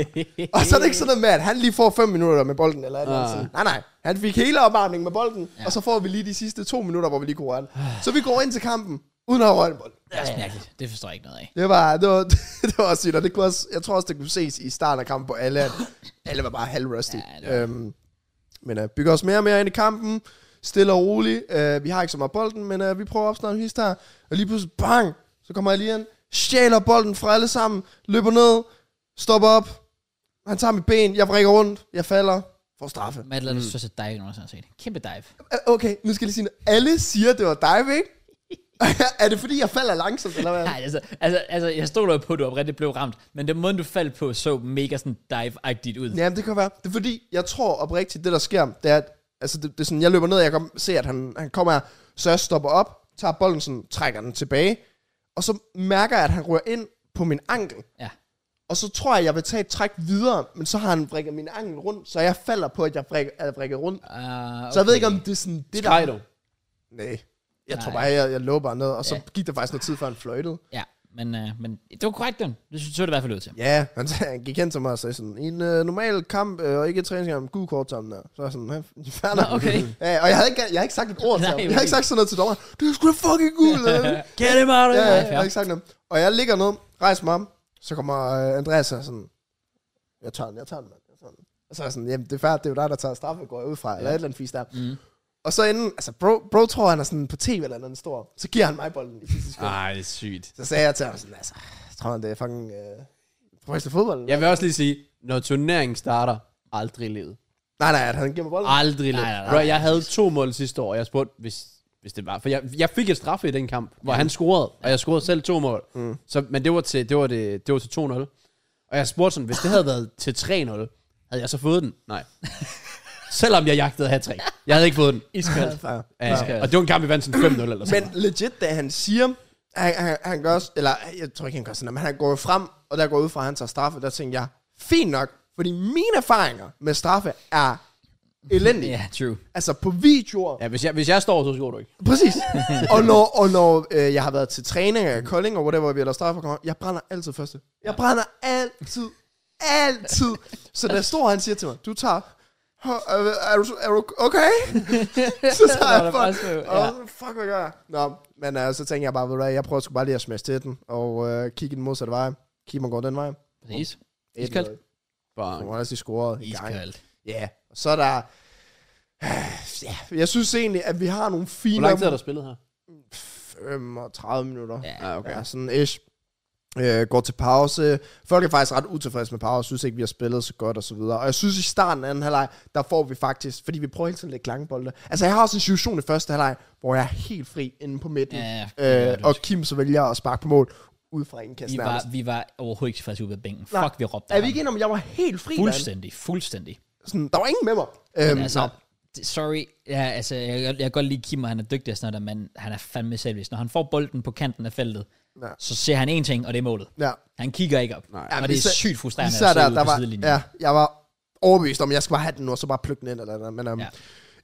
[SPEAKER 2] og så er det ikke sådan noget med, at han lige får 5 minutter med bolden, eller et eller andet.
[SPEAKER 3] Ah.
[SPEAKER 2] sådan. Nej, nej. Han fik hele opvarmningen med bolden, ja. og så får vi lige de sidste to minutter, hvor vi lige kunne røre den. Så vi går ind til kampen, uden at have rørt en bold.
[SPEAKER 1] Det er også mærkeligt. Det forstår jeg ikke noget af.
[SPEAKER 2] Det var, det var, det var også sygt, og det kunne også, jeg tror også, det kunne ses i starten af kampen på alle, at alle var bare halv rusty.
[SPEAKER 1] Ja, det
[SPEAKER 2] Ja, øhm, men øh, bygger os mere og mere ind i kampen, stille og roligt. Øh, vi har ikke så meget bolden, men øh, vi prøver at opstå en hist her, og lige pludselig, bang, så kommer jeg lige ind, stjæler bolden fra alle sammen, løber ned, stopper op, han tager mit ben, jeg vrikker rundt, jeg falder, får straffe.
[SPEAKER 1] Matt lavede mm. så et dive, nogen sådan set. Kæmpe dive.
[SPEAKER 2] Øh, Okay, nu skal jeg lige sige noget. Alle siger, det var dig, ikke? er det fordi, jeg falder langsomt, eller hvad?
[SPEAKER 1] Nej, altså, altså, altså jeg stoler jo på, at du oprigtigt blev ramt. Men den måde, du faldt på, så mega sådan dive-agtigt ud.
[SPEAKER 2] Jamen, det kan være. Det er fordi, jeg tror oprigtigt, det der sker, det er, at altså, det, det er sådan, jeg løber ned, og jeg kan se, at han, han kommer her, så jeg stopper op, tager bolden sådan, trækker den tilbage, og så mærker jeg, at han rører ind på min ankel.
[SPEAKER 1] Ja.
[SPEAKER 2] Og så tror jeg, jeg vil tage et træk videre, men så har han vrikket min ankel rundt, så jeg falder på, at jeg vrikker, er vrikket rundt. Okay.
[SPEAKER 1] Uh, okay.
[SPEAKER 2] Så jeg ved ikke, om det er sådan det
[SPEAKER 3] Skreg du?
[SPEAKER 2] der... Nej. Jeg
[SPEAKER 1] Nej.
[SPEAKER 2] tror bare, jeg, jeg lå bare ned, og så
[SPEAKER 1] Ja.
[SPEAKER 2] gik der faktisk noget tid, før han fløjtede.
[SPEAKER 1] Ja, men, øh, men det var korrekt, den. Det synes jeg, det i hvert fald ud til.
[SPEAKER 2] Ja, han, han gik hen til mig og sagde sådan, i en øh, normal kamp, øh, og ikke et træningskamp, gud kort sammen der. Så er jeg sådan, "Ja, f- fair nok.
[SPEAKER 1] Nå, okay.
[SPEAKER 2] Ja, og jeg havde, ikke, jeg havde ikke sagt et ord
[SPEAKER 1] Nej,
[SPEAKER 2] til ham. Jeg
[SPEAKER 1] okay.
[SPEAKER 2] havde ikke sagt sådan noget til dommeren. Det er sgu da fucking gul. øh."
[SPEAKER 1] Get him out
[SPEAKER 2] ja, ja,
[SPEAKER 1] Nej,
[SPEAKER 2] jeg har
[SPEAKER 1] fair.
[SPEAKER 2] ikke sagt noget. Og jeg ligger ned, rejser mig om, så kommer øh, Andreas og sådan, jeg tager den, jeg tager den, mand. Jeg tager den. Og så er jeg sådan, jamen det er færdigt, det er jo dig, der tager straffe, går jeg ud fra, eller et eller andet fisk der.
[SPEAKER 1] Mm.
[SPEAKER 2] Og så inden, altså bro, bro tror, han er sådan på tv eller noget stor, så giver han mig bolden i sidste
[SPEAKER 1] Ah.
[SPEAKER 2] sekund.
[SPEAKER 3] Ej, det er sygt.
[SPEAKER 2] Så sagde jeg til ham sådan, altså, tror han, det er fucking øh, professionel fodbold?
[SPEAKER 3] Jeg vil også lige sige, når turneringen starter, aldrig i livet.
[SPEAKER 2] Nej, nej, at han giver mig bolden.
[SPEAKER 3] Aldrig i livet.
[SPEAKER 1] Nej, nej, nej.
[SPEAKER 3] Bro, jeg havde to mål sidste år, og jeg spurgte, hvis, hvis det var. For jeg, jeg fik et straffe i den kamp, hvor han scorede, og jeg scorede selv to mål. Mm. Så, men det var til, det var det, det var til 2-0. Og jeg spurgte sådan, hvis det havde været til 3-0, havde jeg så fået den? Nej. Selvom jeg jagtede hat -trick. Jeg havde ikke fået den.
[SPEAKER 1] Iskoldt.
[SPEAKER 2] Fair.
[SPEAKER 3] Ja. Og det var en kamp, vi vandt sådan 5-0 eller sådan
[SPEAKER 2] Men legit, da han siger, han, han, han gør også, eller jeg tror ikke, han gør sådan, noget, men han går jo frem, og der går ud fra, at han tager straffe, der tænker jeg, fint nok, fordi mine erfaringer med straffe er elendige.
[SPEAKER 1] Ja, true.
[SPEAKER 2] Altså på videoer.
[SPEAKER 3] Ja, hvis jeg, hvis jeg står, så scorer du ikke.
[SPEAKER 2] Præcis. og når, og når øh, jeg har været til træninger i Kolding, og whatever, vi har lavet straffe, kommer, jeg brænder altid første. Jeg brænder altid. Altid. Så der står, han siger til mig, du tager... "Hå, Er, er, du, er du okay? så tager
[SPEAKER 1] Nå,
[SPEAKER 2] jeg
[SPEAKER 1] der er første,
[SPEAKER 2] fuck,
[SPEAKER 1] ja.
[SPEAKER 2] ja. fuck, hvad gør jeg? Nå, men øh, så tænker jeg bare, ved du hvad, jeg prøver sgu bare lige at smaske til den, og øh, kigge i den modsatte vej. Kigge går den vej.
[SPEAKER 1] Præcis.
[SPEAKER 2] Et
[SPEAKER 1] Iskoldt.
[SPEAKER 2] nul.
[SPEAKER 3] Bare,
[SPEAKER 2] Så må han altså lige scoret i gang.
[SPEAKER 1] Iskoldt.
[SPEAKER 2] Ja, og så er der... Ja, jeg synes egentlig, at vi har nogle fine...
[SPEAKER 3] hvor lang tid har du spillet her?
[SPEAKER 2] 35 minutter.
[SPEAKER 1] Ja.
[SPEAKER 3] Ah,
[SPEAKER 2] Okay. Ja, sådan ish. Øh, går til pause. Folk er faktisk ret utilfredse med pause, synes ikke, vi har spillet så godt og så videre. Og jeg synes, i starten af anden halvleg, der får vi faktisk, fordi vi prøver hele tiden at lægge lange bolde. Altså, jeg har også en situation i første halvleg, hvor jeg er helt fri inde på midten.
[SPEAKER 1] Ja,
[SPEAKER 2] Ja,
[SPEAKER 1] ja,
[SPEAKER 2] øh,
[SPEAKER 1] du-
[SPEAKER 2] og Kim så vælger at sparke på mål ud fra en
[SPEAKER 1] Vi
[SPEAKER 2] kasse
[SPEAKER 1] var,
[SPEAKER 2] nærmest.
[SPEAKER 1] vi var overhovedet ikke tilfredse ude ved bænken.
[SPEAKER 2] Nej.
[SPEAKER 1] Fuck, vi råbte
[SPEAKER 2] Er
[SPEAKER 1] af
[SPEAKER 2] vi
[SPEAKER 1] ham.
[SPEAKER 2] ikke enige om, at jeg var helt fri? mand?
[SPEAKER 1] Fuldstændig, fuldstændig.
[SPEAKER 2] Sådan, der var ingen med mig.
[SPEAKER 1] Men
[SPEAKER 2] Øhm,
[SPEAKER 1] altså,
[SPEAKER 2] altså,
[SPEAKER 1] det- sorry, ja, altså, jeg, jeg, jeg kan godt lide Kim, og han er dygtig og sådan noget, der, men han er fandme selvis. Når han får bolden på kanten af feltet,
[SPEAKER 2] Ja.
[SPEAKER 1] så ser han én ting, og det er målet.
[SPEAKER 2] ja.
[SPEAKER 1] Han kigger ikke op.
[SPEAKER 3] Nej.
[SPEAKER 1] og
[SPEAKER 2] men
[SPEAKER 1] det er
[SPEAKER 2] især-
[SPEAKER 1] sygt frustrerende
[SPEAKER 2] Især
[SPEAKER 1] at se
[SPEAKER 2] der,
[SPEAKER 1] ud
[SPEAKER 2] der
[SPEAKER 1] på
[SPEAKER 2] var,
[SPEAKER 1] sidelinjen.
[SPEAKER 2] ja, jeg var overbevist om, at jeg skulle bare have den nu, og så bare plukke den ind eller noget. Men um,
[SPEAKER 1] Ja.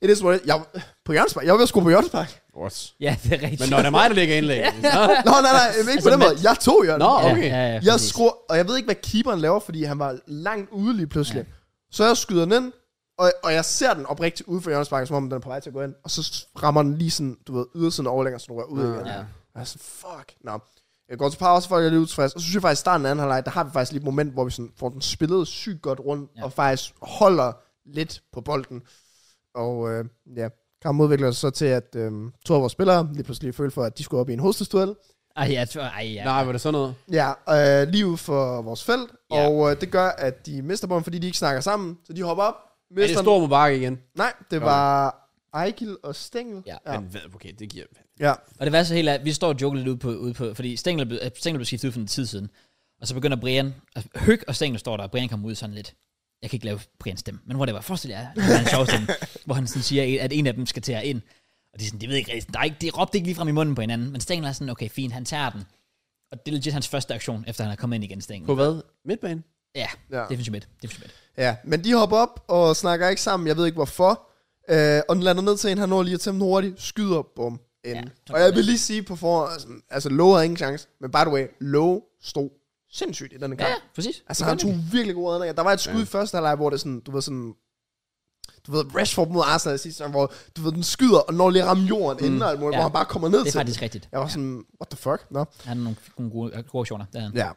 [SPEAKER 2] ja. it is what it, jeg, på Jørgenspark, jeg var ved at skrue på Jørgenspark.
[SPEAKER 3] What?
[SPEAKER 1] ja, det er rigtigt.
[SPEAKER 3] Men når det er mig, der ligger indlæg.
[SPEAKER 2] Nå, nej, nej, ikke altså, på den
[SPEAKER 1] men-
[SPEAKER 2] måde. Jeg tog Jørgen.
[SPEAKER 3] Nå,
[SPEAKER 1] ja,
[SPEAKER 3] okay.
[SPEAKER 1] ja, ja,
[SPEAKER 2] jeg
[SPEAKER 1] præcis.
[SPEAKER 2] skruer, og jeg ved ikke, hvad keeperen laver, fordi han var langt ude lige pludselig. Ja. Så jeg skyder den ind, og, og jeg ser den oprigtigt ude for hjørnesparken, som om den er på vej til at gå ind. Og så rammer den lige sådan, du ved, ydersiden overlænger, så den rører ud
[SPEAKER 3] Ja.
[SPEAKER 2] ja. igen.
[SPEAKER 1] Ja.
[SPEAKER 2] Ja. Og jeg er sådan, fuck. Nå. Jeg går til pause, folk er lidt utilfredse. Og så synes jeg faktisk, i starten af anden halvleg, der har vi faktisk lige et moment, hvor vi sådan, får den spillet sygt godt rundt,
[SPEAKER 1] Ja.
[SPEAKER 2] ja. og faktisk holder lidt på bolden. Og øh, ja, kampen udvikler sig så til, at øh, to af vores spillere lige pludselig følte for, at de skulle op i en hovedstødsduel.
[SPEAKER 1] Ej, jeg tror, ej, ja.
[SPEAKER 3] Nej, var det sådan noget?
[SPEAKER 2] Ja, øh, lige ud for vores felt,
[SPEAKER 1] Ja.
[SPEAKER 2] ja. og øh, det gør, at de mister bolden, fordi de ikke snakker sammen, så de hopper op,
[SPEAKER 3] Er
[SPEAKER 2] mister
[SPEAKER 3] det
[SPEAKER 2] den.
[SPEAKER 3] stor Mubarak igen?
[SPEAKER 2] Nej, det
[SPEAKER 3] Jo.
[SPEAKER 2] var Ejkil og Stengel.
[SPEAKER 1] Ja.
[SPEAKER 2] ja.
[SPEAKER 3] Men hvad- okay, det giver...
[SPEAKER 2] ja.
[SPEAKER 1] Og det værste helt er, at vi står og joker lidt ude på, ude på fordi Stengel blev, øh, Stengel blev skiftet ud for en tid siden. Og så begynder Brian, og Høg og Stengel står der, og Brian kommer ud sådan lidt. Jeg kan ikke lave Brians stemme, men whatever. Forestil jer, han har en sjov stemme, hvor han sådan siger, at en af dem skal tage ind. Og de er sådan, det ved ikke rigtigt. Der er ikke, de råbte ikke lige frem i munden på hinanden, men Stengel er sådan, okay, fint, han tager den. Og det er legit hans første aktion, efter han er kommet ind igen, Stengel.
[SPEAKER 3] På hvad? Midtbanen?
[SPEAKER 1] Ja,
[SPEAKER 2] Ja.
[SPEAKER 1] det synes jeg midt. Det synes jeg midt.
[SPEAKER 2] ja. Men de hopper op og snakker ikke sammen, jeg ved ikke hvorfor. Øh, og den lander ned til en, han når lige at tæmme den hurtigt, skyder, bum, ind.
[SPEAKER 1] Ja,
[SPEAKER 2] Ja,
[SPEAKER 1] tak.
[SPEAKER 2] og jeg vil lige sige på forhånd, altså, altså Lowe havde ingen chance, men by the way, Lowe stod sindssygt i denne kamp.
[SPEAKER 1] Ja, præcis.
[SPEAKER 2] Altså,
[SPEAKER 1] Det gør
[SPEAKER 2] han tog virkelig gode redninger. Der var et skud i første halvleg, hvor det sådan, du ved sådan... Du ved, Rashford mod Arsenal i sidste sæson, hvor du ved, den skyder, og når lige at ramme jorden mm. inden, og alt muligt,
[SPEAKER 1] Ja.
[SPEAKER 2] hvor han bare kommer ned
[SPEAKER 1] Det er
[SPEAKER 2] til den.
[SPEAKER 1] faktisk rigtigt.
[SPEAKER 2] Jeg var sådan, what the fuck? Nå.
[SPEAKER 1] Han har nogle, nogle gode, gode aktioner. Det er han.
[SPEAKER 2] Ja.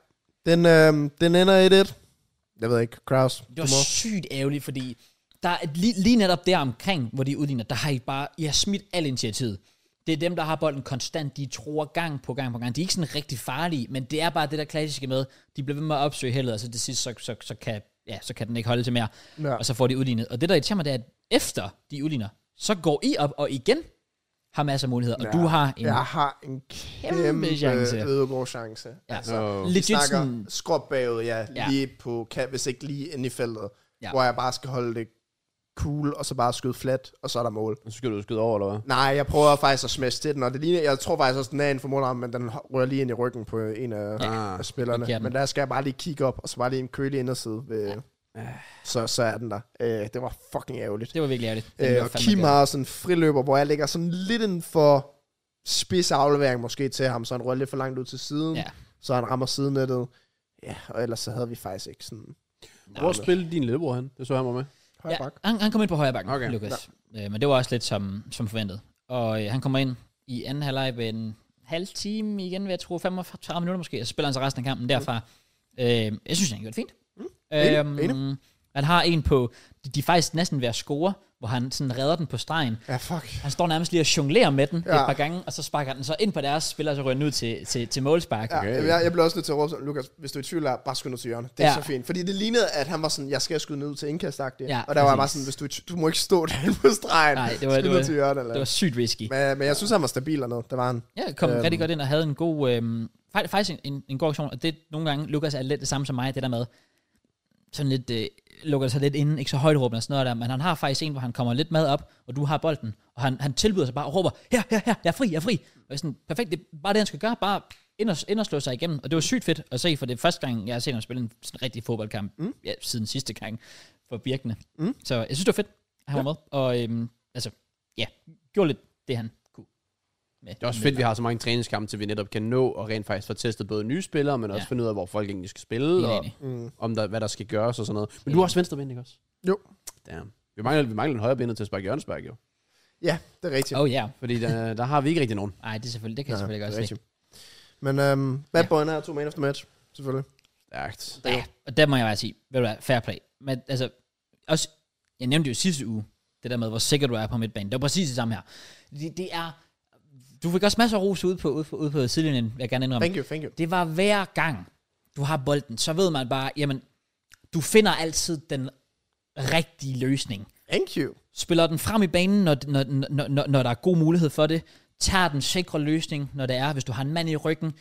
[SPEAKER 2] Den, øh, den ender 1-1. Jeg ved ikke, Kraus.
[SPEAKER 1] Det var sygt ærgerligt, fordi der er lige, lige netop der omkring, hvor de udligner, der har I bare, I har smidt al initiativet. Det er dem, der har bolden konstant, de tror gang på gang på gang. De er ikke sådan rigtig farlige, men det er bare det der klassiske med, de bliver ved med at opsøge heldet, og så til sidst, så, så, så, kan, ja, så kan den ikke holde til mere,
[SPEAKER 2] Ja.
[SPEAKER 1] og så får de udlignet. Og det der irriterer mig, det er, at efter de udligner, så går I op og igen har masser af muligheder, og
[SPEAKER 2] Ja.
[SPEAKER 1] du har en
[SPEAKER 2] Jeg har en kæmpe, kæmpe
[SPEAKER 1] chance.
[SPEAKER 2] chance. Ødegård chance. Altså,
[SPEAKER 1] Ja.
[SPEAKER 3] Oh.
[SPEAKER 2] Vi
[SPEAKER 1] legit
[SPEAKER 2] snakker
[SPEAKER 1] sådan,
[SPEAKER 2] skråt bagud, ja,
[SPEAKER 1] Ja.
[SPEAKER 2] ja. Lige på, kan, hvis ikke lige inde i feltet.
[SPEAKER 1] Ja.
[SPEAKER 2] Ja. Hvor jeg bare skal holde det cool, og så bare skyde flat, og så er der mål.
[SPEAKER 3] Så skal du skyde over, eller hvad?
[SPEAKER 2] Nej, jeg prøver faktisk at smash til den, og det ligner, jeg tror faktisk også, den er inden for målrammen, men den rører lige ind i ryggen på en af,
[SPEAKER 3] Ja.
[SPEAKER 2] ja, af spillerne.
[SPEAKER 1] det giver den.
[SPEAKER 2] Men der skal jeg bare lige kigge op, og så bare lige en kølig inderside. Ved, så, så er den der. Øh, det var fucking ærgerligt.
[SPEAKER 1] det var virkelig ærgerligt. Det
[SPEAKER 2] Øh,
[SPEAKER 1] var
[SPEAKER 2] og
[SPEAKER 1] fandme
[SPEAKER 2] Kim
[SPEAKER 1] ærgerligt.
[SPEAKER 2] har sådan en friløber, hvor jeg ligger sådan lidt inden for spids aflevering måske til ham, så han rører lidt for langt ud til siden,
[SPEAKER 1] Ja.
[SPEAKER 2] så han rammer sidenettet. Ja, og ellers så havde vi faktisk ikke sådan
[SPEAKER 3] Hvor spillede din lillebror han? Det så han var med.
[SPEAKER 2] høj ja. bak.
[SPEAKER 1] han, han kom ind på højre bakken, okay.
[SPEAKER 3] Okay.
[SPEAKER 1] Lukas. Øh, men det var også lidt som, som forventet. Og øh, han kommer ind i anden halvleg ved en halv time igen, vil jeg tro, 35 minutter måske, og så spiller han så resten af kampen derfra. Mm. Øh, jeg synes, han gjorde det fint. Mm.
[SPEAKER 2] Enig,
[SPEAKER 1] han har en på, de, de er faktisk næsten ved at score, hvor han sådan redder den på stregen.
[SPEAKER 2] Ja, fuck.
[SPEAKER 1] Han står nærmest lige og jonglerer med den ja. et
[SPEAKER 2] Ja.
[SPEAKER 1] par gange, og så sparker han den så ind på deres spiller, og så ryger den ud til, til, til målspark.
[SPEAKER 2] Ja, okay. jeg, jeg blev også nødt til at råbe sådan, Lukas, hvis du er i tvivl, er, bare skyde ned til hjørnet. Det er
[SPEAKER 1] Ja.
[SPEAKER 2] ja. så fint. Fordi det lignede, at han var sådan, jeg skal skyde ned til indkast ja, Og der
[SPEAKER 1] Ja,
[SPEAKER 2] var jeg bare
[SPEAKER 1] præcis.
[SPEAKER 2] sådan, hvis du, er i tvivl- du må ikke stå derinde på stregen.
[SPEAKER 1] Nej, det var-
[SPEAKER 2] Skyd
[SPEAKER 1] det
[SPEAKER 2] ned
[SPEAKER 1] var-
[SPEAKER 2] til hjørnet. Eller.
[SPEAKER 1] Det var sygt risky.
[SPEAKER 2] Men, men jeg synes, han var stabil og noget. Det var han.
[SPEAKER 1] Ja, kom øhm.
[SPEAKER 2] Øhm.
[SPEAKER 1] rigtig godt ind og havde en god, øhm, fakt- faktisk en, en, en god aktion, og det nogle gange, Lukas er lidt det samme som mig, det der med, sådan lidt, øh, lukker sig lidt inden, ikke så højt råbende og sådan noget der, men han har faktisk en, hvor han kommer lidt med op, og du har bolden, og han, han tilbyder sig bare og råber, her, her, her, jeg er fri, jeg er fri, og jeg er sådan, perfekt, det er bare det, han skal gøre, bare ind og, ind og slå sig igennem, og det var sygt fedt at se, for det er første gang, jeg har set ham spille en sådan rigtig fodboldkamp, mm. ja, siden sidste gang for Birkene, mm. så jeg synes, det var fedt, at han ja. var med, og øhm, altså, ja, gjorde lidt det, han kunne. Med,
[SPEAKER 3] Det er også fedt, at vi har så mange træningskampe, til vi netop kan nå og rent faktisk få testet både nye spillere, men også
[SPEAKER 1] Ja.
[SPEAKER 3] ja. finde ud af, hvor folk egentlig skal
[SPEAKER 1] Helt
[SPEAKER 3] spille, og
[SPEAKER 1] enig.
[SPEAKER 2] Mm.
[SPEAKER 3] om der, hvad der skal gøres og sådan noget. Men du er også venstrebenet, ikke også?
[SPEAKER 2] Jo.
[SPEAKER 3] Damn. Vi mangler, vi mangler en højrebenet til at sparke Jørgensberg, jo.
[SPEAKER 2] Ja, det er rigtigt.
[SPEAKER 1] Oh ja, yeah.
[SPEAKER 3] Fordi der, der har vi ikke rigtig nogen.
[SPEAKER 1] nej, det er selvfølgelig, det kan jeg selvfølgelig
[SPEAKER 2] det
[SPEAKER 1] godt
[SPEAKER 2] er
[SPEAKER 1] se.
[SPEAKER 2] rigtigt. Men øhm, Bad
[SPEAKER 1] Ja.
[SPEAKER 2] ja. Boy'en har to man efter match, selvfølgelig.
[SPEAKER 3] Stærkt.
[SPEAKER 1] Ja, og der må jeg bare sige, ved du hvad, fair play. Men altså, også, jeg nævnte det jo sidste uge, det der med, hvor sikker du er på midtbanen. Det var præcis det samme her. Det, det er, du fik også masser af ros ude på, ude på, ude på sidelinjen, vil jeg gerne indrømme.
[SPEAKER 2] Thank you, thank you.
[SPEAKER 1] Det var hver gang, du har bolden, så ved man bare, jamen, du finder altid den rigtige løsning.
[SPEAKER 2] Thank you.
[SPEAKER 1] spiller den frem i banen, når, når, når, når, når der er god mulighed for det, tager den sikre løsning, når det er, hvis du har en mand i ryggen,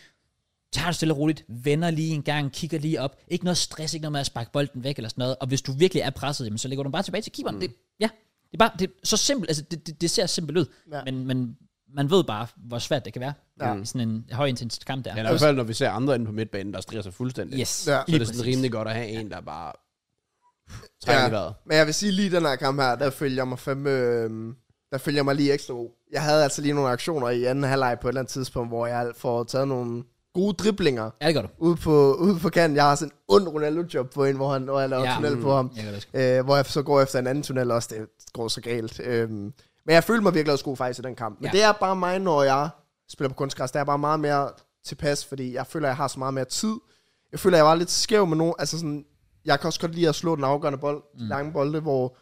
[SPEAKER 1] tager det stille og roligt, vender lige en gang, kigger lige op, ikke noget stress, ikke noget med at sparke bolden væk eller sådan noget, og hvis du virkelig er presset, jamen, så lægger du den bare tilbage til keeperen. Mm. Det, ja, det er bare det er så simpelt, altså det, det, det ser simpelt ud, ja.
[SPEAKER 2] Ja.
[SPEAKER 1] men, men man ved bare, hvor svært det kan være, ja. i sådan en høj intens kamp der.
[SPEAKER 3] Ja, i hvert fald, når vi ser andre inde på midtbanen, der striger sig
[SPEAKER 1] Yes,
[SPEAKER 3] fuldstændig.
[SPEAKER 2] Ja.
[SPEAKER 3] Så er det sådan rimelig godt at have en, der bare trækker ja. i vejret.
[SPEAKER 2] Men jeg vil sige, lige den her kamp her, der følger jeg mig fem, øhm, der følger jeg mig lige ekstra god. Jeg havde altså lige nogle aktioner i anden halvleg på et eller andet tidspunkt, hvor jeg får taget nogle gode driblinger
[SPEAKER 1] Ja, det gør du.
[SPEAKER 2] ude på, ude på kanten. Jeg har sådan en ond Ronaldo-job på en, hvor han hvor jeg laver
[SPEAKER 1] Ja,
[SPEAKER 2] ja, tunnel på ham.
[SPEAKER 1] Jeg kan det sgu.
[SPEAKER 2] Øh, hvor jeg så går efter en anden tunnel også. Det går så galt. Øhm, men jeg følte mig virkelig også god faktisk i den kamp. Men
[SPEAKER 1] Ja.
[SPEAKER 2] ja. det er bare mig, når jeg spiller på kunstgræs. Der er bare meget mere tilpas, fordi jeg føler, jeg har så meget mere tid. Jeg føler, jeg var lidt skæv med nogen. Altså sådan, jeg kan også godt lide at slå den afgørende bold, mm. lange bolde, hvor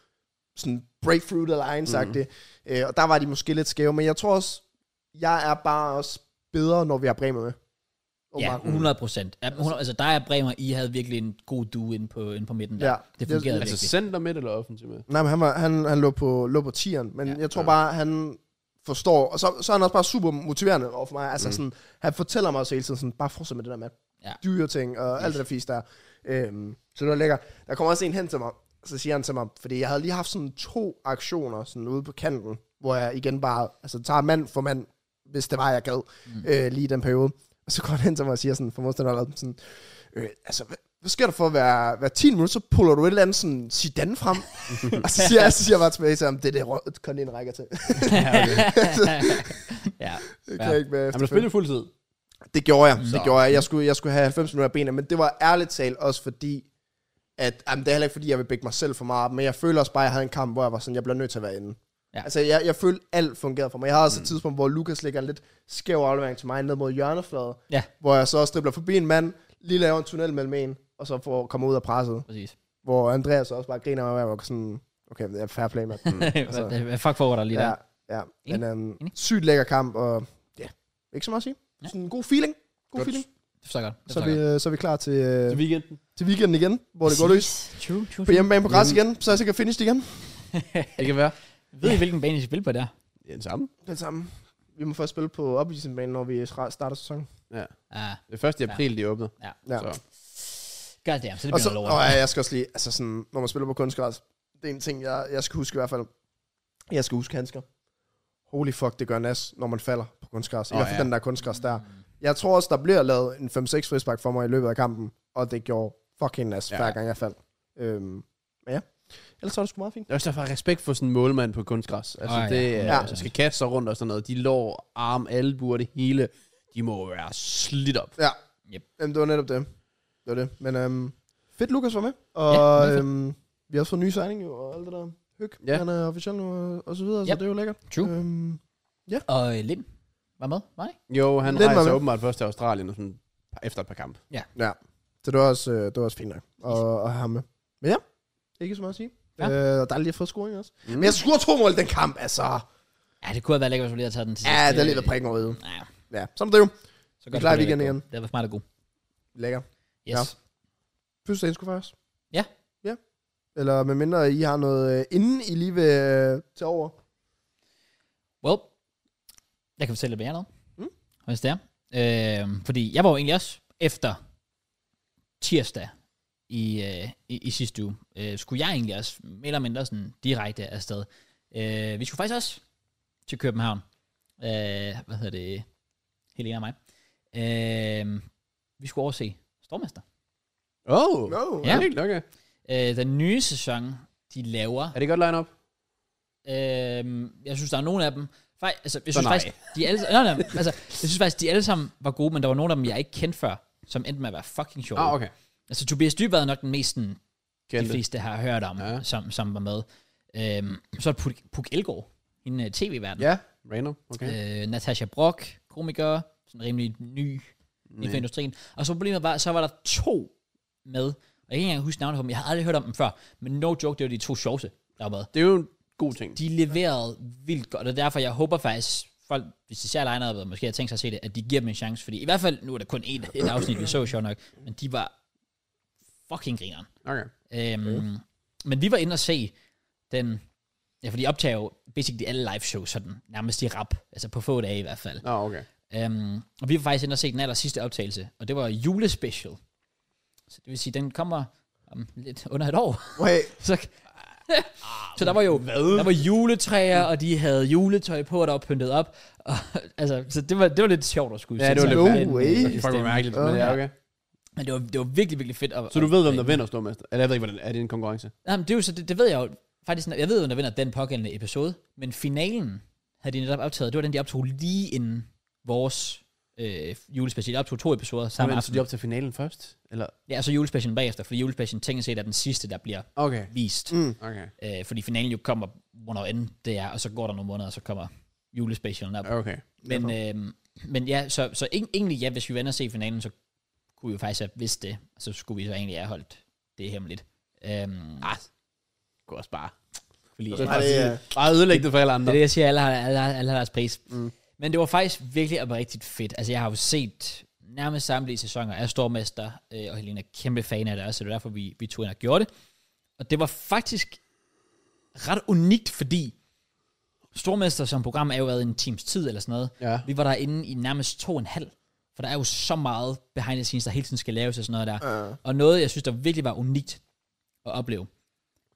[SPEAKER 2] sådan breakthrough eller egen sagt det. Øh, og der var de måske lidt skæve, men jeg tror også, jeg er bare også bedre, når vi har bremer med.
[SPEAKER 1] Ja,
[SPEAKER 2] Åbenbart.
[SPEAKER 1] 100 procent. Ja, 100 altså dig og Bremer, I havde virkelig en god duo inde på, inde på midten der.
[SPEAKER 2] Ja.
[SPEAKER 1] Det fungerede
[SPEAKER 2] Jeg-
[SPEAKER 1] virkelig.
[SPEAKER 3] Altså center midt eller offensiv midt?
[SPEAKER 2] Nej, men han, var, han, han lå på, lå på tieren, men ja, jeg tror ja. bare, han forstår, og så, så er han også bare super motiverende over for mig. Altså mm. sådan, han fortæller mig også hele tiden sådan, bare fortsæt med det der med
[SPEAKER 1] Ja.
[SPEAKER 2] ja. dyre ting og alt det der fisk der. Øhm, så det var lækkert. Der kommer også en hen til mig, så siger han til mig, fordi jeg havde lige haft sådan to aktioner sådan ude på kanten, hvor jeg igen bare altså, tager mand for mand, hvis det var, jeg gad, mm. øh, lige i den periode. Og så går han hen til mig og siger sådan, for modstanderen sådan, øh, altså, hvad, hvad sker der for hver, hver 10 minutter, så puller du et eller andet sådan Zidane frem, og så siger, jeg, så siger jeg bare tilbage til ham, det er det, rød- Konin rækker til.
[SPEAKER 1] ja.
[SPEAKER 2] det kan jeg ikke med
[SPEAKER 3] Han blev spillet fuldtid.
[SPEAKER 2] det gjorde jeg, det
[SPEAKER 3] Så.
[SPEAKER 2] gjorde jeg. Jeg skulle, jeg skulle have 90 minutter af benene, men det var ærligt talt også fordi, at jamen, det er heller ikke fordi, jeg vil bække mig selv for meget op, men jeg føler også bare, at jeg havde en kamp, hvor jeg var sådan, jeg bliver nødt til at være inde.
[SPEAKER 1] Ja.
[SPEAKER 2] Ja. Altså, jeg, jeg følte, alt fungerede for mig. Jeg havde også et tidspunkt, hvor Lukas lægger en lidt skæv aflevering til mig ned mod hjørnefladet,
[SPEAKER 1] Ja.
[SPEAKER 2] hvor jeg så også dribler forbi en mand, lige laver en tunnel mellem en, og så får komme ud af presset,
[SPEAKER 1] Præcis.
[SPEAKER 2] hvor Andreas også bare griner, og jeg var sådan, okay, det er fair play, mand. Altså-
[SPEAKER 1] Hvad fuck foregår der lige
[SPEAKER 2] ja,
[SPEAKER 1] der?
[SPEAKER 2] ja.
[SPEAKER 1] Enig.
[SPEAKER 2] Men øhm,
[SPEAKER 1] Enig.
[SPEAKER 2] sygt lækker kamp, og ja, ikke så meget at sige.
[SPEAKER 1] Ja.
[SPEAKER 2] Sådan en god feeling. God
[SPEAKER 3] Godt.
[SPEAKER 2] feeling.
[SPEAKER 1] Det forstår jeg godt. Det
[SPEAKER 2] Så er,
[SPEAKER 1] forstår
[SPEAKER 2] vi,
[SPEAKER 1] jeg
[SPEAKER 2] øh, så er vi klar til, øh,
[SPEAKER 3] Til weekenden.
[SPEAKER 2] til weekenden igen, hvor det går løs.
[SPEAKER 1] Præcis. True, true,
[SPEAKER 2] På
[SPEAKER 1] true.
[SPEAKER 2] hjemmebane på græs igen, så er jeg sikkert finished igen.
[SPEAKER 3] Det kan være.
[SPEAKER 1] Ved I, hvilken bane I spiller på der?
[SPEAKER 3] Det er den samme.
[SPEAKER 2] Det samme. Vi må først spille på opvisningsbanen, når vi stra- starter sæsonen.
[SPEAKER 3] Ja.
[SPEAKER 1] Ja.
[SPEAKER 3] Det er 1. april, de åbner.
[SPEAKER 2] Ja.
[SPEAKER 3] Så.
[SPEAKER 1] God damn, så det
[SPEAKER 2] Og så,
[SPEAKER 1] bliver noget
[SPEAKER 2] og
[SPEAKER 1] lort.
[SPEAKER 2] ja, jeg skal også lige, altså sådan, når man spiller på kunstgræs, det er en ting, jeg, jeg skal huske i hvert fald. Jeg skal huske handsker. Holy fuck, det gør nas, når man falder på kunstgræs. I
[SPEAKER 3] Åh,
[SPEAKER 2] hvert fald
[SPEAKER 3] ja.
[SPEAKER 2] den der kunstgræs der. Jeg tror også, der bliver lavet en 5-6 frispark for mig i løbet af kampen, og det gjorde fucking nas,
[SPEAKER 3] Ja.
[SPEAKER 2] hver gang jeg faldt. Øhm, men ja, Ellers var det sgu meget fint.
[SPEAKER 3] Det er også derfor jeg har respekt for sådan en målmand på kunstgræs. Altså,
[SPEAKER 1] Åh,
[SPEAKER 3] oh,
[SPEAKER 1] ja.
[SPEAKER 3] det ja.
[SPEAKER 2] Ja.
[SPEAKER 3] Altså, skal kaste sig rundt og sådan noget. De lår, arm, albuer, det hele. De må være slidt op.
[SPEAKER 2] Ja.
[SPEAKER 1] Yep.
[SPEAKER 2] Jamen, det var netop det. Det var det. Men øhm, fedt, Lukas var med.
[SPEAKER 1] Ja,
[SPEAKER 2] Og
[SPEAKER 1] meget
[SPEAKER 2] ja,
[SPEAKER 1] fedt.
[SPEAKER 2] øhm, vi har også fået nye signing jo, og alt det der hyg.
[SPEAKER 3] Ja.
[SPEAKER 2] Ja. Han er officiel nu, og, og så videre, yep. så
[SPEAKER 1] Yep.
[SPEAKER 2] det er jo lækkert.
[SPEAKER 1] True.
[SPEAKER 2] Øhm,
[SPEAKER 1] Og øh, Lim var med, var det ikke?
[SPEAKER 3] Jo, han
[SPEAKER 2] Lidt
[SPEAKER 3] Lidt rejser
[SPEAKER 2] meget.
[SPEAKER 3] åbenbart først til Australien og sådan, efter et par kampe.
[SPEAKER 2] Så det var også, øh, det var også fint nok at, at have ham med. Men ja, ikke så meget at sige.
[SPEAKER 1] Ja.
[SPEAKER 2] Ja. Øh, og dejligt at få scoring også.
[SPEAKER 3] Mm.
[SPEAKER 2] Men jeg scorer to mål i den kamp, altså.
[SPEAKER 1] Ja, det kunne have været lækkert, hvis vi lige havde taget den til
[SPEAKER 2] Ja, det er lidt at prikken over øjet.
[SPEAKER 1] Nej,
[SPEAKER 2] Ja, som det er jo.
[SPEAKER 1] så godt.
[SPEAKER 2] klarer
[SPEAKER 1] det
[SPEAKER 2] weekenden
[SPEAKER 1] var
[SPEAKER 2] igen.
[SPEAKER 1] Det var smart og god.
[SPEAKER 2] Lækker.
[SPEAKER 1] Yes.
[SPEAKER 2] Ja.
[SPEAKER 1] Ja.
[SPEAKER 2] Fødselsdagen skulle først.
[SPEAKER 1] Ja.
[SPEAKER 2] Ja. Eller medmindre I har noget øh, inden I lige vil øh, tage over.
[SPEAKER 1] Well, jeg kan fortælle lidt mere noget,
[SPEAKER 2] Mm.
[SPEAKER 1] mm. hvis det er. Øh, fordi jeg var jo egentlig også efter tirsdag i, øh, i, i sidste uge, øh, skulle jeg egentlig også mere eller mindre sådan direkte afsted. Øh, vi skulle faktisk også til København. Øh, hvad hedder det? Helena og mig. Øh, vi skulle overse Stormester.
[SPEAKER 3] Åh, oh,
[SPEAKER 2] No.
[SPEAKER 1] Ja.
[SPEAKER 3] ja. det er nok, ja.
[SPEAKER 1] Øh, den nye sæson, de laver,
[SPEAKER 3] Er det godt line-up?
[SPEAKER 1] Øhm, jeg synes, der er nogle af dem. Fej, altså, jeg
[SPEAKER 3] Så
[SPEAKER 1] synes
[SPEAKER 3] nej.
[SPEAKER 1] faktisk, de alle, nej, nej, altså, jeg synes faktisk, de alle sammen var gode, men der var nogle af dem, jeg ikke kendte før, som endte med at være fucking sjove.
[SPEAKER 3] Ah, okay.
[SPEAKER 1] Altså, Tobias Dyb var nok den mest, sådan, de
[SPEAKER 3] Kendte.
[SPEAKER 1] fleste har hørt om,
[SPEAKER 3] Ja.
[SPEAKER 1] ja. som, som var med. Øhm, så er der Puk, Puk Elgård, en tv-verden.
[SPEAKER 3] Ja, random. Okay.
[SPEAKER 1] Øh, Natasha Brock, komiker, sådan rimelig ny inden for
[SPEAKER 3] Nej.
[SPEAKER 1] industrien. Og så problemet var, så var der to med, og jeg kan ikke engang huske navnet på dem, jeg har aldrig hørt om dem før, men no joke, det var de to sjoveste, der var med
[SPEAKER 3] Det er jo en god ting.
[SPEAKER 1] de leverede vildt godt, og derfor jeg håber faktisk, folk, hvis de ser line og måske har tænkt sig at se det, at de giver dem en chance, fordi i hvert fald, nu er der kun én, et afsnit, vi så sjovt nok, men de var fucking grineren.
[SPEAKER 3] Okay.
[SPEAKER 1] Øhm, okay. Men vi var inde og se den, ja, for de optager jo basically alle live shows sådan, nærmest i rap, altså på få dage i hvert fald.
[SPEAKER 3] Nå, oh, okay.
[SPEAKER 1] Øhm, og vi var faktisk inde og se den aller sidste optagelse, og det var julespecial. Så det vil sige, den kommer om lidt under et år.
[SPEAKER 2] Hey,
[SPEAKER 1] Så, så der var jo der var juletræer, og de havde juletøj på, og der var pyntet op. Og, altså, så det var, det var lidt sjovt at skulle
[SPEAKER 3] Ja,
[SPEAKER 1] se
[SPEAKER 3] det var
[SPEAKER 1] til.
[SPEAKER 3] lidt
[SPEAKER 2] No
[SPEAKER 3] mærkeligt.
[SPEAKER 2] way.
[SPEAKER 3] Det var fucking mærkeligt, men ja, okay.
[SPEAKER 1] Men det var, det var virkelig, virkelig fedt. At,
[SPEAKER 3] Så du ved, hvem der vinder stormester? Eller jeg ved ikke, hvordan er det en konkurrence?
[SPEAKER 1] Jamen, det, er jo så, det, det ved jeg jo faktisk. Jeg ved, hvem der vinder den pågældende episode. Men finalen havde de netop optaget. Det var den, de optog lige inden vores øh, julespecial. De optog to episoder
[SPEAKER 3] Så
[SPEAKER 1] samme
[SPEAKER 3] venter de
[SPEAKER 1] aften.
[SPEAKER 3] op til finalen først? Eller?
[SPEAKER 1] Ja, og så julespecialen bagefter, fordi julespecialen tænker set er den sidste, der bliver
[SPEAKER 3] Okay.
[SPEAKER 1] vist.
[SPEAKER 2] Mm.
[SPEAKER 3] Okay.
[SPEAKER 1] Øh, fordi finalen jo kommer, hvornår end det er, og så går der nogle måneder, og så kommer julespecialen op.
[SPEAKER 3] Okay.
[SPEAKER 1] Men, øh, men ja, så, så eng- egentlig ja, hvis vi vender og se finalen, så kunne vi jo faktisk have vidst det, og så skulle vi så egentlig have holdt det hemmeligt. Øhm, ah,
[SPEAKER 3] Gå også bare.
[SPEAKER 1] fordi,
[SPEAKER 3] Så
[SPEAKER 1] det,
[SPEAKER 3] bare,
[SPEAKER 2] det,
[SPEAKER 3] sige,
[SPEAKER 2] øh,
[SPEAKER 3] bare ødelægge det for alle andre.
[SPEAKER 1] er det, jeg siger, alle har, alle, har, alle har deres pris. Mm. Men det var faktisk virkelig oprigtigt fedt. Altså, jeg har jo set nærmest samtlige sæsoner af Stormester, øh, og Helena er kæmpe fan af det også, så det var derfor, vi, vi tog ind og gjorde det. Og det var faktisk ret unikt, fordi Stormester som program er jo været en times tid eller sådan noget,
[SPEAKER 3] Ja.
[SPEAKER 1] Vi var derinde i nærmest to og en halv. For der er jo så meget behind the scenes, der hele tiden skal laves og sådan noget der.
[SPEAKER 2] Ja.
[SPEAKER 1] Og noget, jeg synes, der virkelig var unikt at opleve,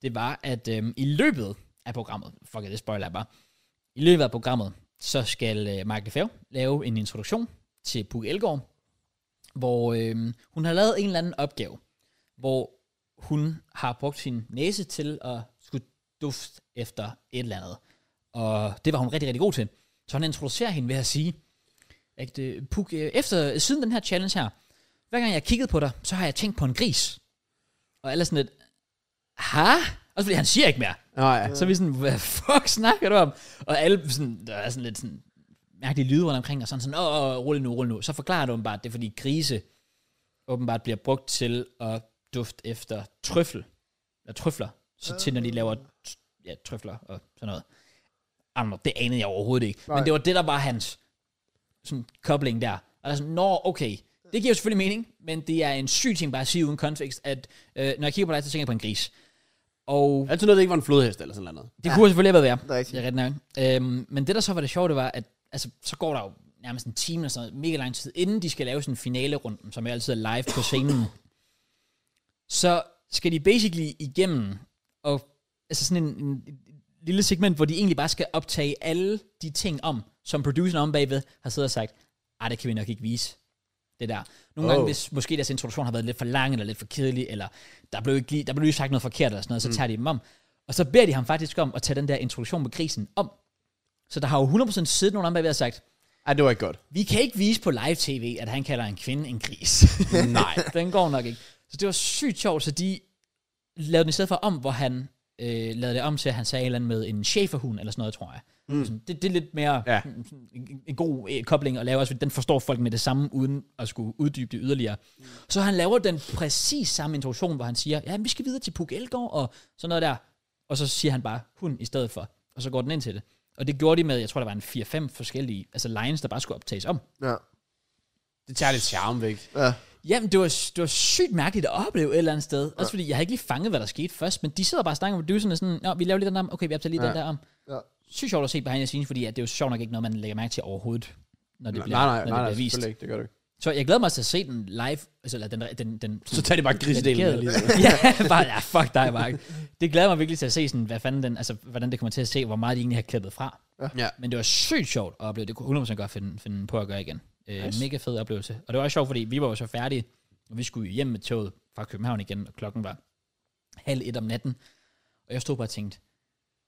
[SPEAKER 1] det var, at øhm, i løbet af programmet, fuck it, det spoiler jeg bare, i løbet af programmet, så skal øh, Mark Lefebvre lave en introduktion til Puk Elgård, hvor øhm, hun har lavet en eller anden opgave, hvor hun har brugt sin næse til at skulle dufte efter et eller andet. Og det var hun rigtig, rigtig god til. Så han introducerer hende ved at sige, at øh, Puk, øh, efter, siden den her challenge her, hver gang jeg har kigget på dig, så har jeg tænkt på en gris. Og alle er sådan lidt, ha? Også fordi han siger ikke mere.
[SPEAKER 3] Nej.
[SPEAKER 1] Så er vi sådan, hvad fuck snakker du om? Og alle sådan, der er sådan lidt sådan mærkelige lyde rundt omkring, og sådan sådan, åh, åh, rulle nu, rulle nu. Så forklarer det åbenbart, det er fordi grise åbenbart bliver brugt til at dufte efter trøffel, eller trøfler, så til når de laver t- ja, trøfler og sådan noget. I don't know, det anede jeg overhovedet ikke. Nej.
[SPEAKER 2] Nej.
[SPEAKER 1] Men det var det, der var hans sådan, kobling der. Og der er sådan, nå, okay, det giver jo selvfølgelig mening, men det er en syg ting bare at sige uden kontekst, at øh, når jeg kigger på dig, så tænker jeg på en gris. Og
[SPEAKER 3] Altid noget, det ikke var en flodhest eller sådan noget.
[SPEAKER 1] det ja. kunne jo selvfølgelig have været
[SPEAKER 2] Det er
[SPEAKER 1] værre.
[SPEAKER 2] rigtigt.
[SPEAKER 1] Det er rigtig nok. Øhm, men det, der så var det sjove, det var, at altså, så går der jo nærmest en time eller sådan noget, mega lang tid, inden de skal lave sådan en finalerunden, som er altid er live på scenen. så skal de basically igennem, og altså sådan en, en, en lille segment, hvor de egentlig bare skal optage "Ah, alle de ting om, som produceren om bagved har siddet og sagt, ej, det kan vi nok ikke vise. det der. Nogle oh. gange, hvis måske deres introduktion har været lidt for lang, eller lidt for kedelig, eller der blev ikke, lige, der blev lige sagt noget forkert, eller sådan noget, så mm. tager de dem om. Og så beder de ham faktisk om at tage den der introduktion med grisen om. Så der har jo 100% siddet nogen om bagved og sagt,
[SPEAKER 2] Ej, det var ikke godt.
[SPEAKER 1] vi kan ikke vise på live tv, at han kalder en kvinde en gris. Nej. den går nok ikke. Så det var sygt sjovt, så de lavede den i stedet for om, hvor han øh, lavede det om til, at han sagde et eller andet med en schæferhund, eller sådan noget, tror jeg. Mm. Sådan, det, det er lidt mere ja.
[SPEAKER 2] Ja.
[SPEAKER 1] en, en god øh, kobling at lave, også, fordi den forstår folk med det samme, uden at skulle uddybe det yderligere. Mm. Så han laver den præcis samme introduktion, hvor han siger, ja, vi skal videre til Puk Elgård, og sådan noget der. Og så siger han bare hun i stedet for, og så går den ind til det. Og det gjorde de med, jeg tror, der var en 4-5 forskellige, altså lines, der bare skulle optages om.
[SPEAKER 2] Ja.
[SPEAKER 3] Det tager lidt charme væk.
[SPEAKER 2] ja.
[SPEAKER 1] Jamen, det var, det var sygt mærkeligt at opleve et eller andet sted. Også fordi, jeg havde ikke lige fanget, hvad der skete først, men de sidder bare og snakker med producerne sådan, Nå, vi laver lige den der om, okay, vi optager lige ja. den der om.
[SPEAKER 2] Ja.
[SPEAKER 1] Sygt sjovt at se behind the scenes, fordi at det er jo sjovt nok ikke noget, man lægger mærke til overhovedet, når det
[SPEAKER 3] Nej,
[SPEAKER 1] bliver,
[SPEAKER 3] nej, nej,
[SPEAKER 1] når
[SPEAKER 3] nej,
[SPEAKER 1] det
[SPEAKER 3] nej
[SPEAKER 1] bliver vist.
[SPEAKER 3] selvfølgelig ikke. Det gør du ikke.
[SPEAKER 1] Så jeg glæder mig til at se den live, altså eller den, den, den
[SPEAKER 3] Så tager det bare grisedelen.
[SPEAKER 1] Redigeret.
[SPEAKER 3] alligevel.
[SPEAKER 1] ja, bare, ja, fuck dig, Mark. Det glæder mig virkelig til at se, sådan, hvad fanden den, altså, hvordan det kommer til at se, hvor meget de egentlig har klippet fra.
[SPEAKER 3] Ja.
[SPEAKER 1] Men det var sygt sjovt at opleve. Det kunne 100% godt finde, finde på at gøre igen. Øh, nice.
[SPEAKER 3] Nice.
[SPEAKER 1] Mega fed oplevelse. Og det var også sjovt, fordi vi var jo så færdige, og vi skulle hjem med toget fra København igen, og klokken var halv et om natten. Og jeg stod bare og tænkte,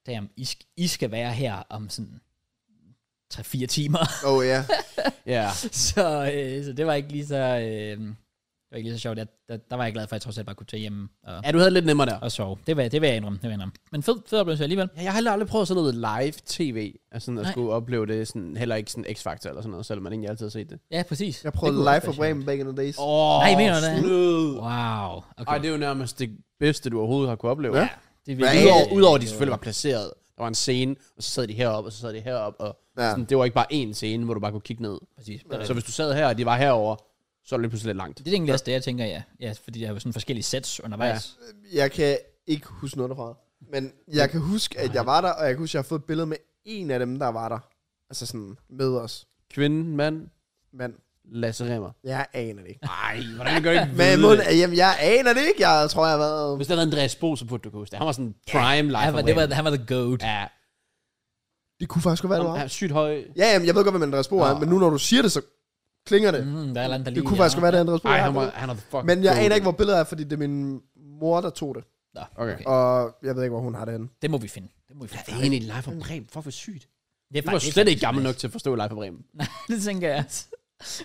[SPEAKER 1] damn, I, sk- I skal være her om sådan 3-4 timer.
[SPEAKER 2] Oh, ja.
[SPEAKER 3] Ja.
[SPEAKER 1] så, øh, så det var ikke lige så... Øh, det var ikke lige så sjovt. Jeg, der, der, var jeg glad for, at jeg trods alt bare kunne tage hjem og
[SPEAKER 3] Ja, du havde lidt nemmere der.
[SPEAKER 1] og sove. Det vil, jeg- det vil jeg indrømme. Det vil jeg indrømme. Men fed, fed oplevelse alligevel.
[SPEAKER 3] Ja, jeg har heller aldrig prøvet sådan noget live-tv, altså sådan at
[SPEAKER 1] Nej.
[SPEAKER 3] skulle opleve det, sådan, heller ikke sådan X-Factor eller sådan noget, selvom man egentlig altid har set det.
[SPEAKER 1] Ja, præcis.
[SPEAKER 2] Jeg prøvede
[SPEAKER 1] Det kunne
[SPEAKER 2] Life
[SPEAKER 1] også
[SPEAKER 2] of
[SPEAKER 1] være
[SPEAKER 2] Wham back in the days.
[SPEAKER 3] Åh,
[SPEAKER 1] Nej, mener du det?
[SPEAKER 3] det?
[SPEAKER 1] sjovt. Wow. Okay.
[SPEAKER 3] Ej, det er jo nærmest det bedste, du overhovedet har kunne opleve.
[SPEAKER 2] Ja.
[SPEAKER 1] det er
[SPEAKER 2] Ja,
[SPEAKER 3] Udover, udover de selvfølgelig var placeret. Der var en scene, og så sad de heroppe, og så sad de heroppe, og
[SPEAKER 2] Ja.
[SPEAKER 3] sådan, det var ikke bare én scene, hvor du bare kunne kigge ned.
[SPEAKER 1] Præcis.
[SPEAKER 3] Så hvis du sad her, og de var herover, så er det lige pludselig lidt langt.
[SPEAKER 1] Det er egentlig også det, jeg tænker, ja. ja fordi der er jo sådan forskellige sets undervejs. Ja.
[SPEAKER 2] Jeg kan ikke huske noget derfra. Men jeg kan huske, at jeg var der, og jeg kan huske, at jeg har fået et billede med en af dem, der var der. Altså sådan med os.
[SPEAKER 3] Kvinde, mand,
[SPEAKER 2] Men
[SPEAKER 3] Lasse Remmer.
[SPEAKER 2] jeg aner det ikke.
[SPEAKER 3] Nej, hvordan gør jeg ikke
[SPEAKER 2] Men
[SPEAKER 3] vide
[SPEAKER 2] mund,
[SPEAKER 3] det?
[SPEAKER 2] jamen, jeg aner det ikke. Jeg tror, jeg har været...
[SPEAKER 3] Hvis der havde Andreas Bo, så burde du kunne huske det. Han var sådan prime live.
[SPEAKER 1] Han, var, det var, han var the goat.
[SPEAKER 3] ja.
[SPEAKER 2] Det kunne faktisk godt være, det
[SPEAKER 3] Han
[SPEAKER 2] var.
[SPEAKER 3] er sygt høj.
[SPEAKER 2] Ja, jamen, jeg ved godt, hvem Andreas Bo er,
[SPEAKER 3] Nå.
[SPEAKER 2] men nu når du siger det, så klinger det.
[SPEAKER 1] Mm, der er et eller andet, der
[SPEAKER 2] Det
[SPEAKER 1] lige...
[SPEAKER 2] kunne faktisk godt være, det er Andreas Bo.
[SPEAKER 3] Nej,
[SPEAKER 2] jeg
[SPEAKER 3] han, var,
[SPEAKER 2] ved det.
[SPEAKER 3] han er the fuck
[SPEAKER 2] Men jeg
[SPEAKER 3] goat.
[SPEAKER 2] aner ikke, hvor billedet er, fordi det er min mor, der tog det.
[SPEAKER 1] Nå,
[SPEAKER 3] Okay.
[SPEAKER 1] okay.
[SPEAKER 2] Og jeg ved ikke, hvor hun har det henne.
[SPEAKER 1] Det må vi finde. Det må vi finde.
[SPEAKER 3] Det er egentlig live fra Bremen. Fuck, hvor sygt.
[SPEAKER 1] Det
[SPEAKER 3] Du var slet ikke gammel nok til at forstå live fra Bremen.
[SPEAKER 1] det tænker jeg.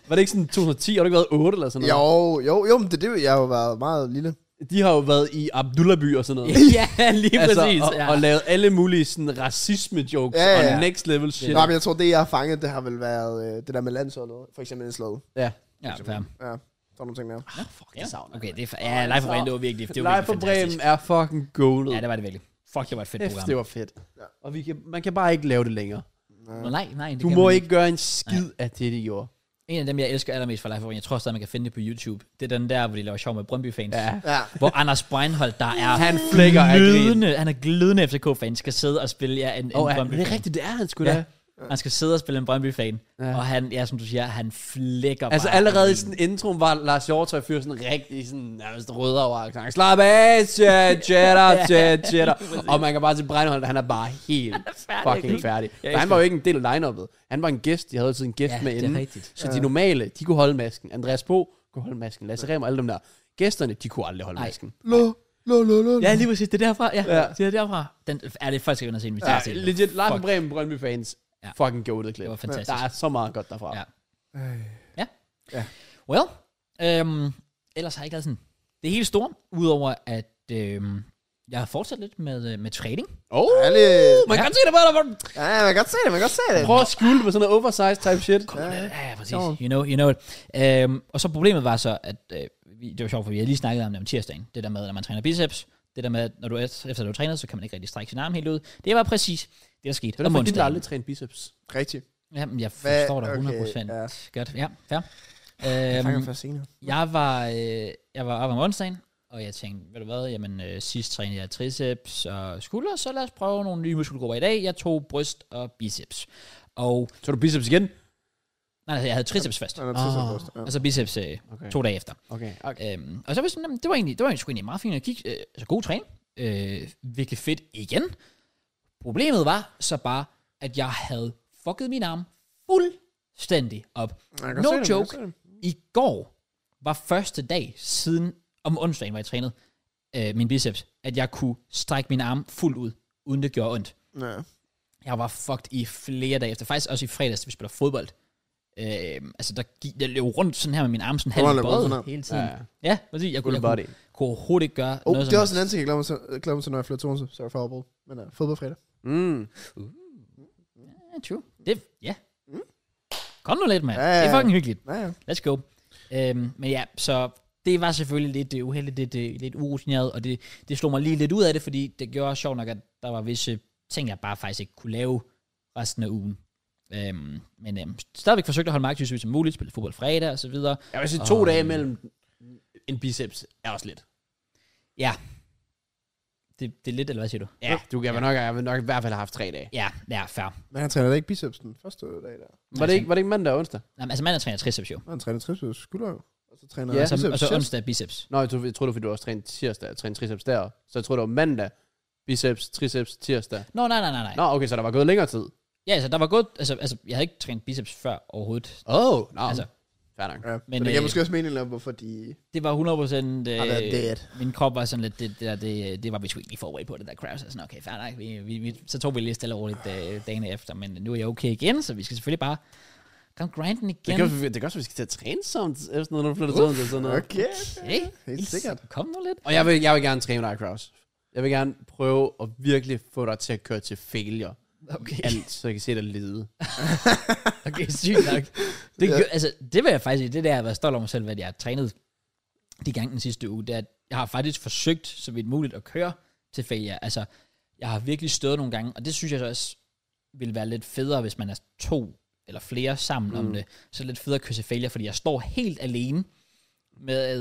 [SPEAKER 3] Var det ikke sådan 2010? Har du ikke været 8 eller sådan
[SPEAKER 2] Jo,
[SPEAKER 3] noget?
[SPEAKER 2] jo, jo, men det er det, jeg har jo været meget lille.
[SPEAKER 3] De har jo været i Abdullahby og sådan noget.
[SPEAKER 1] ja, lige altså, præcis.
[SPEAKER 3] og,
[SPEAKER 1] ja.
[SPEAKER 3] og lavet alle mulige sådan racisme-jokes
[SPEAKER 2] Ja, ja.
[SPEAKER 3] og next level shit.
[SPEAKER 2] Nå, men jeg tror, det, jeg har fanget, det har vel været øh, det der med landsholdet. For eksempel indslaget.
[SPEAKER 3] Ja.
[SPEAKER 1] ja, fair.
[SPEAKER 2] Ja, sådan nogle ting der.
[SPEAKER 1] Ah, fuck,
[SPEAKER 3] det savner jeg.
[SPEAKER 1] Okay, det er fa- ja, live for Bremen, det var virkelig, det var
[SPEAKER 3] Live
[SPEAKER 1] virkelig
[SPEAKER 3] for Bremen
[SPEAKER 1] fantastisk.
[SPEAKER 3] er fucking goldet.
[SPEAKER 1] Ja, det var det virkelig. Fuck, det var et fedt
[SPEAKER 3] Kæft,
[SPEAKER 1] program.
[SPEAKER 3] det var fedt.
[SPEAKER 2] Ja.
[SPEAKER 3] Og vi kan, man kan bare ikke lave det længere.
[SPEAKER 1] Nå, nej, nej. det
[SPEAKER 3] Du
[SPEAKER 1] kan
[SPEAKER 3] må
[SPEAKER 1] man
[SPEAKER 3] ikke gøre en skid af det, de gjorde.
[SPEAKER 1] En af dem, jeg elsker allermest fra Life of Rain, jeg tror stadig, man kan finde det på YouTube, det er den der, hvor de laver sjov med Brøndby-fans.
[SPEAKER 3] Ja.
[SPEAKER 2] Ja.
[SPEAKER 1] Hvor Anders Breinholt, der er
[SPEAKER 3] Han flækker af grin.
[SPEAKER 1] glødende, han er glødende FCK-fan, skal sidde og spille ja, en, en
[SPEAKER 3] Og er,
[SPEAKER 1] Brøndby-fan.
[SPEAKER 3] det er rigtigt, det er han sgu da.
[SPEAKER 1] Ja. Han skal sidde og spille en Brøndby-fan, ja.
[SPEAKER 3] Ja.
[SPEAKER 1] og han, ja, som du siger, han flækker
[SPEAKER 3] Altså
[SPEAKER 1] bare
[SPEAKER 3] allerede i
[SPEAKER 1] af
[SPEAKER 3] sådan introen var Lars Hjortøj fyr sådan rigtig sådan nærmest rødder over sang. Slap af, chat, chatter, chat, chatter. Og man kan bare se Breinholt, han er bare helt
[SPEAKER 1] færdig,
[SPEAKER 3] fucking
[SPEAKER 1] ikke?
[SPEAKER 3] færdig.
[SPEAKER 1] Jeg
[SPEAKER 3] For han var jo ikke en del af line-uppet. Han var en gæst, de havde altid en gæst
[SPEAKER 1] Ja,
[SPEAKER 3] med
[SPEAKER 1] det er
[SPEAKER 3] inden.
[SPEAKER 1] rigtigt.
[SPEAKER 3] Så de normale, de kunne holde masken. Andreas Bo kunne holde masken. Lasse Rem og alle dem der. Gæsterne, de kunne aldrig holde
[SPEAKER 1] Nej.
[SPEAKER 3] masken.
[SPEAKER 2] Lå, lå, lå, lå.
[SPEAKER 1] Ja, lige præcis, det er derfra, ja.
[SPEAKER 3] Ja.
[SPEAKER 1] ja. Det er derfra. Den, er det folk skal ind og se, den, hvis de
[SPEAKER 3] Ja,
[SPEAKER 1] har set den.
[SPEAKER 3] legit, Lars
[SPEAKER 1] Fuck.
[SPEAKER 3] Bremen, Brøndby fans.
[SPEAKER 1] Ja.
[SPEAKER 3] Fucking goated klip.
[SPEAKER 1] Det var fantastisk.
[SPEAKER 3] Der er så meget godt derfra.
[SPEAKER 1] Ja.
[SPEAKER 3] Ja.
[SPEAKER 1] Well, øhm, ellers har jeg ikke lavet sådan det hele store, udover at øhm, jeg har fortsat lidt med, øh, med trading.
[SPEAKER 3] Oh,
[SPEAKER 2] Ærlig.
[SPEAKER 3] man kan godt se det bare, der var-
[SPEAKER 2] Ja, man kan godt se det, man kan godt se det.
[SPEAKER 3] Prøv at skjule det med sådan noget oversized type shit.
[SPEAKER 1] Ja, ja, præcis. You know, you know it. Øhm, og så problemet var så, at øh, vi, det var sjovt, for vi havde lige snakket om det om tirsdagen. Det der med, når man træner biceps. Det der med, at når du er, efter du har trænet, så kan man ikke rigtig strække sin arm helt ud. Det var præcis det, der skete.
[SPEAKER 3] Det er
[SPEAKER 1] om
[SPEAKER 3] fordi, du
[SPEAKER 1] onsdagen.
[SPEAKER 3] aldrig trænet biceps.
[SPEAKER 2] Rigtigt.
[SPEAKER 1] Jamen, jeg
[SPEAKER 2] Hvad-
[SPEAKER 1] forstår dig
[SPEAKER 2] okay,
[SPEAKER 1] 100 procent.
[SPEAKER 2] ja.
[SPEAKER 1] Godt, ja, fair.
[SPEAKER 2] Jeg fanger
[SPEAKER 1] Øhm,
[SPEAKER 2] først senere.
[SPEAKER 1] jeg var, øh, jeg var oppe om onsdagen, og jeg tænkte, ved du hvad, jamen øh, sidst trænede jeg triceps og skulder, så lad os prøve nogle nye muskelgrupper i dag. Jeg tog bryst og biceps. Og,
[SPEAKER 3] Så du biceps igen?
[SPEAKER 1] nej, altså, jeg havde triceps først,
[SPEAKER 2] Han er til sig først. Ja.
[SPEAKER 1] og så biceps øh,
[SPEAKER 3] Okay.
[SPEAKER 1] to dage efter.
[SPEAKER 3] Okay. okay.
[SPEAKER 1] Øhm, og så var jeg sådan, jamen, det var egentlig, det var egentlig, sgu egentlig meget fint at kigge. Øh, altså god træning. Øh, virkelig fedt igen. Problemet var så bare, at jeg havde fucket min arm fuldstændig op.
[SPEAKER 2] Jeg kan
[SPEAKER 1] No
[SPEAKER 2] se det, man kan
[SPEAKER 1] joke.
[SPEAKER 2] se det.
[SPEAKER 1] I går var første dag siden, om onsdagen var jeg trænet, øh, min biceps, at jeg kunne strække min arm fuldt ud, uden det gjorde ondt.
[SPEAKER 2] Ja.
[SPEAKER 1] Jeg var fucked i flere dage efter. Faktisk også i fredags, da vi spiller fodbold. Øh, altså, der gik, jeg løb rundt sådan her med min arm sådan
[SPEAKER 2] Hvor
[SPEAKER 1] halvt
[SPEAKER 2] løb rundt sådan
[SPEAKER 1] bøjet
[SPEAKER 2] her?
[SPEAKER 1] hele tiden.
[SPEAKER 3] Ja,
[SPEAKER 1] Ja,
[SPEAKER 3] ja.
[SPEAKER 1] ja præcis. Jeg kunne, jeg
[SPEAKER 3] Good
[SPEAKER 1] kunne,
[SPEAKER 3] body.
[SPEAKER 1] kunne overhovedet ikke gøre
[SPEAKER 2] Oh,
[SPEAKER 1] noget
[SPEAKER 2] det er
[SPEAKER 1] som
[SPEAKER 2] også en anden ting, jeg glemmer mig til, glemmer mig til når jeg flytter til Odense. Sorry for afbrud. Men uh, fodboldfredag.
[SPEAKER 3] Mm.
[SPEAKER 1] Ja, true. Det, ja. Kom nu lidt, mand.
[SPEAKER 2] Mm. Ja, ja, ja.
[SPEAKER 1] Det er fucking hyggeligt.
[SPEAKER 2] Ja, ja.
[SPEAKER 1] Let's go. Øhm, men ja, så det var selvfølgelig lidt øh, uheldigt, lidt, øh, lidt urutineret, og det, det slog mig lige lidt ud af det, fordi det gjorde sjovt nok, at der var visse ting, jeg bare faktisk ikke kunne lave resten af ugen. Øhm, men øhm, stadigvæk forsøgte at holde mig aktiv så vidt som muligt, spille fodbold fredag og så videre.
[SPEAKER 3] Jeg vil sige, to
[SPEAKER 1] Og-
[SPEAKER 3] dage mellem en biceps er også lidt.
[SPEAKER 1] Ja. Det, det er lidt, eller hvad siger du?
[SPEAKER 3] Ja, du kan ja. nok, jeg vil nok i hvert fald have haft tre dage.
[SPEAKER 1] Ja, ja, fair.
[SPEAKER 2] Men han træner da ikke biceps den første dag der.
[SPEAKER 3] Var det ikke, var det ikke mandag og onsdag?
[SPEAKER 1] Jamen, altså mandag træner triceps jo,
[SPEAKER 2] Men han træner triceps skulder jo. Og så træner
[SPEAKER 3] Ja.
[SPEAKER 2] han
[SPEAKER 1] og så,
[SPEAKER 2] biceps
[SPEAKER 1] og så
[SPEAKER 2] chest.
[SPEAKER 1] onsdag biceps.
[SPEAKER 3] Nå, jeg troede, jeg troede fordi du også trænede tirsdag, trænede triceps der. Så jeg troede, det var mandag, biceps, triceps, tirsdag.
[SPEAKER 1] Nå, nej, nej, nej, nej.
[SPEAKER 3] Nå, okay, så der var gået længere tid.
[SPEAKER 1] Ja, altså, der var gået, altså, altså, jeg havde ikke trænet biceps før overhovedet.
[SPEAKER 3] Åh, oh, nå.
[SPEAKER 1] Altså,
[SPEAKER 3] Altså, fair nok.
[SPEAKER 2] Ja,
[SPEAKER 1] Men,
[SPEAKER 2] men det giver
[SPEAKER 1] øh,
[SPEAKER 2] måske også mening, om, hvorfor de...
[SPEAKER 1] Det var 100%
[SPEAKER 2] Ah, det er dead.
[SPEAKER 1] øh, min krop var sådan lidt, det, det, der, det, det var vi sgu ikke lige forberedt på, det der crash. Så sådan, okay, fair nok, vi, vi, vi, så tog vi lige stille og roligt øh, dagen efter, men nu er jeg okay igen, så vi skal selvfølgelig bare komme grinden
[SPEAKER 3] Det
[SPEAKER 1] igen.
[SPEAKER 3] kan, også- det kan også, at vi skal til at træne sammen, efter når du flytter til Odense og sådan noget.
[SPEAKER 2] Okay.
[SPEAKER 1] Okay,
[SPEAKER 2] Helt sikkert.
[SPEAKER 1] Kom nu lidt.
[SPEAKER 3] Og jeg vil, jeg vil gerne træne dig, Kraus. Jeg vil gerne prøve at virkelig få dig til at køre til failure.
[SPEAKER 1] Okay,
[SPEAKER 3] Alt, så jeg kan se dig lide.
[SPEAKER 1] okay sygt nok. Det, gør, altså, det vil jeg faktisk, det der, jeg har været stolt over mig selv, at jeg har trænet de gange den sidste uge, det er, at jeg har faktisk forsøgt, så vidt muligt, at køre til failure. Altså, jeg har virkelig stået nogle gange, og det synes jeg så også ville være lidt federe, hvis man er to eller flere sammen mm. om det. Så er det lidt federe at køre til failure, fordi jeg står helt alene med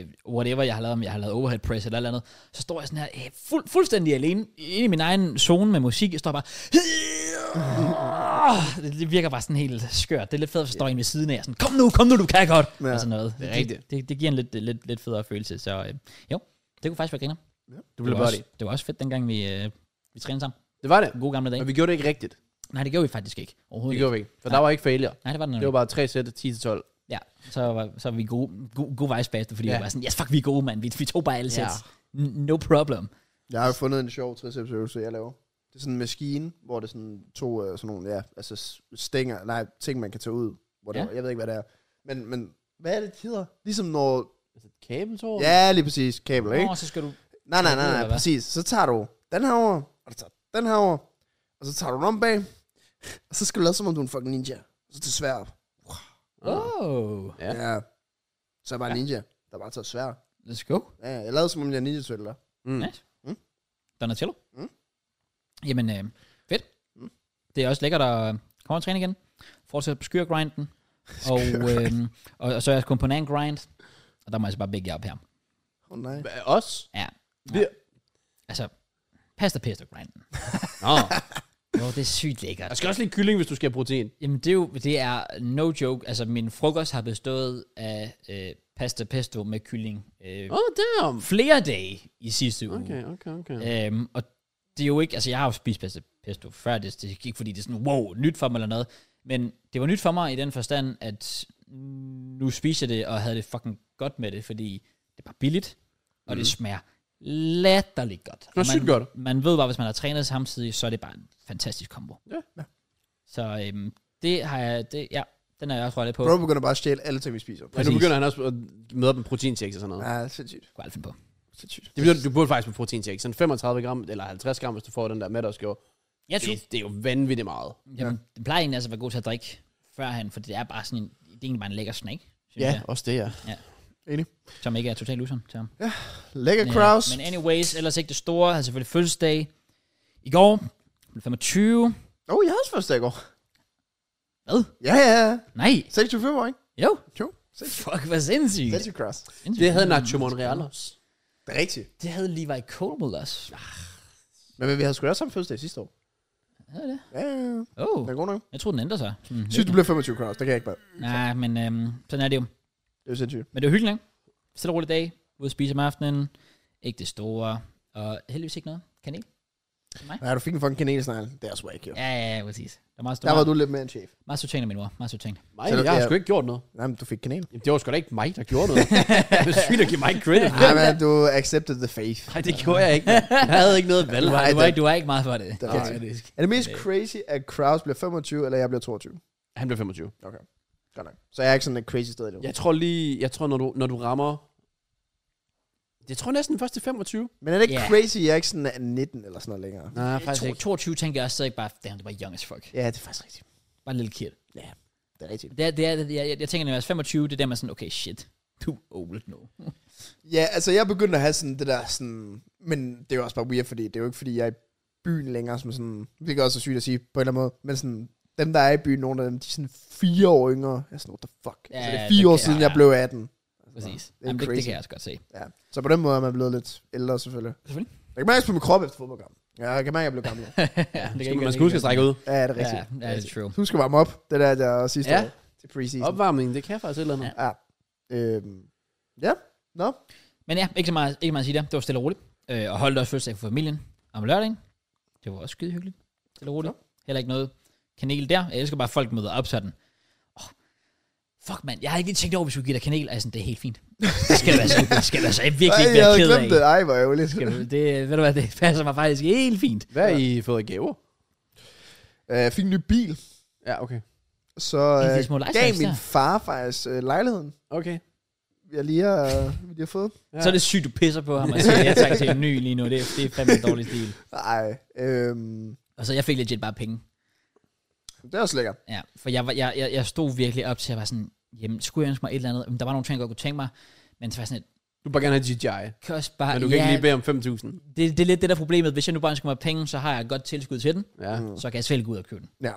[SPEAKER 1] øh, whatever jeg har lavet, om jeg har lavet overhead press eller et eller andet, så står jeg sådan her øh, fuld, fuldstændig alene, inde i min egen zone med musik, jeg står bare, det, det virker bare sådan helt skørt, det er lidt fedt, at stå en ved siden af, og sådan, kom nu, kom nu, du kan godt, ja, og sådan noget.
[SPEAKER 3] det er rigtigt.
[SPEAKER 1] Det, det, det giver en lidt, lidt, lidt federe følelse, så øh, jo, det kunne faktisk være griner.
[SPEAKER 3] Du
[SPEAKER 1] Det
[SPEAKER 3] blev
[SPEAKER 1] var, også,
[SPEAKER 3] body.
[SPEAKER 1] det var også fedt, dengang vi, øh, vi trænede sammen.
[SPEAKER 3] Det var det.
[SPEAKER 1] Gode gamle dage.
[SPEAKER 3] Og vi gjorde det ikke rigtigt.
[SPEAKER 1] Nej, det gjorde vi faktisk ikke. Overhovedet
[SPEAKER 3] Det
[SPEAKER 1] ikke.
[SPEAKER 3] gjorde vi ikke. For der var ikke failure.
[SPEAKER 1] Nej, det var det
[SPEAKER 3] Det
[SPEAKER 1] nemlig.
[SPEAKER 3] var bare 3 sæt, 10-12.
[SPEAKER 1] Ja, så var, så var vi gode, gode, gode vejs bagefter, fordi ja.
[SPEAKER 3] Ja.
[SPEAKER 1] vi var sådan, yes, fuck, vi er gode, mand. Vi, vi tog bare alle
[SPEAKER 3] Ja.
[SPEAKER 1] ja. No problem.
[SPEAKER 2] Jeg har jo fundet en sjov tricepsøvelse, jeg laver. Det er sådan en maskine, hvor det er sådan to øh, sådan nogle, ja, altså s- stænger, nej, ting, man kan tage ud. Hvor det,
[SPEAKER 1] Ja.
[SPEAKER 2] ja. Jeg ved ikke, hvad det er. Men, men hvad er det, det hedder? Ligesom når...
[SPEAKER 3] Altså, kabeltår?
[SPEAKER 2] Ja, lige præcis, kabel, ikke?
[SPEAKER 1] Nå, så skal du...
[SPEAKER 2] Nej, nej,
[SPEAKER 1] ud,
[SPEAKER 2] nej,
[SPEAKER 1] eller
[SPEAKER 2] nej,
[SPEAKER 1] hvad?
[SPEAKER 2] præcis. Så tager du den her over, og du tager den her over, og så tager du den om bag, og så skal du lade som om, du er en fucking ninja. Så til svær op.
[SPEAKER 3] Ah.
[SPEAKER 1] Oh,
[SPEAKER 3] Ja.
[SPEAKER 2] Ja. Så er jeg bare ja. ninja, der bare tager svær.
[SPEAKER 1] let's go.
[SPEAKER 2] Ja, jeg lavede som om, jeg er ninja turtle.
[SPEAKER 3] Mm.
[SPEAKER 1] Nice.
[SPEAKER 2] Mm.
[SPEAKER 1] Donatello.
[SPEAKER 2] Mm.
[SPEAKER 1] Jamen, øh, fedt.
[SPEAKER 2] Mm.
[SPEAKER 1] Det er også lækkert at komme og træne igen. Fortsæt på skyrgrinden. Og, øh, og, og, så er jeg kun på en anden grind. Og der må jeg altså bare bække jer op her.
[SPEAKER 2] Åh, oh, nej.
[SPEAKER 3] Hva- Os?
[SPEAKER 1] Ja.
[SPEAKER 3] Vi-
[SPEAKER 1] Altså, pasta pesto grinden.
[SPEAKER 3] Nå.
[SPEAKER 1] Jo, det er sygt lækkert.
[SPEAKER 3] Jeg skal også lige kylling, hvis du skal have protein.
[SPEAKER 1] Jamen det er jo, det er no joke. Altså min frokost har bestået af øh, pasta pesto med kylling. Øh,
[SPEAKER 3] Åh, oh, damn.
[SPEAKER 1] Flere dage i sidste uge.
[SPEAKER 3] Okay, okay, okay.
[SPEAKER 1] Øhm, og det er jo ikke, altså jeg har jo spist pasta pesto før, det, det er ikke fordi det er sådan, wow, nyt for mig eller noget. Men det var nyt for mig i den forstand, at nu spiser jeg det og havde det fucking godt med det, fordi det var billigt, og mm. det smager latterligt godt.
[SPEAKER 3] var
[SPEAKER 1] Og man,
[SPEAKER 3] Mhm. sygt godt.
[SPEAKER 1] Man ved bare, hvis man har trænet samtidig, så er det bare en fantastisk kombo.
[SPEAKER 3] Ja.
[SPEAKER 2] Ja.
[SPEAKER 1] Så øhm, det har jeg, det, ja, den har jeg også røget lidt på.
[SPEAKER 2] Bro begynder bare at stjæle alle ting, vi spiser.
[SPEAKER 3] Men nu
[SPEAKER 1] præcis.
[SPEAKER 3] begynder han også at møde op med proteinshakes og sådan noget.
[SPEAKER 2] Ja, sindssygt.
[SPEAKER 1] Kunne jeg aldrig finde på.
[SPEAKER 2] sindssygt.
[SPEAKER 3] Det betyder, du burde faktisk med proteinshakes. Sådan 35 gram, eller 50 gram, hvis du får den der maddagsgave.
[SPEAKER 1] Jeg synes,
[SPEAKER 3] Det, det er jo vanvittigt meget.
[SPEAKER 1] jamen, den plejer egentlig altså at være god til at drikke førhen, for det er bare sådan en, det er egentlig bare en lækker snack, synes jeg,
[SPEAKER 3] også det, ja.
[SPEAKER 1] som ikke er totalt usund til ham.
[SPEAKER 2] Lækker
[SPEAKER 1] Men, øh,
[SPEAKER 2] Kraus.
[SPEAKER 1] Men anyways, ellers ikke det store. Havde selvfølgelig fødselsdag i går. Blev 25.
[SPEAKER 2] Åh, oh, jeg havde også første dag i går.
[SPEAKER 1] Hvad?
[SPEAKER 2] Ja, ja, ja.
[SPEAKER 1] Nej.
[SPEAKER 2] 26 februar, ikke?
[SPEAKER 1] Jo.
[SPEAKER 2] Jo.
[SPEAKER 1] Fuck, hvad sindssygt.
[SPEAKER 2] 26 Kraus.
[SPEAKER 1] Sindssygt.
[SPEAKER 3] Det havde Nacho Monreal også.
[SPEAKER 2] Det er rigtigt.
[SPEAKER 1] Det havde Levi Coleman også.
[SPEAKER 2] Men, men vi havde sgu da også samme fødselsdag sidste år.
[SPEAKER 1] Havde det?
[SPEAKER 2] Ja, ja, ja.
[SPEAKER 1] Oh,
[SPEAKER 2] Den er god nok.
[SPEAKER 1] jeg troede, den ændrede sig. Mm.
[SPEAKER 2] Synes, du bliver 25 Kraus. Det kan jeg ikke bare.
[SPEAKER 1] Nej, men øhm, sådan er det jo.
[SPEAKER 2] Det er jo sindssygt.
[SPEAKER 1] Men det var hyggeligt, ikke? Stille og rolig dag. Ude at spise om aftenen. Ikke det store. Og heldigvis ikke noget. Kanel.
[SPEAKER 2] Nej, du fik en fucking kanelsnegl. Det er swag, jo.
[SPEAKER 1] Ja, ja, ja, præcis. Det er meget,
[SPEAKER 2] Der
[SPEAKER 1] der
[SPEAKER 2] var
[SPEAKER 1] meget,
[SPEAKER 2] du lidt mere en chef.
[SPEAKER 1] meget søtænkt af min mor. Meget søtænkt.
[SPEAKER 3] Nej,
[SPEAKER 2] Så det-
[SPEAKER 3] jeg har
[SPEAKER 2] ja.
[SPEAKER 3] sgu ikke gjort noget.
[SPEAKER 2] Nej, men du fik kanel.
[SPEAKER 3] Jamen, det var sgu da ikke mig, der gjorde noget. det er sygt at give mig credit.
[SPEAKER 2] Nej, men du accepted the faith.
[SPEAKER 3] Nej, det gjorde jeg ikke. mand. Jeg havde ikke noget valg.
[SPEAKER 1] Du, var,
[SPEAKER 2] Nej,
[SPEAKER 1] du, var
[SPEAKER 2] det-
[SPEAKER 1] ikke, du var ikke meget for det.
[SPEAKER 2] Det var
[SPEAKER 1] Ja,
[SPEAKER 2] jeg
[SPEAKER 1] det er-
[SPEAKER 2] Er det mest crazy, at Kraus bliver 25, eller jeg bliver 22?
[SPEAKER 3] Han blev 25.
[SPEAKER 2] Okay. Godt nok. Så jeg er ikke sådan et crazy sted endnu.
[SPEAKER 3] Jeg tror lige, jeg tror, når du, når du rammer... Jeg tror næsten først til 25.
[SPEAKER 2] Men er det ikke
[SPEAKER 1] Ja.
[SPEAKER 2] crazy, at jeg ikke sådan er 19 eller sådan noget længere?
[SPEAKER 3] Nej,
[SPEAKER 1] To- 22 tænker jeg også stadig bare, damn, det var young as fuck.
[SPEAKER 2] Ja, det er faktisk rigtigt.
[SPEAKER 1] Bare en lille kid.
[SPEAKER 2] Det er rigtigt.
[SPEAKER 1] Det er, det er, det er, jeg, jeg tænker, når jeg er 25, det er der, man er sådan, okay, shit, du er old nu.
[SPEAKER 2] Ja, altså jeg begyndte at have sådan det der sådan... Men det er jo også bare weird, fordi det er jo ikke, fordi jeg er i byen længere, som sådan... Det er også sygt at sige på en eller anden måde. Men sådan, dem, der er i byen, nogle af dem, de er sådan fire år yngre. Jeg er sådan, what the fuck? Ja, altså, det
[SPEAKER 1] Ja,
[SPEAKER 2] er fire
[SPEAKER 1] det
[SPEAKER 2] år
[SPEAKER 1] kan-
[SPEAKER 2] siden,
[SPEAKER 1] ja,
[SPEAKER 2] jeg
[SPEAKER 1] ja.
[SPEAKER 2] blev 18.
[SPEAKER 1] Præcis.
[SPEAKER 2] Altså, det er
[SPEAKER 1] Jamen, det, det
[SPEAKER 2] crazy.
[SPEAKER 1] kan jeg også godt se.
[SPEAKER 2] Ja. Så på den måde er man blevet lidt ældre, selvfølgelig.
[SPEAKER 1] Selvfølgelig.
[SPEAKER 2] Jeg kan mærke på min krop efter fodboldkamp. Ja, jeg kan mærke, at jeg blev gammel. ja,
[SPEAKER 1] ja, det
[SPEAKER 3] Skal, man skal huske at strække ud.
[SPEAKER 2] det er rigtigt. Altså,
[SPEAKER 1] Ja, ja, det er true.
[SPEAKER 2] Husk at varme op. Det der, der sidste
[SPEAKER 3] Ja.
[SPEAKER 2] år til preseason.
[SPEAKER 3] Opvarmning, det kan faktisk et eller andet.
[SPEAKER 1] Ja.
[SPEAKER 2] Ja. Øhm. Ja. Nå.
[SPEAKER 1] Men ja, ikke så meget, ikke meget at sige der. Det var stille og roligt. Øh, og holdt også fødselsdag for familien om lørdagen. Det var også skide hyggeligt. Stille og roligt. Heller ikke noget kanel der. Jeg elsker bare, at folk møder op sådan. Åh, fuck mand, jeg har ikke lige tænkt over, hvis vi give dig kanel. Altså, det er helt fint. Det skal du altså, det skal du altså virkelig ikke
[SPEAKER 2] Ej, jeg
[SPEAKER 1] være
[SPEAKER 2] havde
[SPEAKER 1] ked
[SPEAKER 2] glemt det.
[SPEAKER 1] af.
[SPEAKER 2] Ej, hvor ærgerligt.
[SPEAKER 1] Skal du- Det, ved du hvad, det passer mig faktisk helt fint.
[SPEAKER 3] Hvad har I fået af gaver?
[SPEAKER 2] Øh, Jeg fik en ny bil,
[SPEAKER 3] Ja, okay.
[SPEAKER 2] så
[SPEAKER 1] Det er
[SPEAKER 2] øh,
[SPEAKER 1] små
[SPEAKER 2] gav
[SPEAKER 1] lifestyles
[SPEAKER 2] min
[SPEAKER 1] der.
[SPEAKER 2] far faktisk øh, lejligheden,
[SPEAKER 3] Okay.
[SPEAKER 2] jeg lige har, øh, lige har fået.
[SPEAKER 3] Ja.
[SPEAKER 1] Så er det sygt, du pisser på ham og siger, ja tak til en ny lige nu. Det, det er fandme en dårlig stil.
[SPEAKER 2] Ej, øhm,
[SPEAKER 1] Og så jeg fik legit bare penge.
[SPEAKER 2] det er også lækkert.
[SPEAKER 1] Ja, for jeg, var, jeg, jeg, jeg stod virkelig op til at være sådan, jamen, skulle jeg ønske mig et eller andet? Jamen, der var nogle ting, jeg godt kunne tænke mig, men så var jeg sådan, et,
[SPEAKER 3] Du vil bare gerne have DJI,
[SPEAKER 1] kan også bare,
[SPEAKER 3] men du
[SPEAKER 1] Ah,
[SPEAKER 3] kan
[SPEAKER 1] ja,
[SPEAKER 3] ikke lige bede om 5.000.
[SPEAKER 1] det, det, er lidt det der problemet. Hvis jeg nu bare ønsker mig penge, så har jeg et godt tilskud til den,
[SPEAKER 3] Ja.
[SPEAKER 2] Mm.
[SPEAKER 1] så kan jeg selv gå ud og købe den.
[SPEAKER 2] Ja,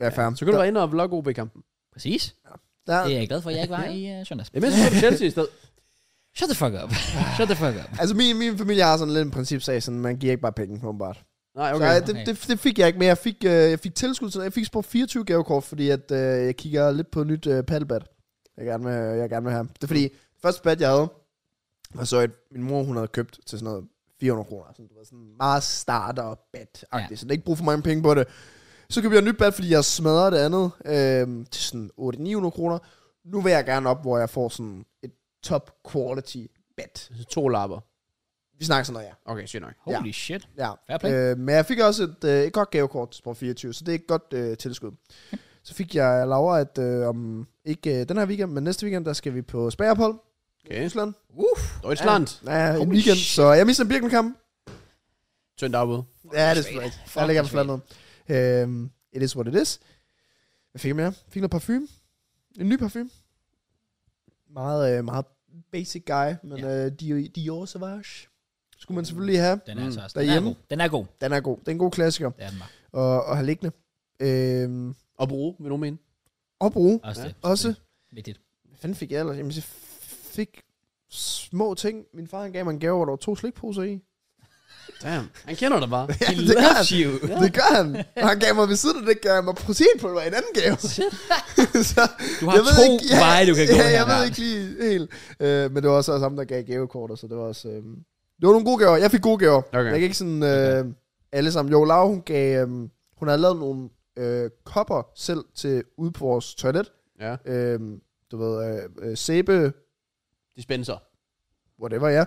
[SPEAKER 2] ja fair.
[SPEAKER 3] Så kan du være inde og vlogge OB-kampen.
[SPEAKER 1] Præcis.
[SPEAKER 2] der,
[SPEAKER 1] Det
[SPEAKER 2] der,
[SPEAKER 1] er jeg glad for, at jeg ikke var i uh, søndags.
[SPEAKER 3] Jamen, så er du Chelsea i stedet.
[SPEAKER 1] Shut the fuck up. Shut the fuck up.
[SPEAKER 2] Altså min, min familie har sådan lidt en principsag, sådan man giver ikke bare penge, åbenbart.
[SPEAKER 3] Nej,
[SPEAKER 2] Okay,
[SPEAKER 3] okay.
[SPEAKER 2] så øh,
[SPEAKER 1] okay.
[SPEAKER 2] det, det, det, fik jeg ikke, men jeg fik, øh, jeg fik tilskud til, jeg fik spurgt 24 gavekort, fordi at, øh, jeg kigger lidt på et nyt øh, paddlebat, jeg gerne, vil, jeg gerne vil have. Det er fordi, første bad jeg havde, var så et, min mor hun havde købt til sådan noget 400 kroner. Sådan, det var sådan meget starter bat ja.
[SPEAKER 1] Ja.
[SPEAKER 2] så der er ikke brug for mange penge på det. Så købte jeg et nyt bad, fordi jeg smadrede det andet øh, til sådan 800-900 kroner. Nu vil jeg gerne op, hvor jeg får sådan et top quality bad.
[SPEAKER 3] To lapper.
[SPEAKER 2] Vi snakker sådan noget, ja.
[SPEAKER 3] Okay, sygt nok.
[SPEAKER 1] Holy shit.
[SPEAKER 2] Ja.
[SPEAKER 1] Fair play.
[SPEAKER 2] Øh, men jeg fik også et, øh, et godt gavekort til Sport 24, så det er et godt øh, tilskud. Så fik jeg Laura, at øh, om ikke øh, den her weekend, men næste weekend, der skal vi på spageophold.
[SPEAKER 3] Okay.
[SPEAKER 2] Tyskland.
[SPEAKER 3] Deutschland.
[SPEAKER 2] Ja, en
[SPEAKER 1] Holy
[SPEAKER 2] weekend,
[SPEAKER 1] shit.
[SPEAKER 2] så jeg mister en Birkenkamp.
[SPEAKER 3] Søndag ud.
[SPEAKER 2] Ja, det er
[SPEAKER 1] Fuck,
[SPEAKER 2] selvfølgelig rigtigt.
[SPEAKER 1] Fuck,
[SPEAKER 2] Jeg ligger på
[SPEAKER 1] sweet.
[SPEAKER 2] flandet. Øhm, it is what it is. Hvad fik jeg mere? Fik noget parfume. En ny parfume. Meget, øh, meget basic guy, men øh, Dior, Dior Sauvage. Skulle man selvfølgelig have.
[SPEAKER 1] Den er altså også, den er
[SPEAKER 2] derhjemme.
[SPEAKER 1] god. Den er god.
[SPEAKER 2] Den er god. Den er en god klassiker
[SPEAKER 1] Det er den bare.
[SPEAKER 2] at, at have liggende. Øhm,
[SPEAKER 3] Og bruge, vil nogen mene.
[SPEAKER 2] og bruge.
[SPEAKER 1] Også
[SPEAKER 3] Ja.
[SPEAKER 1] det.
[SPEAKER 2] Også,
[SPEAKER 1] Vigtigt.
[SPEAKER 2] hvad fanden fik jeg ellers? Jamen, jeg fik små ting. Min far han gav mig en gave, hvor der var to slikposer i.
[SPEAKER 3] Damn. Han kender dig bare.
[SPEAKER 1] He
[SPEAKER 2] det gør
[SPEAKER 1] loves you.
[SPEAKER 2] Ja. Det gør han. Og han gav mig ved siden af det, gav han mig proteinpulver i en anden gave. så,
[SPEAKER 1] Du har to veje, du kan gå
[SPEAKER 2] ja, jeg
[SPEAKER 1] her.
[SPEAKER 2] ved ikke lige helt. Øh, men det var også også ham, der gav gavekortet, så det var også... Øh, det var nogle gode gaver. Jeg fik gode gaver.
[SPEAKER 3] Okay.
[SPEAKER 2] Jeg kan ikke sådan øh, alle sammen. Jo, Laura, hun gav... Øh, hun havde lavet nogle øh, kopper selv til ude på vores toilet.
[SPEAKER 3] Ja.
[SPEAKER 2] Øh, du ved, øh, øh, sæbe,
[SPEAKER 3] Dispenser.
[SPEAKER 2] whatever, ja.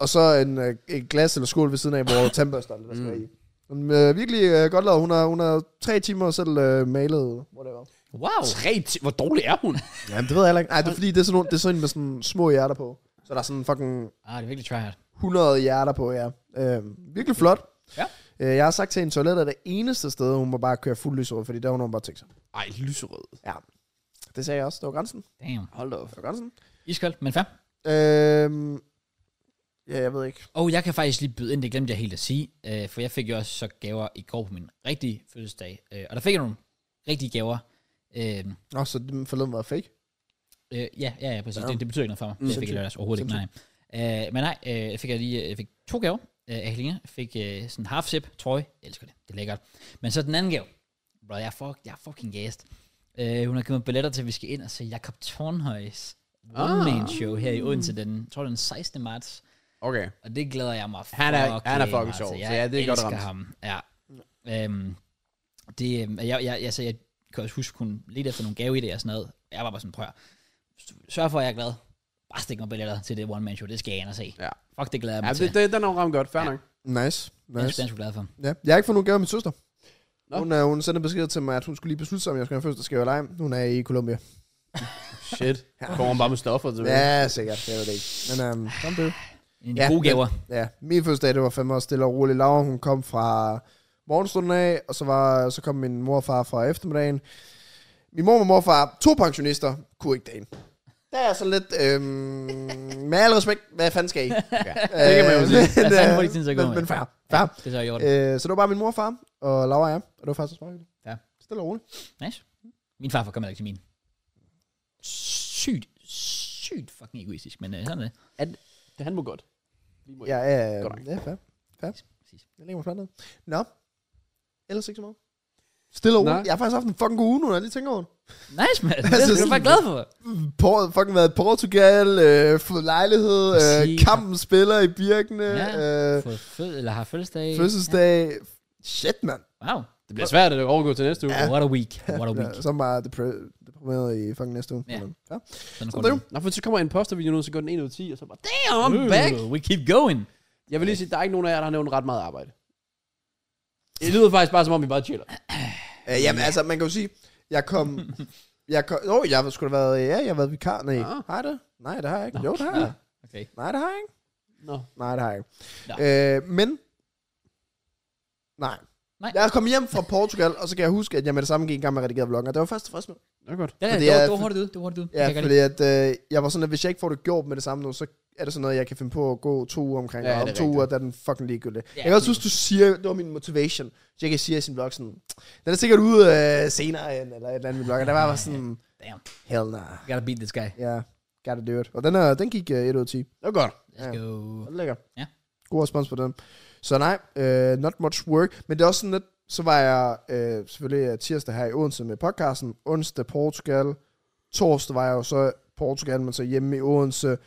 [SPEAKER 2] Og så en, øh, et glas eller skål ved siden af, hvor tandbørster der skal være i. Hun øh, virkelig øh, godt lavet. Hun har, hun har tre timer selv øh, malet, whatever.
[SPEAKER 1] Wow.
[SPEAKER 3] Tre ti- Hvor dårlig er hun?
[SPEAKER 2] Jamen, det ved jeg heller ikke. Nej, det er fordi, det er sådan, nogle, det er sådan en med sådan små hjerter på. Så der er sådan fucking
[SPEAKER 1] Ah, det er virkelig tryhard.
[SPEAKER 2] 100 hjerter på, ja. Øh, virkelig flot.
[SPEAKER 1] Ja.
[SPEAKER 2] Øh, jeg har sagt til hende, toilettet er det eneste sted, hun må bare køre fuld lyserød, fordi der har hun bare tænkt sig.
[SPEAKER 3] Ej, lyserød.
[SPEAKER 2] Ja. Det sagde jeg også. Det var grænsen.
[SPEAKER 1] Damn.
[SPEAKER 3] Hold da op.
[SPEAKER 2] Det var grænsen.
[SPEAKER 1] Iskoldt, men fair.
[SPEAKER 2] Øh, ja, jeg ved ikke.
[SPEAKER 1] Og jeg kan faktisk lige byde ind, det glemte jeg helt at sige, øh, for jeg fik jo også så gaver i går på min rigtige fødselsdag, øh, og der fik jeg nogle rigtige gaver. Øh,
[SPEAKER 2] Nå, så den forleden var fake.
[SPEAKER 1] øh, ja, ja, ja, præcis,
[SPEAKER 2] Ja.
[SPEAKER 1] det, det betyder ikke noget for mig, mm, det jeg fik jeg
[SPEAKER 2] Sindssygt.
[SPEAKER 1] lørdags overhovedet ikke, nej. nej. Øh, men nej, øh, jeg fik jeg lige jeg fik to gaver øh, af Helene, jeg fik øh, sådan en half zip trøje, jeg elsker det, det er lækkert. Men så den anden gave, bro, jeg er, fuck, jeg er fucking gassed. Øh, hun har givet mig billetter til, at vi skal ind og se Jakob Tornhøjs
[SPEAKER 3] Ah.
[SPEAKER 1] One Man Show her i Odense den, jeg tror det er den 16. marts.
[SPEAKER 3] Okay.
[SPEAKER 1] Og det glæder jeg mig
[SPEAKER 3] Han er-
[SPEAKER 1] fucking
[SPEAKER 3] han er fucking
[SPEAKER 1] meget
[SPEAKER 3] sjov,
[SPEAKER 1] til.
[SPEAKER 3] så ja, det er godt
[SPEAKER 1] elsker
[SPEAKER 3] ramt.
[SPEAKER 1] ham. Ja. Øhm, det, øhm, jeg, jeg, altså, jeg kan også huske, hun lidt efter nogle gave i det og sådan noget. Jeg var bare sådan, prøv at høre. sørg for, at jeg er glad. Bare stik mig billetter til det one-man-show, det skal jeg ind og se.
[SPEAKER 3] Ja.
[SPEAKER 1] Fuck, det glæder jeg mig
[SPEAKER 3] Ja,
[SPEAKER 1] til.
[SPEAKER 3] det, det, den er jo ramt godt. Fair
[SPEAKER 1] Ja.
[SPEAKER 3] ja. nok.
[SPEAKER 2] Nice.
[SPEAKER 1] Den er
[SPEAKER 2] nice.
[SPEAKER 1] sgu- den er sgu glad for.
[SPEAKER 2] Ja. Jeg har ikke fået nogen gave af min søster.
[SPEAKER 3] Nå.
[SPEAKER 2] Hun, øh, hun sendte besked til mig, at hun skulle lige beslutte sig, om jeg skulle have fødselsdagsgave eller ej. Hun er i Colombia.
[SPEAKER 3] Shit. Kommer man bare med stoffer til ja.
[SPEAKER 2] Ja, sikkert. Jeg ved det ikke. Men øhm, sådan blev det.
[SPEAKER 1] En af de
[SPEAKER 2] Ja,
[SPEAKER 1] gode
[SPEAKER 2] men-
[SPEAKER 1] gaver.
[SPEAKER 2] Ja, min fødselsdag, det var fandme også stille og roligt. Laura, hun kom fra morgenstunden af, og så, var, så kom min mor og far fra eftermiddagen. Min mor og morfar, to pensionister, kunne ikke dagen. Der er sådan lidt, øhm, med al respekt, hvad fanden skal I?
[SPEAKER 3] Ja. Det kan man jo
[SPEAKER 2] Øh,
[SPEAKER 3] sige.
[SPEAKER 1] Hvad fanden
[SPEAKER 2] øh,
[SPEAKER 1] får de tiden til at gå
[SPEAKER 2] men,
[SPEAKER 1] med?
[SPEAKER 2] men fair, fair.
[SPEAKER 1] Det er så i orden.
[SPEAKER 2] Øh, så det var bare min mor og far, og Laura og jeg, og det var faktisk også meget hyggeligt.
[SPEAKER 1] Ja.
[SPEAKER 2] Stille og roligt.
[SPEAKER 3] Øh.
[SPEAKER 1] Nice. Min farfar kom heller ikke til min. Sygt, sygt fucking egoistisk, men øh, sådan er det.
[SPEAKER 3] Det, han må godt. Vi må
[SPEAKER 2] Ja, øh,
[SPEAKER 3] Godt nok.
[SPEAKER 2] ja, fair. fair.
[SPEAKER 1] Præcis.
[SPEAKER 2] Jeg lægger mig fladt ned. Nå, ellers ikke så meget. Stille og roligt.
[SPEAKER 3] Nej.
[SPEAKER 2] Jeg har faktisk haft en fucking god uge nu, når jeg lige tænker over det.
[SPEAKER 1] Nice, man. Det
[SPEAKER 2] Altså,
[SPEAKER 1] er jeg
[SPEAKER 2] sådan-
[SPEAKER 1] bare glad for.
[SPEAKER 2] Por- fucking været i Portugal, øh, fået lejlighed, øh,
[SPEAKER 1] Præcis.
[SPEAKER 2] kampen spiller i Birkene,
[SPEAKER 1] Ja.
[SPEAKER 2] ja. øh,
[SPEAKER 1] Fået fød, eller har fødselsdag.
[SPEAKER 2] fødselsdag. Shit, mand.
[SPEAKER 1] Wow.
[SPEAKER 3] Det bliver svært at overgå til næste uge.
[SPEAKER 1] Ja. What a week. What a week.
[SPEAKER 2] Ja, så er jeg meget depre- deprimeret i fucking næste uge.
[SPEAKER 1] Ja.
[SPEAKER 2] Men, ja.
[SPEAKER 1] Sådan
[SPEAKER 2] Så
[SPEAKER 1] går
[SPEAKER 2] det er
[SPEAKER 1] det.
[SPEAKER 2] jo-
[SPEAKER 3] Nå, for så kommer en postervideo nu, så går den 1 ud af 10, og så bare...
[SPEAKER 1] Damn, I'm
[SPEAKER 3] Øh."
[SPEAKER 1] back. We keep going.
[SPEAKER 3] Jeg vil lige sige, der er ikke nogen af jer, der har nævnt ret meget arbejde. Det lyder faktisk bare, som om vi bare chiller.
[SPEAKER 2] Øh, jamen, altså, man kan jo sige, jeg kom... Jeg kom, jo, jeg har sgu da været, ja, jeg har været vikar, nej,
[SPEAKER 3] Ah.
[SPEAKER 2] har jeg det? Nej, det har jeg ikke,
[SPEAKER 1] Nå.
[SPEAKER 2] jo, det har jeg,
[SPEAKER 1] Okay.
[SPEAKER 2] nej, det har jeg ikke.
[SPEAKER 3] Nå.
[SPEAKER 2] Nej, det har jeg ikke. Øh, men... Nej.
[SPEAKER 1] Nej.
[SPEAKER 2] Nej. Jeg kom hjem fra Portugal, og så kan jeg huske, at jeg med det samme gik i gang med at redigere vloggen, og det var først tilfreds med.
[SPEAKER 3] Det er godt.
[SPEAKER 1] Det, det,
[SPEAKER 2] Fordi
[SPEAKER 1] det, var,
[SPEAKER 2] jeg-
[SPEAKER 1] det var hurtigt ud. Det var hurtigt ud.
[SPEAKER 2] Ja,
[SPEAKER 1] Jeg kan
[SPEAKER 2] fordi at, øh, jeg var sådan, at hvis jeg ikke får det gjort med det samme nu, så er det sådan noget, jeg kan finde på at gå to uger omkring,
[SPEAKER 3] Ja,
[SPEAKER 2] ja, og om
[SPEAKER 3] det er
[SPEAKER 2] to
[SPEAKER 3] rigtigt.
[SPEAKER 2] uger, der er den fucking ligegyldig.
[SPEAKER 1] Ja,
[SPEAKER 2] jeg kan også
[SPEAKER 1] det-
[SPEAKER 2] huske, du siger, det var min motivation, så jeg kan sige i sin blog sådan, den er sikkert ude øh, senere, end, eller et eller andet i min blog, og der var jeg bare sådan,
[SPEAKER 1] Damn.
[SPEAKER 2] hell nah,
[SPEAKER 1] ikke- Gotta beat this guy.
[SPEAKER 2] ja, yeah, gotta do it. Og den, er, den gik øh, 1 ud af 10.
[SPEAKER 3] Det er godt.
[SPEAKER 1] Let's
[SPEAKER 2] Ja.
[SPEAKER 1] go.
[SPEAKER 2] Og lækker.
[SPEAKER 1] Ja.
[SPEAKER 2] God respons på den. Så nej, øh, not much work. Men det er også sådan lidt, så var jeg øh, selvfølgelig øh, tirsdag her i Odense med podcasten. Onsdag Portugal. Torsdag var jeg jo så i Portugal, men så hjemme i Odense.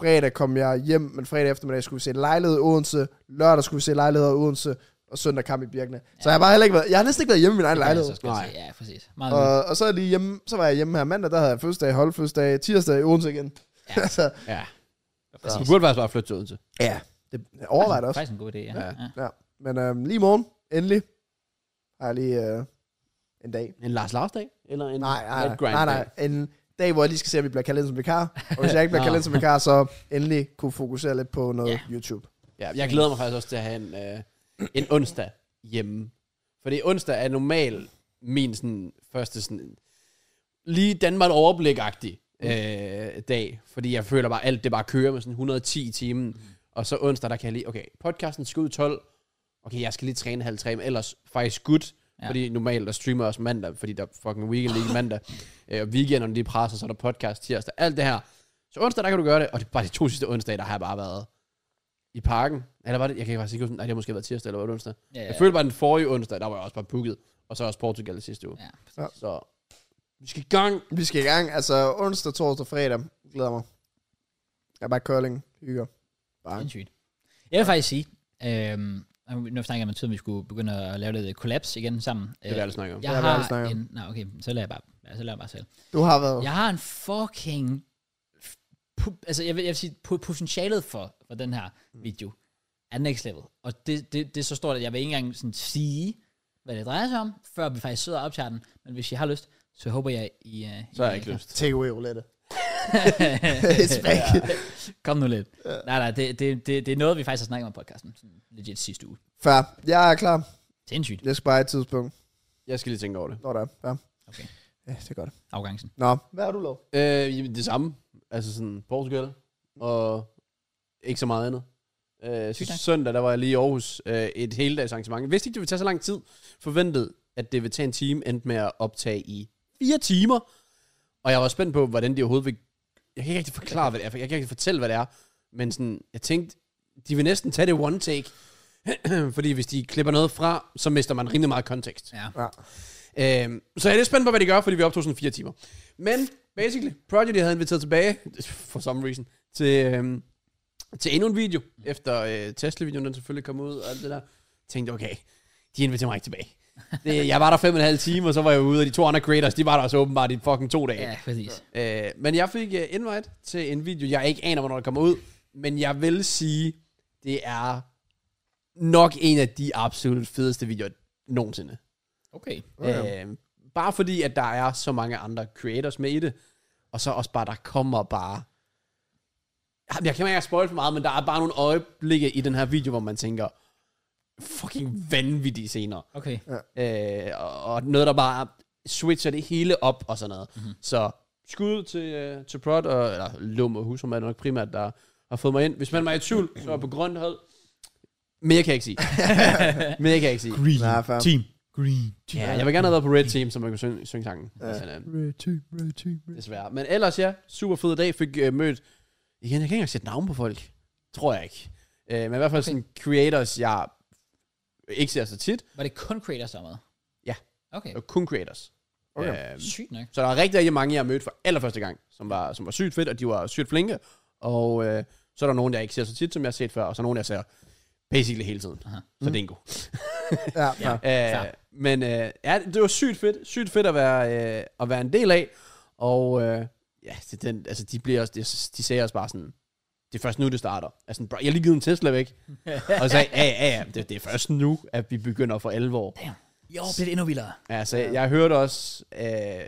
[SPEAKER 2] Fredag kom jeg hjem, men fredag eftermiddag skulle vi se lejlighed i Odense. Lørdag skulle vi se lejlighed i Odense. Og søndag kamp i Birkene. Så jeg har bare heller ikke været, jeg har næsten ikke været hjemme i min egen
[SPEAKER 1] Det kan jeg
[SPEAKER 2] lejlighed.
[SPEAKER 1] så skal
[SPEAKER 3] Nej.
[SPEAKER 1] sige. Ja, præcis. Meget og,
[SPEAKER 2] Og, og så, er jeg lige hjemme, så var jeg hjemme her mandag, der havde jeg fødselsdag, holdfødselsdag, tirsdag i Odense igen.
[SPEAKER 1] Ja.
[SPEAKER 2] Ja, altså,
[SPEAKER 3] Ja. Du
[SPEAKER 1] præcis.
[SPEAKER 3] burde faktisk bare flytte til Odense.
[SPEAKER 2] ja det overvejer det også.
[SPEAKER 1] Faktisk en god idé, ja.
[SPEAKER 3] Ja.
[SPEAKER 1] ja. ja.
[SPEAKER 2] Men øhm, lige i morgen, endelig, har jeg lige øh, en dag.
[SPEAKER 3] En Lars Lars dag? Eller en
[SPEAKER 2] Nej, nej,
[SPEAKER 3] Red Grind
[SPEAKER 2] nej,
[SPEAKER 3] dag?
[SPEAKER 2] nej, en dag, hvor jeg lige skal se, om vi bliver kaldt ind som vikar. Og hvis jeg ikke bliver
[SPEAKER 3] Nå.
[SPEAKER 2] kaldt ind som vikar, så endelig kunne fokusere lidt på noget
[SPEAKER 1] Ja.
[SPEAKER 2] yeah. YouTube.
[SPEAKER 3] Ja, jeg glæder mig faktisk også til at have en, øh, en onsdag hjemme. Fordi onsdag er normal min sådan, første sådan, lige Danmark overblik øh, dag. Fordi jeg føler bare, alt det bare kører med sådan 110 i timen. Og så onsdag, der kan jeg lige, okay, podcasten skal ud 12. Okay, jeg skal lige træne halv tre, men ellers faktisk godt.
[SPEAKER 1] Ja.
[SPEAKER 3] Ja. Fordi normalt, der streamer jeg også mandag, fordi der er fucking weekend lige mandag. Øh, og weekenderne, de presser, så er der podcast tirsdag. Alt det her. Så onsdag, der kan du gøre det. Og det er bare de to sidste onsdage, der har jeg bare været i parken. Eller var det, jeg kan faktisk ikke huske, nej, det har måske været tirsdag eller var det onsdag. Ja,
[SPEAKER 1] ja,
[SPEAKER 3] Jeg følte bare den forrige onsdag, der var jeg også bare booket. Og så også Portugal sidste uge.
[SPEAKER 1] Ja.
[SPEAKER 3] Så vi skal i gang.
[SPEAKER 2] Vi skal i gang, altså onsdag, torsdag, fredag. Glæder mig. Jeg er bare curling, hygger. Bare.
[SPEAKER 1] Sindssygt. Jeg vil faktisk sige, øhm, nu snakker jeg om tiden, vi skulle begynde at lave lidt kollaps igen sammen. Øh,
[SPEAKER 3] Det vil jeg snakke om.
[SPEAKER 1] Jeg
[SPEAKER 2] Det
[SPEAKER 1] har,
[SPEAKER 2] er, hvad alle snakker om.
[SPEAKER 1] en... Nej, okay, så lader jeg bare, ja, så lader jeg bare selv.
[SPEAKER 2] Du har været... Ja.
[SPEAKER 1] Jeg har en fucking... Pu- altså, jeg vil, jeg vil sige, pu- potentialet for, for den her video er next level. Og det, det, det er så stort, at jeg vil ikke engang sådan sige, hvad det drejer sig om, før vi faktisk sidder og optager den. Men hvis I har lyst, så håber jeg, I... Uh,
[SPEAKER 3] Så har jeg ikke lyst.
[SPEAKER 2] Takeaway roulette. It's back.
[SPEAKER 1] Kom nu lidt. Nej, nej, det, det, det, det er noget, vi faktisk har snakket om i podcasten. Sådan legit sidste uge.
[SPEAKER 2] Fair. Jeg er klar.
[SPEAKER 1] Sindssygt.
[SPEAKER 2] Jeg skal bare have et tidspunkt.
[SPEAKER 3] Jeg skal lige tænke over det.
[SPEAKER 2] Når der er. Fair.
[SPEAKER 1] Okay.
[SPEAKER 2] Ja, det er godt.
[SPEAKER 1] Afgangsen.
[SPEAKER 2] Nå, hvad har du lavet?
[SPEAKER 3] Øh, jamen, det samme. Altså sådan Portugal og ikke så meget andet. Øh,
[SPEAKER 1] Sygt
[SPEAKER 3] så
[SPEAKER 1] nok.
[SPEAKER 3] søndag, der var jeg lige i Aarhus øh, et hele dags arrangement. Jeg vidste ikke, det ville tage så lang tid. Forventet, at det ville tage en time, endte med at optage i fire timer. Og jeg var spændt på, hvordan de overhovedet vil... Jeg kan ikke rigtig forklare, hvad det er. for Jeg kan ikke rigtig fortælle, hvad det er. Men sådan, jeg tænkte, de vil næsten tage det one take. Fordi hvis de klipper noget fra, så mister man rimelig meget kontekst.
[SPEAKER 1] Ja.
[SPEAKER 2] Ja.
[SPEAKER 3] Øhm, så jeg er lidt spændt på, hvad de gør, fordi vi optog sådan fire timer. Men, basically, Prodigy havde inviteret tilbage, for some reason, til, øhm, til endnu en video, efter øh, Tesla-videoen, den selvfølgelig kom ud, og alt det der, tænkte, okay, de inviterer mig ikke tilbage. Det, jeg var der fem og en halv time, og så var jeg ude, og de to andre creators, de var der også åbenbart i fucking to dage.
[SPEAKER 1] Ja, præcis.
[SPEAKER 3] Øh, men jeg fik uh, invite til en video, jeg ikke aner, hvornår det kommer ud, men jeg vil sige, det er nok en af de absolut fedeste videoer nogensinde.
[SPEAKER 1] Okay.
[SPEAKER 3] Okay. Øh, bare fordi, at der er så mange andre creators med i det, og så også bare, der kommer bare... Jamen, Jeg kan ikke spoil for meget, men der er bare nogle øjeblikke i den her video, hvor man tænker, fucking vanvittige scener.
[SPEAKER 1] Okay.
[SPEAKER 3] Øh, og, og noget, der bare switcher det hele op og sådan noget. Mm-hmm. Så skud til, øh, til Prod, og, eller Lum og Husum er nok primært, der har fået mig ind. Hvis man var i tvivl, så er jeg på grønt hold. Mere kan jeg ikke sige. Mere kan jeg ikke sige.
[SPEAKER 1] Green
[SPEAKER 2] Nej, fair.
[SPEAKER 1] Team. Green Team.
[SPEAKER 3] Ja, jeg vil gerne have været på Red Team, så man kunne synge, synge sangen. Ja. Men, øh,
[SPEAKER 2] Red team, red team, red
[SPEAKER 3] desværre. Men ellers ja, super fed dag. Fik øh, mødt, igen, jeg kan ikke engang sætte navn på folk. Tror jeg ikke. Øh, men i hvert fald sådan creators, jeg ikke ser så tit.
[SPEAKER 1] Var det kun creators, der var med?
[SPEAKER 3] Ja.
[SPEAKER 1] Okay.
[SPEAKER 3] Og kun creators.
[SPEAKER 2] Okay.
[SPEAKER 3] Øh,
[SPEAKER 1] Sygt nok.
[SPEAKER 3] Så der er rigtig, rigtig mange, jeg har mødt for allerførste gang, som var, som var sygt fedt, og de var sygt flinke. Og øh, så er der nogen, jeg ikke ser så tit, som jeg har set før, og så er nogen, jeg ser basically hele tiden.
[SPEAKER 1] Aha.
[SPEAKER 3] Aha. Så det er en god.
[SPEAKER 2] Ja, fair.
[SPEAKER 3] Øh, men øh, ja, det var sygt fedt, sygt fedt at være, øh, at være en del af. Og øh, ja, det, den, altså, de, bliver også, de, de sagde også bare sådan, det er først nu, det starter. Altså, bro, jeg har lige givet en Tesla væk. og så sagde, ja, ja, ja, det, det er først nu, at vi begynder for alvor.
[SPEAKER 1] Jo, bliver det endnu vildere.
[SPEAKER 3] Altså, ja. jeg hørte også øh,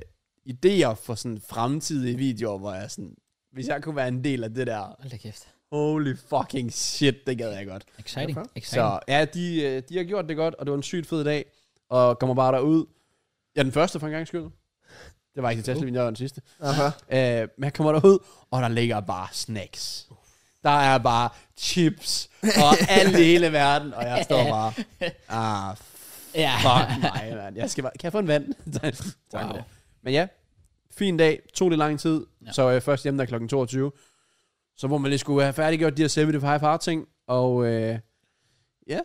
[SPEAKER 3] idéer for sådan fremtidige videoer, hvor jeg sådan, hvis jeg kunne være en del af det der,
[SPEAKER 1] Hold da kæft.
[SPEAKER 3] holy fucking shit, det gad jeg godt.
[SPEAKER 1] Exciting.
[SPEAKER 2] Hvorfor?
[SPEAKER 1] Exciting.
[SPEAKER 3] Så ja, de, øh, de har gjort det godt, og det var en sygt fed dag, og kommer bare derud. Jeg er den første for en gang skyld. Det var ikke det Tesla, jeg var den sidste.
[SPEAKER 2] Aha.
[SPEAKER 3] Øh, men jeg kommer derud, og der ligger bare snacks. Der er bare chips og alt i hele verden, og jeg står bare, ah,
[SPEAKER 1] Ja.
[SPEAKER 3] Fuck mig, mand. Jeg skal bare, kan jeg få en vand? tak wow.
[SPEAKER 1] Wow.
[SPEAKER 3] for det. Men ja, fin dag. Tog det lang tid.
[SPEAKER 1] Ja.
[SPEAKER 3] Ja. Så var jeg først hjemme der kl. 22. Så hvor man lige skulle have færdiggjort de her 7 5 high part ting. Og øh, ja,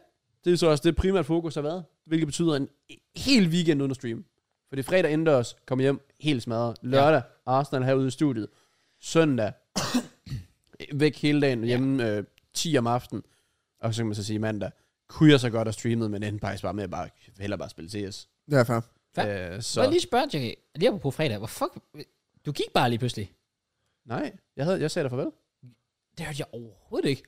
[SPEAKER 3] det er så også det primært fokus har været. Hvilket betyder en hel weekend uden at streame. For det er fredag indendørs, kom hjem helt smadret. Lørdag, ja. Arsenal herude i studiet. Søndag, væk hele dagen, hjemme øh, 10 om aftenen. Og så kan man så sige mandag, kunne jeg så godt have streamet, men endte faktisk bare med at bare, hellere bare spille CS.
[SPEAKER 2] Ja, fair.
[SPEAKER 3] Øh,
[SPEAKER 1] Så. Må
[SPEAKER 3] så
[SPEAKER 1] jeg lige spørge, Jackie, lige på fredag, hvor fuck, du gik bare lige pludselig.
[SPEAKER 3] nej, jeg, havde, jeg sagde dig farvel.
[SPEAKER 1] Det hørte jeg overhovedet ikke.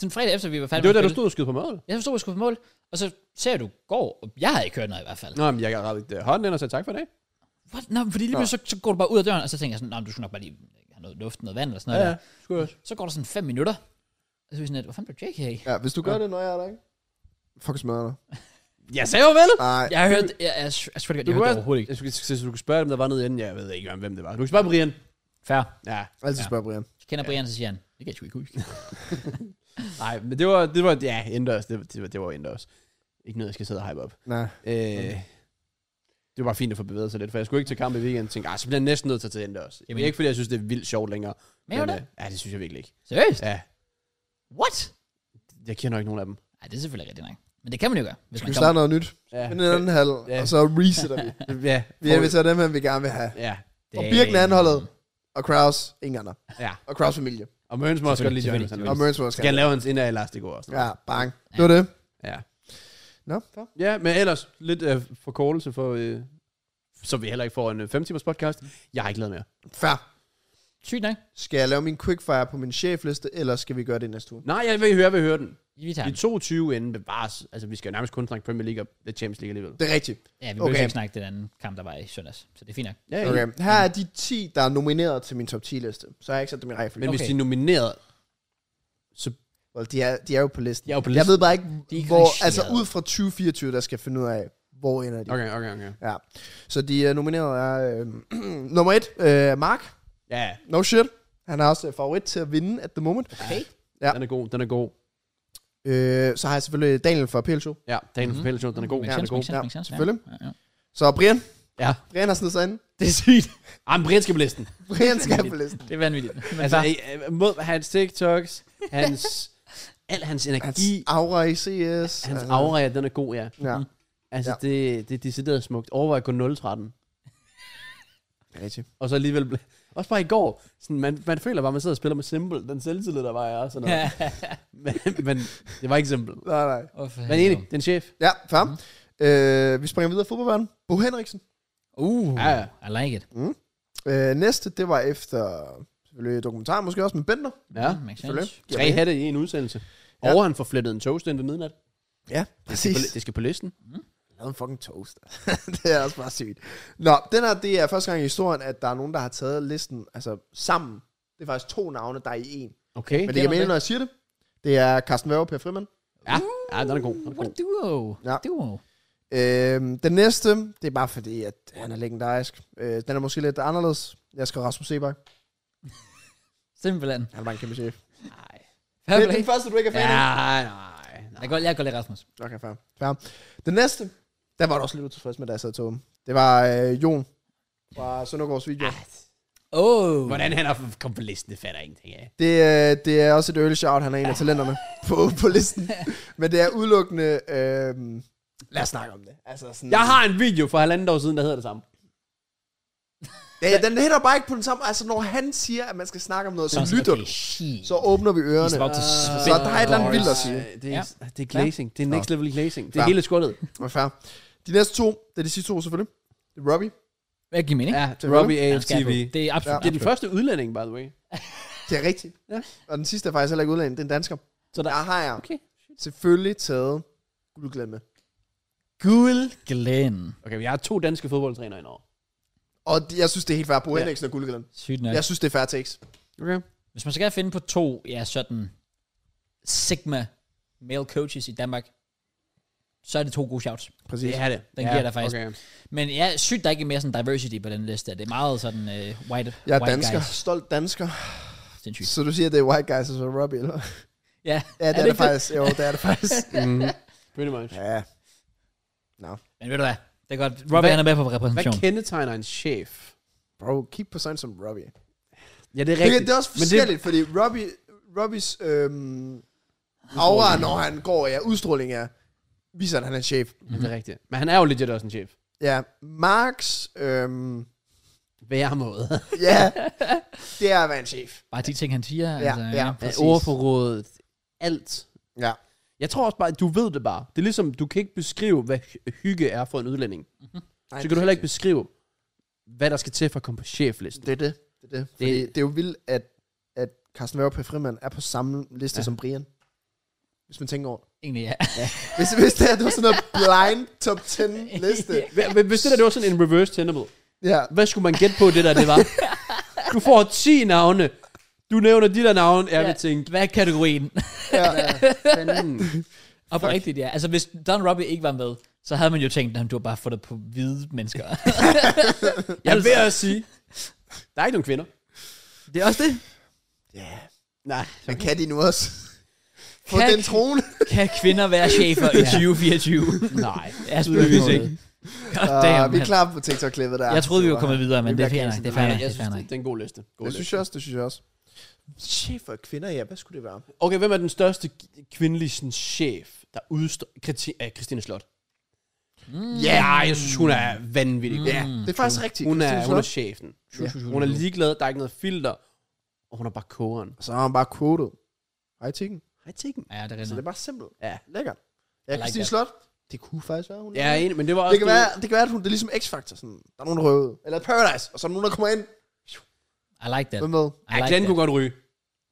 [SPEAKER 1] Sådan fredag efter, vi var
[SPEAKER 3] Det
[SPEAKER 1] færdige med
[SPEAKER 3] var der,
[SPEAKER 1] at
[SPEAKER 3] du
[SPEAKER 1] spille.
[SPEAKER 3] stod og skød på mål.
[SPEAKER 1] Jeg stod, jeg skulle på mål, og så ser du går, og jeg havde ikke hørt noget i hvert fald.
[SPEAKER 3] Nå, men jeg har rettet hånden ind og sagde tak for i dag.
[SPEAKER 1] What? Nå, men fordi lige pludselig, så, så går du bare ud af døren, og så tænker jeg sådan, "Nå, men du skulle nok bare lige øh, have noget luft, noget vand eller sådan noget. Ja. Der.
[SPEAKER 3] skulle jeg også.
[SPEAKER 1] Så går der sådan fem minutter, og så er vi sådan lidt, hvor fanden blev Jake her i?
[SPEAKER 2] Ja, hvis du gør det, når jeg er der, ikke? Fuck smadrer dig.
[SPEAKER 3] Jeg sagde jo vel!
[SPEAKER 2] Nej.
[SPEAKER 1] Jeg har hørt, jeg, jeg, jeg, jeg, jeg, jeg
[SPEAKER 3] Du
[SPEAKER 1] hørte
[SPEAKER 3] kunne,
[SPEAKER 1] det overhovedet ikke.
[SPEAKER 3] jeg skulle, så du kunne spørge dem, der var nede inden. Jeg ved ikke, hvem det var. Du kan spørge Brian.
[SPEAKER 1] Fair.
[SPEAKER 3] Ja,
[SPEAKER 2] Altid
[SPEAKER 1] Ja.
[SPEAKER 2] spørg Brian.
[SPEAKER 1] Jeg kender Brian, så siger han, det kan jeg sgu ikke huske.
[SPEAKER 3] nej, men det var, det var, ja, indendørs. Det, var- det, var, det var indendørs. Ikke noget, jeg skal sidde og hype op.
[SPEAKER 2] Nej.
[SPEAKER 3] Øh, Det var bare fint at få bevæget sig lidt, for jeg skulle ikke til kamp i weekenden. og tænkte, "Ah, så bliver jeg næsten nødt til at tage indendørs. Jamen.
[SPEAKER 1] Jamen.
[SPEAKER 3] Det er ikke, fordi jeg synes, det er vildt sjovt længere.
[SPEAKER 1] Men jo da.
[SPEAKER 3] øh, ja, det synes jeg virkelig ikke.
[SPEAKER 1] Seriøst?
[SPEAKER 3] Ja,
[SPEAKER 1] What?
[SPEAKER 3] jeg kender ikke nogen af dem.
[SPEAKER 1] Nej, det er selvfølgelig rigtigt nok. Men det kan man jo gøre, hvis
[SPEAKER 2] Skal
[SPEAKER 1] man
[SPEAKER 2] vi
[SPEAKER 1] kommer.
[SPEAKER 2] starte noget nyt?
[SPEAKER 3] Ja,
[SPEAKER 2] Find en anden halv,
[SPEAKER 3] Ja.
[SPEAKER 2] og så resetter vi.
[SPEAKER 3] ja,
[SPEAKER 2] Vi er ved dem her, vi gerne vil have.
[SPEAKER 3] ja,
[SPEAKER 2] Og Birken er anholdet. Og Kraus, ingen andre.
[SPEAKER 3] ja.
[SPEAKER 2] Og Kraus familie.
[SPEAKER 3] Og Mørens må også godt lige joine,
[SPEAKER 1] Selvfølgelig,
[SPEAKER 3] hvis han
[SPEAKER 2] Og
[SPEAKER 3] vil.
[SPEAKER 2] Mørns også
[SPEAKER 3] Skal han lave en indre elastik over?
[SPEAKER 2] Ja, bang. Det var det.
[SPEAKER 3] ja.
[SPEAKER 2] Nå, fair.
[SPEAKER 3] Ja, men ellers lidt øh, forkortelse for, øh, så vi heller ikke får en 5 timers podcast. Jeg har ikke lavet mere.
[SPEAKER 2] fair.
[SPEAKER 1] Sygt nok.
[SPEAKER 2] Skal jeg lave min quickfire på min chefliste, eller skal vi gøre det næste uge?
[SPEAKER 3] Nej, jeg vil høre, jeg vil høre den.
[SPEAKER 1] Vi tager
[SPEAKER 3] De
[SPEAKER 1] den.
[SPEAKER 3] 22 inden bevares. Altså, vi skal jo nærmest kun snakke Premier League og øh, Champions League alligevel.
[SPEAKER 2] Det er rigtigt.
[SPEAKER 1] Ja, vi behøver
[SPEAKER 2] Okay.
[SPEAKER 1] ikke snakke den anden kamp, der var i søndags. Så det er fint nok.
[SPEAKER 3] Ja, okay.
[SPEAKER 2] Okay. Her er de 10, der er nomineret til min top 10 liste. Så har jeg ikke sat dem i
[SPEAKER 3] Men
[SPEAKER 2] rækkefølge.
[SPEAKER 3] okay. hvis
[SPEAKER 1] Okay.
[SPEAKER 3] de er nomineret, så
[SPEAKER 2] Well, de, er, de er jo på listen.
[SPEAKER 3] De er jo på
[SPEAKER 2] Jeg
[SPEAKER 3] listen.
[SPEAKER 2] ved bare ikke,
[SPEAKER 1] De er ikke
[SPEAKER 2] hvor,
[SPEAKER 1] rangeret.
[SPEAKER 2] altså ud fra 2024, der skal finde ud af, hvor ender de.
[SPEAKER 3] Okay, okay, okay.
[SPEAKER 2] Ja. Så de øh, nominerede er øh, nummer et, øh, Mark.
[SPEAKER 3] Ja,
[SPEAKER 2] No shit. Han er også øh, favorit til at vinde at the moment.
[SPEAKER 1] Okay.
[SPEAKER 2] Ja.
[SPEAKER 3] den er god, den er god.
[SPEAKER 2] Øh, så har jeg selvfølgelig Daniel fra PL Show.
[SPEAKER 3] Ja, Daniel mm-hmm. Pelle, den er god,
[SPEAKER 1] Makes
[SPEAKER 3] ja, den
[SPEAKER 1] sense,
[SPEAKER 3] er
[SPEAKER 1] makes sense,
[SPEAKER 2] Ja,
[SPEAKER 3] god.
[SPEAKER 1] makes sense. Ja,
[SPEAKER 2] selvfølgelig.
[SPEAKER 1] Ja, ja.
[SPEAKER 2] Så Brian.
[SPEAKER 3] Ja.
[SPEAKER 2] Brian har snedet sig ind.
[SPEAKER 1] Det er sygt.
[SPEAKER 3] Ah, men Brian skal på listen.
[SPEAKER 2] Brian skal på listen.
[SPEAKER 1] Det er vanvittigt. Men
[SPEAKER 3] Altså,
[SPEAKER 1] altså,
[SPEAKER 3] øh, øh, mod hans TikToks, hans, al hans
[SPEAKER 2] Hans
[SPEAKER 3] energi,
[SPEAKER 2] aura i CS.
[SPEAKER 3] hans
[SPEAKER 2] altså,
[SPEAKER 3] aura, ja, den er god, ja.
[SPEAKER 2] Ja.
[SPEAKER 3] Altså,
[SPEAKER 2] Ja.
[SPEAKER 3] ja. det, det er decideret smukt. Overvej at gå 0-13.
[SPEAKER 2] Rigtigt.
[SPEAKER 3] Og så alligevel... ble- Også bare i går. Sådan, man, man føler bare, man sidder og spiller med Simple. Den selvtillid, der var jeg også. Sådan noget.
[SPEAKER 1] Ja.
[SPEAKER 3] men, men, det var ikke Simple.
[SPEAKER 2] Nej, nej.
[SPEAKER 1] Åh, for
[SPEAKER 3] Men
[SPEAKER 1] helvede.
[SPEAKER 3] enig, det er en chef.
[SPEAKER 2] Ja, fair. Mm. Øh, vi springer videre i fodboldverdenen. Bo Henriksen.
[SPEAKER 1] Uh,
[SPEAKER 3] Ja, ja.
[SPEAKER 1] I like it.
[SPEAKER 2] Øh, næste, det var efter selvfølgelig dokumentar, måske også med Bender.
[SPEAKER 3] Ja.
[SPEAKER 1] Mm, makes
[SPEAKER 2] Selvfølgelig.
[SPEAKER 1] sense.
[SPEAKER 2] Giver
[SPEAKER 3] Tre
[SPEAKER 2] mening.
[SPEAKER 3] hatte i en udsendelse.
[SPEAKER 2] Ja.
[SPEAKER 3] Ja. Og han får flettet en toast ind ved midnat.
[SPEAKER 2] Ja,
[SPEAKER 3] Det skal,
[SPEAKER 2] præcis.
[SPEAKER 3] på, det skal på listen.
[SPEAKER 2] Lavet en fucking toast. det er også bare sygt. Nå, den her, det er første gang i historien, at der er nogen, der har taget listen altså, sammen. Det er faktisk to navne, der er i en.
[SPEAKER 3] Okay.
[SPEAKER 2] Men det
[SPEAKER 1] det
[SPEAKER 2] jeg
[SPEAKER 1] er
[SPEAKER 2] mener,
[SPEAKER 1] det.
[SPEAKER 2] når jeg siger det, det er Carsten Werge og Per Frimand.
[SPEAKER 3] Ja, ja den er god. Den er
[SPEAKER 1] What
[SPEAKER 3] god.
[SPEAKER 1] a duo.
[SPEAKER 2] Ja.
[SPEAKER 1] Duo.
[SPEAKER 2] Øhm, den næste, det er bare fordi, at han er legendarisk. Øh, den er måske lidt anderledes. Jeg skal Rasmus Sebak.
[SPEAKER 1] Simpelthen.
[SPEAKER 2] Han var en kæmpe chef.
[SPEAKER 1] Nej. Fair
[SPEAKER 2] Det er
[SPEAKER 1] play.
[SPEAKER 2] den første, du ikke er fan af.
[SPEAKER 3] Ja, nej,
[SPEAKER 1] Jeg
[SPEAKER 3] nej.
[SPEAKER 1] går, jeg går lidt Rasmus.
[SPEAKER 2] Okay, fair. fair. Den næste, der var du også lidt utilfreds med, da jeg sad i toget. Det var øh, Jon fra Søndergaards video.
[SPEAKER 3] Ah,
[SPEAKER 1] Oh.
[SPEAKER 3] Hvordan han har kommet på listen, det fatter jeg ingenting af.
[SPEAKER 2] Det, øh, det er også et early shout, han er en af talenterne på, på listen. Men det er udelukkende... Øh, lad os snakke om det. Altså sådan,
[SPEAKER 3] Jeg har en video for halvandet år siden, der hedder det samme.
[SPEAKER 2] Ja, den hætter bare ikke på den samme... Altså, når han siger, at man skal snakke om noget, så
[SPEAKER 1] Sådan,
[SPEAKER 2] lytter
[SPEAKER 1] okay,
[SPEAKER 2] du.
[SPEAKER 1] shit.
[SPEAKER 2] Så åbner vi
[SPEAKER 1] He's
[SPEAKER 2] ørerne.
[SPEAKER 1] about to spit
[SPEAKER 2] så der er et eller andet
[SPEAKER 1] bars.
[SPEAKER 2] vildt at sige.
[SPEAKER 3] Øh, Det er,
[SPEAKER 1] Ja.
[SPEAKER 3] det er glazing. Det er next level glazing. Det er
[SPEAKER 2] Ja.
[SPEAKER 3] hele skuddet.
[SPEAKER 2] Ja, fair. De næste to, det er de sidste to selvfølgelig. Det er Robbie.
[SPEAKER 1] Hvad giver mening?
[SPEAKER 3] Ja,
[SPEAKER 2] selvfølgelig.
[SPEAKER 3] Robbie
[SPEAKER 1] Ja, skal
[SPEAKER 3] AFTV.
[SPEAKER 1] på. Det er absolut.
[SPEAKER 2] Ja.
[SPEAKER 3] Det er den første udlænding, by the way.
[SPEAKER 2] Det er rigtigt.
[SPEAKER 3] Ja.
[SPEAKER 2] Og den sidste er faktisk heller ikke udlandet. Det er en dansker.
[SPEAKER 3] Så der,
[SPEAKER 2] Der har jeg
[SPEAKER 3] okay.
[SPEAKER 2] selvfølgelig taget guldglæde med.
[SPEAKER 1] Guld Glenn.
[SPEAKER 3] Okay, vi har to danske fodboldtrænere i Norge.
[SPEAKER 2] Og de- jeg synes, det er helt fair. Bo
[SPEAKER 3] Ja.
[SPEAKER 2] Henriksen og guldglæden.
[SPEAKER 1] Sygt nok.
[SPEAKER 2] Jeg synes, det er fair takes.
[SPEAKER 3] Okay.
[SPEAKER 1] Hvis man skal finde på to, ja, sådan Sigma male coaches i Danmark, så er det to gode shouts.
[SPEAKER 2] Præcis.
[SPEAKER 3] Det er det.
[SPEAKER 1] Den giver der faktisk.
[SPEAKER 3] Okay.
[SPEAKER 1] Men ja, sygt, der er ikke er mere sådan diversity på den liste. Det er meget sådan uh, white,
[SPEAKER 2] Jeg er
[SPEAKER 1] white
[SPEAKER 2] dansker.
[SPEAKER 1] guys.
[SPEAKER 2] Stolt dansker.
[SPEAKER 1] Sindssygt.
[SPEAKER 2] Så du siger, det er white guys og så Robbie, eller? hvad?
[SPEAKER 1] Ja,
[SPEAKER 2] Ja, det er,
[SPEAKER 1] det
[SPEAKER 2] det,
[SPEAKER 1] ikke det?
[SPEAKER 2] faktisk. Jo, det er det faktisk.
[SPEAKER 3] Mm-hmm. Pretty much.
[SPEAKER 2] ja.
[SPEAKER 1] men ved du hvad? Det er godt. Robbie,
[SPEAKER 3] Hvad-
[SPEAKER 1] han er med på
[SPEAKER 3] Hvad
[SPEAKER 1] repræsentation.
[SPEAKER 3] kendetegner en chef?
[SPEAKER 2] Bro, kig på sådan som Robbie.
[SPEAKER 3] Ja, det er
[SPEAKER 2] Det,
[SPEAKER 3] rigtigt.
[SPEAKER 2] det er også
[SPEAKER 3] Men det-
[SPEAKER 2] forskelligt, fordi Robbie, Robbies øhm, aura, når han går, ja, udstråling er, viser, at han er en chef.
[SPEAKER 3] Ja, Det er rigtigt. Men han er jo legit også en chef.
[SPEAKER 2] Ja, Marx, øhm,
[SPEAKER 3] Hver måde.
[SPEAKER 2] ja, det er at være en chef.
[SPEAKER 1] Bare de ting, han siger. Ja, altså,
[SPEAKER 2] ja.
[SPEAKER 1] ja.
[SPEAKER 2] Præcis.
[SPEAKER 3] Ordforrådet. Alt.
[SPEAKER 2] Ja.
[SPEAKER 3] Jeg tror også bare, at du ved det bare. Det er ligesom, du kan ikke beskrive, hvad hy- hygge er for en udlænding.
[SPEAKER 2] Nej,
[SPEAKER 3] Så kan du heller ikke beskrive, hvad der skal til for at komme på cheflisten.
[SPEAKER 2] Det er det. Det er, det. Fordi det, det er jo vildt, at, at Carsten Werge på Frimand er på samme liste ja.
[SPEAKER 3] Ja.
[SPEAKER 2] som Brian. Hvis man tænker over det.
[SPEAKER 1] Egentlig, ja.
[SPEAKER 2] Hvis, hvis det her, det var sådan noget blind top 10 liste.
[SPEAKER 3] Hva- hva- Hvis det der det var sådan en reverse tenable,
[SPEAKER 2] Ja,
[SPEAKER 3] hvad skulle man gætte på det der, det var? Du får 10 navne. Du nævner de der navne, jeg vil tænke,
[SPEAKER 1] Hvad er kategorien?
[SPEAKER 3] fanden.
[SPEAKER 1] Og på rigtigt, ja. Altså, hvis Don Robbie ikke var med, så havde man jo tænkt, at du har bare fået det på hvide mennesker.
[SPEAKER 3] Jeg vil at sige, der er ikke nogen kvinder.
[SPEAKER 1] det er også det.
[SPEAKER 2] ja.
[SPEAKER 3] Nej.
[SPEAKER 2] Men kan de nu også få
[SPEAKER 1] Kan-
[SPEAKER 2] den trone?
[SPEAKER 1] Kan kvinder være chefer i 2024?
[SPEAKER 3] Nej. Ah,
[SPEAKER 1] Ja, tydeligvis ikke. God Ah, damn,
[SPEAKER 2] Uh, vi er
[SPEAKER 1] mand.
[SPEAKER 2] klar på TikTok-klippet der.
[SPEAKER 1] Jeg troede, vi var kommet
[SPEAKER 2] videre.
[SPEAKER 1] videre, men
[SPEAKER 2] Det
[SPEAKER 1] det er
[SPEAKER 2] bliver
[SPEAKER 1] fair nok.
[SPEAKER 2] cancelled.
[SPEAKER 1] Det er
[SPEAKER 3] Nej,
[SPEAKER 1] fair nok.
[SPEAKER 3] jeg
[SPEAKER 1] Det er
[SPEAKER 3] synes,
[SPEAKER 1] fair
[SPEAKER 3] det,
[SPEAKER 1] nok.
[SPEAKER 3] det er en god liste. God
[SPEAKER 2] Det
[SPEAKER 3] liste.
[SPEAKER 2] synes jeg også, det synes jeg også. Chef og kvinder, ja, hvad skulle det være?
[SPEAKER 3] Okay, hvem er den største k- kvindelige sådan, chef, der udstår... Kriti- uh, Christine Slot.
[SPEAKER 1] Mm.
[SPEAKER 3] Ja, yeah, jeg synes, hun er vanvittig. Mm.
[SPEAKER 2] Ja, det er faktisk rigtigt.
[SPEAKER 3] Hun, er, hun er
[SPEAKER 2] Christine Slot.
[SPEAKER 3] chefen.
[SPEAKER 1] True, true, true,
[SPEAKER 3] Hun er
[SPEAKER 1] true.
[SPEAKER 3] ligeglad, der er ikke noget filter. Og hun er bare kogeren.
[SPEAKER 2] Så har han bare quoted. Hej, Tikken.
[SPEAKER 3] Hej, Tikken.
[SPEAKER 1] Ja, det er
[SPEAKER 2] Så det
[SPEAKER 1] rigtigt.
[SPEAKER 2] er bare simpelt.
[SPEAKER 3] Ja.
[SPEAKER 2] Lækkert. Ja,
[SPEAKER 1] I like
[SPEAKER 2] Christine
[SPEAKER 1] that.
[SPEAKER 2] Slot. Det kunne faktisk være, hun
[SPEAKER 3] Jeg er
[SPEAKER 2] er.
[SPEAKER 3] enig, men det var også...
[SPEAKER 2] Det kan, være, det kan være, at hun, det er ligesom X-Factor. Sådan, der er nogen, der røver ud. Eller Paradise, og så er der nogen, der kommer ind.
[SPEAKER 1] I like that.
[SPEAKER 2] Hvem ved?
[SPEAKER 1] I
[SPEAKER 3] Ja,
[SPEAKER 1] like
[SPEAKER 3] Glenn
[SPEAKER 1] that.
[SPEAKER 3] kunne godt ryge.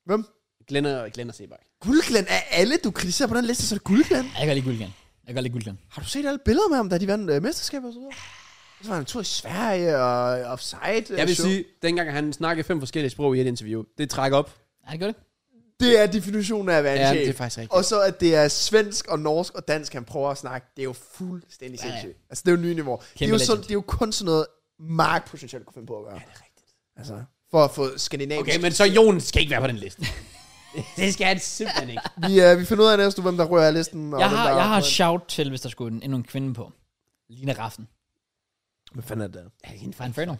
[SPEAKER 2] Hvem?
[SPEAKER 3] Glenn og, Glenn og Sebak.
[SPEAKER 2] Guldglæn af alle, du kritiserer på den liste, så er det Guldglæn.
[SPEAKER 1] Jeg kan godt lide Gulligan. Jeg kan godt lide Gulligan.
[SPEAKER 2] Har du set alle billeder med ham, da de vandt øh, mesterskaber og så videre? Så var han en tur i Sverige og offside. øh,
[SPEAKER 3] Jeg vil
[SPEAKER 2] show.
[SPEAKER 3] sige, dengang han snakkede fem forskellige sprog i et interview, det trækker op.
[SPEAKER 1] Ja, det gør det.
[SPEAKER 2] Det er definitionen af at være en
[SPEAKER 3] Ja,
[SPEAKER 2] chef.
[SPEAKER 3] det er faktisk rigtigt.
[SPEAKER 2] Og så at det er svensk og norsk og dansk, han prøver at snakke. Det er jo fuldstændig
[SPEAKER 1] Ja, ja.
[SPEAKER 2] sindssygt. Altså, det er jo nye niveau. Det er jo,
[SPEAKER 1] legend.
[SPEAKER 2] sådan, det er jo kun sådan noget, Mark potentielt kunne finde på at gøre.
[SPEAKER 3] det er rigtigt.
[SPEAKER 2] Altså, for at få skandinavisk.
[SPEAKER 3] Okay, men så Jon skal ikke være på den liste. det skal han simpelthen ikke.
[SPEAKER 2] Vi, uh, vi finder ud af næste, hvem der rører af listen. Og
[SPEAKER 1] Jeg
[SPEAKER 2] hvem
[SPEAKER 1] har,
[SPEAKER 2] der
[SPEAKER 1] jeg har shout til, hvis der skulle en- endnu en kvinde på. Lina Raffen.
[SPEAKER 2] Hvad fanden er det?
[SPEAKER 3] Ja, hende
[SPEAKER 1] Fra Inferno.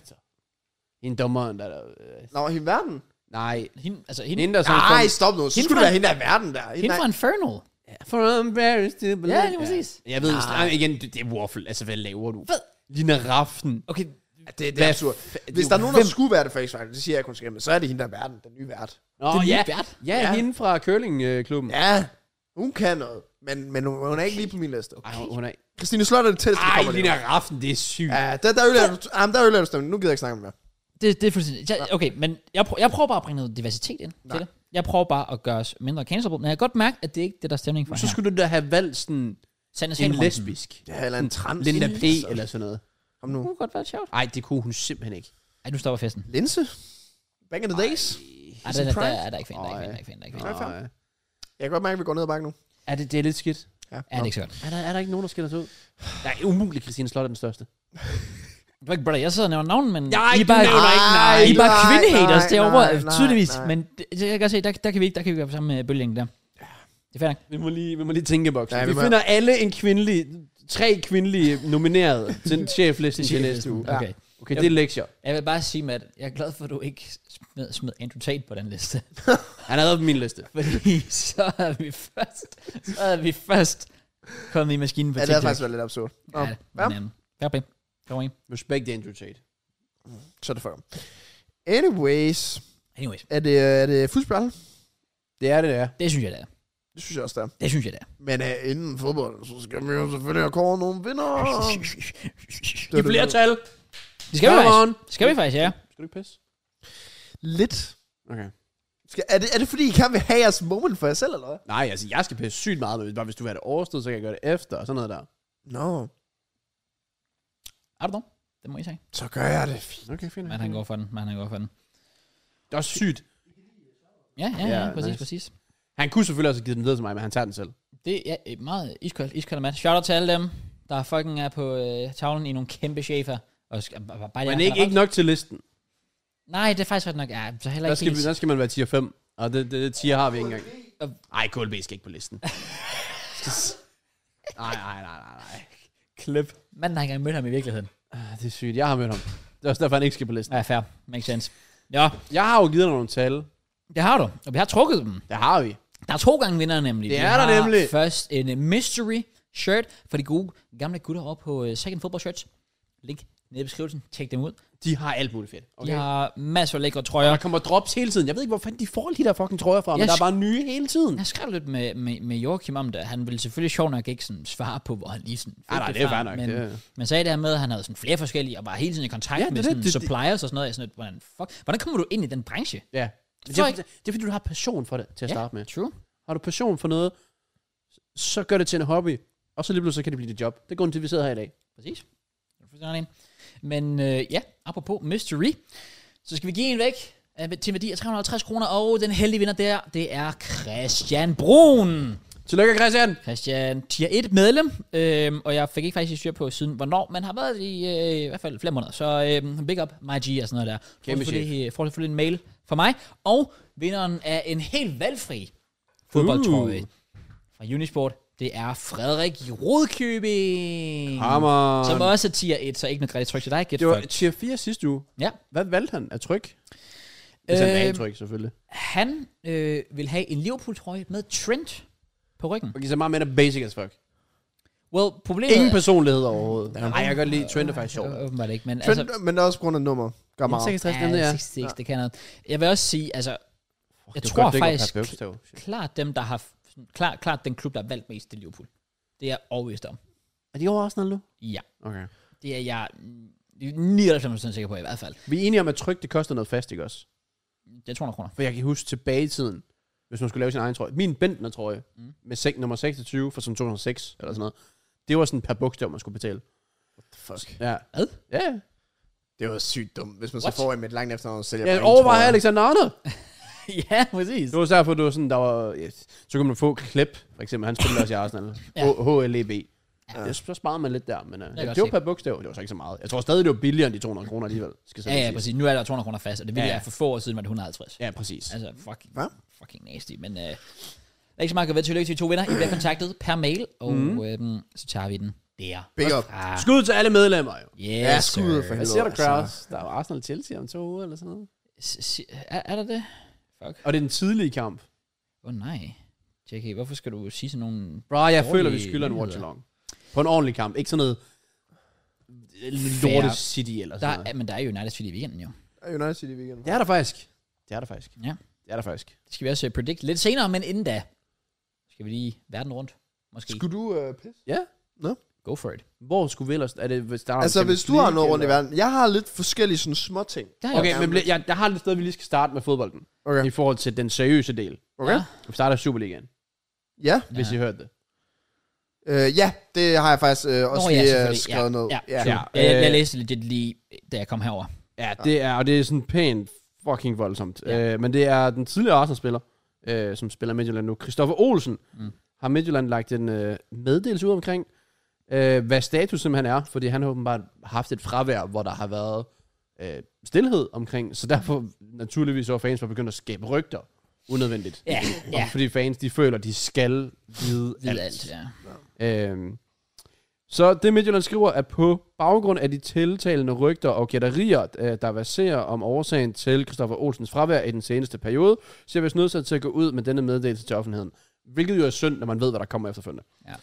[SPEAKER 3] Hende dommeren, der... der øh,
[SPEAKER 2] Nå, hende verden?
[SPEAKER 3] nej.
[SPEAKER 1] Hende, altså hende,
[SPEAKER 3] Hende, der sådan
[SPEAKER 2] Nej, stop nu. Så
[SPEAKER 1] Hende
[SPEAKER 2] skulle
[SPEAKER 1] fra-
[SPEAKER 2] det være hende der i verden der.
[SPEAKER 1] hende
[SPEAKER 2] nej.
[SPEAKER 1] fra Inferno.
[SPEAKER 3] For embarrassed to believe.
[SPEAKER 1] Ja, lige præcis.
[SPEAKER 3] Jeg ved, ah. igen, det, det er waffle. Altså, hvad laver du?
[SPEAKER 1] Hvad?
[SPEAKER 3] Lina Raften.
[SPEAKER 1] Okay,
[SPEAKER 2] Ja, det, det er
[SPEAKER 3] Hvad
[SPEAKER 2] absurd.
[SPEAKER 3] fa-
[SPEAKER 2] Hvis
[SPEAKER 3] det
[SPEAKER 2] der er
[SPEAKER 3] er jo
[SPEAKER 2] nogen, der
[SPEAKER 3] fem-
[SPEAKER 2] skulle være det for X-Factor, det siger jeg kun skal, men så er det hende, der er verden, den nye vært.
[SPEAKER 3] Nå,
[SPEAKER 1] den nye
[SPEAKER 3] ja,
[SPEAKER 1] vært.
[SPEAKER 3] ja,
[SPEAKER 2] Ja.
[SPEAKER 3] ja, hende fra curlingklubben. Ja.
[SPEAKER 2] Ja, hun kan noget, men, men hun, hun er ikke lige på min liste.
[SPEAKER 3] Ej, hun er...
[SPEAKER 2] Christine Slot er det tætteste, vi
[SPEAKER 3] Ej,
[SPEAKER 2] kommer lige
[SPEAKER 3] Lina Raffen, det er sygt.
[SPEAKER 2] Ja, der, der ødelægger du, jamen, der ødelægger du stemmen. Nu gider jeg ikke snakke om det mere.
[SPEAKER 1] Det, det er fuldstændig... Jeg, okay, men jeg, prøver, jeg prøver bare at bringe noget diversitet ind Nej.
[SPEAKER 2] Nej.
[SPEAKER 1] til det. Jeg prøver bare at gøre os mindre cancelable, men jeg kan godt mærke, at det er ikke det, der er stemning for
[SPEAKER 3] Så
[SPEAKER 1] her.
[SPEAKER 3] skulle du da have valgt sådan
[SPEAKER 1] Sandnes
[SPEAKER 3] en
[SPEAKER 1] Henriksen.
[SPEAKER 3] lesbisk.
[SPEAKER 2] Ja, eller en trans.
[SPEAKER 3] Linda P.
[SPEAKER 2] Altså,
[SPEAKER 3] eller sådan noget.
[SPEAKER 2] Kom nu.
[SPEAKER 1] Det kunne godt være sjovt.
[SPEAKER 3] Ej, det kunne hun simpelthen ikke.
[SPEAKER 1] Ej, nu stopper festen.
[SPEAKER 2] Linse? Back in the days?
[SPEAKER 1] Ej, der, der, der, der, er ikke fint, der
[SPEAKER 3] Ej.
[SPEAKER 1] er ikke fint, der er ikke fint.
[SPEAKER 2] Ej,
[SPEAKER 3] Nej.
[SPEAKER 2] Jeg kan godt mærke, at vi går ned ad bakke nu.
[SPEAKER 3] Er det, det er lidt skidt.
[SPEAKER 2] Ja,
[SPEAKER 1] Ja, det er ikke så godt.
[SPEAKER 3] Er der, er der ikke nogen, der skiller sig ud? Nej, umuligt, Christine Slot er den største.
[SPEAKER 1] Det var ikke brother, jeg sidder og nævner navn, men
[SPEAKER 3] Nej,
[SPEAKER 1] I er
[SPEAKER 3] du
[SPEAKER 1] bare,
[SPEAKER 3] nævner ikke navn.
[SPEAKER 1] I er bare
[SPEAKER 2] Nej,
[SPEAKER 1] kvindehaters
[SPEAKER 2] nej,
[SPEAKER 1] derovre,
[SPEAKER 2] nej, nej,
[SPEAKER 1] tydeligvis.
[SPEAKER 2] nej.
[SPEAKER 1] Men det, det- jeg kan godt se, der, der, kan vi ikke, der kan vi ikke være på samme øh, bølgelængde der. Det er fair nok.
[SPEAKER 3] Vi må lige, vi må lige tænke boks.
[SPEAKER 2] Ja,
[SPEAKER 3] Vi
[SPEAKER 2] vi må-
[SPEAKER 3] finder alle en kvindelig, tre kvindelige nominerede til cheflisten til næste uge.
[SPEAKER 1] Okay.
[SPEAKER 3] Okay, det er lektier.
[SPEAKER 1] Jeg vil bare sige, Matt, jeg er glad for, at du ikke smed, smed Andrew Tate på den liste.
[SPEAKER 3] Han havde på min liste.
[SPEAKER 1] Fordi så er vi først, så er vi først kommet i maskinen på
[SPEAKER 2] Ja, det
[SPEAKER 1] TikTok.
[SPEAKER 2] har faktisk været lidt absurd. Nå,
[SPEAKER 1] Ja, øhm,
[SPEAKER 2] ja.
[SPEAKER 1] ja. Fair play. Kom ind.
[SPEAKER 3] Respect Andrew Tate.
[SPEAKER 2] Så er det for. Anyways,
[SPEAKER 1] Anyways,
[SPEAKER 2] er det, er det fodbold?
[SPEAKER 3] Det er det, det er.
[SPEAKER 1] det synes jeg, det er.
[SPEAKER 2] Det synes jeg også, det er.
[SPEAKER 1] Det synes jeg, det er.
[SPEAKER 2] Men uh, inden fodbold, så skal vi jo selvfølgelig have kåret nogle vinder.
[SPEAKER 3] I flertal.
[SPEAKER 1] Det skal vi faktisk.
[SPEAKER 3] on.
[SPEAKER 1] Det skal vi faktisk, ja.
[SPEAKER 3] Skal du ikke pisse?
[SPEAKER 2] Lidt.
[SPEAKER 3] Okay.
[SPEAKER 2] Skal, er, det, er det fordi, I kan vil have jeres moment for jer selv, eller hvad?
[SPEAKER 3] Nej, altså, jeg skal pisse sygt meget, men bare hvis du vil have det overstået, så kan jeg gøre det efter, og sådan noget der.
[SPEAKER 2] Nå, no,
[SPEAKER 1] Er du dum? Det må I sige.
[SPEAKER 2] så gør jeg det. Fint.
[SPEAKER 3] Okay, fint.
[SPEAKER 1] Men han går for den. Men han går for den.
[SPEAKER 3] Det er også sygt.
[SPEAKER 1] Ja, ja, ja,
[SPEAKER 3] Ja,
[SPEAKER 1] præcis,
[SPEAKER 3] nice.
[SPEAKER 1] præcis.
[SPEAKER 3] Han kunne selvfølgelig også have givet den videre til mig, men han tager den selv.
[SPEAKER 1] Det er et meget iskoldt, iskoldt mat. Shout out til alle dem, der fucking er på øh, tavlen i nogle kæmpe chefer. Og skal, bare, bare- bare
[SPEAKER 3] Men
[SPEAKER 1] det
[SPEAKER 3] ikke, ikke nok til listen.
[SPEAKER 1] Nej, det er faktisk ret nok. Ja, så heller
[SPEAKER 3] Der
[SPEAKER 1] ikke
[SPEAKER 3] skal, vi,
[SPEAKER 1] helt.
[SPEAKER 3] der skal man være tier 5, og det, det, det tier har vi ikke engang. Nej, KLB skal ikke på listen. Nej, nej, nej, nej, nej. Klip.
[SPEAKER 1] Manden har ikke engang mødt ham i virkeligheden.
[SPEAKER 3] Ah, Det er sygt. Jeg har mødt ham. Det er også derfor, han ikke skal på listen.
[SPEAKER 1] Ja, fair. Makes sense. Ja,
[SPEAKER 3] Jeg har jo givet dig nogle tal.
[SPEAKER 1] det har du. Og vi har trukket dem.
[SPEAKER 3] Det har vi.
[SPEAKER 1] Der er to gange vinder nemlig.
[SPEAKER 3] Det
[SPEAKER 1] Vi
[SPEAKER 3] er der
[SPEAKER 1] har
[SPEAKER 3] nemlig.
[SPEAKER 1] først en øh, mystery shirt for de gode gamle gutter over på øh, Second Football Shirts. Link nede i beskrivelsen. Tjek dem ud.
[SPEAKER 3] De har alt muligt fedt.
[SPEAKER 1] Okay.
[SPEAKER 3] Okay?
[SPEAKER 1] De har masser af lækre
[SPEAKER 3] Der
[SPEAKER 1] trøjer.
[SPEAKER 3] kommer drops hele tiden. Jeg ved ikke, hvor fanden de får de der fucking trøjer fra, men
[SPEAKER 1] Jeg
[SPEAKER 3] der
[SPEAKER 1] sk-
[SPEAKER 3] er bare nye hele tiden.
[SPEAKER 1] Jeg skrev lidt med, med, med Joachim om det. Han ville selvfølgelig sjovt nok ikke sådan svare på, hvor han lige sådan fik
[SPEAKER 3] Ej, Ah, nej, det er
[SPEAKER 1] fra,
[SPEAKER 3] fair nok.
[SPEAKER 1] Men,
[SPEAKER 3] Det er-
[SPEAKER 1] men sagde det her med, at han havde sådan flere forskellige, og var hele tiden i kontakt
[SPEAKER 3] Ja,
[SPEAKER 1] ja,
[SPEAKER 3] det
[SPEAKER 1] med
[SPEAKER 3] er
[SPEAKER 1] sådan
[SPEAKER 3] det, det-
[SPEAKER 1] suppliers og sådan noget. Jeg er Sådan, lidt, hvordan, fuck, hvordan kommer du ind i den branche?
[SPEAKER 3] Ja. Men Det
[SPEAKER 1] Fuck.
[SPEAKER 3] er, fordi- det er fordi, du har passion for det til at starte med.
[SPEAKER 1] True.
[SPEAKER 3] Har du passion for noget, så gør det til en hobby, og så lige pludselig så kan det blive dit job. Det er grunden til, at vi sidder her i dag.
[SPEAKER 1] Præcis. Det er fuldstændig rigtigt. Men øh, ja, apropos mystery, så skal vi give en væk øh, til en værdi af 350 kroner, og den heldige vinder der, det er Christian Brun.
[SPEAKER 3] Tillykke, Christian!
[SPEAKER 1] Christian Tier 1 medlem, øh, og jeg fik ikke faktisk styr på siden, hvornår man har været i, øh, i hvert fald flere måneder. Så øh, big up, my G og sådan noget der.
[SPEAKER 3] Kæmpe
[SPEAKER 1] Får selvfølgelig- Får selvfølgelig en mail fra mig, og vinderen af en helt valgfri fodboldtrøje
[SPEAKER 3] Uh.
[SPEAKER 1] fra Unisport, det er Frederik Rodkøbing.
[SPEAKER 3] Hammer.
[SPEAKER 1] Som også er tier 1, så ikke noget gratis tryk til dig, get
[SPEAKER 3] Det var
[SPEAKER 1] fucked.
[SPEAKER 3] tier 4 sidste uge.
[SPEAKER 1] Ja.
[SPEAKER 3] Hvad valgte han af tryk? Hvis han valgte
[SPEAKER 1] Øhm,
[SPEAKER 3] tryk, selvfølgelig.
[SPEAKER 1] Han øh, vil have en Liverpool-trøje med Trent på ryggen.
[SPEAKER 3] Okay, så meget mere basic as fuck.
[SPEAKER 1] Well, problemet
[SPEAKER 3] Ingen
[SPEAKER 1] er...
[SPEAKER 3] personlighed overhovedet. Nej, jeg kan godt lide Trent er faktisk sjov.
[SPEAKER 1] Øh, Åbenbart ikke, men
[SPEAKER 2] Trend,
[SPEAKER 1] altså...
[SPEAKER 2] men det er også på grund af nummer. Gamma.
[SPEAKER 3] 66,
[SPEAKER 1] Ja,
[SPEAKER 3] nemlig, ja.
[SPEAKER 1] 66, det kan noget. Jeg vil også sige, altså,
[SPEAKER 3] Fuck,
[SPEAKER 1] Jeg
[SPEAKER 3] det var
[SPEAKER 1] tror
[SPEAKER 3] godt, det ikke var
[SPEAKER 1] faktisk-
[SPEAKER 3] per bogstav. Shit.
[SPEAKER 1] klart dem, der har... Klart, klart den klub, der har valgt mest til Liverpool. Det er jeg overbevist om.
[SPEAKER 3] Er de over Arsenal nu?
[SPEAKER 1] Ja.
[SPEAKER 3] Okay.
[SPEAKER 1] Det er jeg mm, 99% sikker på i hvert fald.
[SPEAKER 3] Vi er enige om, at tryk, det koster noget fast, ikke også?
[SPEAKER 1] Det er 200 kroner.
[SPEAKER 3] For jeg kan huske tilbage i tiden, hvis man skulle lave sin egen trøje. Min Bentner trøje, mm. med sek- nummer 26 fra sådan 2006, eller sådan noget. Det var sådan per bogstav, man skulle betale.
[SPEAKER 2] Fuck.
[SPEAKER 3] Ja.
[SPEAKER 1] Hvad?
[SPEAKER 3] Ja, ja.
[SPEAKER 2] Det var sygt dumt, hvis man så
[SPEAKER 1] What?
[SPEAKER 2] får en med et langt efternavn og sælger
[SPEAKER 3] Jeg
[SPEAKER 2] på en,
[SPEAKER 3] overvejer
[SPEAKER 2] tror jeg.
[SPEAKER 3] Alexander Arnold.
[SPEAKER 1] ja, præcis.
[SPEAKER 3] Det var også derfor, det var sådan, der var... Yes. Så kunne man få klip, for eksempel. Han spillede også i Arsenal.
[SPEAKER 1] Ja.
[SPEAKER 3] H- E HLEB. Ja. Det, så sparede man lidt der, men uh,
[SPEAKER 1] kan godt
[SPEAKER 3] det var
[SPEAKER 1] se.
[SPEAKER 3] per bogstav. Det var så ikke så meget. Jeg tror stadig, det var billigere end de 200 kroner alligevel. Skal så
[SPEAKER 1] Ja, ja,
[SPEAKER 3] siges.
[SPEAKER 1] præcis. Nu er der 200 kroner fast, og det ville
[SPEAKER 3] Ja.
[SPEAKER 1] jeg for få år siden, var det 150.
[SPEAKER 3] Ja, præcis.
[SPEAKER 1] Altså, fucking,
[SPEAKER 2] Hvad?
[SPEAKER 1] fucking nasty. Men øh, der er ikke så meget at gøre ved. Tillykke til de to vinder. I bliver kontaktet per mail, og
[SPEAKER 2] Mhm.
[SPEAKER 1] mm. øhm, så tager vi den der.
[SPEAKER 2] Big up.
[SPEAKER 1] Ah,
[SPEAKER 3] Skud til alle medlemmer, jo.
[SPEAKER 1] yes,
[SPEAKER 2] Ja,
[SPEAKER 1] sir.
[SPEAKER 2] skud for
[SPEAKER 3] Hvad
[SPEAKER 2] helvede.
[SPEAKER 3] siger du,
[SPEAKER 2] altså.
[SPEAKER 3] Kraus? Der er jo Arsenal Chelsea om to uger, eller sådan noget.
[SPEAKER 1] S- si- er, er der det? Fuck.
[SPEAKER 3] Og det er den tidlige kamp.
[SPEAKER 1] Åh oh, nej. JK, hvorfor skal du sige sådan nogle...
[SPEAKER 3] Bra, jeg
[SPEAKER 1] Dårlige
[SPEAKER 3] føler, vi skylder en
[SPEAKER 1] nyheder.
[SPEAKER 3] watch along. På en ordentlig kamp. Ikke sådan noget Lorte City
[SPEAKER 2] Altså-
[SPEAKER 3] eller
[SPEAKER 1] Der
[SPEAKER 3] sådan noget.
[SPEAKER 1] er, men der er United City i weekenden jo.
[SPEAKER 2] Er United City i weekenden.
[SPEAKER 3] Det er der faktisk. Det er der faktisk.
[SPEAKER 1] Ja.
[SPEAKER 3] Det er der faktisk.
[SPEAKER 1] Det skal vi også øh, predict lidt senere, men inden da, skal vi lige verden rundt. Måske
[SPEAKER 2] Skulle du øh, pisse?
[SPEAKER 3] Ja.
[SPEAKER 1] go for it.
[SPEAKER 3] Hvor skulle vi ellers... Er det, hvis der
[SPEAKER 1] Ah,
[SPEAKER 3] er
[SPEAKER 2] Altså,
[SPEAKER 3] Champions
[SPEAKER 2] hvis du har
[SPEAKER 3] League,
[SPEAKER 2] noget rundt i
[SPEAKER 3] eller-
[SPEAKER 2] verden. Jeg har lidt forskellige sådan små ting.
[SPEAKER 1] Der er
[SPEAKER 3] Okay,
[SPEAKER 1] jo-
[SPEAKER 3] men bl- jeg, jeg har lidt sted, vi lige skal starte med fodbolden.
[SPEAKER 2] Okay.
[SPEAKER 3] I forhold til den seriøse del.
[SPEAKER 2] Okay.
[SPEAKER 3] Vi starter i Superligaen,
[SPEAKER 2] Ja.
[SPEAKER 3] hvis
[SPEAKER 1] Ja.
[SPEAKER 3] I hørte det.
[SPEAKER 2] Øh, ja, det har jeg faktisk øh, også
[SPEAKER 1] Nå, ja,
[SPEAKER 2] lige øh,
[SPEAKER 1] selvfølgelig.
[SPEAKER 2] skrevet
[SPEAKER 1] Ja,
[SPEAKER 2] ned.
[SPEAKER 1] ja,
[SPEAKER 2] ja.
[SPEAKER 3] ja.
[SPEAKER 1] Jeg, jeg, jeg
[SPEAKER 3] Øh,
[SPEAKER 1] læste lidt lige, da jeg kom herover.
[SPEAKER 3] Ja, det er, og det er sådan pænt fucking voldsomt.
[SPEAKER 1] Ja.
[SPEAKER 3] Ja. Øh, men det er den tidligere Arsenal-spiller, øh, som spiller Midtjylland nu, Christoffer Olsen,
[SPEAKER 1] Mm.
[SPEAKER 3] mm. har Midtjylland lagt en øh, meddelelse ud omkring, øh, hvad status simpelthen er, fordi han har åbenbart haft et fravær, hvor der har været øh, stillhed omkring, så derfor naturligvis så er fans var begyndt at skabe rygter unødvendigt.
[SPEAKER 1] Ja,
[SPEAKER 3] Ja.
[SPEAKER 1] ja.
[SPEAKER 3] Fordi fans, de føler, de skal vide,
[SPEAKER 1] Ved
[SPEAKER 3] alt.
[SPEAKER 1] alt, ja.
[SPEAKER 3] Øhm. Så det Midtjylland skriver, at på baggrund af de tiltalende rygter og gætterier, øh, der baserer om årsagen til Christoffer Olsens fravær i den seneste periode, så er vi nødt til at gå ud med denne meddelelse til offentligheden. Hvilket jo er synd, når man ved, hvad der kommer efterfølgende.
[SPEAKER 1] Ja.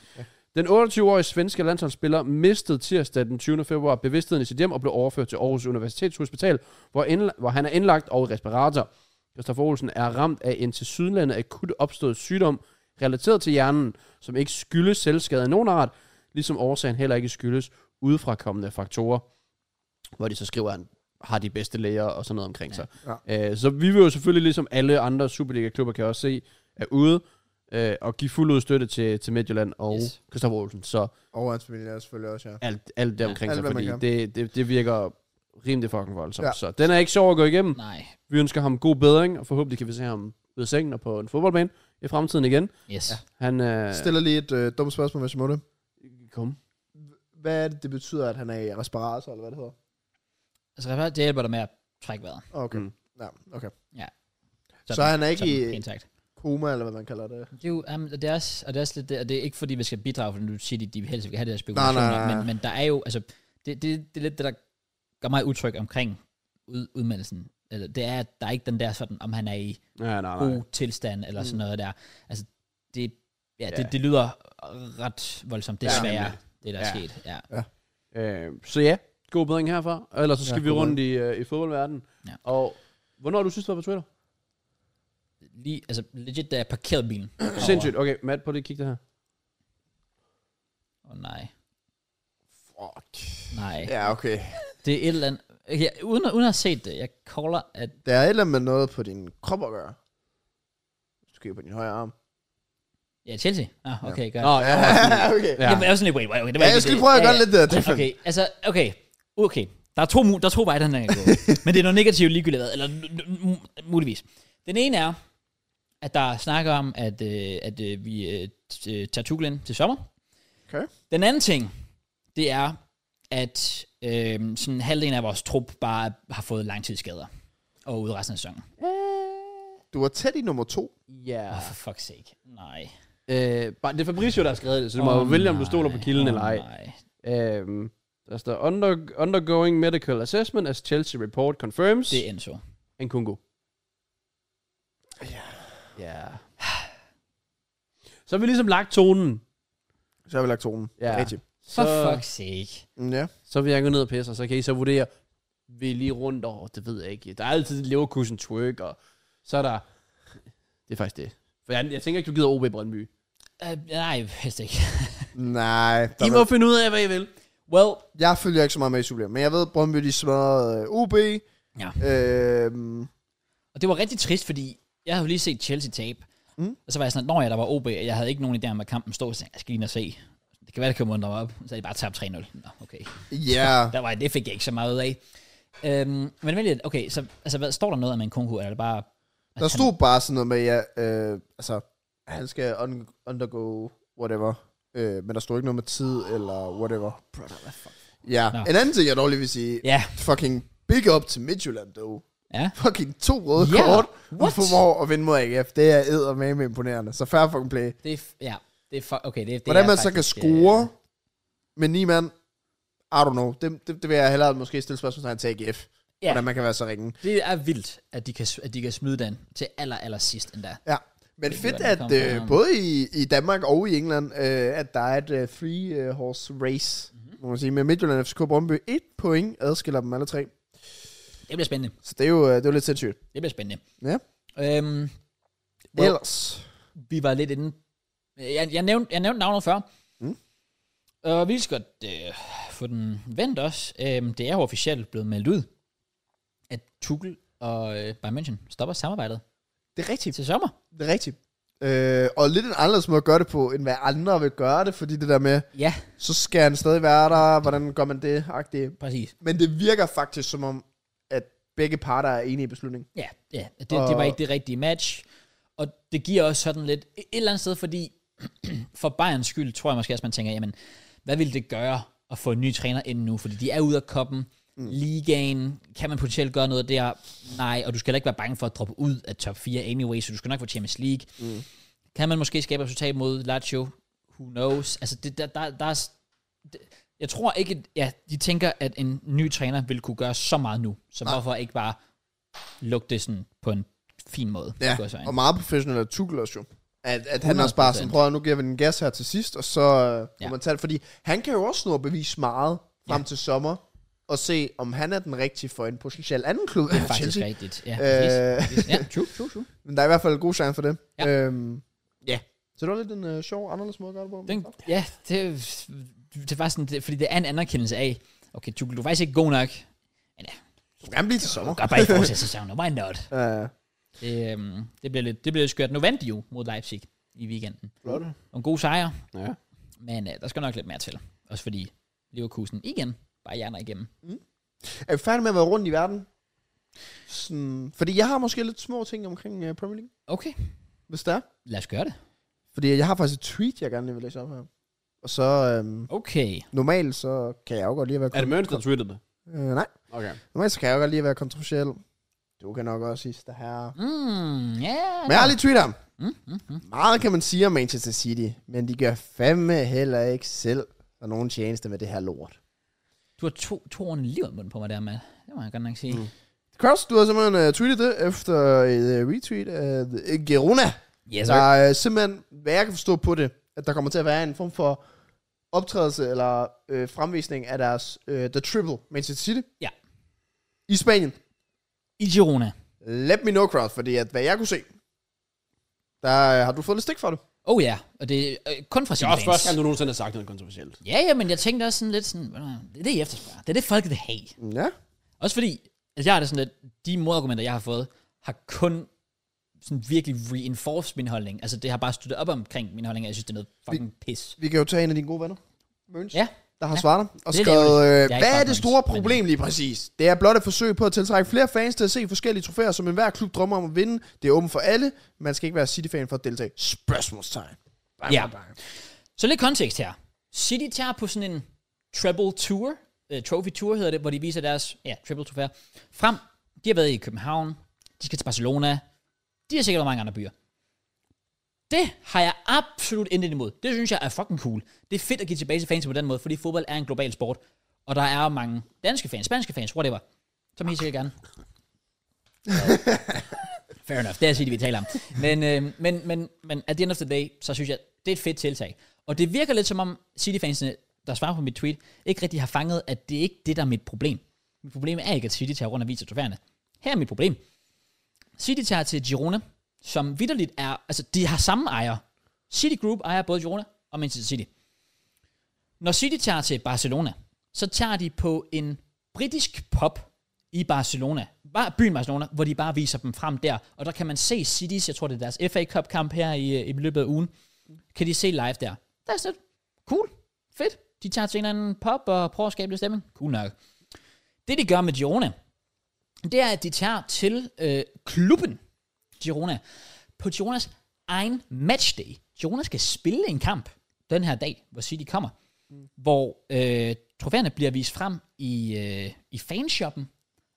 [SPEAKER 3] Den 28-årige svenske landsholdsspiller mistede tirsdag den 20. februar bevidstheden i sit hjem og blev overført til Aarhus Universitetshospital, hvor, indla- hvor han er indlagt og i respirator. Christoffer Olsen er ramt af en til sydlandet akut opstået sygdom relateret til hjernen, som ikke skyldes selvskade af nogen art, ligesom årsagen heller ikke skyldes udefrakommende faktorer, hvor de så skriver, at han har de bedste læger og sådan noget omkring sig. Ja. Øh, så vi vil jo selvfølgelig, ligesom alle andre Superliga-klubber kan også se, er ude øh, og give fuld ud støtte til, til Midtjylland og
[SPEAKER 1] Yes.
[SPEAKER 3] yes. Christoffer Olsen. Så
[SPEAKER 2] Og hans familie er selvfølgelig også, ja.
[SPEAKER 3] alt, alt der omkring
[SPEAKER 2] alt,
[SPEAKER 3] ja, sig,
[SPEAKER 2] hvad man
[SPEAKER 3] fordi
[SPEAKER 2] kan.
[SPEAKER 3] det, det, det virker rimelig fucking voldsomt.
[SPEAKER 2] Ja.
[SPEAKER 3] Ja. Så den er ikke sjov at gå igennem.
[SPEAKER 1] Nej,
[SPEAKER 3] Vi ønsker ham god bedring, og forhåbentlig kan vi se ham ud af sengen og på en fodboldbane i fremtiden igen.
[SPEAKER 1] yes. Ja.
[SPEAKER 3] Han øh,
[SPEAKER 2] Stiller lige et øh, dumt spørgsmål, hvis jeg må det.
[SPEAKER 3] kom.
[SPEAKER 2] Hvad er det, det betyder, at han er i respirator, eller hvad det hedder?
[SPEAKER 1] Altså, reparat, det hjælper dig med at trække vejret.
[SPEAKER 2] Okay.
[SPEAKER 3] Mm.
[SPEAKER 2] Ja, okay.
[SPEAKER 1] Sådan,
[SPEAKER 2] Så han er ikke
[SPEAKER 1] sådan,
[SPEAKER 2] i-
[SPEAKER 1] intakt.
[SPEAKER 2] Koma, eller hvad man kalder det.
[SPEAKER 1] Det er jo, um, det er også, og det er også lidt det, og det er ikke fordi, vi skal bidrage, for nu siger de, de helst vil have det her spekulationer,
[SPEAKER 2] Nej, nej, nej.
[SPEAKER 1] Men, men der er jo, altså, det, det, det er lidt det, der gør mig utryg omkring ud, udmeldelsen. Eller, det er, at der er ikke den der sådan, om han er i
[SPEAKER 3] Ja, nej, nej.
[SPEAKER 1] god tilstand, eller
[SPEAKER 2] Mm.
[SPEAKER 1] sådan noget der. Altså, det, ja, det,
[SPEAKER 3] Ja.
[SPEAKER 1] det lyder ret voldsomt, desværre, ja, det der er
[SPEAKER 3] Ja.
[SPEAKER 1] sket. Ja.
[SPEAKER 3] Øh, så ja, god bedring herfra. Og Ellers så skal
[SPEAKER 2] Ja,
[SPEAKER 3] ja, vi
[SPEAKER 2] god
[SPEAKER 3] rundt i, øh, i fodboldverdenen.
[SPEAKER 1] Ja.
[SPEAKER 3] Og hvornår har du sidst været på Twitter?
[SPEAKER 1] Lige, altså, legit, da jeg parkerede bilen.
[SPEAKER 3] Oh. Sindssygt. Okay, Matt, prøv lige at kigge det her.
[SPEAKER 1] Åh, oh, nej.
[SPEAKER 2] Fuck.
[SPEAKER 1] Nej. Ja.
[SPEAKER 2] Ja, okay.
[SPEAKER 1] Det er et eller andet... Okay, uden, at- uden at have set det, jeg caller, at...
[SPEAKER 2] Der er et eller andet med noget på din krop at gøre. Hvis du kigger på din højre arm.
[SPEAKER 1] Ja, Chelsea. Ah, okay, godt.
[SPEAKER 3] Nå, jeg var også lige-
[SPEAKER 2] okay.
[SPEAKER 1] Ja.
[SPEAKER 3] ja.
[SPEAKER 1] Jamen, jeg var sådan lidt, wait, wait, wait, det var
[SPEAKER 2] Ja,
[SPEAKER 1] ikke
[SPEAKER 2] jeg skal
[SPEAKER 1] det.
[SPEAKER 2] prøve at
[SPEAKER 1] Ja,
[SPEAKER 2] gøre
[SPEAKER 1] ja.
[SPEAKER 2] lidt, øh, different.
[SPEAKER 1] Okay, altså, okay, okay. Der er to, mu- der er to veje, den her kan gå. Men det er noget negativt ligegyldigt, hvad, eller n- n- mu- muligvis. Den ene er, at der snakker om, at, øh, at øh, vi øh, t- øh, tager Tuchel til sommer.
[SPEAKER 2] Okay.
[SPEAKER 1] Den anden ting, det er, at øh, sådan halvdelen af vores trup bare har fået langtidsskader. Og ude resten af sæsonen.
[SPEAKER 2] Du var tæt i nummer to.
[SPEAKER 3] Ja.
[SPEAKER 1] Åh, for fuck's sake. Nej.
[SPEAKER 3] Øh, bare- det er Fabricio, der har skrevet det, så du må
[SPEAKER 1] Åh,
[SPEAKER 3] oh, vælge, om du
[SPEAKER 1] nej.
[SPEAKER 3] stoler på kilden
[SPEAKER 1] Åh,
[SPEAKER 3] oh, eller ej.
[SPEAKER 1] nej.
[SPEAKER 3] Øhm, der står, Under, undergoing medical assessment as Chelsea report confirms.
[SPEAKER 1] Det er Enzo.
[SPEAKER 3] En Kungo. Ja. Ja. Så har vi ligesom lagt tonen.
[SPEAKER 2] Så har vi lagt tonen.
[SPEAKER 3] Ja.
[SPEAKER 2] Rigtig.
[SPEAKER 1] For
[SPEAKER 3] Så,
[SPEAKER 1] fuck's sake.
[SPEAKER 2] Mm, Ja.
[SPEAKER 3] så vil jeg gå ned og pisse, og så kan I så vurdere, vi er lige rundt over, det ved jeg ikke. Der er altid Leverkusen twerk, og så er der... Det er faktisk det. For jeg, jeg tænker ikke, du gider OB Brøndby.
[SPEAKER 1] Uh, nej, helst ikke.
[SPEAKER 2] Nej.
[SPEAKER 3] I må finde ud af, hvad I vil.
[SPEAKER 1] Well,
[SPEAKER 2] Jeg følger ikke så meget med i Superligaen, men jeg ved, at Brøndby de smadrede øh, OB.
[SPEAKER 1] Ja.
[SPEAKER 2] Øhm,
[SPEAKER 1] og det var rigtig trist, fordi jeg havde jo lige set Chelsea tabe. Mm.
[SPEAKER 2] Mm.
[SPEAKER 1] Og så var jeg sådan, at når jeg der var OB, og jeg havde ikke nogen idé om, at kampen stod, så tænkte jeg, jeg skal lige ind og se. Det kan være, det kan muntre mig op. Så havde de bare tabt 3-0. Nå, okay.
[SPEAKER 2] ja.
[SPEAKER 1] Der var, det fik jeg ikke så meget ud af. Øhm, men vent lidt, okay, så altså, hvad, står der noget om en konkurrence, eller er det bare... at
[SPEAKER 2] Der
[SPEAKER 1] han-
[SPEAKER 2] stod bare sådan noget med, ja, øh, altså, han skal un- undergo whatever. Øh, men der stod ikke noget med tid eller whatever.
[SPEAKER 1] Brother, hvad fuck?
[SPEAKER 2] Ja.
[SPEAKER 1] Nå.
[SPEAKER 2] En anden ting, jeg dog lige vil sige.
[SPEAKER 1] Ja,
[SPEAKER 2] Fucking big up til Midtjylland, dog.
[SPEAKER 1] ja.
[SPEAKER 2] Fucking to røde
[SPEAKER 1] Ja.
[SPEAKER 2] kort.
[SPEAKER 1] What?
[SPEAKER 2] Hun formår at vinde mod AGF. Det er eddermame imponerende. Så færre fucking play.
[SPEAKER 1] Det er, f- ja, det er fuck, okay, det, det
[SPEAKER 2] Hvordan
[SPEAKER 1] er
[SPEAKER 2] man så kan
[SPEAKER 1] faktisk, øh,
[SPEAKER 2] score med ni mand, I don't know. Det, det, det vil jeg hellere måske stille spørgsmålstegn til AGF.
[SPEAKER 1] Ja.
[SPEAKER 2] Ja. Hvordan man kan være så ringe.
[SPEAKER 1] det er vildt, at de, kan, at de kan smide den til aller, aller sidst endda.
[SPEAKER 2] Ja. Men
[SPEAKER 1] Det er
[SPEAKER 2] fedt,
[SPEAKER 1] godt, den
[SPEAKER 2] at
[SPEAKER 1] kommer fra ham. Mhm.
[SPEAKER 2] øh, både i, i Danmark og i England, øh, at der er et øh, three-horse øh, race, mm-hmm. må man sige. Med Midtjylland og FCK Brøndby, et point adskiller dem alle tre.
[SPEAKER 1] Det bliver spændende.
[SPEAKER 2] Så det er jo, øh, det er jo lidt sindssygt.
[SPEAKER 1] Det bliver spændende.
[SPEAKER 2] Ja.
[SPEAKER 1] Øhm, Well-
[SPEAKER 2] Ellers,
[SPEAKER 1] vi var lidt inde... Jeg, jeg, nævnte, jeg nævnte navnet før.
[SPEAKER 2] Mm.
[SPEAKER 1] Og vi lige så godt øh, få den vendt også. Øhm, det er jo officielt blevet meldt ud, at Tuchel og øh, Bayern München stopper samarbejdet
[SPEAKER 2] det er rigtigt.
[SPEAKER 1] til sommer.
[SPEAKER 2] Det er rigtigt. Øh, og lidt en anderledes måde at gøre det på, end hvad andre vil gøre det, fordi det der med,
[SPEAKER 1] Ja,
[SPEAKER 2] så skal han stadig være der, hvordan gør man det, agtigt.
[SPEAKER 1] præcis.
[SPEAKER 2] Men det virker faktisk som om, at begge parter er enige i beslutningen.
[SPEAKER 1] Ja, ja. Det, det var
[SPEAKER 2] Og-
[SPEAKER 1] ikke det rigtige match. Og det giver også sådan lidt et eller andet sted, fordi for Bayerns skyld tror jeg måske også, man tænker, jamen, hvad ville det gøre at få en ny træner ind nu? Fordi de er ude af koppen. Mm. Ligaen, kan man potentielt gøre noget der? Nej, og du skal heller ikke være bange for at droppe ud af top 4 anyway, så du skal nok få Champions League. Mm. Kan man måske skabe et resultat mod Lazio? Who knows? Altså, det, der, der, der er, s- det, jeg tror ikke, at- ja, de tænker, at en ny træner vil kunne gøre så meget nu. Så Nej. hvorfor ikke bare lukke det sådan på en fin måde? i gåseøjne?
[SPEAKER 2] og meget professionel af Tuchel også jo. At, at han også bare sådan,
[SPEAKER 1] 100%.
[SPEAKER 2] prøver, nu giver vi den gas her til sidst, og så øh,
[SPEAKER 1] Ja.
[SPEAKER 2] ja. man tage det. Fordi han kan jo også nå at bevise meget frem
[SPEAKER 1] Ja.
[SPEAKER 2] ja. til sommer, og se, om han er den rigtige for en potentiel anden klub.
[SPEAKER 1] Det er faktisk
[SPEAKER 2] Chelsea. Øh,
[SPEAKER 1] rigtigt. Ja, præcis. præcis. Ja, true, true, true.
[SPEAKER 2] Men der er i hvert fald en god chance for det.
[SPEAKER 1] Ja.
[SPEAKER 2] Øhm, ja. Så det var lidt en øh, sjov, anderledes måde at gøre det på.
[SPEAKER 1] Den, ja, det, det var sådan, det, fordi det er en anerkendelse af, okay, du, du er faktisk ikke god nok.
[SPEAKER 2] Du kan gerne blive til
[SPEAKER 1] Du
[SPEAKER 2] sommer.
[SPEAKER 1] kan bare ikke fortsætte sæsonen, og why not?
[SPEAKER 2] Uh,
[SPEAKER 1] Det, øhm, det bliver lidt, det bliver lidt skørt. Nu vandt de jo mod Leipzig i weekenden.
[SPEAKER 2] flot.
[SPEAKER 1] Og en god sejr,
[SPEAKER 3] Ja.
[SPEAKER 1] men øh, der skal nok lidt mere til. Også fordi Leverkusen igen bare hjerner igennem.
[SPEAKER 2] Er vi færdige med at være rundt i verden? Sådan, fordi jeg har måske lidt små ting omkring øh, Premier League,
[SPEAKER 1] Okay,
[SPEAKER 2] hvis der er.
[SPEAKER 1] lad os gøre det.
[SPEAKER 2] Fordi jeg har faktisk et tweet, jeg gerne lige vil læse op her. Og så, øhm,
[SPEAKER 1] Okay.
[SPEAKER 2] normalt så kan jeg jo godt lide at være...
[SPEAKER 3] Er det Møns, der tweetede det?
[SPEAKER 2] øh, nej,
[SPEAKER 3] Okay.
[SPEAKER 2] normalt så kan jeg jo godt lide at være kontroversiel. Du kan nok også sidst det her.
[SPEAKER 1] Mm, yeah.
[SPEAKER 2] Men jeg har lige tweetet ham.
[SPEAKER 1] Mm, mm, mm.
[SPEAKER 2] Meget kan man sige om Manchester City, men de gør fandme heller ikke selv og nogen tjeneste med det her lort.
[SPEAKER 1] Du har to, to ordentlige liv i munden på mig der, mand. Det må jeg godt nok sige. Mm.
[SPEAKER 2] Cross, du har simpelthen uh, tweetet det efter et uh, retweet af uh, Gerona.
[SPEAKER 1] Yes,
[SPEAKER 2] Der er øh, simpelthen, hvad jeg kan forstå på det, at der kommer til at være en form for optrædelse eller øh, fremvisning af deres øh, The Triple Manchester City.
[SPEAKER 1] Ja.
[SPEAKER 2] I Spanien.
[SPEAKER 1] I Girona.
[SPEAKER 2] Let me know, crowd, fordi at, hvad jeg kunne se, der øh, har du fået lidt stik for det.
[SPEAKER 1] Oh ja, og det er øh, kun fra
[SPEAKER 3] Det
[SPEAKER 1] sine
[SPEAKER 3] er også første gang,
[SPEAKER 1] fans.
[SPEAKER 3] du nogensinde har sagt noget kontroversielt.
[SPEAKER 1] Ja, ja, men jeg tænkte også sådan lidt sådan, "Nå, det er det, I efterspørger. Det er det, folk vil have.
[SPEAKER 2] Ja.
[SPEAKER 1] Også fordi, altså jeg har det sådan lidt, de modargumenter, jeg har fået, har kun sådan virkelig reinforced min holdning. Altså det har bare støttet op omkring min holdning, og jeg synes, det er noget fucking pis.
[SPEAKER 2] Vi kan jo tage en af dine gode venner, Møns,
[SPEAKER 1] Ja,
[SPEAKER 2] der har
[SPEAKER 1] Ja.
[SPEAKER 2] svaret dig, og
[SPEAKER 1] Det er
[SPEAKER 2] skrevet,
[SPEAKER 1] ærgerligt. Jeg er
[SPEAKER 2] øh,
[SPEAKER 1] ikke
[SPEAKER 2] hvad er
[SPEAKER 1] ret
[SPEAKER 2] det
[SPEAKER 1] Møns,
[SPEAKER 2] store
[SPEAKER 1] men-
[SPEAKER 2] problem lige præcis? Det er blot et forsøg på at tiltrække flere fans til at se forskellige trofæer, som enhver klub drømmer om at vinde. Det er åbent for alle. Man skal ikke være City-fan for at deltage. Spørgsmålstegn. Bang,
[SPEAKER 1] Ja.
[SPEAKER 2] bang, bang.
[SPEAKER 1] Så lidt kontekst her. City tager på sådan en treble tour, uh, trophy tour hedder det, hvor de viser deres ja, treble trofæer frem. De har været i København, de skal til Barcelona, de har sikkert været mange andre byer. Det har jeg absolut intet imod. Det synes jeg er fucking cool. Det er fedt at give tilbage til fans på den måde, fordi fodbold er en global sport, og der er mange danske fans, spanske fans, whatever, som helt sikkert gerne. Fair enough, det er City, vi taler om. Men, øh, men, men, men at the end of the day, så synes jeg, det er et fedt tiltag. Og det virker lidt som om City-fansene, der svarer på mit tweet, ikke rigtig har fanget, at det er ikke det, der er mit problem. Mit problem er ikke, at City tager rundt og viser trofæerne. Her er mit problem. City tager til Girona, som vidderligt er, altså de har samme ejer. City Group ejer både Girona og Manchester City. Når City tager til Barcelona, så tager de på en britisk pop i Barcelona, bare byen Barcelona, hvor de bare viser dem frem der. Og der kan man se Cities, jeg tror det er deres FA Cup kamp her i, øh, i løbet af ugen, kan de se live der. Der er sådan lidt cool, fedt. De tager til en eller anden pop og prøver at skabe lidt stemning. Cool nok. Det de gør med Girona, det er, at de tager til øh, klubben Girona på Gironas egen matchday. Girona skal spille en kamp den her dag, hvor City kommer, hvor øh, trofæerne bliver vist frem i, øh, i fanshoppen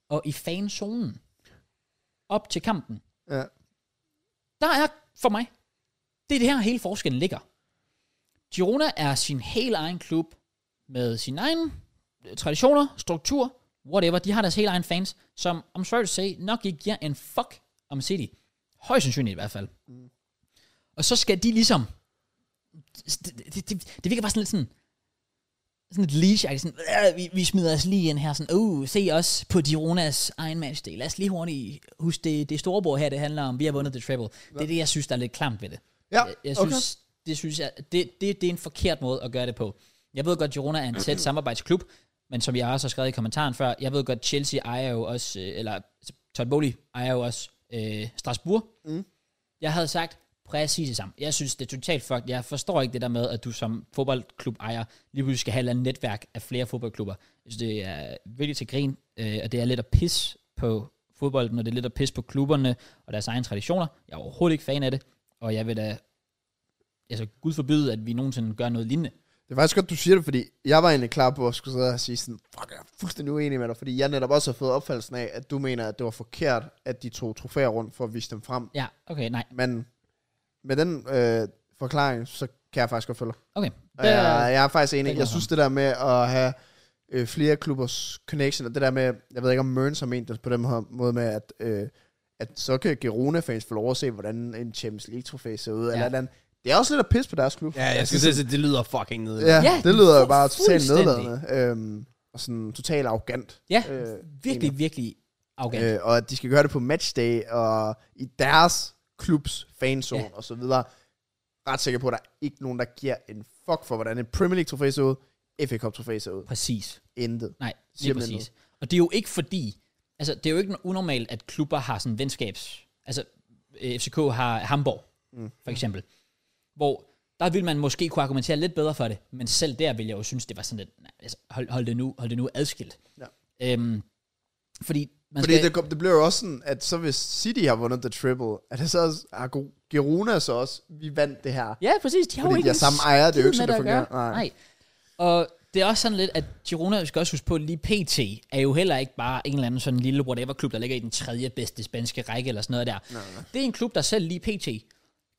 [SPEAKER 1] og i fanzonen op til kampen.
[SPEAKER 2] Ja.
[SPEAKER 1] Der er for mig, det er det her hele forskellen ligger. Girona er sin helt egen klub med sin egen øh, traditioner, struktur, whatever. De har deres helt egen fans, som I'm sorry to say, nok ikke giver en fuck om City. Højst sandsynligt i hvert fald. Og så skal de ligesom... Det, det, det, det virker bare sådan lidt sådan... sådan et leash sådan, "Øh, vi, vi smider os lige ind her, sådan, uh, se os på Dironas egen matchday. Lad os lige hurtigt huske, det, det er storebror her, det handler om, vi har vundet The Treble. Det er det, jeg synes, der er lidt klamt ved det.
[SPEAKER 2] Ja,
[SPEAKER 1] Jeg, jeg
[SPEAKER 2] okay.
[SPEAKER 1] synes, det synes jeg, det, det, det er en forkert måde at gøre det på. Jeg ved godt, Girona er en tæt samarbejdsklub, men som jeg også har skrevet i kommentaren før, jeg ved godt, Chelsea ejer jo også, øh, eller Todd Bowley ejer jo også øh, Strasbourg. Mm. Jeg havde sagt præcis det samme. Jeg synes, det er totalt fucked. Jeg forstår ikke det der med, at du som fodboldklub ejer lige pludselig skal have et eller andet netværk af flere fodboldklubber. Jeg synes, det er virkelig til grin, øh, og det er lidt at pisse på fodbolden, og det er lidt at pisse på klubberne og deres egne traditioner. Jeg er overhovedet ikke fan af det, og jeg vil da altså Gud forbyde, at vi nogensinde gør noget lignende.
[SPEAKER 2] Det er faktisk godt, du siger det, fordi jeg var egentlig klar på at skulle sidde og sige sådan, fuck, jeg er fuldstændig uenig med dig, fordi jeg netop også har fået opfattelsen af, at du mener, at det var forkert, at de tog trofæer rundt for at vise dem frem.
[SPEAKER 1] Ja, okay, nej.
[SPEAKER 2] Men med den øh, forklaring, så kan jeg faktisk godt følge dig.
[SPEAKER 1] Okay.
[SPEAKER 2] Og jeg, jeg er faktisk
[SPEAKER 1] det
[SPEAKER 2] enig.
[SPEAKER 1] kan
[SPEAKER 2] Jeg
[SPEAKER 1] jeg
[SPEAKER 2] synes, det der med at have øh, flere klubbers connection, og det der med, jeg ved ikke, om Mørns har ment det på den her måde med, at, øh, at så kan Girona-fans få lov at se, hvordan en Champions League-trofæ ser ud, ja. eller et eller andet. Det er også lidt at pisse på deres klub.
[SPEAKER 3] Ja, jeg skal sige, det lyder fucking ned.
[SPEAKER 2] Ja,
[SPEAKER 1] Ja,
[SPEAKER 2] ja det lyder jo
[SPEAKER 1] fu-
[SPEAKER 2] bare totalt
[SPEAKER 1] fuldstændig.
[SPEAKER 2] nedladende. Øhm, og sådan totalt arrogant.
[SPEAKER 1] ja,
[SPEAKER 2] øh,
[SPEAKER 1] virkelig, virkelig arrogant.
[SPEAKER 2] Øh, og at de skal gøre det på matchday, og i deres klubs fanzone
[SPEAKER 1] Ja.
[SPEAKER 2] ja. og så videre. Ret sikker på, at der er ikke nogen, der giver en fuck for, hvordan en Premier League-trofæ ser ud, FA Cup-trofæ ser ud.
[SPEAKER 1] Præcis.
[SPEAKER 2] Intet.
[SPEAKER 1] Nej, lige
[SPEAKER 2] Siger man
[SPEAKER 1] præcis. Og det er jo ikke fordi, altså det er jo ikke unormalt, at klubber har sådan venskabs, altså øh, FCK har Hamburg, mm. for eksempel, hvor der ville man måske kunne argumentere lidt bedre for det, men selv der ville jeg jo synes, det var sådan lidt, nej, altså, hold, hold, det nu, hold det nu adskilt.
[SPEAKER 2] Ja.
[SPEAKER 1] Øhm, fordi man
[SPEAKER 2] Fordi
[SPEAKER 1] skal,
[SPEAKER 2] det, kom- det blev jo også sådan, at så hvis City har vundet The Triple, er det så også, har Girona så også, vi vandt det her.
[SPEAKER 1] Ja, præcis. De har
[SPEAKER 2] Fordi
[SPEAKER 1] jo ikke
[SPEAKER 2] de er
[SPEAKER 1] en
[SPEAKER 2] samme ejer, det er jo ikke
[SPEAKER 1] skid
[SPEAKER 2] sådan,
[SPEAKER 1] med
[SPEAKER 2] det
[SPEAKER 1] at gøre.
[SPEAKER 2] fungerer.
[SPEAKER 1] Nej. Og det er også sådan lidt, at Girona, vi skal også huske på, lige PT er jo heller ikke bare en eller anden sådan lille whatever-klub, der ligger i den tredje bedste spanske række eller sådan noget der. Nej, nej. Det er en klub, der selv lige PT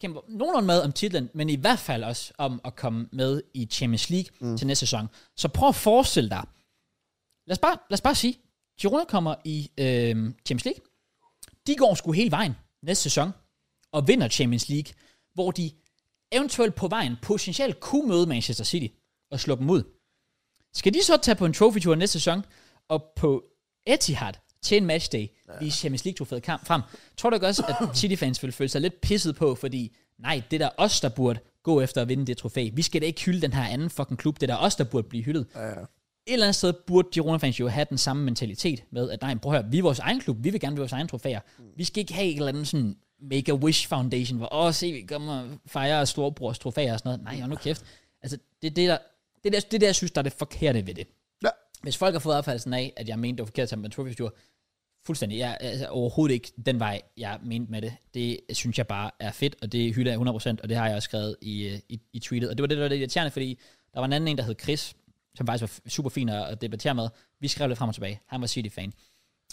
[SPEAKER 1] kæmper nogenlunde med om titlen, men i hvert fald også om at komme med i Champions League mm. til næste sæson. Så prøv at forestille dig, lad os bare, lad os bare sige, Girona kommer i øh, Champions League. De går sgu hele vejen næste sæson og vinder Champions League, hvor de eventuelt på vejen potentielt kunne møde Manchester City og slå dem ud. Skal de så tage på en trophy-tour næste sæson og på Etihad til en matchday vise Champions league trofæet kamp frem? Tror du ikke også, at City-fans vil føle sig lidt pisset på, fordi nej, det er da os, der burde gå efter at vinde det trofæ. Vi skal da ikke hylde den her anden fucking klub. Det er da os, der burde blive hyldet
[SPEAKER 2] Ja.
[SPEAKER 1] et eller andet sted burde Girona-fans jo have den samme mentalitet med, at nej, prøv at høre, vi er vores egen klub, vi vil gerne være vores egen trofæer. Vi skal ikke have et eller andet sådan Make-A-Wish Foundation, hvor åh, se, vi kommer og fejrer storebrors trofæer og sådan noget. Nej, og nu kæft. Altså, det er det, der, det, er der, det er der, jeg synes, der er det forkerte ved det.
[SPEAKER 2] Ja.
[SPEAKER 1] Hvis folk har fået opfattelsen af, at jeg mente, det var forkert at tage med en trofæstyr, fuldstændig, jeg er altså, overhovedet ikke den vej, jeg mente med det. Det synes jeg bare er fedt, og det hylder jeg 100%, og det har jeg også skrevet i, øh, i, i tweetet. Og det var det, der var lidt irriterende, fordi der var en anden en, der hed Chris, som faktisk var f- super fin at at debattere med. Vi skrev lidt frem og tilbage. Han var City-fan.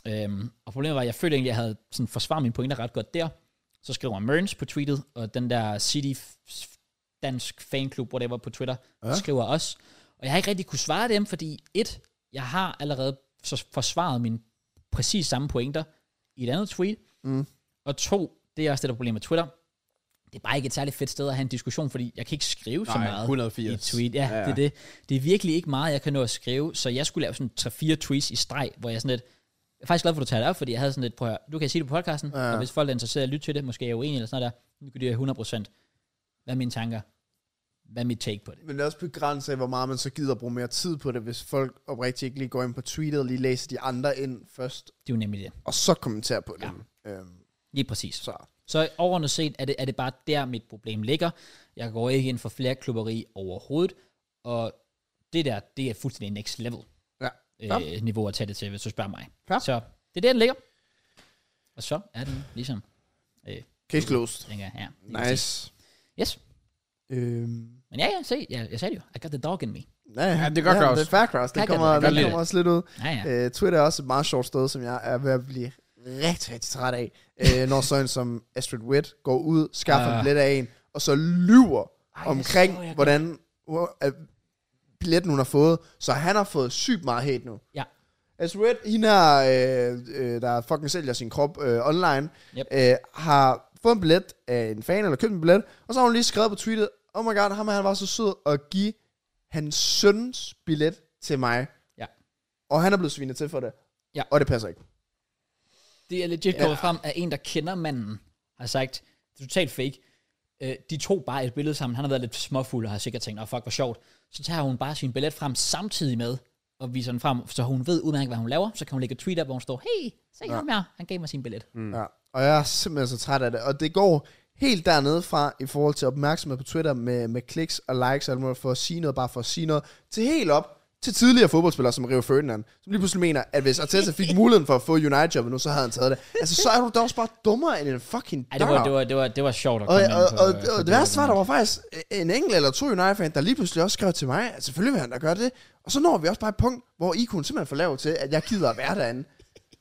[SPEAKER 1] Øhm, og problemet var, at jeg følte egentlig, at jeg havde sådan forsvaret mine pointer ret godt der. Så skrev han Mørns på tweetet, og den der City f- f- dansk fanklub, hvor det var på Twitter, ja. skriver også. Og jeg har ikke rigtig kunne svare dem, fordi et, jeg har allerede så forsvaret mine præcis samme pointer i et andet tweet.
[SPEAKER 2] Mm.
[SPEAKER 1] Og to, det er også det, der er problemet med Twitter. Det er bare ikke et særligt fedt sted at have en diskussion, fordi jeg kan ikke skrive så
[SPEAKER 3] Nej,
[SPEAKER 1] meget
[SPEAKER 3] 180.
[SPEAKER 1] i et tweet. Ja, ja,
[SPEAKER 3] Ja,
[SPEAKER 1] det er det. Det er virkelig ikke meget, jeg kan nå at skrive, så jeg skulle lave sådan 3-4 tweets i streg, hvor jeg sådan lidt, jeg er faktisk glad for, at du tager det op, fordi jeg havde sådan lidt, prøv at høre, du kan sige det på podcasten, ja.
[SPEAKER 2] Ja.
[SPEAKER 1] og hvis folk er interesseret i at lytte til det, måske er jeg uenig eller sådan noget der, nu kan de høre 100%. Hvad er mine tanker? Hvad er mit take på det?
[SPEAKER 2] Men det er også begrænset af, hvor meget man så gider at bruge mere tid på det, hvis folk oprigtigt ikke lige går ind på tweetet og lige læser de andre ind først,
[SPEAKER 1] Det er jo nemlig det.
[SPEAKER 2] og så kommenterer på det. Ja. Øhm,
[SPEAKER 1] Lige præcis.
[SPEAKER 2] så
[SPEAKER 1] Så overordnet set er det, er det bare der, mit problem ligger. Jeg går ikke ind for flere klubberi overhovedet, og det der, det er fuldstændig next level
[SPEAKER 2] ja.
[SPEAKER 1] øh, niveau at tage det til, hvis du spørger mig.
[SPEAKER 2] Ja.
[SPEAKER 1] Så det er der, den ligger. Og så er den ligesom,
[SPEAKER 2] Case closed.
[SPEAKER 1] tænker jeg, ja. lige præcis.
[SPEAKER 2] Nice.
[SPEAKER 1] Yes.
[SPEAKER 2] Øhm,
[SPEAKER 1] Men ja, ja, se, jeg, jeg sagde det jo. I got the dog in me.
[SPEAKER 2] ja, ja,
[SPEAKER 3] det er godt, Kraus.
[SPEAKER 2] Det er fair, Kraus.
[SPEAKER 1] Jeg
[SPEAKER 2] Det
[SPEAKER 1] kan
[SPEAKER 2] kommer,
[SPEAKER 1] godt
[SPEAKER 2] det
[SPEAKER 1] lide
[SPEAKER 2] kommer også lidt ud.
[SPEAKER 1] Ja, ja.
[SPEAKER 2] Øh, Twitter er også et meget sjovt sted, som jeg er ved at blive rigtig, rigtig træt af. Øh, når sådan en som Astrid Witt går ud, skaffer
[SPEAKER 1] Ah.
[SPEAKER 2] en billet af en, og så lyver
[SPEAKER 1] Ej,
[SPEAKER 2] Ej,
[SPEAKER 1] det
[SPEAKER 2] omkring,
[SPEAKER 1] så jeg godt.
[SPEAKER 2] hvordan hvor, øh, billetten hun har fået. Så han har fået sygt meget hate nu.
[SPEAKER 1] Ja.
[SPEAKER 2] Astrid Witt, hende her, øh, øh, der fucking sælger sin krop øh, online,
[SPEAKER 1] Yep.
[SPEAKER 2] øh, har fået en billet af en fan, eller købt en billet, og så har hun lige skrevet på tweetet, oh my god, ham her, han var så sød at give hans søns billet til mig.
[SPEAKER 1] Ja.
[SPEAKER 2] Og han er blevet svinet til for det.
[SPEAKER 1] Ja.
[SPEAKER 2] Og det passer ikke.
[SPEAKER 1] Det er legit gået frem af en, der kender manden, har sagt, det er totalt fake. Øh, de tog bare et billede sammen. Han har været lidt småfuld og har sikkert tænkt, åh oh, fuck, hvor sjovt. Så tager hun bare sin billet frem samtidig med, og viser den frem, så hun ved udmærket, hvad hun laver. Så kan hun lægge et tweet op, hvor hun står, hey, se ja. ham her, han gav mig sin billet. Mm.
[SPEAKER 2] Mm. Ja. Og jeg er simpelthen så træt af det. Og det går helt dernede fra i forhold til opmærksomhed på Twitter med, med kliks og likes og alt muligt for at sige noget, bare for at sige noget, til helt op til tidligere fodboldspillere som Rio Ferdinand, som lige pludselig mener, at hvis Arteta fik muligheden for at få United-jobbet nu, så havde han taget det. Altså, så er du da også bare dummere end en fucking
[SPEAKER 1] Ej, det var, det, var, det, var, det var sjovt at
[SPEAKER 2] og,
[SPEAKER 1] komme
[SPEAKER 2] og,
[SPEAKER 1] ind på,
[SPEAKER 2] og,
[SPEAKER 1] øh,
[SPEAKER 2] og,
[SPEAKER 1] på
[SPEAKER 2] og det værste var, at der var faktisk en enkelt eller to United-fan, der lige pludselig også skrev til mig, at selvfølgelig vil han da gøre det. Og så når vi også bare et punkt, hvor IQ'en simpelthen for lav til, at jeg gider at være derinde.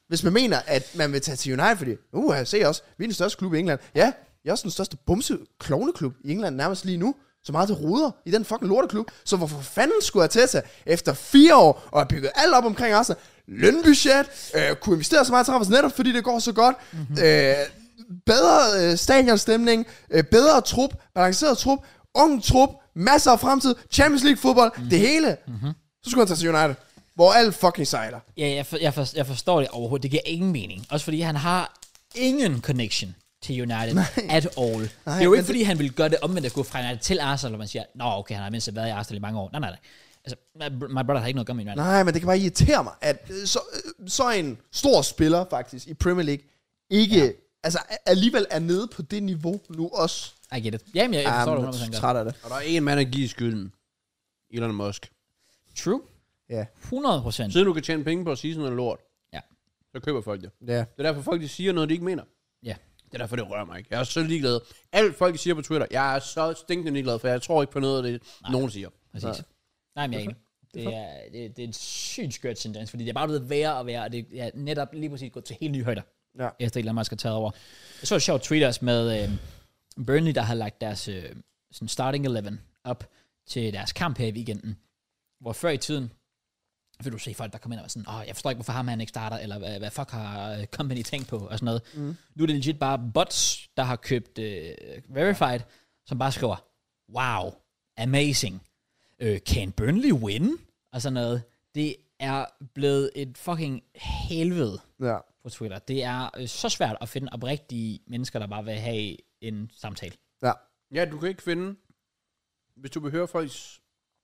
[SPEAKER 2] Hvis man mener, at man vil tage til United, fordi, uh, se os, vi er den største klub i England. Ja, jeg er også den største bumse klovneklub i England nærmest lige nu. Så meget til ruder i den fucking lorteklub. Så hvorfor fanden skulle Arteta efter fire år og have bygget alt op omkring Arsenal? Lønbudget, øh, kunne investere så meget til Ramos netop, fordi det går så godt.
[SPEAKER 1] Mhm.
[SPEAKER 2] Mm-hmm. Øh, bedre øh, stadionstemning, øh, bedre trup, balanceret trup, ung trup, masser af fremtid, Champions League fodbold,
[SPEAKER 1] Mhm.
[SPEAKER 2] mm. det hele. Mm-hmm. Så skulle han tage til United, hvor alt fucking sejler.
[SPEAKER 1] Ja, jeg, for, jeg, for, jeg forstår det overhovedet. Det giver ingen mening. Også fordi han har ingen connection til United Nej. at all. Nej, det er jo
[SPEAKER 2] men
[SPEAKER 1] ikke, fordi han ville gøre det omvendt at gå fra United til Arsenal, og man siger, nå okay, han har mindst været i Arsenal i mange år. Nej, nej, nej. Altså, my- my brother har ikke noget at gøre med United.
[SPEAKER 2] Nej, men det kan bare irritere mig, at øh, så, øh, så en stor spiller faktisk i Premier League, ikke, ja. altså a- alligevel er nede på det niveau nu også.
[SPEAKER 1] I get it. Jamen, jeg, jeg forstår
[SPEAKER 2] Ah,
[SPEAKER 1] det
[SPEAKER 2] men
[SPEAKER 1] 100% godt.
[SPEAKER 2] træt af det.
[SPEAKER 3] Og der er en mand, der giver skylden. Elon Musk.
[SPEAKER 1] True.
[SPEAKER 2] Ja,
[SPEAKER 1] 100%.
[SPEAKER 3] Siden du kan tjene penge på at sige sådan noget lort,
[SPEAKER 1] Ja.
[SPEAKER 3] så køber folk det.
[SPEAKER 2] ja.
[SPEAKER 3] Det er derfor, folk de siger noget, de ikke mener.
[SPEAKER 1] Ja.
[SPEAKER 3] Det er derfor, det rører mig ikke. Jeg er så ligeglad. Alt folk de siger på Twitter, jeg er så stinkende ligeglad, for jeg tror ikke på noget af det, Nej. nogen siger.
[SPEAKER 1] Præcis. Nej, men jeg er enig. Det er, det, det er en sygt skørt tendens, fordi det er bare blevet værre og værre, og det er netop lige præcis gået til helt nye højder.
[SPEAKER 2] Ja.
[SPEAKER 1] efter Elon Musk har taget over. Jeg så et sjovt tweet også med øh, Burnley, der har lagt deres øh, sådan starting 11 op til deres kamp her i weekenden. Hvor før i tiden, vil du se folk, der kommer ind og er sådan, åh, jeg forstår ikke, hvorfor ham han ikke starter, eller hvad, hvad fuck har øh, company tænkt på, og sådan noget. Mm. Nu er det legit bare bots, der har købt øh, Verified, som bare skriver, wow, amazing, øh, can Burnley win? Og sådan noget. Det er blevet et fucking helvede
[SPEAKER 2] ja.
[SPEAKER 1] på Twitter. Det er øh, så svært at finde oprigtige mennesker, der bare vil have en samtale.
[SPEAKER 2] ja.
[SPEAKER 3] Ja, du kan ikke finde, hvis du behøver folks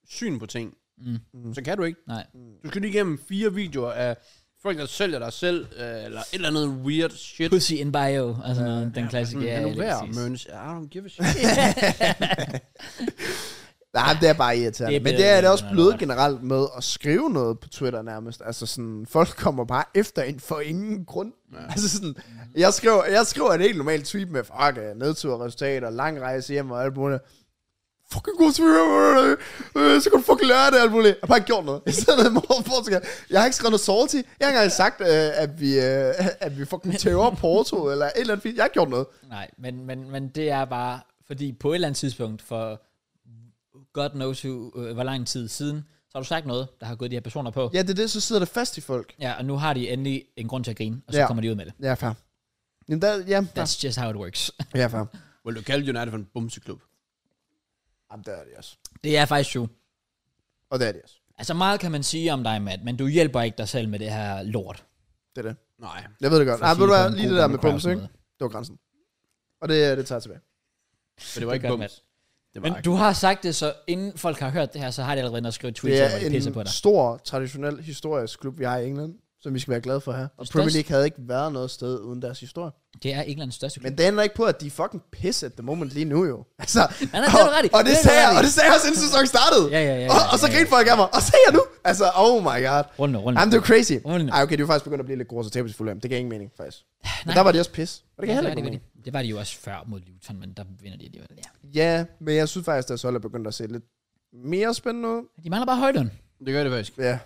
[SPEAKER 3] syn på ting, mm. så kan du ikke.
[SPEAKER 1] Nej.
[SPEAKER 3] Du skal lige igennem fire videoer af folk, der sælger dig selv, øh, eller et eller andet weird shit.
[SPEAKER 1] Pussy in bio, og sådan noget, den klassiske.
[SPEAKER 3] Ja, Mm, er du
[SPEAKER 1] lige
[SPEAKER 3] værd,
[SPEAKER 1] præcis.
[SPEAKER 3] Møns? I don't give a shit.
[SPEAKER 2] Nej, det er bare irriterende.
[SPEAKER 1] Det
[SPEAKER 2] Det
[SPEAKER 1] er
[SPEAKER 2] er men det
[SPEAKER 1] bedre,
[SPEAKER 2] er det
[SPEAKER 1] end
[SPEAKER 2] også
[SPEAKER 1] noget
[SPEAKER 2] blevet
[SPEAKER 1] lort.
[SPEAKER 2] generelt med at skrive noget på Twitter nærmest. Altså sådan, folk kommer bare efter en for ingen grund. Ja. Altså sådan, jeg skriver, jeg skriver en helt normal tweet med, fuck, øh, nedtur, resultater, lang rejse hjem og alt muligt. Fucking god tweet, øh, øh, øh, så kan du fucking lære det, alt muligt. Jeg har bare ikke gjort noget. I stedet for, for- jeg har ikke skrevet noget salty. Jeg har ikke engang sagt, øh, at vi, øh, at vi fucking tæver Porto, eller et eller andet fint. Jeg har ikke gjort noget.
[SPEAKER 1] Nej, men, men, men det er bare, fordi på et eller andet tidspunkt, for God knows who, øh, hvor lang tid siden, så har du sagt noget, der har gået de her personer på. Ja,
[SPEAKER 2] Ja, det er det, så sidder det fast i folk.
[SPEAKER 1] ja og nu har de endelig en grund til at grine, og så ja.
[SPEAKER 2] Ja.
[SPEAKER 1] kommer de ud med det.
[SPEAKER 2] Ja, fair. Jamen, der, ja, fair.
[SPEAKER 1] That's just how it works.
[SPEAKER 2] Ja, fair.
[SPEAKER 3] Vil du kalde United for en bumseklub?
[SPEAKER 2] Jamen, der er det også.
[SPEAKER 1] det er faktisk true.
[SPEAKER 2] Og det er det også.
[SPEAKER 1] Altså meget kan man sige om dig, Matt, men du hjælper ikke dig selv med det her lort.
[SPEAKER 2] Det er det.
[SPEAKER 3] Nej.
[SPEAKER 2] Jeg ved det godt.
[SPEAKER 1] For at
[SPEAKER 2] Nej,
[SPEAKER 1] sige
[SPEAKER 2] ved du
[SPEAKER 1] det på
[SPEAKER 2] hvad,
[SPEAKER 1] en
[SPEAKER 2] lige
[SPEAKER 1] god
[SPEAKER 2] det der med
[SPEAKER 1] gammeldags
[SPEAKER 2] bums, ikke?
[SPEAKER 1] måde.
[SPEAKER 2] Det var grænsen. Og det, det tager jeg tilbage.
[SPEAKER 3] For det var
[SPEAKER 1] Det
[SPEAKER 3] ikke
[SPEAKER 1] gør
[SPEAKER 3] bums.
[SPEAKER 1] Matt.
[SPEAKER 3] Det var
[SPEAKER 1] Men du har sagt det, så inden folk har hørt det her, så har de allerede været inde og skrive tweets,
[SPEAKER 2] Det
[SPEAKER 1] hvor de
[SPEAKER 2] er
[SPEAKER 1] pisser på
[SPEAKER 2] en
[SPEAKER 1] dig.
[SPEAKER 2] stor, traditionel, historisk klub, vi har i England, som vi skal være glade for her. Og
[SPEAKER 1] Størst.
[SPEAKER 2] Premier League havde ikke været noget sted uden deres historie.
[SPEAKER 1] Det er Englands største klub.
[SPEAKER 2] Men det ændrer ikke på, at de er fucking pisse at the moment lige nu jo. Altså,
[SPEAKER 1] nej, det er du ret i.
[SPEAKER 2] og, og,
[SPEAKER 1] Det er
[SPEAKER 2] det
[SPEAKER 1] du
[SPEAKER 2] sagde jeg,
[SPEAKER 1] ret i.
[SPEAKER 2] og det sagde jeg også inden sæsonen startede.
[SPEAKER 1] Ja, ja, ja,
[SPEAKER 2] og,
[SPEAKER 1] ja,
[SPEAKER 2] og så
[SPEAKER 1] ja, Mm. ja.
[SPEAKER 2] griner folk af mig, og se jer nu. Altså, oh my god.
[SPEAKER 1] Rundt nu, rundt nu.
[SPEAKER 2] Jamen, det er jo crazy.
[SPEAKER 1] Rundt nu.
[SPEAKER 2] Ej, okay, det er jo faktisk begyndt at blive lidt grus og tæppe til Fulham. Det giver ingen mening, faktisk. Men
[SPEAKER 1] Nej.
[SPEAKER 2] der var de også pisse. Og det kan
[SPEAKER 1] Ja,
[SPEAKER 2] heller
[SPEAKER 1] var
[SPEAKER 2] ikke
[SPEAKER 1] det,
[SPEAKER 2] mening.
[SPEAKER 1] det, det var de jo også før mod Luton, men der vinder de alligevel. Ja.
[SPEAKER 2] Ja, men jeg synes faktisk, at Sol er begyndt at se lidt mere spændende ud.
[SPEAKER 1] De mangler bare højden.
[SPEAKER 3] Det gør det faktisk.
[SPEAKER 2] Ja.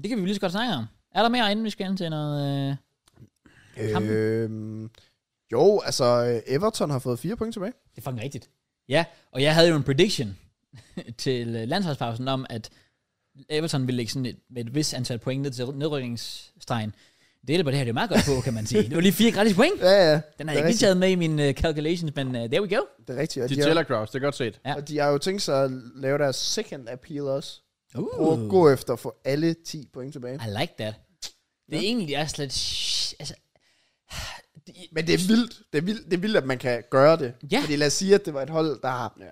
[SPEAKER 1] Det kan vi jo lige så godt snakke om. Er der mere, inden vi skal ind til noget... Øh... Kampen?
[SPEAKER 2] Øhm, jo, altså øh, Everton har fået fire point tilbage.
[SPEAKER 1] Det er fucking rigtigt. Ja, og jeg havde jo en prediction til øh, landsholdspausen om, at Everton ville lægge sådan et, med et vis antal point ned til nedrykningsstregen. Det hjælper det her, det er meget godt på, kan man sige. Det var lige fire gratis point.
[SPEAKER 2] Ja, ja.
[SPEAKER 1] Den
[SPEAKER 2] Det
[SPEAKER 1] har
[SPEAKER 2] er
[SPEAKER 1] jeg ikke lige
[SPEAKER 2] rigtigt.
[SPEAKER 1] taget med i mine uh, calculations, men uh, there we go.
[SPEAKER 2] Det er rigtigt. Og
[SPEAKER 3] De
[SPEAKER 2] de, har,
[SPEAKER 3] tæller crowds, det er godt set.
[SPEAKER 1] Ja.
[SPEAKER 2] og de har jo tænkt sig at lave deres second appeal også. Prøv at
[SPEAKER 1] Uh,
[SPEAKER 2] gå efter at få alle 10 point tilbage.
[SPEAKER 1] I like that. Det er egentlig også lidt... sh- Altså, det,
[SPEAKER 2] Men det er vildt. Det er vildt, det er vildt at man kan gøre det.
[SPEAKER 1] Ja.
[SPEAKER 2] Fordi lad os sige, at det var et hold, der har ja,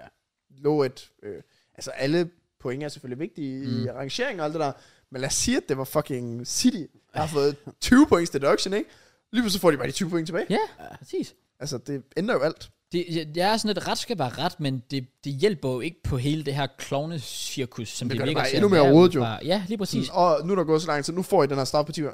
[SPEAKER 2] lå et... Øh, altså alle point er selvfølgelig vigtige mm. i rangeringen og alt det der. Men lad os sige, at det var fucking City, der har fået 20 points deduction, ikke? Lige pludselig får de bare de 20 point tilbage.
[SPEAKER 1] ja, øh, præcis.
[SPEAKER 2] Altså, det ændrer jo alt.
[SPEAKER 1] Det, jeg- jeg er sådan lidt, ret skal være ret, men det, det hjælper jo ikke på hele det her klovnecirkus, som
[SPEAKER 2] Det
[SPEAKER 1] det,
[SPEAKER 2] gør det
[SPEAKER 1] virker
[SPEAKER 2] bare
[SPEAKER 1] til.
[SPEAKER 2] endnu
[SPEAKER 1] at
[SPEAKER 2] mere
[SPEAKER 1] være
[SPEAKER 2] rodet, jo. Mm.
[SPEAKER 1] udefra. Ja, lige præcis.
[SPEAKER 2] Sådan, og nu er der gået så lang tid, nu får I den her straf på 10 oh,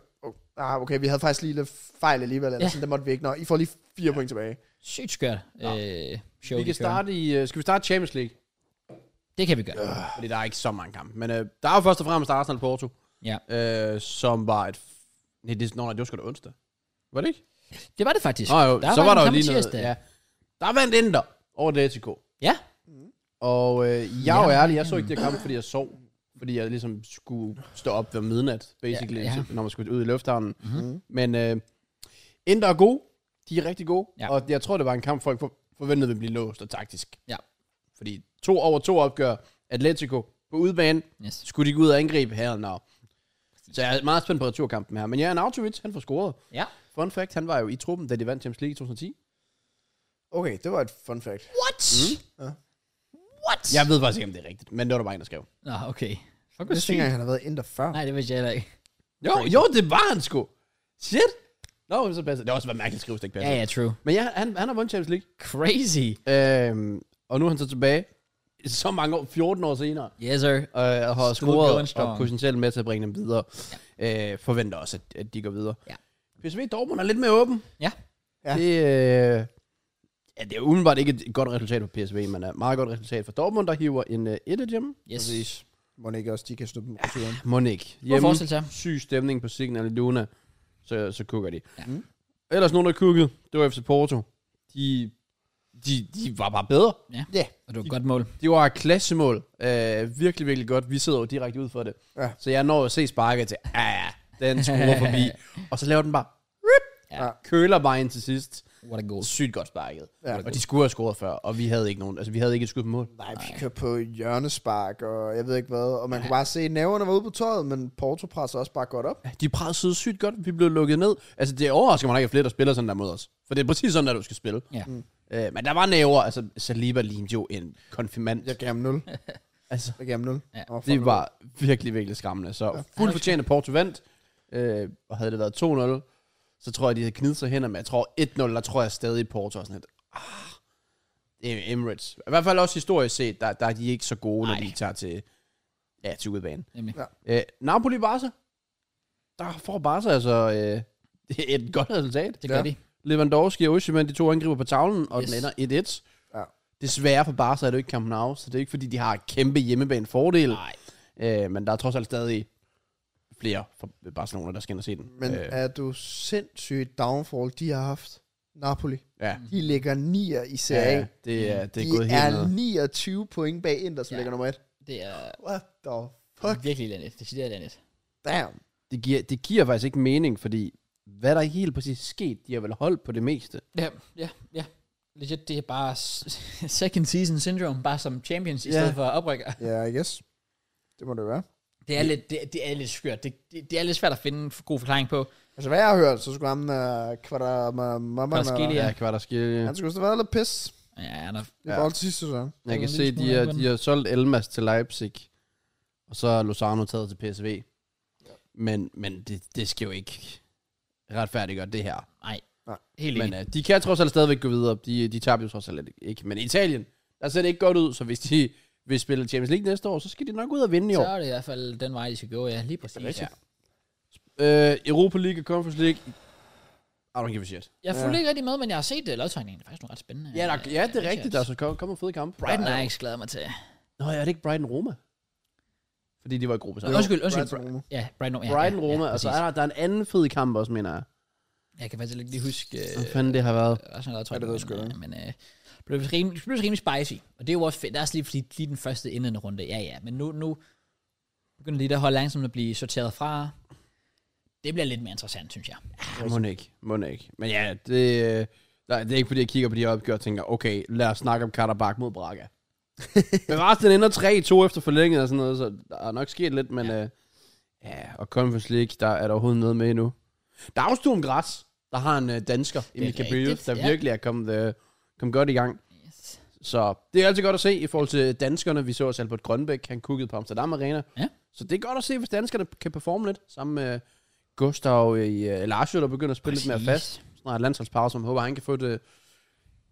[SPEAKER 2] ah, okay, vi havde faktisk lige lidt fejl alligevel, eller
[SPEAKER 1] Ja.
[SPEAKER 2] ja. sådan, det måtte vi ikke. Nå, I får lige 4 ja. point tilbage.
[SPEAKER 1] Sygt skørt øh, show,
[SPEAKER 3] Vi
[SPEAKER 1] de kører.
[SPEAKER 3] kan starte i, øh, skal vi starte Champions League?
[SPEAKER 1] Det kan vi gøre.
[SPEAKER 3] Fordi der er ikke så mange kampe. Men øh, der er jo først og fremmest Arsenal Porto,
[SPEAKER 1] Ja.
[SPEAKER 3] øh, som var et... f- Nej, det, nå, nej, det var sgu da onsdag. Var det ikke?
[SPEAKER 1] Det var det faktisk.
[SPEAKER 3] Nå, jo,
[SPEAKER 1] Der
[SPEAKER 3] så
[SPEAKER 1] var
[SPEAKER 3] var
[SPEAKER 1] en
[SPEAKER 3] der jo
[SPEAKER 1] kamp
[SPEAKER 3] lige noget.
[SPEAKER 1] tirsdag.
[SPEAKER 3] Ja. Der vandt Inter over Atletico.
[SPEAKER 1] ja.
[SPEAKER 3] Og øh, jeg er jo
[SPEAKER 1] Ja.
[SPEAKER 3] ærlig, jeg så ikke det her kamp, fordi jeg sov. Fordi jeg ligesom skulle stå op ved midnat, basically,
[SPEAKER 1] Ja,
[SPEAKER 3] ja,
[SPEAKER 1] ja.
[SPEAKER 3] ja. når man skulle ud i lufthavnen. Mm-hmm. Men øh, Inter er gode. De er rigtig gode.
[SPEAKER 1] Ja.
[SPEAKER 3] Ja. Og jeg tror, det var en kamp, folk for- forventede ville blive låst og taktisk.
[SPEAKER 1] Ja.
[SPEAKER 3] Fordi to over to opgør Atletico på udebane.
[SPEAKER 1] Yes.
[SPEAKER 3] Skulle de gå ud og angribe her? Nå. Så jeg er meget spændt på returkampen her. Men ja, Nautovic, han får scoret.
[SPEAKER 1] Ja.
[SPEAKER 3] Fun fact, han var jo i truppen, da de vandt Champions League i 2010.
[SPEAKER 2] Okay, det var et fun fact.
[SPEAKER 1] What?
[SPEAKER 3] Mm.
[SPEAKER 2] Ja.
[SPEAKER 1] What?
[SPEAKER 3] Jeg ved faktisk ikke, om det er rigtigt, men det var der bare en, der skrev.
[SPEAKER 1] Nå, okay. Fuck,
[SPEAKER 2] Jeg synes ikke, engang, han har været ind der før.
[SPEAKER 1] Nej, det vidste jeg heller ikke.
[SPEAKER 3] Jo, jo, det var han sgu. Shit. Nå, så passer det. Det har også været mærkeligt at skrive, hvis det ikke
[SPEAKER 1] Ja,
[SPEAKER 3] passer.
[SPEAKER 1] ja, true.
[SPEAKER 3] Men ja, han, han har vundet Champions League.
[SPEAKER 1] Crazy.
[SPEAKER 3] Øhm, og nu er han så tilbage så mange år, 14 år senere,
[SPEAKER 1] Yes, sir.
[SPEAKER 3] øh, og har
[SPEAKER 1] Still going
[SPEAKER 3] scoret
[SPEAKER 1] strong.
[SPEAKER 3] og potentielt med til at bringe dem videre. Ja. Øh, forventer også, at, at de går videre.
[SPEAKER 1] Ja.
[SPEAKER 3] PSV Dortmund er lidt mere åben.
[SPEAKER 1] Ja.
[SPEAKER 2] Ja.
[SPEAKER 3] Det, øh, ja, det er umiddelbart ikke et godt resultat for PSV, men er et meget godt resultat for Dortmund, der hiver en øh, et af dem.
[SPEAKER 1] Yes.
[SPEAKER 2] Må ikke også, de kan snuppe dem på turen.
[SPEAKER 3] Monik.
[SPEAKER 1] forestille sig.
[SPEAKER 3] syg stemning på Signal Iduna, så, så kukker de.
[SPEAKER 1] Ja.
[SPEAKER 3] Ja.
[SPEAKER 2] Mm.
[SPEAKER 3] Ellers nogen, der kukkede, det var FC Porto. De, de, de var bare bedre.
[SPEAKER 1] Og det var et godt mål.
[SPEAKER 3] Det var et klassemål. Øh, virkelig, virkelig godt. Vi sidder jo direkte ud for det.
[SPEAKER 2] Ja.
[SPEAKER 3] Så jeg når at se sparket til, ah, ja, den skruer forbi. Og så laver den bare,
[SPEAKER 1] Ja.
[SPEAKER 2] Ja.
[SPEAKER 3] køler bare ind til sidst.
[SPEAKER 1] What a goal.
[SPEAKER 3] Sygt godt sparket.
[SPEAKER 2] Ja.
[SPEAKER 3] Ja, og de skulle have scoret før, og vi havde ikke nogen, altså vi havde ikke et skud på mål.
[SPEAKER 2] Nej, vi kørte på hjørnespark, og jeg ved ikke hvad. Og man kunne bare se, at næverne var ude på tøjet, men Porto presser også bare godt op.
[SPEAKER 3] De pressede sygt godt, vi blev lukket ned. Altså det overrasker mig ikke, at flere der spiller sådan der mod os. For det er præcis sådan, der du skal spille.
[SPEAKER 1] Ja.
[SPEAKER 3] Øh, men der var næver, altså Saliba lignede jo en konfirmand.
[SPEAKER 2] Jeg gav ham 0.
[SPEAKER 3] Altså,
[SPEAKER 2] Jeg gav ham 0.
[SPEAKER 1] Ja.
[SPEAKER 2] Oh,
[SPEAKER 3] det var virkelig, virkelig skræmmende. Så fuldt fortjent at Porto vandt, øh, og havde det været 2-0, så tror jeg, de havde knidet sig hen, men jeg tror 1-0, der tror jeg stadig Porto er sådan lidt, ah, det er Emirates. I hvert fald også historisk set, der, der er de ikke så gode, når
[SPEAKER 1] Nej.
[SPEAKER 3] de tager til, ja, til udbanen.
[SPEAKER 1] Nemlig.
[SPEAKER 3] Øh, Napoli-Barca, der får Barca altså øh, et godt resultat.
[SPEAKER 1] Det gør
[SPEAKER 2] Ja.
[SPEAKER 1] de.
[SPEAKER 3] Lewandowski og Osimhen, de to angriber på tavlen, og
[SPEAKER 1] Yes.
[SPEAKER 3] yes. den ender 1-1.
[SPEAKER 2] Ja.
[SPEAKER 3] Desværre for Barca er det jo ikke Camp Nou, så det er ikke fordi, de har et kæmpe hjemmebane fordel.
[SPEAKER 1] Nej.
[SPEAKER 3] Øh, men der er trods alt stadig flere fra Barcelona, der skal ind og se den.
[SPEAKER 2] Men
[SPEAKER 3] øh,
[SPEAKER 2] er du sindssygt downfall, de har haft? Napoli.
[SPEAKER 3] ja.
[SPEAKER 2] De ligger 9'er i
[SPEAKER 3] Ja,
[SPEAKER 2] Serie A.
[SPEAKER 3] ja, det er, det er
[SPEAKER 2] de
[SPEAKER 3] gået
[SPEAKER 2] er
[SPEAKER 3] helt ned.
[SPEAKER 2] 29 point bag Inter, som
[SPEAKER 1] Ja.
[SPEAKER 2] ja. ligger nummer 1.
[SPEAKER 1] Det er
[SPEAKER 2] What the fuck?
[SPEAKER 3] Mm.
[SPEAKER 1] virkelig landet. Det er landet.
[SPEAKER 2] Damn.
[SPEAKER 3] Det giver, det giver faktisk ikke mening, fordi hvad der er helt præcis sket, de har vel holdt på det meste.
[SPEAKER 1] Ja, ja, ja. Legit, det er bare s- second season syndrome, bare som champions i
[SPEAKER 3] Ja.
[SPEAKER 1] stedet for oprykker.
[SPEAKER 2] Ja, yeah, I guess. Det må det være.
[SPEAKER 1] Det er lidt, det, det er lidt skørt. Det, det, det, er lidt svært at finde en f- god forklaring på.
[SPEAKER 2] Altså, hvad jeg har hørt, så skulle ham uh, kvarter... Mamma,
[SPEAKER 1] Kvaratskhelia. Ja.
[SPEAKER 3] Ja, hvad der sker.
[SPEAKER 2] han skulle også have været lidt pis.
[SPEAKER 1] Ja, der,
[SPEAKER 2] Det var ja. til sidste sæson.
[SPEAKER 3] Jeg kan
[SPEAKER 1] en
[SPEAKER 3] se,
[SPEAKER 1] lille smule
[SPEAKER 3] de har,
[SPEAKER 1] angående.
[SPEAKER 3] de har solgt Elmas til Leipzig, og så er Lozano taget til PSV. Men, men det, det skal jo ikke retfærdiggøre det her.
[SPEAKER 1] nej.
[SPEAKER 2] Nej.
[SPEAKER 1] Helt
[SPEAKER 3] Men
[SPEAKER 1] enig.
[SPEAKER 3] øh, de kan trods alt stadigvæk gå videre. De, de tabte jo trods alt ikke. Men Italien, der ser det ikke godt ud, så hvis de vil spille Champions League næste år, så skal de nok ud og vinde i
[SPEAKER 1] Så
[SPEAKER 3] år.
[SPEAKER 1] er det i hvert fald den vej, de skal gå, ja. Lige præcis. Ja.
[SPEAKER 3] Øh, Europa League og Conference League. I don't give a shit.
[SPEAKER 1] Jeg fulgte ikke rigtig med, men jeg har set øh, det. Lodtøjningen er faktisk nogle ret spændende.
[SPEAKER 3] Ja, der, ja det er rigtigt. Der er
[SPEAKER 1] Altså.
[SPEAKER 3] så kom- kommet fede kampe.
[SPEAKER 1] Brighton har
[SPEAKER 3] Der
[SPEAKER 1] jeg
[SPEAKER 3] er-
[SPEAKER 1] ikke glædet mig til.
[SPEAKER 3] Nå, ja, er det ikke Brighton Roma? Fordi de var i gruppe sammen.
[SPEAKER 1] undskyld, undskyld.
[SPEAKER 2] Brighton Roma.
[SPEAKER 1] Ja, Brighton, ja,
[SPEAKER 3] Brighton
[SPEAKER 1] ja,
[SPEAKER 3] Roma,
[SPEAKER 1] ja,
[SPEAKER 3] og så
[SPEAKER 1] præcis.
[SPEAKER 3] er der, der er en anden fed kamp også, mener jeg.
[SPEAKER 1] Jeg kan faktisk ikke lige huske... øh,
[SPEAKER 3] Hvad fanden det har været?
[SPEAKER 1] Resten af
[SPEAKER 2] Ja, det ved jeg sgu
[SPEAKER 1] men, øh, men øh, blev det rimelig, blev det rimelig spicy. Og det er jo også fedt. Der er også lige, fordi lige den første indledende runde. Ja, ja. Men nu, nu begynder lige det hold langsomt at blive sorteret fra. Det bliver lidt mere interessant, synes jeg.
[SPEAKER 3] Ja, må ikke. Må ikke. Men ja, det, øh, nej, det er ikke fordi, jeg kigger på de her opgør og tænker, okay, lad os snakke om Karabakh mod Braga. men resten ender 3-2 efter forlænget og sådan noget, så der er nok sket lidt, men ja, øh, ja og Conference League, der er der overhovedet noget med endnu. Der er jo Sturm Græs, der har en øh, dansker, Emil Cabrera,
[SPEAKER 1] rigtigt,
[SPEAKER 3] der
[SPEAKER 1] ja.
[SPEAKER 3] virkelig er kommet, øh, kommet godt i gang.
[SPEAKER 1] Yes.
[SPEAKER 3] Så det er altid godt at se i forhold til danskerne. Vi så også Albert Grønbæk, han kuggede på Amsterdam Arena.
[SPEAKER 1] Ja.
[SPEAKER 3] Så det er godt at se, hvis danskerne kan performe lidt, sammen med øh, Gustav i øh, Lazio, der begynder at spille lidt mere fast. Snart landsholdspause, som håber, han kan få det,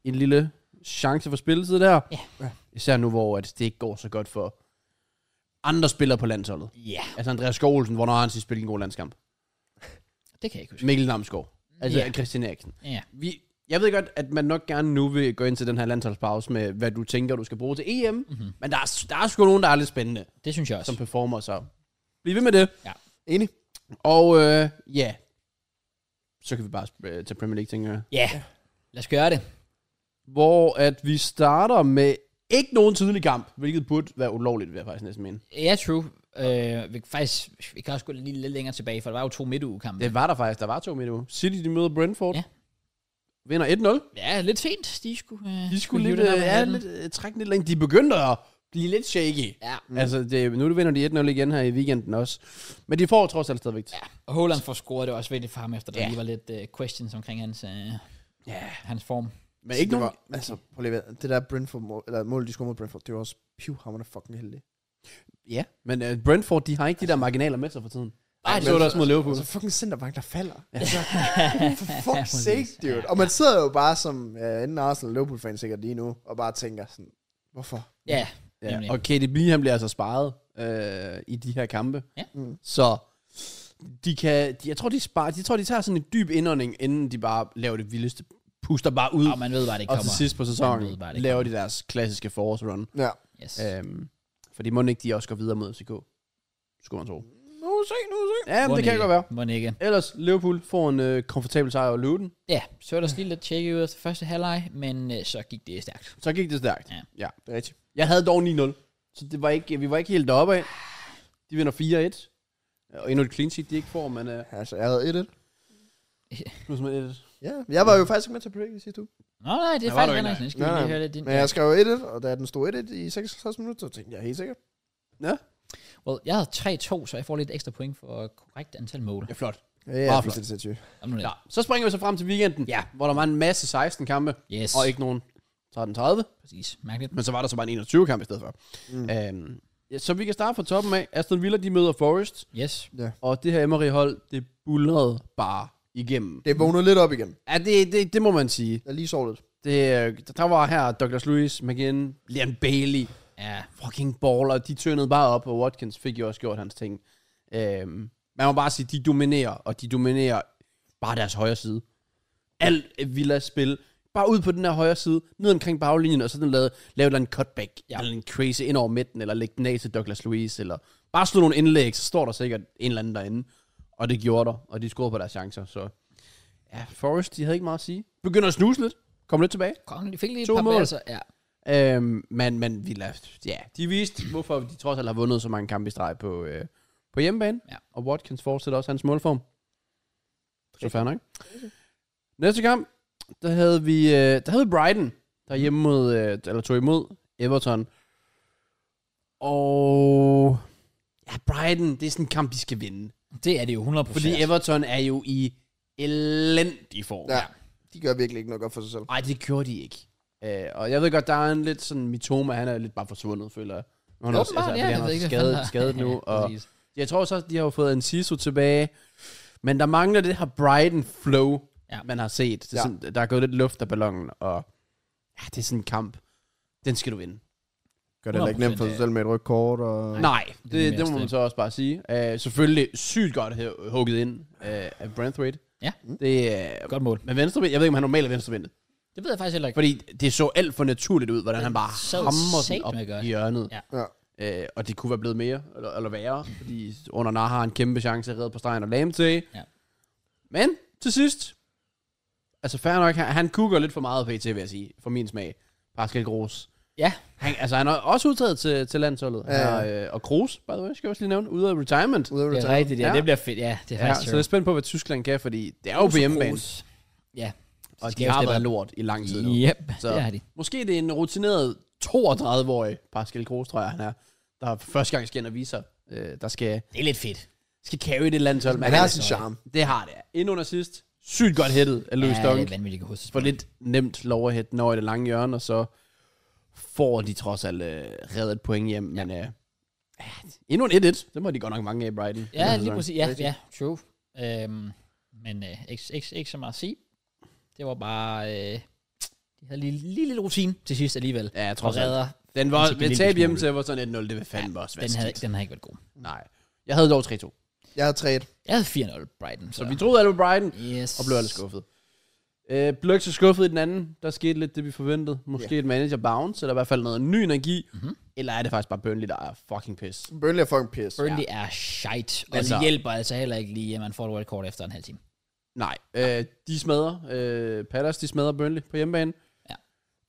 [SPEAKER 3] en lille chance for spilletid der.
[SPEAKER 1] Ja.
[SPEAKER 3] Især nu, hvor at det ikke går så godt for andre spillere på landsholdet.
[SPEAKER 1] Ja,
[SPEAKER 3] Altså Andreas Skålsen, hvornår har han sidst spillet en god landskamp?
[SPEAKER 1] det kan jeg ikke huske.
[SPEAKER 3] Mikkel Namsgaard. Altså
[SPEAKER 1] Ja.
[SPEAKER 3] ja. Christian Eriksen.
[SPEAKER 1] Ja.
[SPEAKER 3] Vi, jeg ved godt, at man nok gerne nu vil gå ind til den her landsholdspause med, hvad du tænker, du skal bruge til EM.
[SPEAKER 1] Mhm.
[SPEAKER 3] Mm-hmm. Men der er, der er sgu nogen, der er lidt spændende,
[SPEAKER 1] Det synes jeg også.
[SPEAKER 3] som performer, så bliv ved med det.
[SPEAKER 1] Ja.
[SPEAKER 3] Enig. Og øh, ja, så kan vi bare øh, tage Premier League, tænker jeg.
[SPEAKER 1] Ja, lad os gøre det.
[SPEAKER 3] Hvor at vi starter med ikke nogen tidlig kamp, hvilket burde være ulovligt, vil jeg faktisk næsten mene.
[SPEAKER 1] Ja, true. Øh, vi, kan faktisk, vi kan også gå lige lidt længere tilbage, for der var jo to midtugekampe.
[SPEAKER 3] Det var der faktisk, der var to midt uge. City, de møder Brentford.
[SPEAKER 1] Ja.
[SPEAKER 3] Ja. Vinder 1-0.
[SPEAKER 1] Ja, lidt sent. De skulle, øh,
[SPEAKER 3] De skulle
[SPEAKER 1] hive
[SPEAKER 3] lidt,
[SPEAKER 1] den
[SPEAKER 3] øh,
[SPEAKER 1] op af
[SPEAKER 3] ja,
[SPEAKER 1] hatten.
[SPEAKER 3] lidt, øh, trække den lidt længe. De begyndte at blive lidt shaky.
[SPEAKER 1] Ja.
[SPEAKER 3] Mm. Altså, det, nu vinder de 1-0 igen her i weekenden også. Men de får trods alt stadigvæk. Ja.
[SPEAKER 1] Og Holland får scoret, det var også vigtigt for ham, efter der
[SPEAKER 3] Ja.
[SPEAKER 1] lige var lidt øh, questions omkring hans, øh,
[SPEAKER 3] ja.
[SPEAKER 1] hans form.
[SPEAKER 3] Men
[SPEAKER 2] det
[SPEAKER 3] ikke nogen...
[SPEAKER 2] Var, altså, prøv lige at- det der Brentford mål, eller mål, de scorede mod Brentford, det var også pivhammerende fucking heldigt.
[SPEAKER 3] Ja, men uh, Brentford, de har ikke de der marginaler med sig for tiden.
[SPEAKER 1] Ej,
[SPEAKER 3] Nej,
[SPEAKER 1] det
[SPEAKER 3] det så
[SPEAKER 1] var
[SPEAKER 3] det også mod Liverpool.
[SPEAKER 2] Altså, fucking centerbank, der falder. Altså, for fuck's
[SPEAKER 1] præcis.
[SPEAKER 2] sake, dude. Og man sidder jo bare som øh, anden Arsenal og Liverpool-fan sikkert lige nu, og bare tænker sådan, hvorfor?
[SPEAKER 1] Ja, nemlig.
[SPEAKER 3] Ja, og KDB, han bliver altså sparet øh, i de her kampe.
[SPEAKER 1] Ja.
[SPEAKER 2] Mm.
[SPEAKER 3] Så de kan, de, jeg tror, de sparer, de tror, de tager sådan en dyb indånding, inden de bare laver det vildeste, puster bare ud,
[SPEAKER 1] og man ved bare, det
[SPEAKER 3] og
[SPEAKER 1] kommer.
[SPEAKER 3] til sidst på
[SPEAKER 1] Man ved
[SPEAKER 3] sæsonen
[SPEAKER 1] bare, det
[SPEAKER 3] laver de deres klassiske forårsrun.
[SPEAKER 2] Ja.
[SPEAKER 1] Yes.
[SPEAKER 3] Øhm, fordi må ikke de også går videre mod FCK? Skulle man tro.
[SPEAKER 2] Nu se, nu se.
[SPEAKER 3] Ja, men
[SPEAKER 1] Mon
[SPEAKER 3] det kan
[SPEAKER 1] ikke,
[SPEAKER 3] godt være.
[SPEAKER 1] Mon ikke.
[SPEAKER 3] Ellers, Liverpool får en øh, komfortabel sejr over Luton.
[SPEAKER 1] Ja, så er der også lige lidt tjekke ud efter første halvleg, men øh, så gik det stærkt.
[SPEAKER 3] Så gik det stærkt.
[SPEAKER 1] Ja.
[SPEAKER 3] ja.
[SPEAKER 2] Det er rigtigt.
[SPEAKER 3] Jeg havde dog 9-0, så det var ikke, vi var ikke helt deroppe af. De vinder 4-1. Og endnu et clean sheet, de ikke får, men øh,
[SPEAKER 2] Altså, jeg havde 1-1.
[SPEAKER 3] plus med 1
[SPEAKER 2] Ja, jeg var jo faktisk ikke med til predict i sidste uge.
[SPEAKER 1] Nå nej, det er
[SPEAKER 3] Ja, var
[SPEAKER 1] faktisk
[SPEAKER 3] du ikke,
[SPEAKER 1] Anders.
[SPEAKER 3] nej.
[SPEAKER 1] Nu skal vi
[SPEAKER 2] Nej,
[SPEAKER 1] lige
[SPEAKER 2] nej.
[SPEAKER 1] høre lidt din.
[SPEAKER 2] Men jeg skrev 1-1, og da den stod 1-1 i 66 minutter, så tænkte jeg helt sikkert.
[SPEAKER 1] Well, jeg havde 3-2, så jeg får lidt ekstra point for korrekt antal mål.
[SPEAKER 3] Ja, flot.
[SPEAKER 2] Ja, ja,
[SPEAKER 3] Meget
[SPEAKER 2] fuldstændig sindssygt.
[SPEAKER 1] Kom nu ned.
[SPEAKER 3] Ja. Så springer vi så frem til weekenden,
[SPEAKER 1] Ja.
[SPEAKER 3] hvor der var en masse 16 kampe,
[SPEAKER 1] Yes,
[SPEAKER 3] og ikke nogen 13-30.
[SPEAKER 1] præcis. Mærkeligt.
[SPEAKER 3] Men så var der så bare en 21 kamp i stedet for.
[SPEAKER 2] Mm.
[SPEAKER 3] Mm. Øhm, ja, så vi kan starte fra toppen af. Aston Villa, de møder Forest.
[SPEAKER 1] Yes.
[SPEAKER 3] Og det her Emery-hold, det bullerede bare igennem.
[SPEAKER 2] Det vågnede lidt op igen.
[SPEAKER 3] Ja, det, det, det må man sige.
[SPEAKER 2] Jeg lige sov lidt.
[SPEAKER 3] Det, øh, der var her Douglas Lewis, McGinn, Liam Bailey,
[SPEAKER 1] Ja,
[SPEAKER 3] fucking baller. De tøndede bare op, og Watkins fik jo også gjort hans ting. Øhm, man må bare sige, de dominerer, og de dominerer bare deres højre side. Alt Villas spil, bare ud på den her højre side, ned omkring baglinjen, og så den lavede, lavede en cutback, ja. eller en crazy ind over midten, eller lægge den af til Douglas Luiz, eller bare slå nogle indlæg, så står der sikkert en eller anden derinde. Og det gjorde der, og de scorede på deres chancer, så... Ja, Forrest, de havde ikke meget at sige. Begynder at snuse lidt, kom lidt tilbage.
[SPEAKER 1] kongen, de fik lige et
[SPEAKER 3] To
[SPEAKER 1] par
[SPEAKER 3] mål.
[SPEAKER 1] mål. Ja.
[SPEAKER 3] Øhm, men, men vi lader, ja, de viste, hvorfor de trods alt har vundet så mange kampe i streg på, øh, på hjemmebane.
[SPEAKER 1] Ja.
[SPEAKER 3] Og Watkins fortsætter også hans målform. Så fair nok. Næste kamp, der havde vi, øh, der havde vi Brighton, der hjemme mod, øh, eller tog imod Everton. Og ja, Brighton, det er sådan en kamp, de skal vinde.
[SPEAKER 1] Det er det jo 100%.
[SPEAKER 3] Fordi Everton er jo i elendig form.
[SPEAKER 2] Ja. De gør virkelig ikke noget godt for sig selv.
[SPEAKER 3] Nej, det gjorde de ikke. Øh, og jeg ved godt, der er en lidt sådan Mitoma, han er lidt bare forsvundet, føler jeg. Nu er Han er
[SPEAKER 1] Åbenbart,
[SPEAKER 3] fordi
[SPEAKER 1] ja,
[SPEAKER 3] han
[SPEAKER 1] jeg
[SPEAKER 3] er
[SPEAKER 1] ved ikke, hvad
[SPEAKER 3] skadet,
[SPEAKER 1] fanden der-
[SPEAKER 3] skadet nu, og
[SPEAKER 1] Præcis.
[SPEAKER 3] jeg tror så, de har jo fået Enciso tilbage, men der mangler det her Brighton flow,
[SPEAKER 1] Ja.
[SPEAKER 3] ja. man har set. Det er
[SPEAKER 2] Ja.
[SPEAKER 3] ja. sådan, der er gået lidt luft af ballonen, og ja, det er sådan en kamp. Den skal du vinde.
[SPEAKER 2] Gør det heller ikke nemt for sig selv med et rødt kort. Og...
[SPEAKER 3] Nej, det,
[SPEAKER 1] det er
[SPEAKER 3] det, det må
[SPEAKER 1] mere
[SPEAKER 3] man så også bare sige. Uh, selvfølgelig sygt godt hu- hugget ind uh, af Brentwaite.
[SPEAKER 1] Ja.
[SPEAKER 3] Det er...
[SPEAKER 1] Godt mål.
[SPEAKER 3] Men venstre, jeg ved ikke, om han er normalt er venstrevendt.
[SPEAKER 1] Det ved jeg faktisk heller ikke.
[SPEAKER 3] Fordi det så alt for naturligt ud, hvordan han bare
[SPEAKER 1] så
[SPEAKER 3] hammer den
[SPEAKER 1] satme
[SPEAKER 3] op
[SPEAKER 1] godt.
[SPEAKER 3] i hjørnet.
[SPEAKER 1] Ja.
[SPEAKER 2] Ja.
[SPEAKER 3] Øh, og det kunne være blevet mere, eller, eller værre, fordi under Nar har en kæmpe chance at redde på stregen og lame til.
[SPEAKER 1] Ja.
[SPEAKER 3] Men til sidst, altså fair nok, han, han kugger lidt for meget PT, vil jeg sige, for min smag. Pascal Gros.
[SPEAKER 1] Ja.
[SPEAKER 3] Han, altså, han er også udtaget til, til landsholdet.
[SPEAKER 2] Ja,
[SPEAKER 3] Ja. Er, øh, og Kroos, by the way, skal jeg også lige nævne, ude af retirement.
[SPEAKER 2] Ude af
[SPEAKER 1] Det er
[SPEAKER 2] retirement.
[SPEAKER 1] rigtigt, ja.
[SPEAKER 3] Ja.
[SPEAKER 1] Det bliver fedt. Ja, det er
[SPEAKER 3] Ja,
[SPEAKER 1] faktisk
[SPEAKER 3] så jeg er spændt på, hvad Tyskland kan, fordi det er jo på hjemmebane.
[SPEAKER 1] Ja.
[SPEAKER 3] Og
[SPEAKER 1] skal
[SPEAKER 3] de
[SPEAKER 1] jo
[SPEAKER 3] har
[SPEAKER 1] steppe
[SPEAKER 3] været
[SPEAKER 1] op.
[SPEAKER 3] lort i lang tid nu.
[SPEAKER 1] Yep,
[SPEAKER 3] Så-
[SPEAKER 1] det har de.
[SPEAKER 3] Måske det er en rutineret 32-årig Pascal Groß, tror jeg, han er, der for første gang skal ind og vise sig, øh, der skal,
[SPEAKER 1] Det er lidt fedt.
[SPEAKER 3] skal carry det landshold. Men
[SPEAKER 2] Han har sin charme.
[SPEAKER 3] Det har det. Ind under sidst. Sygt godt hættet af Louis
[SPEAKER 1] ja,
[SPEAKER 3] ja, Dunk.
[SPEAKER 1] det er vanvittigt at huske.
[SPEAKER 3] For lidt nemt lov at hætte den over i det lange hjørne, og så får de trods alt øh, reddet et point hjem. Men øh, ja, endnu en 1-1. Det må de godt nok mange af, Brighton.
[SPEAKER 1] Ja,
[SPEAKER 3] Den her
[SPEAKER 1] lige
[SPEAKER 3] sæson.
[SPEAKER 1] præcis. Ja,
[SPEAKER 2] Rigtigt.
[SPEAKER 1] ja, true. Øhm, men øh, ikke, ikke, ikke så meget at sige. Det var bare... Øh, de havde lige lille, lille rutine til sidst alligevel.
[SPEAKER 3] Ja, jeg
[SPEAKER 1] Og
[SPEAKER 3] tror så.
[SPEAKER 1] redder.
[SPEAKER 3] Den
[SPEAKER 1] Han
[SPEAKER 3] var
[SPEAKER 1] fik en
[SPEAKER 3] ved
[SPEAKER 1] lille
[SPEAKER 3] tab
[SPEAKER 1] smule.
[SPEAKER 3] hjemme til, var sådan 1-0. Det vil fandme også være
[SPEAKER 1] Den havde,
[SPEAKER 3] skidt.
[SPEAKER 1] den havde ikke været god.
[SPEAKER 3] Nej. Jeg havde dog 3-2.
[SPEAKER 2] Jeg har træet.
[SPEAKER 1] Jeg havde 4-0 Brighton.
[SPEAKER 3] Så vi troede, at det var Brighton.
[SPEAKER 1] Yes.
[SPEAKER 3] Og blev lidt skuffet. Øh, blev ikke så skuffet i den anden. Der skete lidt det, vi forventede. Måske yeah. et manager bounce, eller i hvert fald noget ny energi.
[SPEAKER 1] Mhm.
[SPEAKER 3] Mm-hmm. Eller er det faktisk bare Burnley, der er fucking pis.
[SPEAKER 2] Burnley er fucking pisse.
[SPEAKER 1] Burnley er shite. Og
[SPEAKER 3] Altså-
[SPEAKER 1] det hjælper altså heller ikke lige, at man får et red card efter en halv time.
[SPEAKER 3] Nej, øh, de smadrer. Øh, Palace, de smadrer Burnley på hjemmebane.
[SPEAKER 1] Ja.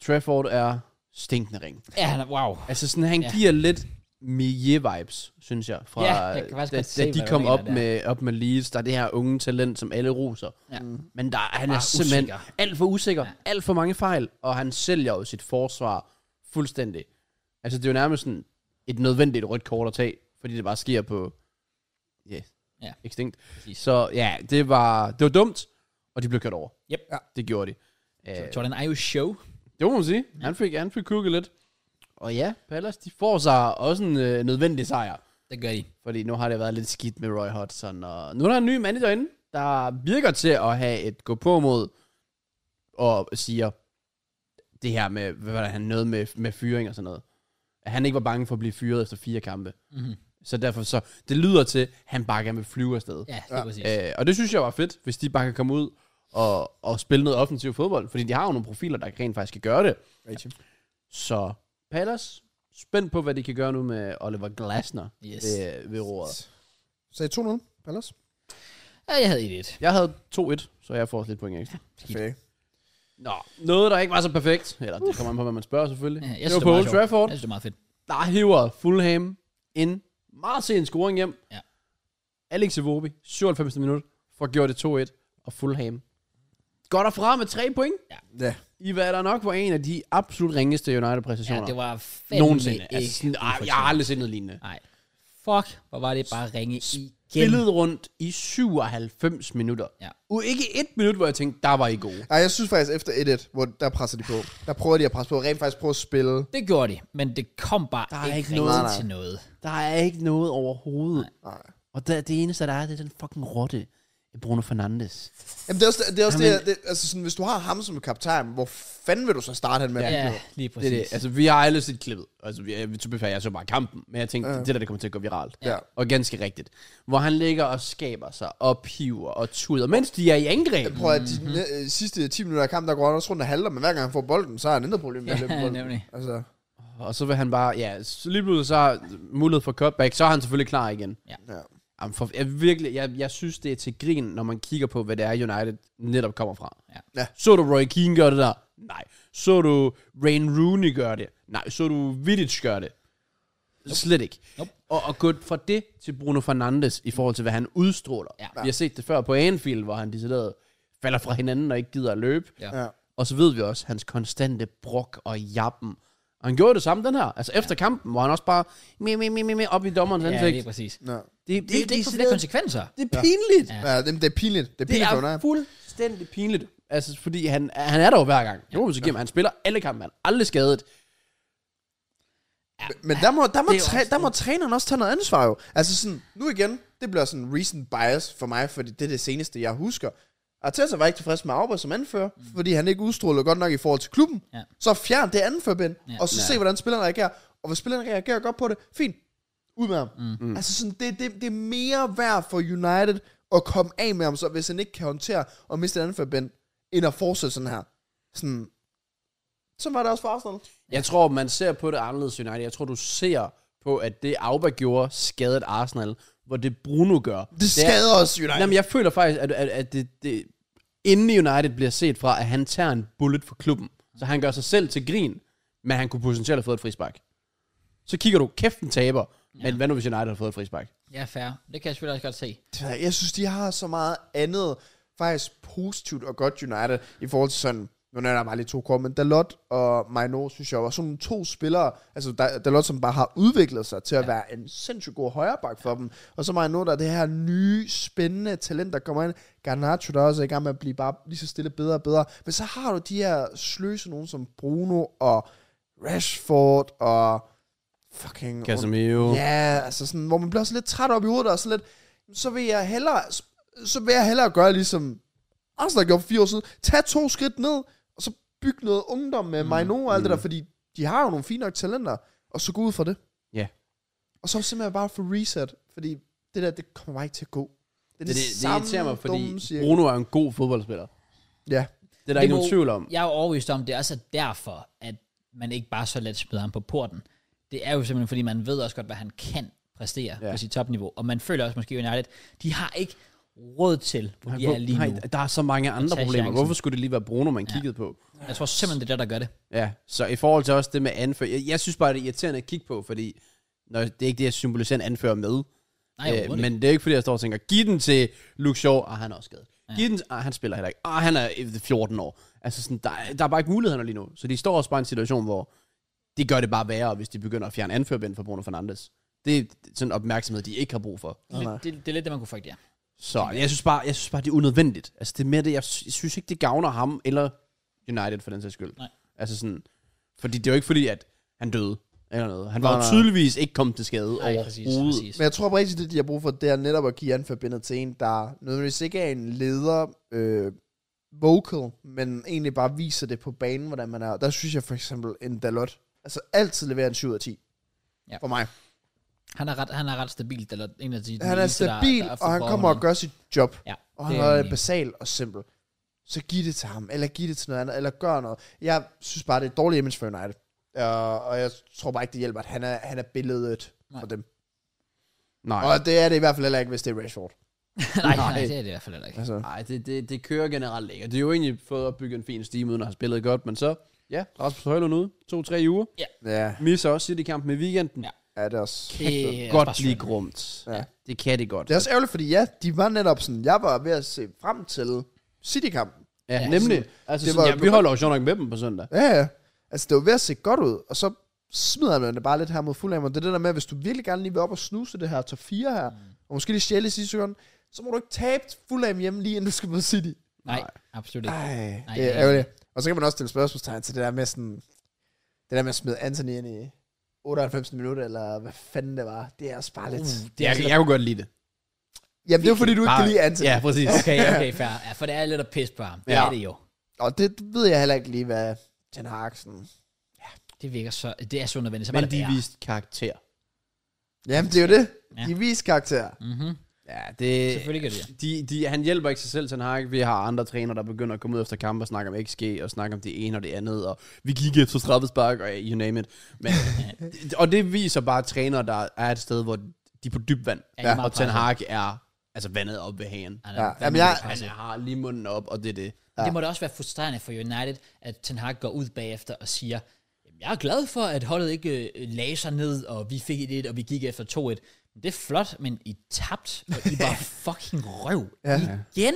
[SPEAKER 3] Trafford er stinkende ring.
[SPEAKER 1] Ja, han er, wow.
[SPEAKER 3] Altså sådan, han
[SPEAKER 1] Ja.
[SPEAKER 3] ja. giver lidt Mie-vibes, synes jeg. Fra,
[SPEAKER 1] Ja, jeg kan faktisk
[SPEAKER 3] da,
[SPEAKER 1] godt se,
[SPEAKER 3] da
[SPEAKER 1] hvad
[SPEAKER 3] de
[SPEAKER 1] du
[SPEAKER 3] kom
[SPEAKER 1] mener
[SPEAKER 3] op
[SPEAKER 1] der.
[SPEAKER 3] med, op med Leeds, der er det her unge talent, som alle roser.
[SPEAKER 1] Ja.
[SPEAKER 3] Men der, han er
[SPEAKER 1] Bare
[SPEAKER 3] simpelthen
[SPEAKER 1] usikker.
[SPEAKER 3] alt for usikker, ja. alt for mange fejl, og han sælger jo sit forsvar fuldstændig. Altså, det er jo nærmest sådan et nødvendigt rødt kort at tage, fordi det bare sker på yeah,
[SPEAKER 1] Ja.
[SPEAKER 3] extinct.
[SPEAKER 1] Præcis.
[SPEAKER 3] Så ja, det var, det var dumt, og de blev kørt over.
[SPEAKER 1] Yep. Ja.
[SPEAKER 3] Det gjorde de. Øh,
[SPEAKER 1] Jordan Ayew show.
[SPEAKER 3] det må man sige. Han fik, han fik kukket lidt. Og ja, Palace, de får sig også en øh, nødvendig sejr.
[SPEAKER 1] Det gør de.
[SPEAKER 3] Fordi nu har det været lidt skidt med Roy Hodgson, og nu er der en ny mand derinde, der virker til at have et gå på mod, og siger det her med, hvad var det, han nåede med, med fyring og sådan noget. At han ikke var bange for at blive fyret efter fire kampe.
[SPEAKER 1] Mhm.
[SPEAKER 3] Så derfor så, det lyder til, at han bare gerne vil flyve afsted.
[SPEAKER 1] Ja, det er
[SPEAKER 2] Ja.
[SPEAKER 1] præcis.
[SPEAKER 3] Øh, og det synes jeg var fedt, hvis de bare kan komme ud og, og spille noget offensiv fodbold, fordi de har jo nogle profiler, der rent faktisk kan gøre det.
[SPEAKER 2] Rigtigt.
[SPEAKER 3] Så Palace, spændt på, hvad de kan gøre nu med Oliver Glasner
[SPEAKER 1] Yes.
[SPEAKER 3] ved, ved roret.
[SPEAKER 2] Sagde 2-0, Palace?
[SPEAKER 1] Ja, jeg havde 1-1.
[SPEAKER 3] Jeg havde 2-1, så jeg får også lidt point ekstra.
[SPEAKER 2] Perfekt.
[SPEAKER 3] Nå, noget, der ikke var så perfekt. Eller det kommer an på, hvad man spørger selvfølgelig.
[SPEAKER 1] Ja, jeg
[SPEAKER 3] det
[SPEAKER 1] synes,
[SPEAKER 3] var
[SPEAKER 1] det
[SPEAKER 3] på
[SPEAKER 1] var
[SPEAKER 3] Old
[SPEAKER 1] meget
[SPEAKER 3] Trafford.
[SPEAKER 1] Jeg synes, det er meget fedt.
[SPEAKER 3] Der hiver Fulham en meget sen scoring hjem.
[SPEAKER 1] Ja.
[SPEAKER 3] Alex Iwobi, 97. minut, får gjort det 2-1. Og Fulham går derfra med 3 point.
[SPEAKER 2] Ja.
[SPEAKER 3] I hvad der nok var en af de absolut ringeste
[SPEAKER 1] Ja,
[SPEAKER 3] United-præstationer.
[SPEAKER 1] det var fandme
[SPEAKER 3] nogensinde.
[SPEAKER 1] ikke
[SPEAKER 3] Altså, sådan, ej,
[SPEAKER 1] ufortjent.
[SPEAKER 3] jeg har aldrig set noget lignende.
[SPEAKER 1] Nej. Fuck, hvor var det bare ringe igen.
[SPEAKER 3] Spillet rundt i 97 minutter.
[SPEAKER 1] Ja.
[SPEAKER 3] Og ikke et minut, hvor jeg tænkte, der var I gode.
[SPEAKER 2] Ej, jeg synes faktisk efter 1-1, hvor der presser de på. Der prøver de at presse på, rent faktisk prøve at spille.
[SPEAKER 1] Det gjorde de, men det kom bare
[SPEAKER 3] Der er
[SPEAKER 1] ikke,
[SPEAKER 3] ikke
[SPEAKER 1] rigtig
[SPEAKER 2] noget, nej.
[SPEAKER 1] til noget.
[SPEAKER 3] Der er ikke noget overhovedet.
[SPEAKER 2] Nej.
[SPEAKER 3] Og der, det eneste, der er, det er den fucking rotte, Bruno Fernandes.
[SPEAKER 2] Jamen, det er også det, det, er også
[SPEAKER 3] Jamen-
[SPEAKER 2] det, det altså sådan, hvis du har ham som kaptajn, hvor fanden vil du så starte han med?
[SPEAKER 1] Ja, lige
[SPEAKER 3] Det er
[SPEAKER 1] præcis.
[SPEAKER 3] det. Altså, vi har alle set klippet. Altså, vi, jeg, til jeg så bare kampen, men jeg tænkte, ja. det er det, der kommer til at gå viralt.
[SPEAKER 2] Ja.
[SPEAKER 3] Og ganske rigtigt. Hvor han ligger og skaber sig, og piver og tuder, mens de er i angreb.
[SPEAKER 2] Prøv at de øh, sidste 10 minutter af kampen, der går han også rundt og halter, men hver gang han får bolden, så har han intet problem med at løbe
[SPEAKER 1] Ja,
[SPEAKER 2] bolden.
[SPEAKER 1] nemlig.
[SPEAKER 2] Altså,
[SPEAKER 3] Og så vil han bare, ja, så lige pludselig så har mulighed for cutback, så er han selvfølgelig klar igen.
[SPEAKER 2] ja.
[SPEAKER 3] Jamen, for, jeg, virkelig, jeg, jeg synes, det er til grin, når man kigger på, hvad det er, United netop kommer fra.
[SPEAKER 1] Ja.
[SPEAKER 2] Ja.
[SPEAKER 3] Så du Roy Keane gøre det der? Nej. Så du Rain Rooney gøre det? Nej. Så du Vidic gøre det? Nope. Slet ikke.
[SPEAKER 1] Nope.
[SPEAKER 3] Og, og gå fra det til Bruno Fernandes i forhold til, hvad han udstråler.
[SPEAKER 1] Ja.
[SPEAKER 3] Vi har set det før på Anfield, hvor han decideret falder fra hinanden og ikke gider at løbe.
[SPEAKER 1] Ja.
[SPEAKER 2] ja.
[SPEAKER 3] Og så ved vi også hans konstante brok og jappen. Og han gjorde det samme den her. Altså efter kampen, hvor han også bare me, me, me, me, me, op i dommerens
[SPEAKER 1] Ja,
[SPEAKER 3] ansigt.
[SPEAKER 1] lige præcis.
[SPEAKER 2] ja.
[SPEAKER 3] det, det,
[SPEAKER 1] Det, det, det er ikke for flere konsekvenser.
[SPEAKER 3] det er pinligt.
[SPEAKER 1] Ja.
[SPEAKER 2] ja. ja det, det er pinligt. Det er
[SPEAKER 3] Det
[SPEAKER 2] pinligt for
[SPEAKER 3] er
[SPEAKER 2] United.
[SPEAKER 3] fuldstændig pinligt. Altså, fordi han, han er der jo hver gang. Ja. Jo, så giver han spiller alle kampe, han er aldrig skadet.
[SPEAKER 2] Men der må, der, må
[SPEAKER 1] Det er jo
[SPEAKER 2] træ,
[SPEAKER 1] også
[SPEAKER 2] der må træneren også tage noget ansvar jo. Altså sådan, nu igen, det bliver sådan recent bias for mig, fordi det er det seneste, jeg husker. Arteta var ikke tilfreds med Auber som anfører, mm. fordi han ikke udstrålede godt nok i forhold til klubben.
[SPEAKER 1] Ja.
[SPEAKER 2] Så fjern det anførbind,
[SPEAKER 1] Ja.
[SPEAKER 2] ja. og så se, hvordan spilleren reagerer. Og hvis spilleren reagerer godt på det, fint, ud med ham. Mm. Altså sådan, det, det, det er mere værd for United at komme af med ham, så hvis han ikke kan håndtere og miste et anførbind, end at fortsætte sådan her. Sådan, så var det også for Arsenal.
[SPEAKER 3] Jeg tror, man ser på det anderledes United. Jeg tror, du ser på, at det Auba gjorde skadede Arsenal, hvor det Bruno gør.
[SPEAKER 2] Det skader os, United.
[SPEAKER 3] Jamen, jeg føler faktisk, at, at, at det, det, inden United bliver set fra, at han tager en bullet for klubben. Så han gør sig selv til grin. men han kunne potentielt have fået et frispark. Så kigger du, kæft en taber, ja. men hvad nu hvis United har fået et frispark?
[SPEAKER 1] Ja, fair. Det kan jeg selvfølgelig også godt se.
[SPEAKER 2] Det ved jeg ikke. Jeg synes, de har så meget andet, faktisk positivt og godt United, i forhold til sådan, nu er der bare lige to kort, men Dalot og Maino, synes jeg, var sådan nogle to spillere, altså Da- Dalot, som bare har udviklet sig til at være en sindssygt god højreback for dem, og så Maino, der er det her nye, spændende talent, der kommer ind, Garnacho, der også er i gang med at blive bare lige så stille bedre og bedre, men så har du de her sløse nogen som Bruno og Rashford og fucking
[SPEAKER 3] Casemiro.
[SPEAKER 2] Ja, altså sådan, hvor man bliver også lidt træt op i hovedet, og sådan lidt, så vil jeg hellere, så vil jeg hellere gøre ligesom Arsenal gjorde for fire år siden. Tag to skridt ned, og så byg noget ungdom med mm. Maino og alt det der, fordi de har jo nogle fine nok talenter, og så gå ud fra det.
[SPEAKER 3] Ja.
[SPEAKER 2] Og så simpelthen bare for reset, fordi det der, det kommer bare ikke til at gå. Det, er
[SPEAKER 3] Det, det, det
[SPEAKER 2] samme
[SPEAKER 3] irriterer mig, fordi
[SPEAKER 2] dumme cirkel.
[SPEAKER 3] Bruno er en god fodboldspiller.
[SPEAKER 2] Ja,
[SPEAKER 3] Det er der
[SPEAKER 1] Det
[SPEAKER 3] ikke
[SPEAKER 1] må-
[SPEAKER 3] nogen tvivl om.
[SPEAKER 1] Jeg er jo overbevist om, det er også derfor, at man ikke bare så let smider ham på porten. Det er jo simpelthen, fordi man ved også godt, hvad han kan præstere ja.
[SPEAKER 3] Ja.
[SPEAKER 1] på sit topniveau. Og man føler også måske, at United, de har ikke råd til, hvor de er lige nu.
[SPEAKER 3] der er så mange andre
[SPEAKER 1] tage
[SPEAKER 3] problemer.
[SPEAKER 1] chancen.
[SPEAKER 3] Hvorfor skulle det lige være Bruno, man ja. kiggede på?
[SPEAKER 1] Jeg tror simpelthen, det er der, der gør det.
[SPEAKER 3] Ja, så i forhold til også det med anfører, jeg, jeg synes bare, det er irriterende at kigge på, fordi når, det er ikke det, jeg symboliserer en anfører med. Øh,
[SPEAKER 1] Nej, overhovedet
[SPEAKER 3] men det er ikke, fordi jeg står og tænker, giv den til Luke Shaw, og han er også skadet. Ja. Giv den, ah, han spiller heller ikke. Ah, han er øh, 14 år. Altså sådan, der, er- der er bare ikke muligheder lige nu. Så de står også bare i en situation, hvor det gør det bare værre, hvis de begynder at fjerne anførbind fra Bruno Fernandes. Det er sådan en opmærksomhed, de ikke har brug for.
[SPEAKER 1] Lidt- Det, det, er lidt det, man kunne frygte, ja.
[SPEAKER 3] Så jeg synes bare, jeg synes bare det er unødvendigt. Altså det er mere det, jeg, sy- jeg synes ikke, det gavner ham eller United for den sags skyld.
[SPEAKER 1] Nej.
[SPEAKER 3] Altså sådan, fordi det er jo ikke fordi, at han døde eller noget. Han var
[SPEAKER 2] Nej,
[SPEAKER 3] jo
[SPEAKER 2] nej.
[SPEAKER 3] tydeligvis ikke kommet til skade
[SPEAKER 1] Nej, præcis,
[SPEAKER 3] overhovedet.
[SPEAKER 1] præcis.
[SPEAKER 2] Men jeg tror præcis, det de har brug for, det er netop at give anforbindet til en, der nødvendigvis ikke er en leder øh, vocal, men egentlig bare viser det på banen, hvordan man er. Og Der synes jeg for eksempel en Dalot, altså altid leverer en 7 ud af 10.
[SPEAKER 1] Ja.
[SPEAKER 2] For mig.
[SPEAKER 1] Han er ret, han er ret stabil. Eller en af de,
[SPEAKER 2] Han
[SPEAKER 1] de
[SPEAKER 2] er
[SPEAKER 1] eneste, der-
[SPEAKER 2] stabil,
[SPEAKER 1] der er
[SPEAKER 2] og han
[SPEAKER 1] for
[SPEAKER 2] kommer og
[SPEAKER 1] ham.
[SPEAKER 2] gør sit job.
[SPEAKER 1] Ja,
[SPEAKER 2] Og han
[SPEAKER 1] det
[SPEAKER 2] er
[SPEAKER 1] enig i.
[SPEAKER 2] basal og simpel. Så giv det til ham, eller giv det til noget andet, eller gør noget. Jeg synes bare, det er et dårligt image for United. Uh, og jeg tror bare ikke, det hjælper, at han er, han er billedet
[SPEAKER 1] Nej.
[SPEAKER 2] for dem.
[SPEAKER 3] Nej.
[SPEAKER 2] Og det er det i hvert fald heller ikke, hvis det er Rashford.
[SPEAKER 1] nej, nej,
[SPEAKER 3] Nej.
[SPEAKER 1] det er det i hvert fald heller ikke.
[SPEAKER 2] Altså.
[SPEAKER 3] Nej, det, det, det kører generelt ikke. Og det er jo egentlig fået at bygge en fin stime, uden at have spillet godt, men så, ja, Rasmus Højlund ude, to-tre uger.
[SPEAKER 2] Ja,
[SPEAKER 3] Misser også City-kampen i weekenden.
[SPEAKER 1] Ja.
[SPEAKER 3] Ja.
[SPEAKER 2] er det er også...
[SPEAKER 1] Det er bare
[SPEAKER 3] Godt
[SPEAKER 1] synd.
[SPEAKER 3] lige grumt.
[SPEAKER 2] Ja.
[SPEAKER 3] Ja. Det kan det godt.
[SPEAKER 2] Det er også ærgerligt, fordi ja, de var netop sådan, jeg var ved at se frem til City-kampen.
[SPEAKER 3] Ja,
[SPEAKER 1] Ja,
[SPEAKER 3] nemlig. Altså,
[SPEAKER 2] det
[SPEAKER 3] sådan,
[SPEAKER 2] var-
[SPEAKER 3] ja, vi holder jo sjovt nok med dem på søndag.
[SPEAKER 2] Ja, ja. Altså, det var ved at se godt ud, og så smider man det bare lidt her mod Fulham, og det er det der med, at hvis du virkelig gerne lige vil op og snuse det her top 4 her, mm. og måske lige sjæle i sidste sekund, så må du ikke tabe Fulham hjemme lige inden du skal mod City.
[SPEAKER 1] Nej, absolut
[SPEAKER 2] Ah,
[SPEAKER 1] ikke.
[SPEAKER 2] Ej,
[SPEAKER 1] Nej,
[SPEAKER 2] det
[SPEAKER 1] det er
[SPEAKER 2] er ærgerligt. Og så kan man også stille spørgsmålstegn til det der med sådan, det der med at smide Anthony ind i 98 minutter, eller hvad fanden det var. Det er også bare lidt...
[SPEAKER 1] Uh, det
[SPEAKER 3] Jeg,
[SPEAKER 1] er
[SPEAKER 3] jeg, jeg kunne godt lide det.
[SPEAKER 2] Jamen, det er jo fordi, du ikke kan
[SPEAKER 3] Bare-
[SPEAKER 2] lide Anthony.
[SPEAKER 3] Ja, præcis.
[SPEAKER 1] Okay, okay, fair. Ja, for det er lidt at pisse på ham. Det
[SPEAKER 3] Ja.
[SPEAKER 1] er det jo.
[SPEAKER 2] Og det ved jeg heller ikke lige, hvad Ten Hag sådan...
[SPEAKER 1] Det virker så... Det er så nødvendigt. Så
[SPEAKER 3] Men
[SPEAKER 1] meget
[SPEAKER 3] de
[SPEAKER 1] det er.
[SPEAKER 3] viste karakter.
[SPEAKER 2] Jamen, det er jo det.
[SPEAKER 1] Ja.
[SPEAKER 2] Ja. De vis karakter.
[SPEAKER 1] Mhm.
[SPEAKER 3] Ja, det...
[SPEAKER 1] Selvfølgelig gør det det.
[SPEAKER 3] De, de, han hjælper ikke sig selv, Ten Hag. Vi har andre trænere, der begynder at komme ud efter kampe og snakke om XG, og snakke om det ene og det andet, og vi gik efter straffespark, og you name it. Men, og det viser bare trænere, der er et sted, hvor de er på dyb vand.
[SPEAKER 1] Ja, de er meget
[SPEAKER 3] og Ten
[SPEAKER 1] presset.
[SPEAKER 3] Hag er altså vandet op ved hagen.
[SPEAKER 1] Han
[SPEAKER 2] Ja,
[SPEAKER 1] er
[SPEAKER 2] jamen, jeg-
[SPEAKER 1] vanvittigt
[SPEAKER 3] Han
[SPEAKER 1] presset.
[SPEAKER 3] har lige munden op, og det er det.
[SPEAKER 1] Men Det må da også være frustrerende for United, at Ten Hag går ud bagefter og siger, "Jamen, jeg er glad for, at holdet ikke øh, lagde sig ned, og vi fik et, og vi gik efter 2-1. Men Det er flot, men I tabt, og I var fucking røv. Ja. Igen?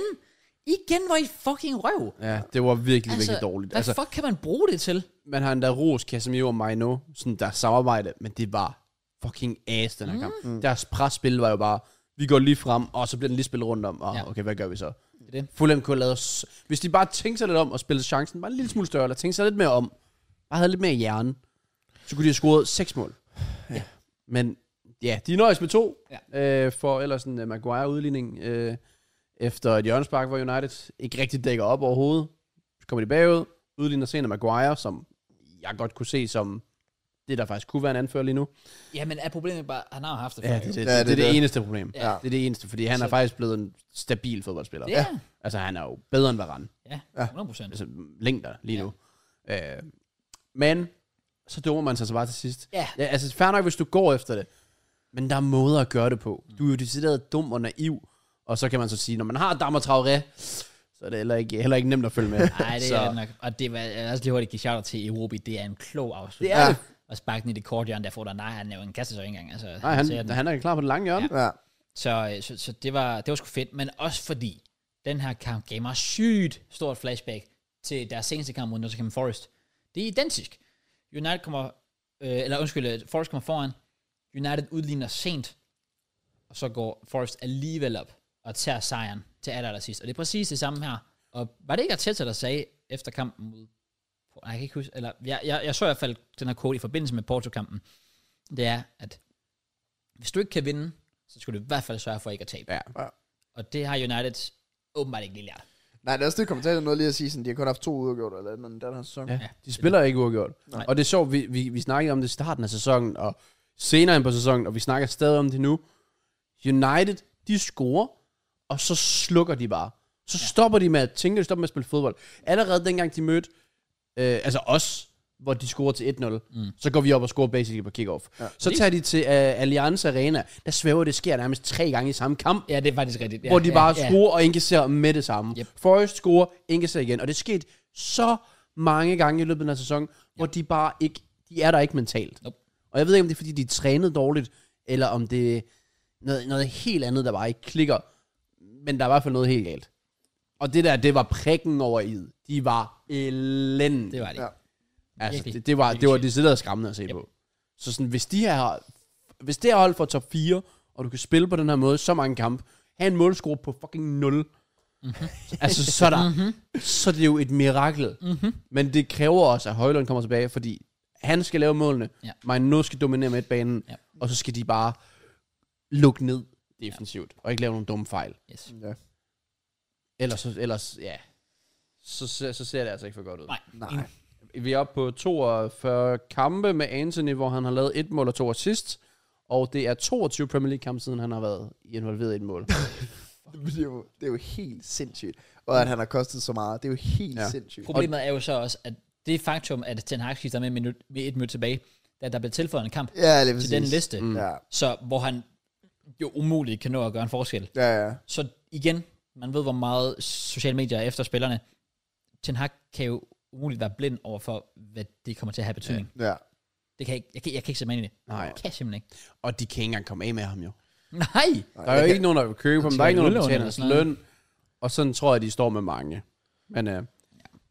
[SPEAKER 1] Igen var I fucking røv.
[SPEAKER 3] Ja, det var virkelig, altså, virkelig dårligt.
[SPEAKER 1] hvad altså, fuck kan man bruge det til?
[SPEAKER 3] man har endda ros Casemiro og Maino, sådan der samarbejde, men det var fucking ass den her mm. kamp. Deres presspil var jo bare, vi går lige frem, og så bliver den lige spillet rundt om, og
[SPEAKER 1] Ja.
[SPEAKER 3] ja. okay, hvad gør vi så?
[SPEAKER 1] Det er det.
[SPEAKER 3] Fulham kunne have lavet, s- hvis de bare tænkte sig lidt om, og spillede chancen bare en lille smule større, eller tænkte sig lidt mere om, bare havde lidt mere hjerne, så kunne de have scoret seks mål.
[SPEAKER 1] Ja.
[SPEAKER 3] Men ja, de nøjes med to, ja. øh, for ellers en uh, Maguire-udligning, øh, efter et hjørnespark, hvor United ikke rigtig dækker op overhovedet. Så kommer de bagud, udligner senere Maguire, som jeg godt kunne se som det, der faktisk kunne være en anfører lige nu.
[SPEAKER 1] Ja, men er problemet bare, han har jo haft det før.
[SPEAKER 3] Ja, det,
[SPEAKER 1] jo.
[SPEAKER 3] det, det,
[SPEAKER 2] Ja,
[SPEAKER 3] det, det er
[SPEAKER 2] det er
[SPEAKER 3] det
[SPEAKER 2] det.
[SPEAKER 3] eneste problem.
[SPEAKER 1] Ja.
[SPEAKER 3] Ja. Det er det eneste, fordi han
[SPEAKER 1] Så-
[SPEAKER 3] er faktisk blevet en stabil fodboldspiller.
[SPEAKER 1] Ja,
[SPEAKER 3] Altså, han er jo bedre, end Varane.
[SPEAKER 1] ja,
[SPEAKER 2] Ja.
[SPEAKER 1] 100 procent.
[SPEAKER 3] Altså, længder lige nu. Øh, men, så dummer man sig så bare til sidst.
[SPEAKER 1] Ja.
[SPEAKER 3] ja altså, fair nok, hvis du går efter det. Men der er måder
[SPEAKER 1] Mm.
[SPEAKER 3] at gøre det på. Du er jo decideret dum og naiv. Og så kan man så sige, når man har Dam og Traoré, så er det heller ikke, heller ikke nemt at følge med.
[SPEAKER 1] Nej, det
[SPEAKER 3] så,
[SPEAKER 1] er det nok. Og det var, jeg vil også lige hurtigt give shout til Eurobi. Det er en klog afslutning.
[SPEAKER 3] Det er
[SPEAKER 2] Ja.
[SPEAKER 3] det.
[SPEAKER 1] Og sparke den i det korte hjørne, der får der nej, han er jo en kasse så ikke engang. Altså,
[SPEAKER 3] Nej,
[SPEAKER 1] ser
[SPEAKER 3] han,
[SPEAKER 1] den.
[SPEAKER 3] han er klar på det lange hjørne.
[SPEAKER 2] Ja.
[SPEAKER 1] Så, øh, så, så det, var, det var sgu fedt, men også fordi den her kamp gav mig sygt stort flashback til deres seneste kamp mod Nottingham Forest. Det er identisk. United kommer, øh, eller undskyld, øh, Forest kommer foran, United udligner sent, og så går Forest alligevel op og tager sejren til aller, aller sidst. Og det er præcis det samme her. Og var det ikke Arteta, der sagde efter kampen mod... Nej, jeg kan ikke huske, eller jeg, jeg, jeg så i hvert fald den her quote i forbindelse med Porto-kampen. Det er, at hvis du ikke kan vinde, så skulle du i hvert fald sørge for ikke at tabe.
[SPEAKER 3] Ja.
[SPEAKER 2] Ja.
[SPEAKER 1] Og det har United åbenbart ikke lige lært.
[SPEAKER 2] Nej, det er også det kommentator noget lige at sige, sådan, de har kun haft to udgjort eller andet, men den her sæson.
[SPEAKER 3] Ja. De spiller ikke uafgjort.
[SPEAKER 1] Nej.
[SPEAKER 3] Og det er sjovt, vi, vi, vi snakkede om det i starten af sæsonen, og senere ind på sæsonen, og vi snakker stadig om det nu. United, de scorer, og så slukker de bare. Så stopper de med at tænke, de stopper med at spille fodbold. Allerede dengang de mødte, øh, altså os, hvor de scorer til 1-0, mm. så går vi op og scorer basically på kickoff. Ja. Så tager de til øh, Allianz Arena, der svæver det sker nærmest tre gange i samme kamp
[SPEAKER 1] Ja, det er faktisk rigtigt. Ja,
[SPEAKER 3] ja, hvor de
[SPEAKER 1] ja,
[SPEAKER 3] bare
[SPEAKER 1] ja.
[SPEAKER 3] scorer og indkasserer med det samme.
[SPEAKER 1] Yep.
[SPEAKER 3] Yep. Forrest scorer, indkasserer igen. Og det er sket så mange gange i løbet af den her sæson, hvor de bare ikke, de er der ikke mentalt.
[SPEAKER 1] Nope.
[SPEAKER 3] Og jeg ved ikke, om det er, fordi de er trænet dårligt, eller om det er noget, noget helt andet, der bare ikke klikker. Men der er i hvert fald noget helt galt. Og det der, det var prikken over i. De var elendige.
[SPEAKER 1] Det var det.
[SPEAKER 2] Ja.
[SPEAKER 1] Ja.
[SPEAKER 3] Altså,
[SPEAKER 1] Virkelig.
[SPEAKER 3] det, det var,
[SPEAKER 1] Virkelig
[SPEAKER 3] det var
[SPEAKER 1] shit.
[SPEAKER 3] decideret skræmmende at se yep. på. Så sådan, hvis de her, hvis det her hold for top 4, og du kan spille på den her måde så mange kampe, have en målscore på fucking 0, mm-hmm. altså så er, der, mm-hmm. så er det jo et mirakel. Mm-hmm. Men det kræver også, at Højlund kommer tilbage, fordi han skal lave målene,
[SPEAKER 1] Ja.
[SPEAKER 3] ja. Magnus skal dominere midtbanen,
[SPEAKER 1] Ja.
[SPEAKER 3] ja. og så skal de bare lukke ned defensivt, og ikke lave nogle dumme fejl.
[SPEAKER 1] Yes.
[SPEAKER 2] ja.
[SPEAKER 3] Ellers, så- ellers ja, så, så, så ser det altså ikke for godt ud.
[SPEAKER 1] Nej.
[SPEAKER 2] Nej.
[SPEAKER 3] Vi er oppe på 42 kampe med Anthony, hvor han har lavet et mål og to assist. Og det er 22 Premier League-kampe, siden han har været involveret i et mål.
[SPEAKER 2] Det, er jo, det er jo helt sindssygt. Og at han har kostet så meget, det er jo helt ja.
[SPEAKER 3] Ja.
[SPEAKER 2] sindssygt.
[SPEAKER 1] Problemet er jo så også, at det faktum, at Ten Hag skifter med, minut, med et minut tilbage, da der blev tilføjet en kamp
[SPEAKER 2] Ja, det er
[SPEAKER 1] til den liste, mm.
[SPEAKER 2] Ja.
[SPEAKER 1] så hvor han jo umuligt kan nå at gøre en forskel.
[SPEAKER 2] Ja, ja.
[SPEAKER 1] Så igen, man ved, hvor meget sociale medier er efter spillerne. Ten Hag kan jo umuligt være blind over for, hvad det kommer til at have betydning. Ja.
[SPEAKER 2] ja.
[SPEAKER 1] Det kan jeg, ikke- jeg, kan, jeg kan ikke se mig ind i det.
[SPEAKER 3] Nej.
[SPEAKER 1] Jeg kan simpelthen ikke.
[SPEAKER 3] Og de kan ikke engang komme af med ham jo.
[SPEAKER 1] Nej!
[SPEAKER 3] Der er jo
[SPEAKER 2] jeg
[SPEAKER 3] ikke nogen, der vil købe ham. Der er ikke nogen, der
[SPEAKER 1] udlån
[SPEAKER 3] betaler
[SPEAKER 1] eller
[SPEAKER 3] hans
[SPEAKER 1] sådan noget.
[SPEAKER 3] løn. Og sådan tror jeg, de står med mange. Men øh,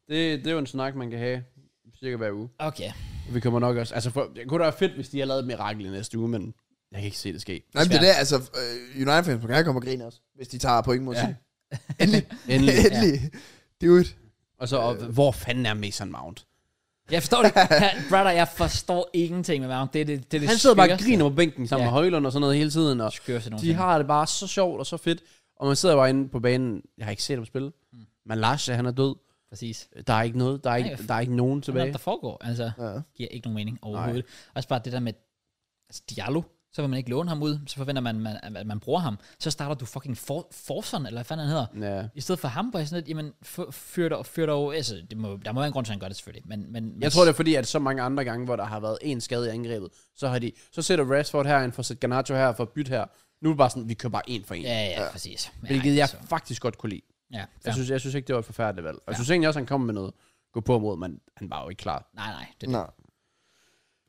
[SPEAKER 3] det, det er jo en snak, man kan have cirka hver uge.
[SPEAKER 1] Okay.
[SPEAKER 3] Vi kommer nok også... Altså, for, det kunne da være fedt, hvis de har lavet et mirakel i næste uge, men jeg kan ikke se det ske.
[SPEAKER 2] Nej, men det der, altså, øh, United-fans på kan komme og grine også, hvis de tager point mod ja.
[SPEAKER 3] Ja.
[SPEAKER 2] sig.
[SPEAKER 1] Mm,
[SPEAKER 2] Endelig.
[SPEAKER 3] Endelig.
[SPEAKER 2] Endelig. Dude.
[SPEAKER 3] Og så, og, hvor fanden er Mason Mount?
[SPEAKER 1] Jeg forstår det. Jeg, brother, jeg forstår ingenting med Mount. Det er det, det, er det
[SPEAKER 3] Han sidder bare og
[SPEAKER 1] skøreste-
[SPEAKER 3] griner på bænken sammen
[SPEAKER 1] Ja.
[SPEAKER 3] med Højlund og sådan noget hele tiden. Og,
[SPEAKER 1] skøreste
[SPEAKER 3] De
[SPEAKER 1] nogensinde.
[SPEAKER 3] har det bare så sjovt og så fedt. Og man sidder bare inde på banen. Jeg har ikke set ham spille. Mm. Malasha, han er død.
[SPEAKER 1] Præcis.
[SPEAKER 3] Der er ikke noget. Der er ikke,
[SPEAKER 1] Nej,
[SPEAKER 3] der er ikke nogen
[SPEAKER 1] Hvad er det,
[SPEAKER 3] tilbage.
[SPEAKER 1] der foregår? Altså,
[SPEAKER 2] Ja.
[SPEAKER 1] giver ikke nogen mening overhovedet. Nej. Også bare det der med altså, Diallo, så vil man ikke låne ham ud, så forventer man, man at man bruger ham. Så starter du fucking for, Forson, eller hvad fanden han hedder.
[SPEAKER 3] Ja.
[SPEAKER 1] I stedet for ham, hvor jeg sådan lidt, jamen, f- fyr dig, fyr dig over. Altså, det må, der må være en grund til, at han gør det selvfølgelig. Men, men,
[SPEAKER 3] Jeg tror, det er fordi, at så mange andre gange, hvor der har været en skade i angrebet, så har de, så sætter Rashford herind, for sætter Garnacho her, for byt her. Nu er det bare sådan, vi kører bare en for en. Ja,
[SPEAKER 1] Ja, ja, præcis. Men
[SPEAKER 3] hvilket
[SPEAKER 1] ej,
[SPEAKER 3] jeg
[SPEAKER 1] altså,
[SPEAKER 3] faktisk godt kunne lide.
[SPEAKER 1] Ja,
[SPEAKER 3] Jeg
[SPEAKER 1] fair.
[SPEAKER 3] synes, jeg synes ikke, det var et forfærdeligt valg. Og jeg synes egentlig også, han kom med noget gå på mod, men han var jo ikke klar.
[SPEAKER 1] Nej, nej. Det,
[SPEAKER 2] Nå.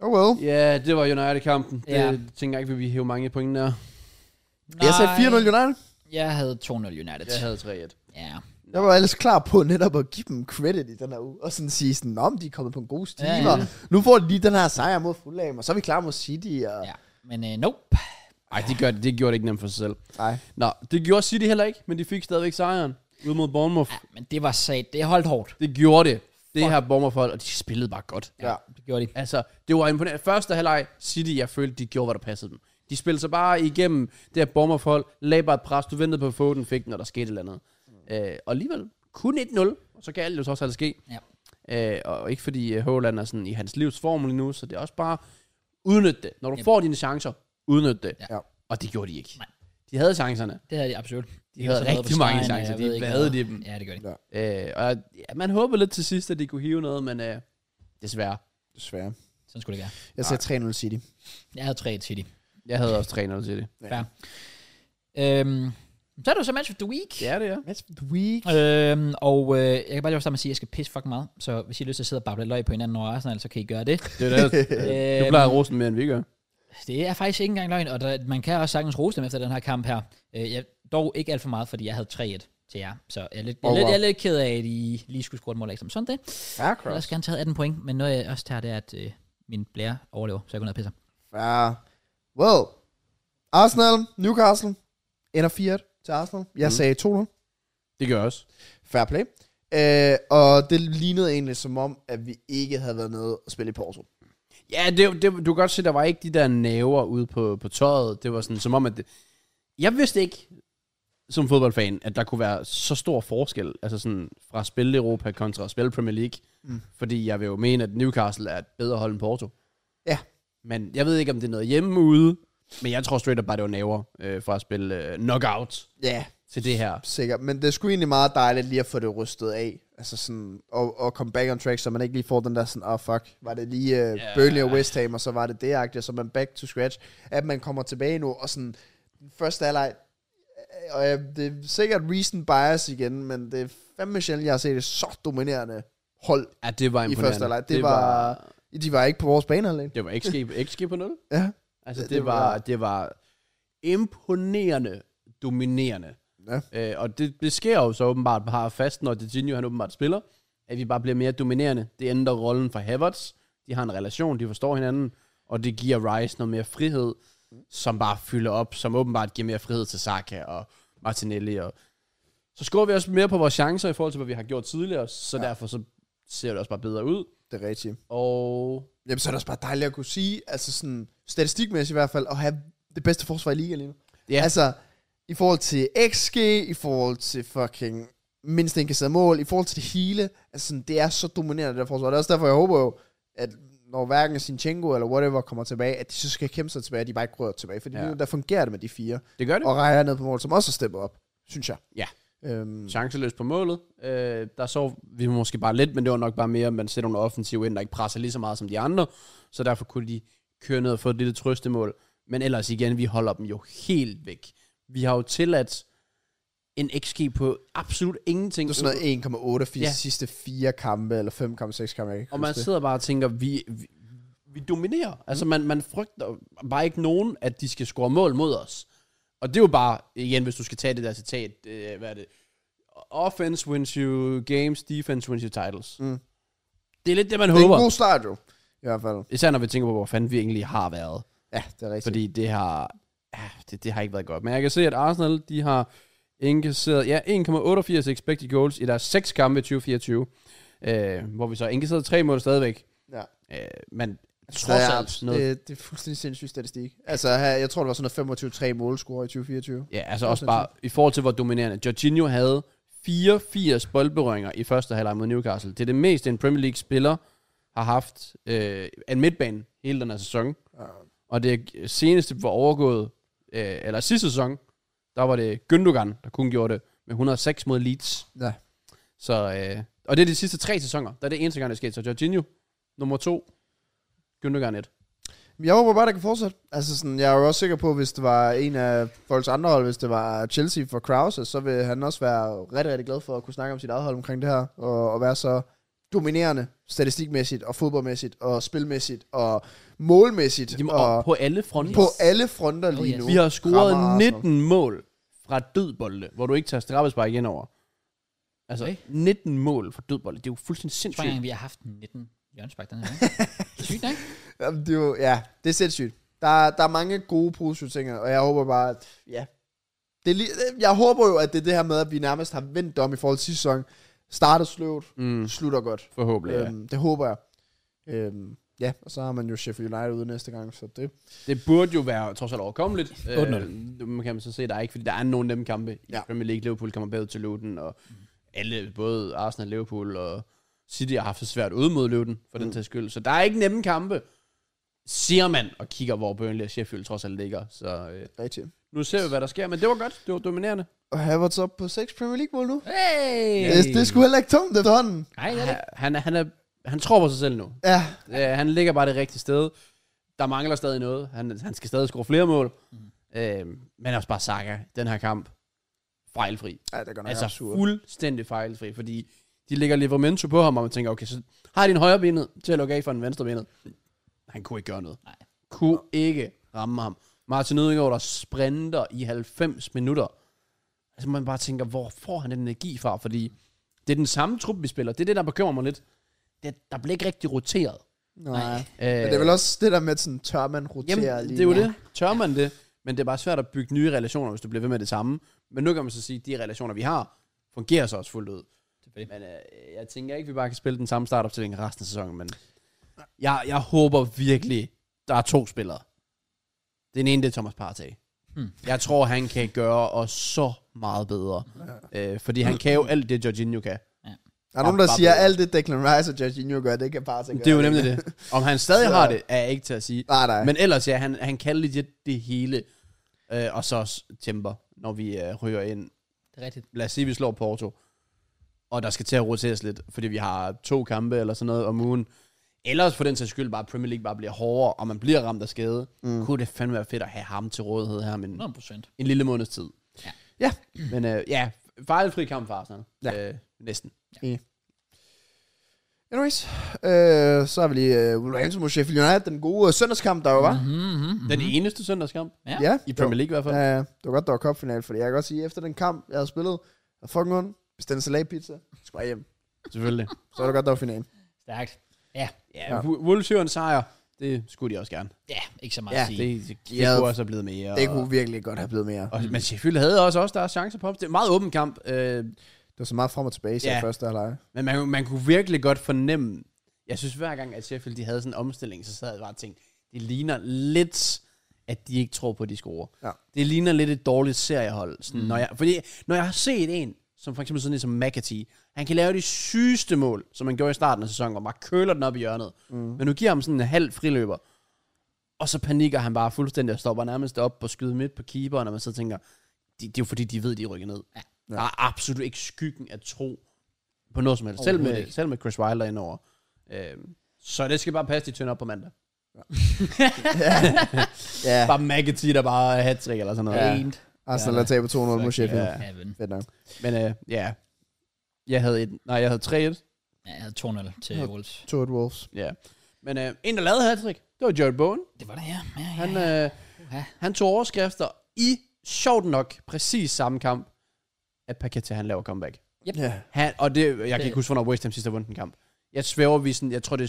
[SPEAKER 2] Oh well.
[SPEAKER 3] Ja, det var United-kampen. Det
[SPEAKER 1] Ja.
[SPEAKER 3] tænker jeg ikke, vi vil hæve mange point der.
[SPEAKER 1] nej.
[SPEAKER 2] Jeg sagde 4-0 United.
[SPEAKER 1] Jeg havde 2-0 United.
[SPEAKER 3] Jeg havde 3-1.
[SPEAKER 1] Ja.
[SPEAKER 2] Jeg var ellers klar på netop at give dem credit i den her uge, og sådan sige sådan, om de er kommet på en god
[SPEAKER 1] Ja,
[SPEAKER 2] stime,
[SPEAKER 1] ja.
[SPEAKER 2] ja, ja. nu får de lige den her sejr mod Fulham, og så er vi klar mod City, og... Ja.
[SPEAKER 1] ja. Men uh, nope.
[SPEAKER 3] Ej, det, gør, det gjorde det ikke nemt for sig selv.
[SPEAKER 2] Nej.
[SPEAKER 3] Nå, det gjorde City heller ikke, men de fik stadigvæk sejren ude mod Bournemouth.
[SPEAKER 1] Ja, men det var sat. Det holdt hårdt.
[SPEAKER 3] Det gjorde det. Det her Bournemouth-hold, og de spillede bare godt.
[SPEAKER 2] Ja.
[SPEAKER 1] Det gjorde de.
[SPEAKER 3] Altså, det var imponerende. Første halvleg, City, jeg følte, de gjorde, hvad der passede dem. De spillede sig bare igennem det her Bournemouth-hold, lagde bare et pres, du ventede på at få den, fik den, og der skete et eller andet. Øh, og alligevel, kun 1-0, og så kan alt jo trods alt ske.
[SPEAKER 1] Ja.
[SPEAKER 3] Øh, og ikke fordi øh, Haaland er sådan i hans livs form lige nu, så det er også bare, udnyt det. Når du får dine chancer, udnyt det.
[SPEAKER 2] Ja.
[SPEAKER 3] Og det gjorde de ikke.
[SPEAKER 1] Nej.
[SPEAKER 3] De havde chancerne.
[SPEAKER 1] Det havde de absolut.
[SPEAKER 3] De havde
[SPEAKER 1] Så
[SPEAKER 3] rigtig
[SPEAKER 1] på
[SPEAKER 3] mange
[SPEAKER 1] stregen, og
[SPEAKER 3] chancer.
[SPEAKER 1] jeg
[SPEAKER 3] De
[SPEAKER 1] ved ikke
[SPEAKER 3] badede
[SPEAKER 1] hvad.
[SPEAKER 3] i dem.
[SPEAKER 1] Ja, det gør de.
[SPEAKER 2] Ja.
[SPEAKER 3] Øh, og ja, man håber lidt til sidst, at de kunne hive noget, men øh, desværre.
[SPEAKER 2] Desværre.
[SPEAKER 1] Sådan skulle det være.
[SPEAKER 2] Jeg sagde 3-0 City.
[SPEAKER 1] Jeg havde 3 til de.
[SPEAKER 3] Jeg havde også 3-0 til det.
[SPEAKER 1] Øhm, Så er det jo så match of the week.
[SPEAKER 3] Det er det, ja.
[SPEAKER 2] Match of the week.
[SPEAKER 1] Øhm, og øh, jeg kan bare lige starte med at sige, at jeg skal pisse fucking meget. Så hvis I har lyst til at sidde og bable løg på hinanden over Arsenal, så kan I gøre det.
[SPEAKER 3] Det er det. Du
[SPEAKER 1] øhm,
[SPEAKER 3] plejer at rose den mere, end vi gør.
[SPEAKER 1] det er faktisk ikke engang løgn, og der, man kan også sagtens rose dem efter den her kamp her. Øh, jeg, dog ikke alt for meget, fordi jeg havde 3-1 til jer. Så jeg er lidt, jeg er
[SPEAKER 2] Oh,
[SPEAKER 1] lidt,
[SPEAKER 2] wow.
[SPEAKER 1] jeg er lidt ked af, at I lige skulle score et mål ekstra. Men Sådan det.
[SPEAKER 2] Fair
[SPEAKER 1] Jeg har
[SPEAKER 2] cross.
[SPEAKER 1] også gerne taget 18 point, men noget jeg også tager, det er, at øh, min blære overlever, så jeg går ned og pisser.
[SPEAKER 2] Fair. Well. Arsenal, Newcastle. Ender 4-1 til Arsenal. Jeg
[SPEAKER 3] Mm.
[SPEAKER 2] sagde 2-0.
[SPEAKER 3] Det gør jeg også.
[SPEAKER 2] Fair play. Øh, og det lignede egentlig som om, at vi ikke havde været nede og spille i Porto.
[SPEAKER 3] Ja, det, det, du kan godt se, der var ikke de der næver ude på, på tøjet. Det var sådan, som om, at... Det, jeg vidste ikke, som fodboldfan, at der kunne være så stor forskel, altså sådan fra at spille Europa kontra at spille Premier League.
[SPEAKER 2] Mm.
[SPEAKER 3] Mm. Fordi jeg vil jo mene, at Newcastle er et bedre hold end Porto.
[SPEAKER 2] Ja.
[SPEAKER 3] Men jeg ved ikke, om det er noget hjemme ude. Men jeg tror straight up bare, det var næver øh, fra at spille øh, knockout
[SPEAKER 2] Ja, yeah.
[SPEAKER 3] til det her.
[SPEAKER 2] sikkert. Men det er sgu egentlig meget dejligt lige at få det rystet af. Altså sådan, og, og komme back on track, så man ikke lige får den der sådan, ah oh, fuck, var det lige uh, yeah. Burnley og West Ham, og så var det det agtigt, så er man back to scratch. At man kommer tilbage nu, og sådan, den første halvleg, øh, og jeg, det er sikkert reason bias igen, men det er fandme sjældent, jeg har set et så dominerende hold.
[SPEAKER 3] Ja, det var imponerende.
[SPEAKER 2] første halvleg. Det var- De var ikke på vores banehalvdel.
[SPEAKER 3] Det var XG, XG på 0.
[SPEAKER 2] Ja.
[SPEAKER 3] Altså,
[SPEAKER 2] Det- det
[SPEAKER 3] det, det,
[SPEAKER 2] var-
[SPEAKER 3] var, det var imponerende dominerende.
[SPEAKER 2] Ja.
[SPEAKER 3] Øh, og det, det sker jo så åbenbart bare fast, når Detinho han åbenbart spiller, at vi bare bliver mere dominerende. Det ændrer rollen for Havertz. De har en relation, de forstår hinanden, og det giver Rice noget mere frihed, som bare fylder op, som åbenbart giver mere frihed til Saka og Martinelli. Og så skår vi også mere på vores chancer i forhold til, hvad vi har gjort tidligere, så
[SPEAKER 2] Ja.
[SPEAKER 3] ja. derfor så ser det også bare bedre ud.
[SPEAKER 2] Det er rigtigt.
[SPEAKER 3] Og
[SPEAKER 2] Jamen, så er det også bare dejligt at kunne sige, altså sådan, statistikmæssigt i hvert fald, at have det bedste forsvar i ligaen lige nu.
[SPEAKER 3] Ja.
[SPEAKER 2] Altså, i forhold til XG, i forhold til fucking mindst indkasseret mål, i forhold til det hele, altså sådan, det er så dominerende, det der forsvar. Det er også derfor, jeg håber jo, at når hverken Sinchenko eller whatever kommer tilbage, at de så skal kæmpe sig tilbage, at de bare ikke rører tilbage, fordi
[SPEAKER 3] Ja.
[SPEAKER 2] ja. der fungerer det med de fire.
[SPEAKER 3] det gør det.
[SPEAKER 2] Og Raja ned på mål, som også er steppet op, synes jeg.
[SPEAKER 3] Ja.
[SPEAKER 2] Øhm,
[SPEAKER 3] chanceløs på målet. Øh, der så vi måske bare lidt, men det var nok bare mere, at man sætter nogle offensive ind, der ikke presser lige så meget som de andre. Så derfor kunne de køre ned og få et lille trøstemål. Men ellers igen, vi holder dem jo helt væk. Vi har jo tilladt en XG på absolut ingenting.
[SPEAKER 2] det er sådan noget 1,88 ja.
[SPEAKER 3] Ja.
[SPEAKER 2] sidste fire kampe, eller 5,6 kampe, jeg kan ikke
[SPEAKER 3] Og man
[SPEAKER 2] huske det.
[SPEAKER 3] sidder bare og tænker, vi, vi, vi dominerer. Altså
[SPEAKER 2] Mm.
[SPEAKER 3] man, man frygter bare ikke nogen, at de skal score mål mod os. Og det er jo bare, igen, hvis du skal tage det der citat, øh, hvad er det? Offense wins you games, defense wins you titles.
[SPEAKER 2] Mm.
[SPEAKER 3] Det er lidt det, man
[SPEAKER 2] Det er en
[SPEAKER 3] håber.
[SPEAKER 2] god start jo, i hvert fald.
[SPEAKER 3] Især når vi tænker på, hvor fanden vi egentlig har været.
[SPEAKER 2] Ja, det er rigtigt.
[SPEAKER 3] Fordi det har, ja, det, det har ikke været godt. Men jeg kan se, at Arsenal, de har indkasseret, ja, 1,88 expected goals i deres seks kampe i 2024. Øh, hvor vi så har indkasseret tre mål stadigvæk.
[SPEAKER 2] Ja.
[SPEAKER 3] Øh, men
[SPEAKER 2] det
[SPEAKER 3] trods
[SPEAKER 2] Altså, er,
[SPEAKER 3] alt noget...
[SPEAKER 2] Det, det er fuldstændig sindssyg statistik. Altså, her, jeg tror, det var sådan noget 25-3 målscore i 2024.
[SPEAKER 3] Ja, altså
[SPEAKER 2] det er
[SPEAKER 3] også bare i forhold til, hvor dominerende. Jorginho havde 84 boldberøringer i første halvleg mod Newcastle. Det er det meste, en Premier League-spiller har haft øh, en midtbane hele den her sæson.
[SPEAKER 2] Ja.
[SPEAKER 3] Og det seneste var overgået, øh, eller sidste sæson, der var det Gündogan, der kun gjorde det med 106 mod Leeds.
[SPEAKER 2] Ja.
[SPEAKER 3] Så, øh, og det er de sidste tre sæsoner. Der er det eneste gang, det er sket. Så Jorginho, nummer to, Gündogan et.
[SPEAKER 2] Men Jeg håber bare, der kan fortsætte. Altså, sådan, jeg er jo også sikker på, hvis det var en af folks andre hold, hvis det var Chelsea for Krause, så vil han også være rigtig, rigtig glad for at kunne snakke om sit eget hold omkring det her, og, og være så dominerende statistikmæssigt, og fodboldmæssigt, og spilmæssigt, og målmæssigt,
[SPEAKER 3] Jamen,
[SPEAKER 2] og
[SPEAKER 3] og på alle fronter.
[SPEAKER 2] på alle fronter
[SPEAKER 1] Oh,
[SPEAKER 2] lige
[SPEAKER 1] yes.
[SPEAKER 2] nu.
[SPEAKER 3] Vi har
[SPEAKER 2] rammer
[SPEAKER 3] scoret
[SPEAKER 2] Arsenal.
[SPEAKER 3] 19 mål fra dødbolde, hvor du ikke tager straffespark igen over. Altså,
[SPEAKER 1] Okay.
[SPEAKER 3] 19 mål fra dødbolde. Det er jo fuldstændig
[SPEAKER 1] Jeg tror ikke
[SPEAKER 3] sindssygt.
[SPEAKER 1] engang, vi har haft 19 hjørnsbak den her. gang. Det er Sygt, ikke?
[SPEAKER 2] Jamen, det er jo, ja, det er sindssygt. Der, der er mange gode positive ting, og jeg håber bare, at, ja. Det er lige, jeg håber jo, at det er det her med, at vi nærmest har vendt om i forhold til sidste sæson. Startet sløvt,
[SPEAKER 3] Mm,
[SPEAKER 2] slutter godt.
[SPEAKER 3] forhåbentlig, ja.
[SPEAKER 2] Øhm, det håber jeg. Øhm, ja, og så har man jo Sheffield United ude næste gang, så det...
[SPEAKER 3] Det burde jo være trods alt overkommeligt.
[SPEAKER 1] 8-0.
[SPEAKER 3] Øh, man kan man så se, der er ikke, fordi der er nogen af dem kampe. I
[SPEAKER 2] Ja.
[SPEAKER 3] ja. Premier League, Liverpool kommer bagud til Luton, og alle, både Arsenal, Liverpool og City har haft det svært ude mod Luton, for mm. den tages skyld. Så der er ikke nemme kampe, siger man, og kigger, hvor Burnley og Sheffield trods alt ligger. Så øh,
[SPEAKER 2] Rigtigt.
[SPEAKER 3] nu ser vi, hvad der sker. Men det var godt. Det var dominerende.
[SPEAKER 2] Og Havertz op på 6 Premier League-mål nu.
[SPEAKER 1] Hey!
[SPEAKER 2] Det, det er sgu heller ikke tomt efterhånden.
[SPEAKER 1] Nej, det er det.
[SPEAKER 3] Han, han, er- han, er, han tror på sig selv nu.
[SPEAKER 2] Ja,
[SPEAKER 3] Øh, han ligger bare det rigtige sted. Der mangler stadig Øhm, noget. Han, han skal stadig score flere mål. Mm. Øh, men også bare Saka, den her kamp. fejlfri.
[SPEAKER 4] Ja, det gør nok
[SPEAKER 3] Altså
[SPEAKER 4] altså, sur.
[SPEAKER 3] fuldstændig fejlfri, fordi de lægger Livermento på ham, og man tænker, okay, så har de en højre benet til at lukke af for en venstre benet. Han kunne ikke gøre noget.
[SPEAKER 1] Nej.
[SPEAKER 3] Kunne ikke ramme ham. Martin Ødegaard, der sprinter i 90 minutter. Altså man bare tænker, hvor får han den energi fra? Fordi det er den samme trup, vi spiller. Det er det, der bekymrer mig lidt. Det, der bliver ikke rigtig roteret.
[SPEAKER 2] Nej.
[SPEAKER 3] Øh,
[SPEAKER 2] Men det er vel også det der med, sådan, tør man rotere
[SPEAKER 3] Jamen,
[SPEAKER 2] lige
[SPEAKER 3] det er jo
[SPEAKER 2] nu?
[SPEAKER 3] det. Tør man det? Men det er bare svært at bygge nye relationer, hvis du bliver ved med det samme. Men nu kan man så sige, at de relationer, vi har, fungerer så også fuldt ud.
[SPEAKER 1] Selvfølgelig.
[SPEAKER 3] Men øh, jeg tænker ikke, vi bare kan spille den samme startopstilling resten af sæsonen. Men jeg, jeg håber virkelig, der er to spillere. Den ene, det er Thomas Partey.
[SPEAKER 1] Hmm.
[SPEAKER 3] Jeg tror, han kan gøre os så meget bedre. Øh, fordi han kan jo alt det, Jorginho kan.
[SPEAKER 2] Der er nogen, der
[SPEAKER 3] Bare-
[SPEAKER 2] siger,
[SPEAKER 3] bare-
[SPEAKER 2] alt det Declan Rice og Jorginho gør, det kan bare sig gøre.
[SPEAKER 3] Det er jo nemlig det. Om han stadig
[SPEAKER 2] Så-
[SPEAKER 3] har det, er jeg ikke til at sige.
[SPEAKER 2] Nej, nej. Men,
[SPEAKER 3] Men ellers, ja, han, han kan legit det hele. Øh, og så også temper, når vi øh, ryger ind.
[SPEAKER 1] Det er rigtigt.
[SPEAKER 3] Lad os sige, vi slår Porto. Og der skal til at roteres lidt, fordi vi har to kampe eller sådan noget om ugen. Ellers for den sags skyld bare, Premier League bare bliver hårdere, og man bliver ramt af skade. Mm. Kunne det fandme være fedt at have ham til rådighed her om en,
[SPEAKER 1] 100 procent.
[SPEAKER 3] en lille måneds tid.
[SPEAKER 1] Ja.
[SPEAKER 3] ja. Men øh, ja, fejlfri kamp for Arsenal. Ja. Øh, næsten.
[SPEAKER 2] anyways, øh, så har vi lige øh, Wolverhampton mod Sheffield United, den gode øh, søndagskamp, der jo var. Mm-hmm.
[SPEAKER 1] Mm-hmm.
[SPEAKER 3] Den eneste søndagskamp
[SPEAKER 1] Ja.
[SPEAKER 2] Ja,
[SPEAKER 3] i Premier League i hvert fald.
[SPEAKER 2] Ja, ja. det var godt, der var kopfinal, fordi jeg kan godt sige, at efter den kamp, jeg havde spillet, jeg fucking ondt, bestilte salatpizza, skulle bare hjem.
[SPEAKER 3] Selvfølgelig.
[SPEAKER 2] Så var det godt, der var finalen.
[SPEAKER 1] Stærkt.
[SPEAKER 3] Ja, ja. Wolves jo en sejr. Det skulle de også gerne.
[SPEAKER 1] Ja, ikke så meget
[SPEAKER 2] Ja,
[SPEAKER 1] at sige.
[SPEAKER 3] Det, det, det
[SPEAKER 2] havde-
[SPEAKER 3] kunne også have blevet mere.
[SPEAKER 2] Det
[SPEAKER 3] og-
[SPEAKER 2] kunne virkelig godt have blevet mere.
[SPEAKER 3] Og, men selvfølgelig havde også også deres chancer på. Det er en meget åben kamp, øh,
[SPEAKER 2] Det var så meget frem og tilbage, så
[SPEAKER 3] Ja.
[SPEAKER 2] yeah. første halvleg.
[SPEAKER 3] men man, man kunne virkelig godt fornemme. Jeg synes hver gang, at Sheffield de havde sådan en omstilling, så sad jeg bare og tænkte, det ligner lidt, at de ikke tror på, at de scorer.
[SPEAKER 2] Ja.
[SPEAKER 3] Det ligner lidt et dårligt seriehold. Sådan, mm. når jeg, fordi når jeg har set en, som for eksempel sådan en som McAtee, han kan lave de sygeste mål, som han gjorde i starten af sæsonen, hvor man bare køler den op i hjørnet. Mm. Men nu giver ham sådan en halv friløber, og så panikker han bare fuldstændig og stopper nærmest op og skyder midt på keeperen, og man så tænker, det, det er jo fordi, de ved, de rykker ned. Ja. Der er absolut ikke skyggen af tro på noget som helst. Selv
[SPEAKER 1] Overhovedet
[SPEAKER 3] med,
[SPEAKER 1] ikke.
[SPEAKER 3] selv med Chris Wilder indover. Øhm, så det skal bare passe, de tønder op på mandag.
[SPEAKER 2] Ja,
[SPEAKER 3] Bare McAtee, der bare hat eller sådan noget.
[SPEAKER 2] Ja.
[SPEAKER 1] Rent.
[SPEAKER 2] Arsenal har tabt 2-0 mod
[SPEAKER 3] Fuck,
[SPEAKER 2] Sheffield.
[SPEAKER 3] ja.
[SPEAKER 1] Ja, ven.
[SPEAKER 2] Fedt nok.
[SPEAKER 3] Men øh, ja, jeg havde, et, nej, jeg havde 3-1.
[SPEAKER 1] ja, jeg havde 2-0 til
[SPEAKER 2] Ja.
[SPEAKER 1] Wolves.
[SPEAKER 2] 2-1 Wolves.
[SPEAKER 3] Ja. Men øh, en, der lavede hat det var Jared Bowen.
[SPEAKER 1] Det var det, ja. ja, ja,
[SPEAKER 3] Han,
[SPEAKER 1] ja.
[SPEAKER 3] øh,
[SPEAKER 1] Uha.
[SPEAKER 3] han tog overskrifter i, sjovt nok, præcis samme kamp, at Paqueta han laver comeback.
[SPEAKER 2] Ja.
[SPEAKER 3] Han, og det, jeg kan
[SPEAKER 1] Det-
[SPEAKER 3] ikke huske, hvornår West Ham sidst har vundet en kamp. Jeg svæver, vi sådan, jeg tror, det er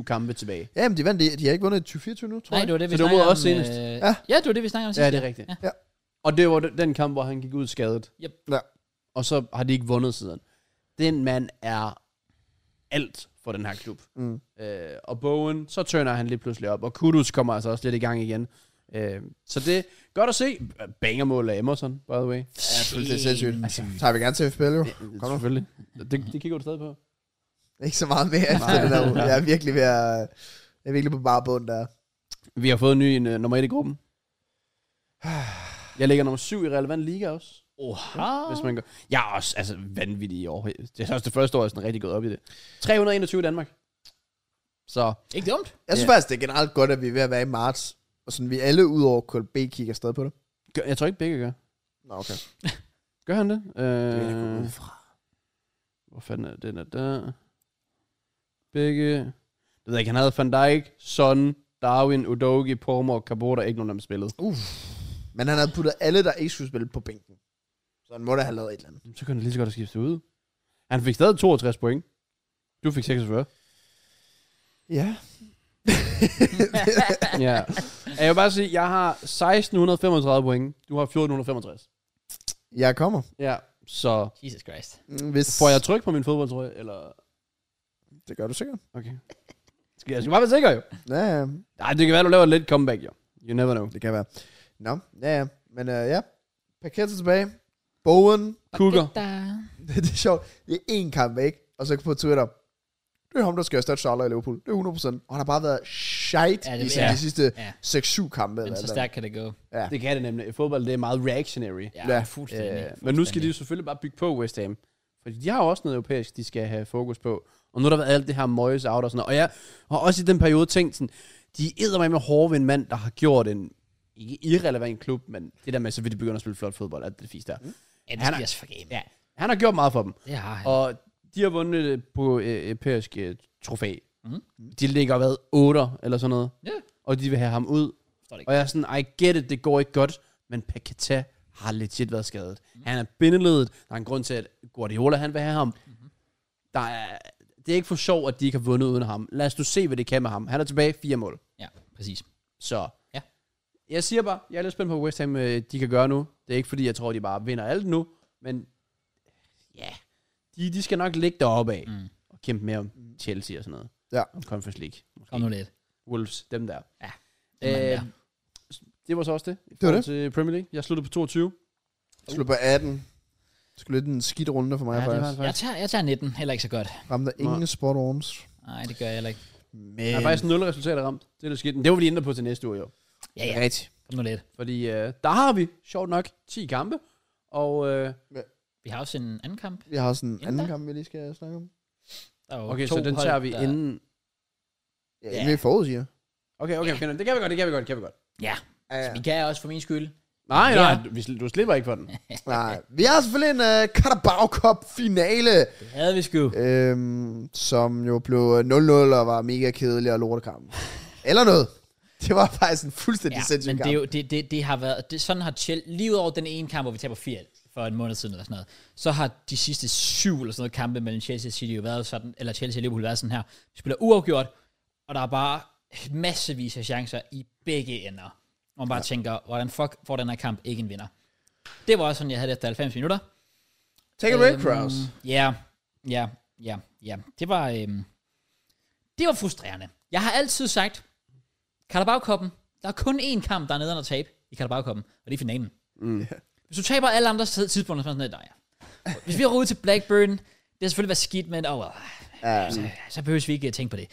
[SPEAKER 3] 6-7 kampe tilbage.
[SPEAKER 2] Ja, men de vandt, de, de har ikke vundet i 2024 nu, tror
[SPEAKER 1] Nej,
[SPEAKER 2] jeg.
[SPEAKER 1] det var det, vi
[SPEAKER 3] Så du
[SPEAKER 1] snakkede
[SPEAKER 3] mod
[SPEAKER 1] om.
[SPEAKER 3] os senest.
[SPEAKER 1] øh,
[SPEAKER 2] Ja.
[SPEAKER 1] ja, det var det, vi snakkede om
[SPEAKER 3] Ja,
[SPEAKER 1] sidst.
[SPEAKER 3] det er rigtigt.
[SPEAKER 1] Ja.
[SPEAKER 2] Ja.
[SPEAKER 3] Og det var den kamp, hvor han gik ud skadet.
[SPEAKER 1] Yep.
[SPEAKER 2] Ja.
[SPEAKER 3] Og så har de ikke vundet siden. Den mand er alt for den her klub.
[SPEAKER 2] Mm.
[SPEAKER 3] Øh, og Bowen, så tørner han lige pludselig op. Og Kudus kommer altså også lidt i gang igen. Øh, så det er godt at se. Bangermål af Emerson, by the way.
[SPEAKER 2] Ja, fuldstændig sindssygt.
[SPEAKER 1] Altså,
[SPEAKER 2] Tager vi gerne til FPL jo.
[SPEAKER 3] Kom selvfølgelig. Det, det kigger du stadig på.
[SPEAKER 2] Ikke så meget mere efter det der. Jeg er virkelig ved at... Jeg er virkelig på bare bund der.
[SPEAKER 3] Vi har fået en ny en, uh, nummer 1 i gruppen. Jeg ligger nummer 7 i relevant liga også.
[SPEAKER 1] Oha.
[SPEAKER 3] Hvis man går. Jeg er også altså, vanvittig i år. Det er også det første år, jeg er sådan rigtig gået op i det. 321 i Danmark. Så
[SPEAKER 1] Ikke dumt.
[SPEAKER 2] Jeg synes
[SPEAKER 3] Ja.
[SPEAKER 2] faktisk, det er generelt godt, at vi er ved at være i marts. Og sådan, vi alle udover KLB kigger stadig på det.
[SPEAKER 3] gør, jeg tror ikke, begge gør.
[SPEAKER 2] Nå, okay.
[SPEAKER 3] Gør han det?
[SPEAKER 2] jeg gå
[SPEAKER 3] Øh,
[SPEAKER 2] ud
[SPEAKER 3] hvor fanden er den er der? Begge. Jeg ved jeg ikke, han havde Van Dijk, Son, Darwin, Udogi, Pormor, Kabota, ikke nogen af dem spillede.
[SPEAKER 2] Men han havde puttet alle, der ikke skulle spille på bænken. Så han må da have lavet et eller andet.
[SPEAKER 3] Så kunne han lige så godt have skiftet ud. Han fik stadig 62 point. Du fik 46.
[SPEAKER 2] Ja.
[SPEAKER 3] ja. Jeg vil bare sige, jeg har 1635 point. Du har 1465.
[SPEAKER 2] Jeg kommer.
[SPEAKER 3] Ja. Så
[SPEAKER 1] Jesus Christ.
[SPEAKER 2] Mm, Hvis...
[SPEAKER 3] får jeg tryk på min fodboldtrøje, eller...
[SPEAKER 2] Det gør du sikkert.
[SPEAKER 3] Okay. Skal jeg skal bare være sikker, jo.
[SPEAKER 2] Ja, ja.
[SPEAKER 3] Nej, det kan være, du laver lidt comeback, jo. You never know.
[SPEAKER 2] Det kan være. Nå, ja, ja. Men øh, ja. Paketter tilbage. Bowen.
[SPEAKER 3] Kugger.
[SPEAKER 2] det er sjovt. Det er én kamp væk. Og så på Twitter. Det er ham, der skal erstatte Charlotte i Liverpool. Det er 100%. Og han har bare været shite
[SPEAKER 1] Ja,
[SPEAKER 2] ja,
[SPEAKER 1] det-
[SPEAKER 2] i sådan
[SPEAKER 1] ja.
[SPEAKER 2] de sidste
[SPEAKER 1] Ja.
[SPEAKER 2] 6-7 kampe.
[SPEAKER 1] Men
[SPEAKER 2] eller
[SPEAKER 1] så
[SPEAKER 2] et eller
[SPEAKER 1] stærkt kan det gå.
[SPEAKER 3] Det kan det nemlig. Fodbold, det er meget reactionary.
[SPEAKER 1] Ja,
[SPEAKER 2] Ja.
[SPEAKER 1] fuldstændig.
[SPEAKER 3] Øh,
[SPEAKER 1] fuldstændig.
[SPEAKER 3] men nu skal de jo selvfølgelig bare bygge på West Ham. Fordi de har jo også noget europæisk, de skal have fokus på. Og nu har der været alt det her Moyes out og sådan noget. Og jeg har også i den periode tænkt sådan, de æder mig med hårde ved en mand, der har gjort en ikke irrelevant klub, men det der med, så vil de begynde at spille flot fodbold, alt det fisk der. Mm.
[SPEAKER 1] Ja, det
[SPEAKER 3] Han
[SPEAKER 1] er
[SPEAKER 3] er-
[SPEAKER 1] yes for game.
[SPEAKER 3] Ja, han har gjort meget for dem.
[SPEAKER 1] Det har han.
[SPEAKER 3] Og de har vundet det på øh, europæisk øh, trofæ. Mm. De ligger hvad, 8 eller sådan noget.
[SPEAKER 1] Mhm. Ja.
[SPEAKER 3] Og de vil have ham ud.
[SPEAKER 1] Forstår det ikke.
[SPEAKER 3] Og jeg er sådan, I get it, det går ikke godt, men Paqueta har legit været skadet.
[SPEAKER 1] Mhm.
[SPEAKER 3] Mm. Han er bindeledet. Der er en grund til, at Guardiola han vil have ham.
[SPEAKER 1] Mhm.
[SPEAKER 3] Mm. Der er, det er ikke for sjov, at de ikke har vundet uden ham. Lad os nu se, hvad det kan med ham. Han er tilbage fire mål.
[SPEAKER 1] ja, præcis.
[SPEAKER 3] Så
[SPEAKER 1] Ja.
[SPEAKER 3] jeg siger bare, jeg er lidt spændt på, hvad West Ham øh, de kan gøre nu. Det er ikke fordi, jeg tror, de bare vinder alt nu, men ja, de, de skal nok ligge deroppe af
[SPEAKER 1] Mm.
[SPEAKER 3] mm. og kæmpe mere om Chelsea og sådan noget.
[SPEAKER 5] Ja.
[SPEAKER 3] Om Conference League. Måske.
[SPEAKER 1] Kom nu lidt.
[SPEAKER 3] Wolves, dem der.
[SPEAKER 1] Ja, dem er
[SPEAKER 3] Øh,
[SPEAKER 1] der.
[SPEAKER 3] det var så også det. I
[SPEAKER 5] var
[SPEAKER 3] forhold
[SPEAKER 5] det.
[SPEAKER 3] Til Premier League. Jeg sluttede på 22.
[SPEAKER 5] Slut på 18. Skulle lidt en skidt runde for mig, ja,
[SPEAKER 3] det
[SPEAKER 5] faktisk.
[SPEAKER 3] var
[SPEAKER 1] Jeg
[SPEAKER 3] faktisk.
[SPEAKER 1] tager, jeg tager 19, heller ikke så godt.
[SPEAKER 5] Ramte ingen spot ons.
[SPEAKER 1] Nej, det gør jeg heller ikke.
[SPEAKER 5] Men...
[SPEAKER 3] Jeg har faktisk nul resultater ramt. Det er det skidt. Men Det var vi ændret på til næste uge, jo.
[SPEAKER 1] Ja, ja,
[SPEAKER 5] Rigtigt.
[SPEAKER 1] kom nu lidt.
[SPEAKER 3] Fordi øh, der har vi, sjovt nok, 10 kampe. Og øh,
[SPEAKER 1] Vi har også en anden kamp.
[SPEAKER 5] Vi har sådan en
[SPEAKER 1] Inden
[SPEAKER 5] anden
[SPEAKER 1] da?
[SPEAKER 5] kamp, vi lige skal snakke om.
[SPEAKER 1] Der er jo
[SPEAKER 3] okay,
[SPEAKER 1] to
[SPEAKER 3] så den
[SPEAKER 1] hold,
[SPEAKER 3] tager vi
[SPEAKER 1] der-
[SPEAKER 3] inden.
[SPEAKER 5] Ja,
[SPEAKER 1] Ja.
[SPEAKER 5] yeah. vi forudsiger.
[SPEAKER 3] Okay, okay, okay. Det kan vi godt, det kan vi godt, det kan vi godt.
[SPEAKER 1] Ja,
[SPEAKER 5] Ja.
[SPEAKER 1] så vi kan også for min skyld.
[SPEAKER 3] Nej,
[SPEAKER 1] Ja.
[SPEAKER 3] nej, du, vi sl- du slipper ikke for den.
[SPEAKER 5] Nej, vi har selvfølgelig en uh, Carabao Cup finale,
[SPEAKER 1] Det havde vi sgu.
[SPEAKER 5] øhm, som jo blev 0-0 og var mega kedelig og lortekamp. Eller noget. Det var faktisk en fuldstændig
[SPEAKER 1] Ja,
[SPEAKER 5] ja, sindssyg
[SPEAKER 1] men
[SPEAKER 5] kamp.
[SPEAKER 1] det, er jo, det, det, det har været, det, sådan har Chelsea, lige ud over den ene kamp, hvor vi taber 4 for en måned siden eller sådan noget, så har de sidste syv eller sådan noget kampe mellem Chelsea og City jo været sådan, eller Chelsea og Liverpool været sådan her. Vi spiller uafgjort, og der er bare massevis af chancer i begge ender. Og man bare ja. tænker, hvordan fuck får den her kamp ikke en vinder? Det var også sådan, jeg havde det efter 90 minutter.
[SPEAKER 5] Take it away,
[SPEAKER 1] Øhm,
[SPEAKER 5] Kraus.
[SPEAKER 1] Ja, ja, ja, ja. Det var, øhm, det var frustrerende. Jeg har altid sagt, Carabao-koppen, der er kun én kamp, der er nederen at tabe i Carabao-koppen, og det er finalen.
[SPEAKER 3] Mm.
[SPEAKER 1] Hvis du taber alle andre tid- tidspunkter, så er man sådan lidt, nej. Hvis vi har ud til Blackburn, det har selvfølgelig været skidt, men oh, well,
[SPEAKER 5] Ja.
[SPEAKER 1] så, så behøver vi ikke at tænke på det.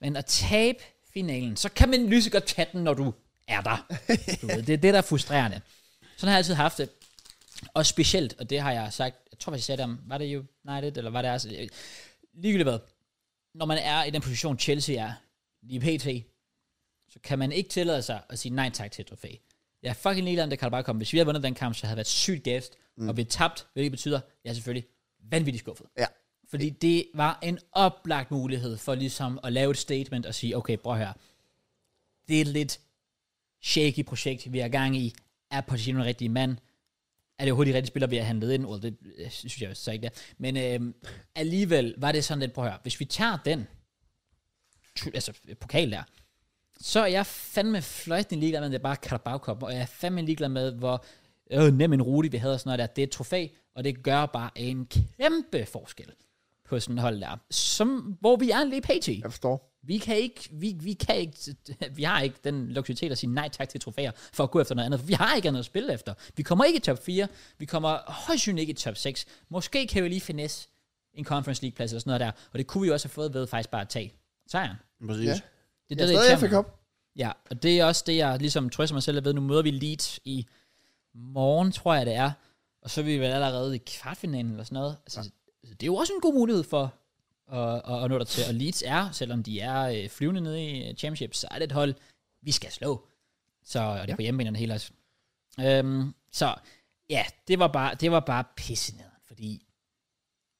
[SPEAKER 1] Men at tabe finalen, så kan man lyse godt tage den, når du er der. Du ved, det er det, der er frustrerende. Sådan har jeg altid haft det. Og specielt, og det har jeg sagt, jeg tror, faktisk, jeg sagde det om, var det United, eller var det altså, ligegyldigt hvad, når man er i den position, Chelsea er, lige pt, så kan man ikke tillade sig at sige nej tak til et trofæ. Jeg er fucking ligeglad, om det kan bare komme. Hvis vi havde vundet den kamp, så havde jeg været sygt gæst, mm. og vi tabt, hvilket betyder, at jeg er selvfølgelig vanvittigt skuffet.
[SPEAKER 5] Ja.
[SPEAKER 1] Fordi det var en oplagt mulighed for ligesom at lave et statement og sige, okay, prøv her. Det er et lidt shaky projekt, vi er i gang i. Er Pochettino en rigtig mand? Er det overhovedet de rigtige spillere, vi har handlet ind? Well, det øh, synes jeg så ikke, det er. Men øhm, alligevel var det sådan lidt, prøv her. Hvis vi tager den, tu- altså øh, pokal der, så er jeg fandme fløjtende ligeglad med, at det er bare Carabao Cup, og jeg er fandme ligeglad med, hvor øh, nem en rute vi havde og sådan noget der. Det er et trofæ, og det gør bare en kæmpe forskel på sådan et hold der, som, hvor vi er lige pt.
[SPEAKER 5] Jeg forstår.
[SPEAKER 1] Vi kan ikke, vi, vi kan ikke, vi har ikke den luksuritet at sige nej tak til trofæer, for at gå efter noget andet, for vi har ikke andet at spille efter. Vi kommer ikke i top 4, vi kommer højst sandsynligt ikke i top 6. Måske kan vi lige finesse en Conference League plads eller sådan noget der, og det kunne vi også have fået ved faktisk bare at tage sejren.
[SPEAKER 3] Præcis.
[SPEAKER 5] Ja. Jeg
[SPEAKER 1] Det
[SPEAKER 5] er
[SPEAKER 1] der
[SPEAKER 5] stadig
[SPEAKER 1] irriterer
[SPEAKER 5] FA
[SPEAKER 1] mig.
[SPEAKER 5] Cup.
[SPEAKER 1] Ja, og det er også det, jeg ligesom trøster mig selv ved. Nu møder vi Leeds i morgen, tror jeg det er. Og så er vi vel allerede i kvartfinalen eller sådan noget. Altså, ja. Det er jo også en god mulighed for at, at, at nå der til. Og Leeds er, selvom de er øh, flyvende nede i øh, Championship, så er det et hold, vi skal slå. Så og det er på hjemmebanerne hele også. Øhm, så ja, det var bare, det var bare pisse ned, fordi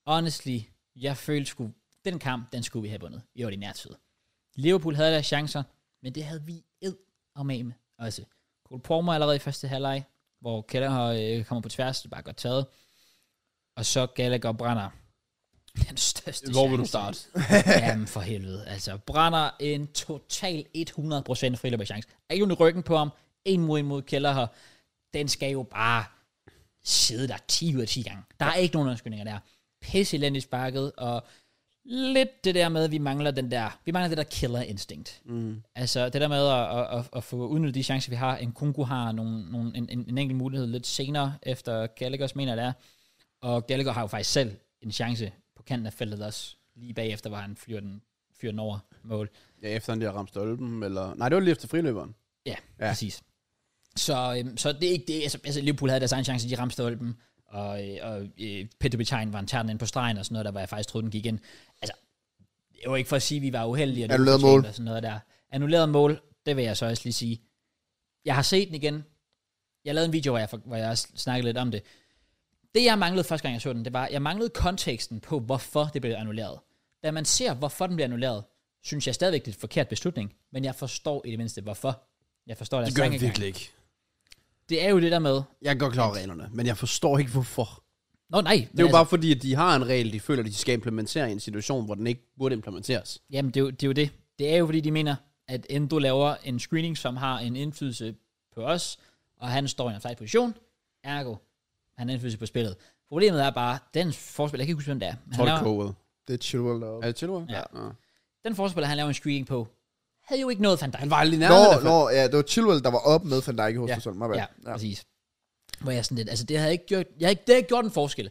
[SPEAKER 1] honestly, jeg følte sgu, den kamp, den skulle vi have vundet i ordinær tid. Liverpool havde deres chancer, men det havde vi ed og med med. Altså, Cole Palmer allerede i første halvleg, hvor Keller har, øh, kommer på tværs, det er bare godt taget. Og så Gallagher brænder den største
[SPEAKER 3] Hvor vil du
[SPEAKER 1] chance.
[SPEAKER 3] starte?
[SPEAKER 1] Jamen for helvede. Altså, brænder en total 100% friløberchance. Er jo i ryggen på ham. En mod en mod Keller her. Den skal jo bare sidde der 10 ud af 10 gange. Der er ikke nogen undskyldninger der. Pisse elendigt sparket, og lidt det der med, at vi mangler den der, vi mangler det der killer instinct. Mm. Altså det der med at, at, at, at få udnyttet de chancer, vi har. En Kunku har nogle, nogle, en, en, en enkelt mulighed lidt senere, efter Gallaghers mener det er. Og Gallagher har jo faktisk selv en chance på kanten af feltet også, lige bagefter, hvor han fyrer den, fyrer den over mål.
[SPEAKER 3] Ja, efter han lige har ramt stolpen, eller... Nej, det var lige efter friløberen.
[SPEAKER 1] Ja, ja.
[SPEAKER 3] Ja.
[SPEAKER 1] præcis. Så, øhm, så det er ikke det. Altså, altså Liverpool havde deres egen chance, de ramte stolpen, og, øh, og øh, Peter Betain var en tær den ind på stregen og sådan noget, der var jeg faktisk troede, den gik ind. Altså, det var ikke for at sige, at vi var uheldige. og det var
[SPEAKER 5] Annulleret
[SPEAKER 1] fortjent
[SPEAKER 5] mål.
[SPEAKER 1] Og sådan noget der. Annulleret mål, det vil jeg så også lige sige. Jeg har set den igen. Jeg lavede en video, hvor jeg, for- hvor jeg også snakkede lidt om det. Det, jeg manglede første gang, jeg så den, det var, jeg manglede konteksten på, hvorfor det blev annulleret. Da man ser, hvorfor den bliver annulleret, synes jeg stadigvæk, det er et forkert beslutning, men jeg forstår i det mindste, hvorfor. Jeg forstår deres
[SPEAKER 3] Det gør jeg
[SPEAKER 1] tankegang.
[SPEAKER 3] virkelig ikke.
[SPEAKER 1] Det er jo det der med,
[SPEAKER 3] Jeg kan godt klare reglerne, men jeg forstår ikke, hvorfor.
[SPEAKER 1] nå nej, men altså,
[SPEAKER 3] Det er jo bare fordi, at de har en regel, de føler, de skal implementere i en situation, hvor den ikke burde implementeres.
[SPEAKER 1] Jamen, det er, jo, det er jo det. Det er jo, fordi de mener, at Endo laver en screening, som har en indflydelse på os, og han står i en fejl position, ergo, han har indflydelse på spillet. Problemet er bare, den forspiller, jeg kan ikke huske, hvem det er, men
[SPEAKER 3] Jeg
[SPEAKER 1] han
[SPEAKER 3] tror, det er
[SPEAKER 1] laver,
[SPEAKER 3] Cowell.
[SPEAKER 2] Det er Chilwell deroppe.
[SPEAKER 3] Er det Chilwell?
[SPEAKER 1] Ja.
[SPEAKER 3] ja.
[SPEAKER 1] den forspiller, han laver en screening på, havde jo ikke noget Van Dijk.
[SPEAKER 3] Han var aldrig nær.
[SPEAKER 2] Nå, nå, ja, det var Chilwell, der var oppe med Van Dijk i hospitalen. Ja.
[SPEAKER 1] Ja,
[SPEAKER 2] Ja.
[SPEAKER 1] ja, præcis. Hvor jeg er sådan lidt, altså det har ikke gjort, jeg har ikke, det har ikke gjort en forskel.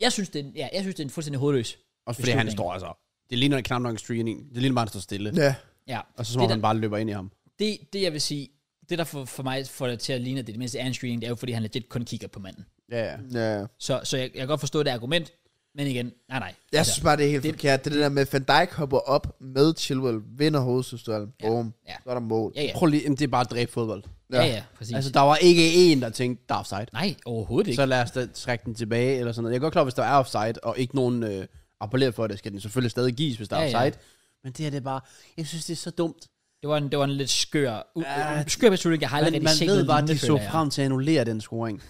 [SPEAKER 1] Jeg synes, det er, en- ja, jeg synes, det er en fuldstændig hovedløs.
[SPEAKER 3] Også fordi han
[SPEAKER 1] Beslutning.
[SPEAKER 3] står altså... Det ligner knap nok en streaming. Det ligner bare, at han står stille.
[SPEAKER 2] ja.
[SPEAKER 1] Ja,
[SPEAKER 3] Og så som om
[SPEAKER 1] Det der-
[SPEAKER 3] han bare løber ind i ham.
[SPEAKER 1] det, det jeg vil sige, det der for, for mig får det til at ligne, at det, er det mindste er en screening, det er jo fordi, han legit kun kigger på manden.
[SPEAKER 3] Ja, ja.
[SPEAKER 2] ja. ja.
[SPEAKER 1] Så, så jeg, jeg kan godt forstå det argument, men igen, nej, nej.
[SPEAKER 2] Jeg synes bare, det er helt
[SPEAKER 1] Det-
[SPEAKER 2] det, forkert. Det, er det der med, at Van Dijk hopper op med Chilwell, vinder hovedstødstødlen. Ja. Boom.
[SPEAKER 1] ja.
[SPEAKER 2] Så er der mål.
[SPEAKER 1] Ja, ja,
[SPEAKER 3] Prøv lige, jamen, det er bare at dræbe fodbold.
[SPEAKER 1] ja, ja, præcis.
[SPEAKER 3] Altså,
[SPEAKER 1] Altså,
[SPEAKER 3] der var ikke en, der tænkte, der er offside.
[SPEAKER 1] nej, overhovedet ikke.
[SPEAKER 3] Så lad os da trække den tilbage, eller sådan noget. Jeg er godt klar, hvis der er offside, og ikke nogen øh, appellerer for det, skal den selvfølgelig stadig gives, hvis der er
[SPEAKER 1] Ja, ja.
[SPEAKER 3] offside. Men det her, det er bare, jeg synes, det er så dumt.
[SPEAKER 1] Det var en, det var en lidt skør, u-
[SPEAKER 3] Ja,
[SPEAKER 1] uh, skør beslutning, jeg har aldrig
[SPEAKER 3] Men man
[SPEAKER 1] rigtig set
[SPEAKER 3] ved
[SPEAKER 1] noget
[SPEAKER 3] bare, at
[SPEAKER 1] lignende,
[SPEAKER 3] de så
[SPEAKER 1] føler jeg.
[SPEAKER 3] frem til at annullere den scoring.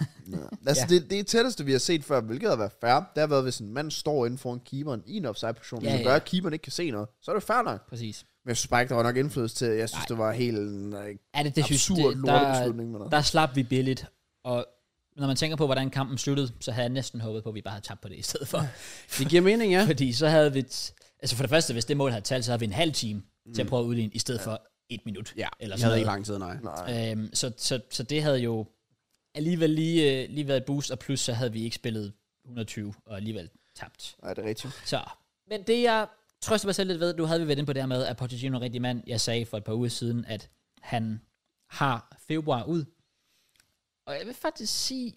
[SPEAKER 2] Altså,
[SPEAKER 1] Ja.
[SPEAKER 2] ja. det, det er tætteste, vi har set før, hvilket har været fair. Det har været, hvis en mand står inden for en keeperen i en offside-position,
[SPEAKER 1] Ja,
[SPEAKER 2] ja, som
[SPEAKER 1] ja.
[SPEAKER 2] gør, at keeperen ikke kan se noget, så er det fair nok.
[SPEAKER 1] Præcis.
[SPEAKER 2] Men jeg synes bare ikke, der var nok indflydelse til, jeg synes,
[SPEAKER 1] Nej.
[SPEAKER 2] det var helt en øh,
[SPEAKER 1] Ja, det, det synes
[SPEAKER 2] absurd
[SPEAKER 1] jeg, det- der,
[SPEAKER 2] lortebeslutning. Men altså.
[SPEAKER 1] der slap vi billigt, og når man tænker på, hvordan kampen sluttede, så havde jeg næsten håbet på, at vi bare havde tabt på det i stedet for.
[SPEAKER 3] Det giver mening, ja.
[SPEAKER 1] Fordi så havde vi, t- altså for det første, hvis det mål havde talt, så havde vi en halv time til at prøve at udligne, i stedet for et minut.
[SPEAKER 3] Mm. Ja,
[SPEAKER 1] eller
[SPEAKER 3] eller
[SPEAKER 1] sådan
[SPEAKER 3] jeg havde
[SPEAKER 1] noget.
[SPEAKER 3] ikke lang tid, nej.
[SPEAKER 2] Nej.
[SPEAKER 1] Øhm, så, så, så det havde jo alligevel lige, øh, lige været et boost, og plus så havde vi ikke spillet 120 og alligevel tabt.
[SPEAKER 2] Nej, det er rigtigt.
[SPEAKER 1] Så. Men det jeg trøster mig selv lidt ved, nu havde vi været inde på det her med, at Pochettino er en rigtig mand. Jeg sagde for et par uger siden, at han har februar ud. Og jeg vil faktisk sige,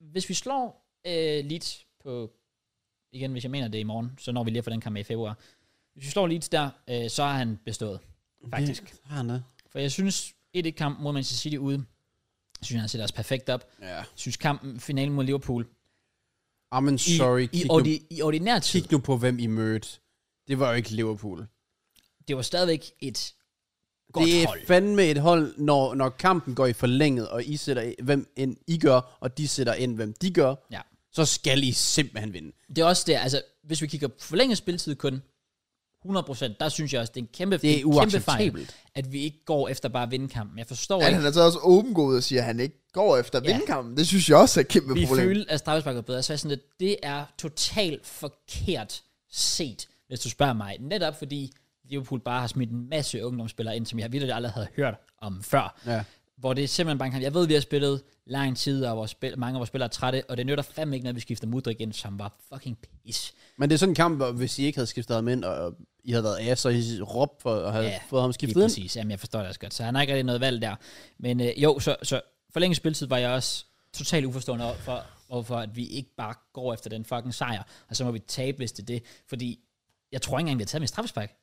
[SPEAKER 1] hvis vi slår øh, Leeds på, igen hvis jeg mener det er i morgen, så når vi lige for den kamp med i februar. Hvis vi slår Leeds der, øh, så har han bestået. Faktisk.
[SPEAKER 3] Det har han det.
[SPEAKER 1] For jeg synes, 1-1 kamp mod Manchester City ude, jeg synes, han sætter os perfekt op.
[SPEAKER 3] Ja.
[SPEAKER 1] Jeg synes, kampen, finalen mod Liverpool,
[SPEAKER 3] Ah, men
[SPEAKER 1] i,
[SPEAKER 3] sorry.
[SPEAKER 1] i,
[SPEAKER 3] kig, nu,
[SPEAKER 1] ordi, i ordinær tid,
[SPEAKER 3] kig nu på, hvem I mødte. Det var jo ikke Liverpool.
[SPEAKER 1] det var stadigvæk et godt
[SPEAKER 3] det er
[SPEAKER 1] hold.
[SPEAKER 3] fandme et hold, når, når kampen går i forlænget, og I sætter hvem end I gør, og de sætter ind, hvem de gør,
[SPEAKER 1] Ja.
[SPEAKER 3] så skal I simpelthen vinde.
[SPEAKER 1] Det er også der, altså, hvis vi kigger på forlænget spilletid kun, 100%, der synes jeg også, det er en kæmpe,
[SPEAKER 3] Det er
[SPEAKER 1] en kæmpe fejl,
[SPEAKER 3] uacceptabelt.
[SPEAKER 1] at vi ikke går efter bare at vinde kampen. Jeg forstår
[SPEAKER 2] Han
[SPEAKER 1] ikke.
[SPEAKER 2] er så også åben god og siger, at han ikke går efter
[SPEAKER 1] Ja.
[SPEAKER 2] ja. vindkampen. Det synes jeg også er et kæmpe
[SPEAKER 1] Vi
[SPEAKER 2] problem.
[SPEAKER 1] følte, at straffesparket var bedre, så er jeg sådan lidt, det er totalt forkert set, hvis du spørger mig. Netop fordi Liverpool bare har smidt en masse ungdomsspillere ind, som jeg virkelig aldrig havde hørt om før.
[SPEAKER 3] Ja.
[SPEAKER 1] hvor det er simpelthen bare en kamp. Jeg ved, vi har spillet lang tid, og vores spil, mange af vores spillere er trætte, og det nytter fandme ikke, når vi skifter Mudrik ind, som var fucking pis.
[SPEAKER 3] Men det er sådan en kamp, hvor hvis I ikke havde skiftet ham ind, og, og I havde været af, så havde I råbt for at have
[SPEAKER 1] Ja,
[SPEAKER 3] ja, fået ham
[SPEAKER 1] Lige
[SPEAKER 3] skiftet ind.
[SPEAKER 1] præcis. Jamen, jeg forstår det også godt. Så han har ikke rigtig noget valg der. Men øh, jo, så, så forlænget spilletid var jeg også totalt uforstående over for, overfor, at vi ikke bare går efter den fucking sejr, og så må vi tabe, hvis det er det. Fordi jeg tror ikke engang, vi har taget min straffespark.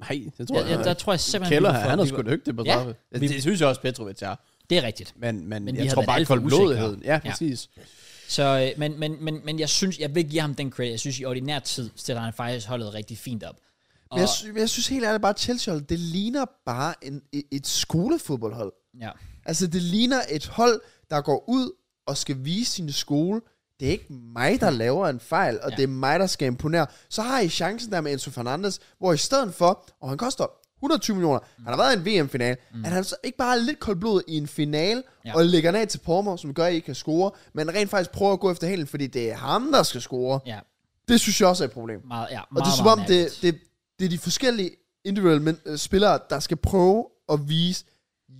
[SPEAKER 3] Nej, det tror jeg,
[SPEAKER 1] Jeg, jeg, der tror jeg
[SPEAKER 3] jeg
[SPEAKER 1] simpelthen...
[SPEAKER 3] Kælder
[SPEAKER 1] vi var
[SPEAKER 3] her,
[SPEAKER 1] for-
[SPEAKER 3] han er
[SPEAKER 1] vi var-
[SPEAKER 3] sgu dygtig på
[SPEAKER 1] Ja,
[SPEAKER 3] straffe. Ja,
[SPEAKER 1] vi-
[SPEAKER 3] det, det synes jeg også, Petrovic er.
[SPEAKER 1] Det er rigtigt.
[SPEAKER 3] Men, men,
[SPEAKER 1] Men
[SPEAKER 3] men
[SPEAKER 1] vi havde
[SPEAKER 3] jeg tror
[SPEAKER 1] været
[SPEAKER 3] bare,
[SPEAKER 1] alt for
[SPEAKER 3] koldblodigheden. Ja,
[SPEAKER 1] Ja.
[SPEAKER 3] præcis. Ja.
[SPEAKER 1] Så, øh, men, men, men, men jeg synes, jeg vil give ham den credit. Jeg synes, i ordinær tid stiller han faktisk holdet rigtig fint op.
[SPEAKER 2] Men jeg, sy- men jeg synes helt ærligt bare, at Chelsea det ligner bare en, et- et skolefodboldhold.
[SPEAKER 1] Ja.
[SPEAKER 2] Altså, det ligner et hold, der går ud og skal vise sin skole. Det er ikke mig, der laver en fejl, og
[SPEAKER 1] Ja.
[SPEAKER 2] ja. det er mig, der skal imponere. Så har I chancen der med Enzo Fernandes, hvor i stedet for, og han koster 120 millioner, han har været i en VM-finale, mm. at han så ikke bare er lidt koldblodet i en finale,
[SPEAKER 1] Ja.
[SPEAKER 2] ja. og lægger den af til Pormer, som gør, at I ikke kan score, men rent faktisk prøver at gå efter helen, fordi det er ham, der skal score. Ja.
[SPEAKER 1] Ja,
[SPEAKER 2] Det synes jeg også er et problem.
[SPEAKER 1] meget, ja, meget,
[SPEAKER 2] Og det er som
[SPEAKER 1] meget
[SPEAKER 2] om, det,
[SPEAKER 1] mærkeligt.
[SPEAKER 2] det, det er de forskellige individuelle men, øh, spillere, der skal prøve at vise,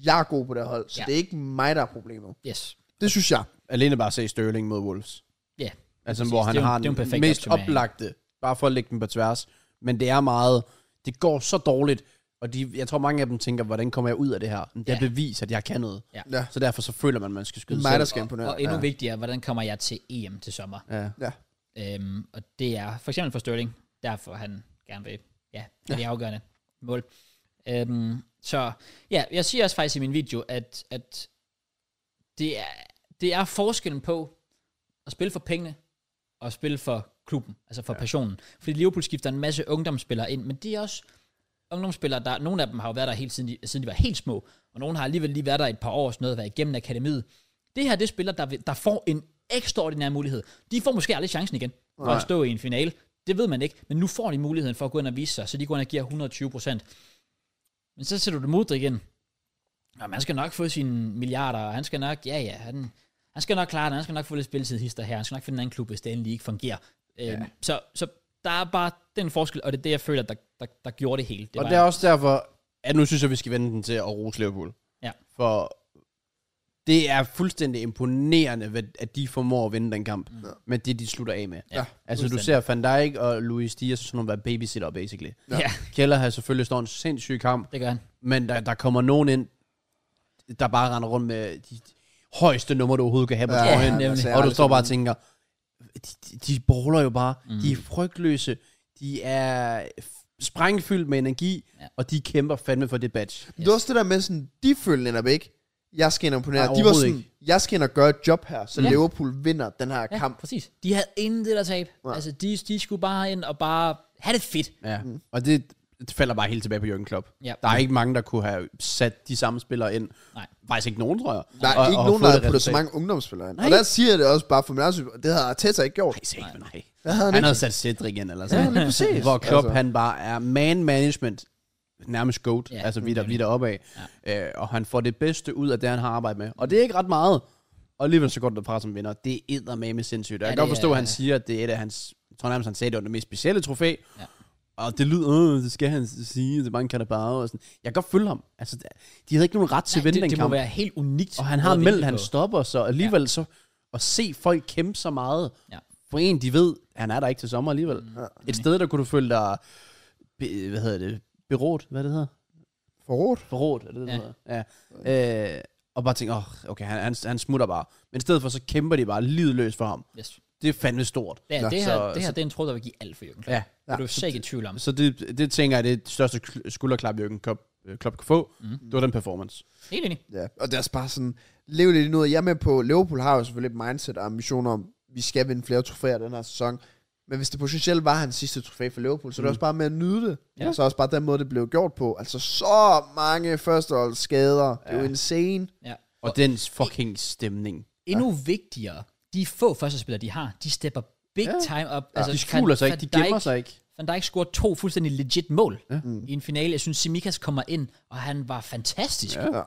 [SPEAKER 2] jeg er god på det her hold. Så
[SPEAKER 1] Ja.
[SPEAKER 2] ja. det er ikke mig, der er problemet.
[SPEAKER 1] Yes.
[SPEAKER 2] Det synes jeg.
[SPEAKER 3] Alene bare se Sterling mod Wolves.
[SPEAKER 1] Ja.
[SPEAKER 3] Altså,
[SPEAKER 1] præcis.
[SPEAKER 3] hvor han
[SPEAKER 1] Det er jo-
[SPEAKER 3] har
[SPEAKER 1] det er jo en
[SPEAKER 3] den
[SPEAKER 1] perfekt
[SPEAKER 3] mest
[SPEAKER 1] opsummering.
[SPEAKER 3] oplagte, bare for at lægge den på tværs. Men det er meget, det går så dårligt, og de, jeg tror mange af dem tænker, hvordan kommer jeg ud af det her? Men Det er
[SPEAKER 1] Ja.
[SPEAKER 3] bevis, at jeg kan noget.
[SPEAKER 1] Ja.
[SPEAKER 2] Ja.
[SPEAKER 3] Så derfor så føler man, at man skal
[SPEAKER 2] Det
[SPEAKER 3] skyde
[SPEAKER 2] er mig, der
[SPEAKER 3] selv.
[SPEAKER 2] skal imponere.
[SPEAKER 1] Og endnu
[SPEAKER 2] ja.
[SPEAKER 1] vigtigere, hvordan kommer jeg til EM til sommer?
[SPEAKER 3] Ja.
[SPEAKER 2] Ja.
[SPEAKER 1] Øhm, og det er for eksempel for Sterling, derfor han gerne vil, ja, det er det afgørende mål. Øhm, så ja, jeg siger også faktisk i min video, at, at det, er, det er forskellen på at spille for pengene, og at spille for klubben, altså for ja. passionen. Fordi Liverpool skifter en masse ungdomsspillere ind, men de er også ungdomsspillere, der, nogle af dem har jo været der helt siden de, siden de var helt små, og nogle har alligevel lige været der i et par år, og sådan noget, været igennem akademiet. Det her, det er spillere, der, vil- der får en ekstraordinær mulighed. De får måske aldrig chancen igen for Nej. at stå i en finale. Det ved man ikke, men nu får de muligheden for at gå ind og vise sig, så de går ind og giver 120 procent. Men så sætter du det mod dig igen. Og man skal nok få sine milliarder, og han skal nok, ja ja, han, han skal nok klare det, han skal nok få lidt spilletid hister her, han skal nok finde en anden klub, hvis det endelig ikke fungerer. Ja. Øhm, så, så der er bare den forskel, og det er det, jeg føler, der, der, der gjorde det hele. Det
[SPEAKER 3] og
[SPEAKER 1] var-
[SPEAKER 3] det er også derfor, at nu synes jeg, vi skal vende den til at rose Liverpool.
[SPEAKER 1] Ja.
[SPEAKER 3] For det er fuldstændig imponerende, hvad- at de formår at vinde den kamp. Mm. Men det, de slutter af med.
[SPEAKER 1] Ja,
[SPEAKER 3] altså, du
[SPEAKER 1] fuldstændig.
[SPEAKER 3] ser Van Dijk og Luis Diaz sådan nogle være babysitter, basically.
[SPEAKER 1] Ja. ja,
[SPEAKER 3] Keller har selvfølgelig står en sindssyg kamp,
[SPEAKER 1] det gør han.
[SPEAKER 3] men der, der kommer nogen ind, der bare render rundt med de højeste numre, du overhovedet kan have på
[SPEAKER 5] Ja,
[SPEAKER 3] forhånd.
[SPEAKER 1] nemlig.
[SPEAKER 5] altså, jeg har
[SPEAKER 3] Og du
[SPEAKER 5] aldrig
[SPEAKER 3] står
[SPEAKER 5] set
[SPEAKER 3] bare og
[SPEAKER 5] nogen-
[SPEAKER 3] tænker, de, de bowler jo bare. Mm. De er frygtløse. De er f- sprængfyldt med energi,
[SPEAKER 1] Ja.
[SPEAKER 3] ja. og de kæmper fandme for det badge.
[SPEAKER 5] Det var også det der med sådan, de følte netop ikke, jeg skal ind og imponere.
[SPEAKER 3] Nej,
[SPEAKER 5] de var
[SPEAKER 3] overhovedet
[SPEAKER 5] sådan, ikke. jeg skal ind og gøre et job her, så
[SPEAKER 1] Ja.
[SPEAKER 5] ja. Liverpool vinder den her
[SPEAKER 1] Ja,
[SPEAKER 5] kamp.
[SPEAKER 1] præcis. De havde intet at tabe. Ja. Altså, de, de skulle bare ind og bare have det fedt.
[SPEAKER 3] Ja. Mm. Og det, det falder bare helt tilbage på Jürgen Klopp.
[SPEAKER 1] Ja.
[SPEAKER 3] Der er ikke mange, der kunne have sat de samme spillere ind.
[SPEAKER 1] Nej.
[SPEAKER 3] Faktisk ikke nogen, tror jeg.
[SPEAKER 5] Der er og, ikke og nogen, der har puttet så mange ungdomsspillere ind. Og
[SPEAKER 3] Nej.
[SPEAKER 5] der siger jeg det også bare for min egen skyld, det havde Arteta ikke gjort.
[SPEAKER 3] Nej, sikkert, nej.
[SPEAKER 5] havde
[SPEAKER 3] Han,
[SPEAKER 5] han
[SPEAKER 3] han havde sat Cedric ind, eller sådan
[SPEAKER 5] Ja, lige præcis.
[SPEAKER 3] Hvor Klopp, altså.
[SPEAKER 5] Altså.
[SPEAKER 3] han bare er man management, nærmest goat,
[SPEAKER 1] Ja,
[SPEAKER 3] ja, altså videre, videre opad. Ja. Øh, og han får det bedste ud af det, han har arbejdet med. Og det er ikke ret meget. Og alligevel så går det fra som vinder. Det er eddermame sindssygt. Og
[SPEAKER 1] Ja,
[SPEAKER 3] jeg kan godt
[SPEAKER 1] det
[SPEAKER 3] forstå,
[SPEAKER 1] er-
[SPEAKER 3] at han siger, at det er et af hans... Jeg tror nærmest, han sagde, at det var det mest specielle trofæ.
[SPEAKER 1] Ja.
[SPEAKER 3] Og det lyder, øh, det skal han sige, det er bare en katabare og sådan. Jeg kan godt følge ham. Altså, de havde ikke nogen ret til
[SPEAKER 1] det,
[SPEAKER 3] at vinde den
[SPEAKER 1] det
[SPEAKER 3] kamp.
[SPEAKER 1] må være helt unikt.
[SPEAKER 3] Og han har meldt, han stopper, så alligevel ja. så at se folk kæmpe så meget
[SPEAKER 1] Ja.
[SPEAKER 3] for en, de ved, han er der ikke til sommer alligevel. Mm. Et sted, der kunne du føle dig, be, hvad hedder det, berot, hvad det hedder?
[SPEAKER 5] Forrådt.
[SPEAKER 3] Berot, er det det,
[SPEAKER 1] Ja.
[SPEAKER 3] ja. hedder? Ja. Øh, og bare tænke, oh, okay, han, han, han smutter bare. Men i stedet for, så kæmper de bare livet løs for ham.
[SPEAKER 1] Yes.
[SPEAKER 3] Det er fandme stort.
[SPEAKER 1] Det, her,
[SPEAKER 5] Nå,
[SPEAKER 1] det, her,
[SPEAKER 3] så-
[SPEAKER 1] det her,
[SPEAKER 3] så-
[SPEAKER 1] det er en tråd, der vil give alt for Jürgen Klopp.
[SPEAKER 3] Ja.
[SPEAKER 1] Det er du sikkert ikke i tvivl om.
[SPEAKER 3] Så det, det tænker jeg, det er det største kl- skulderklap, Jørgen Klopp, øh, Klopp kan få. Mm. Det var den performance.
[SPEAKER 1] Helt enig.
[SPEAKER 5] Ja, og det er også bare sådan, lev lidt endnu. Jeg er med på, Liverpool har jo selvfølgelig et mindset og ambitioner om, vi skal vinde flere trofæer den her sæson. Men hvis det potentielt var hans sidste trofæ for Liverpool, så er det også bare med at nyde det.
[SPEAKER 1] Ja.
[SPEAKER 5] Mm. Ja. Og så også bare den måde, det blev gjort på. Altså så mange førsteholdsskader. Det er jo insane.
[SPEAKER 1] Ja.
[SPEAKER 3] Og, og dens fucking stemning.
[SPEAKER 1] Endnu vigtigere, de få førstespillere, de har, de stepper big
[SPEAKER 3] Ja.
[SPEAKER 1] time op.
[SPEAKER 3] Altså, de skjuler sig ikke, de gemmer sig ikke.
[SPEAKER 1] Van Dijk scorede to fuldstændig legit mål ja. i en finale. Jeg synes, Simikas kommer ind, og han var fantastisk.
[SPEAKER 5] Ja.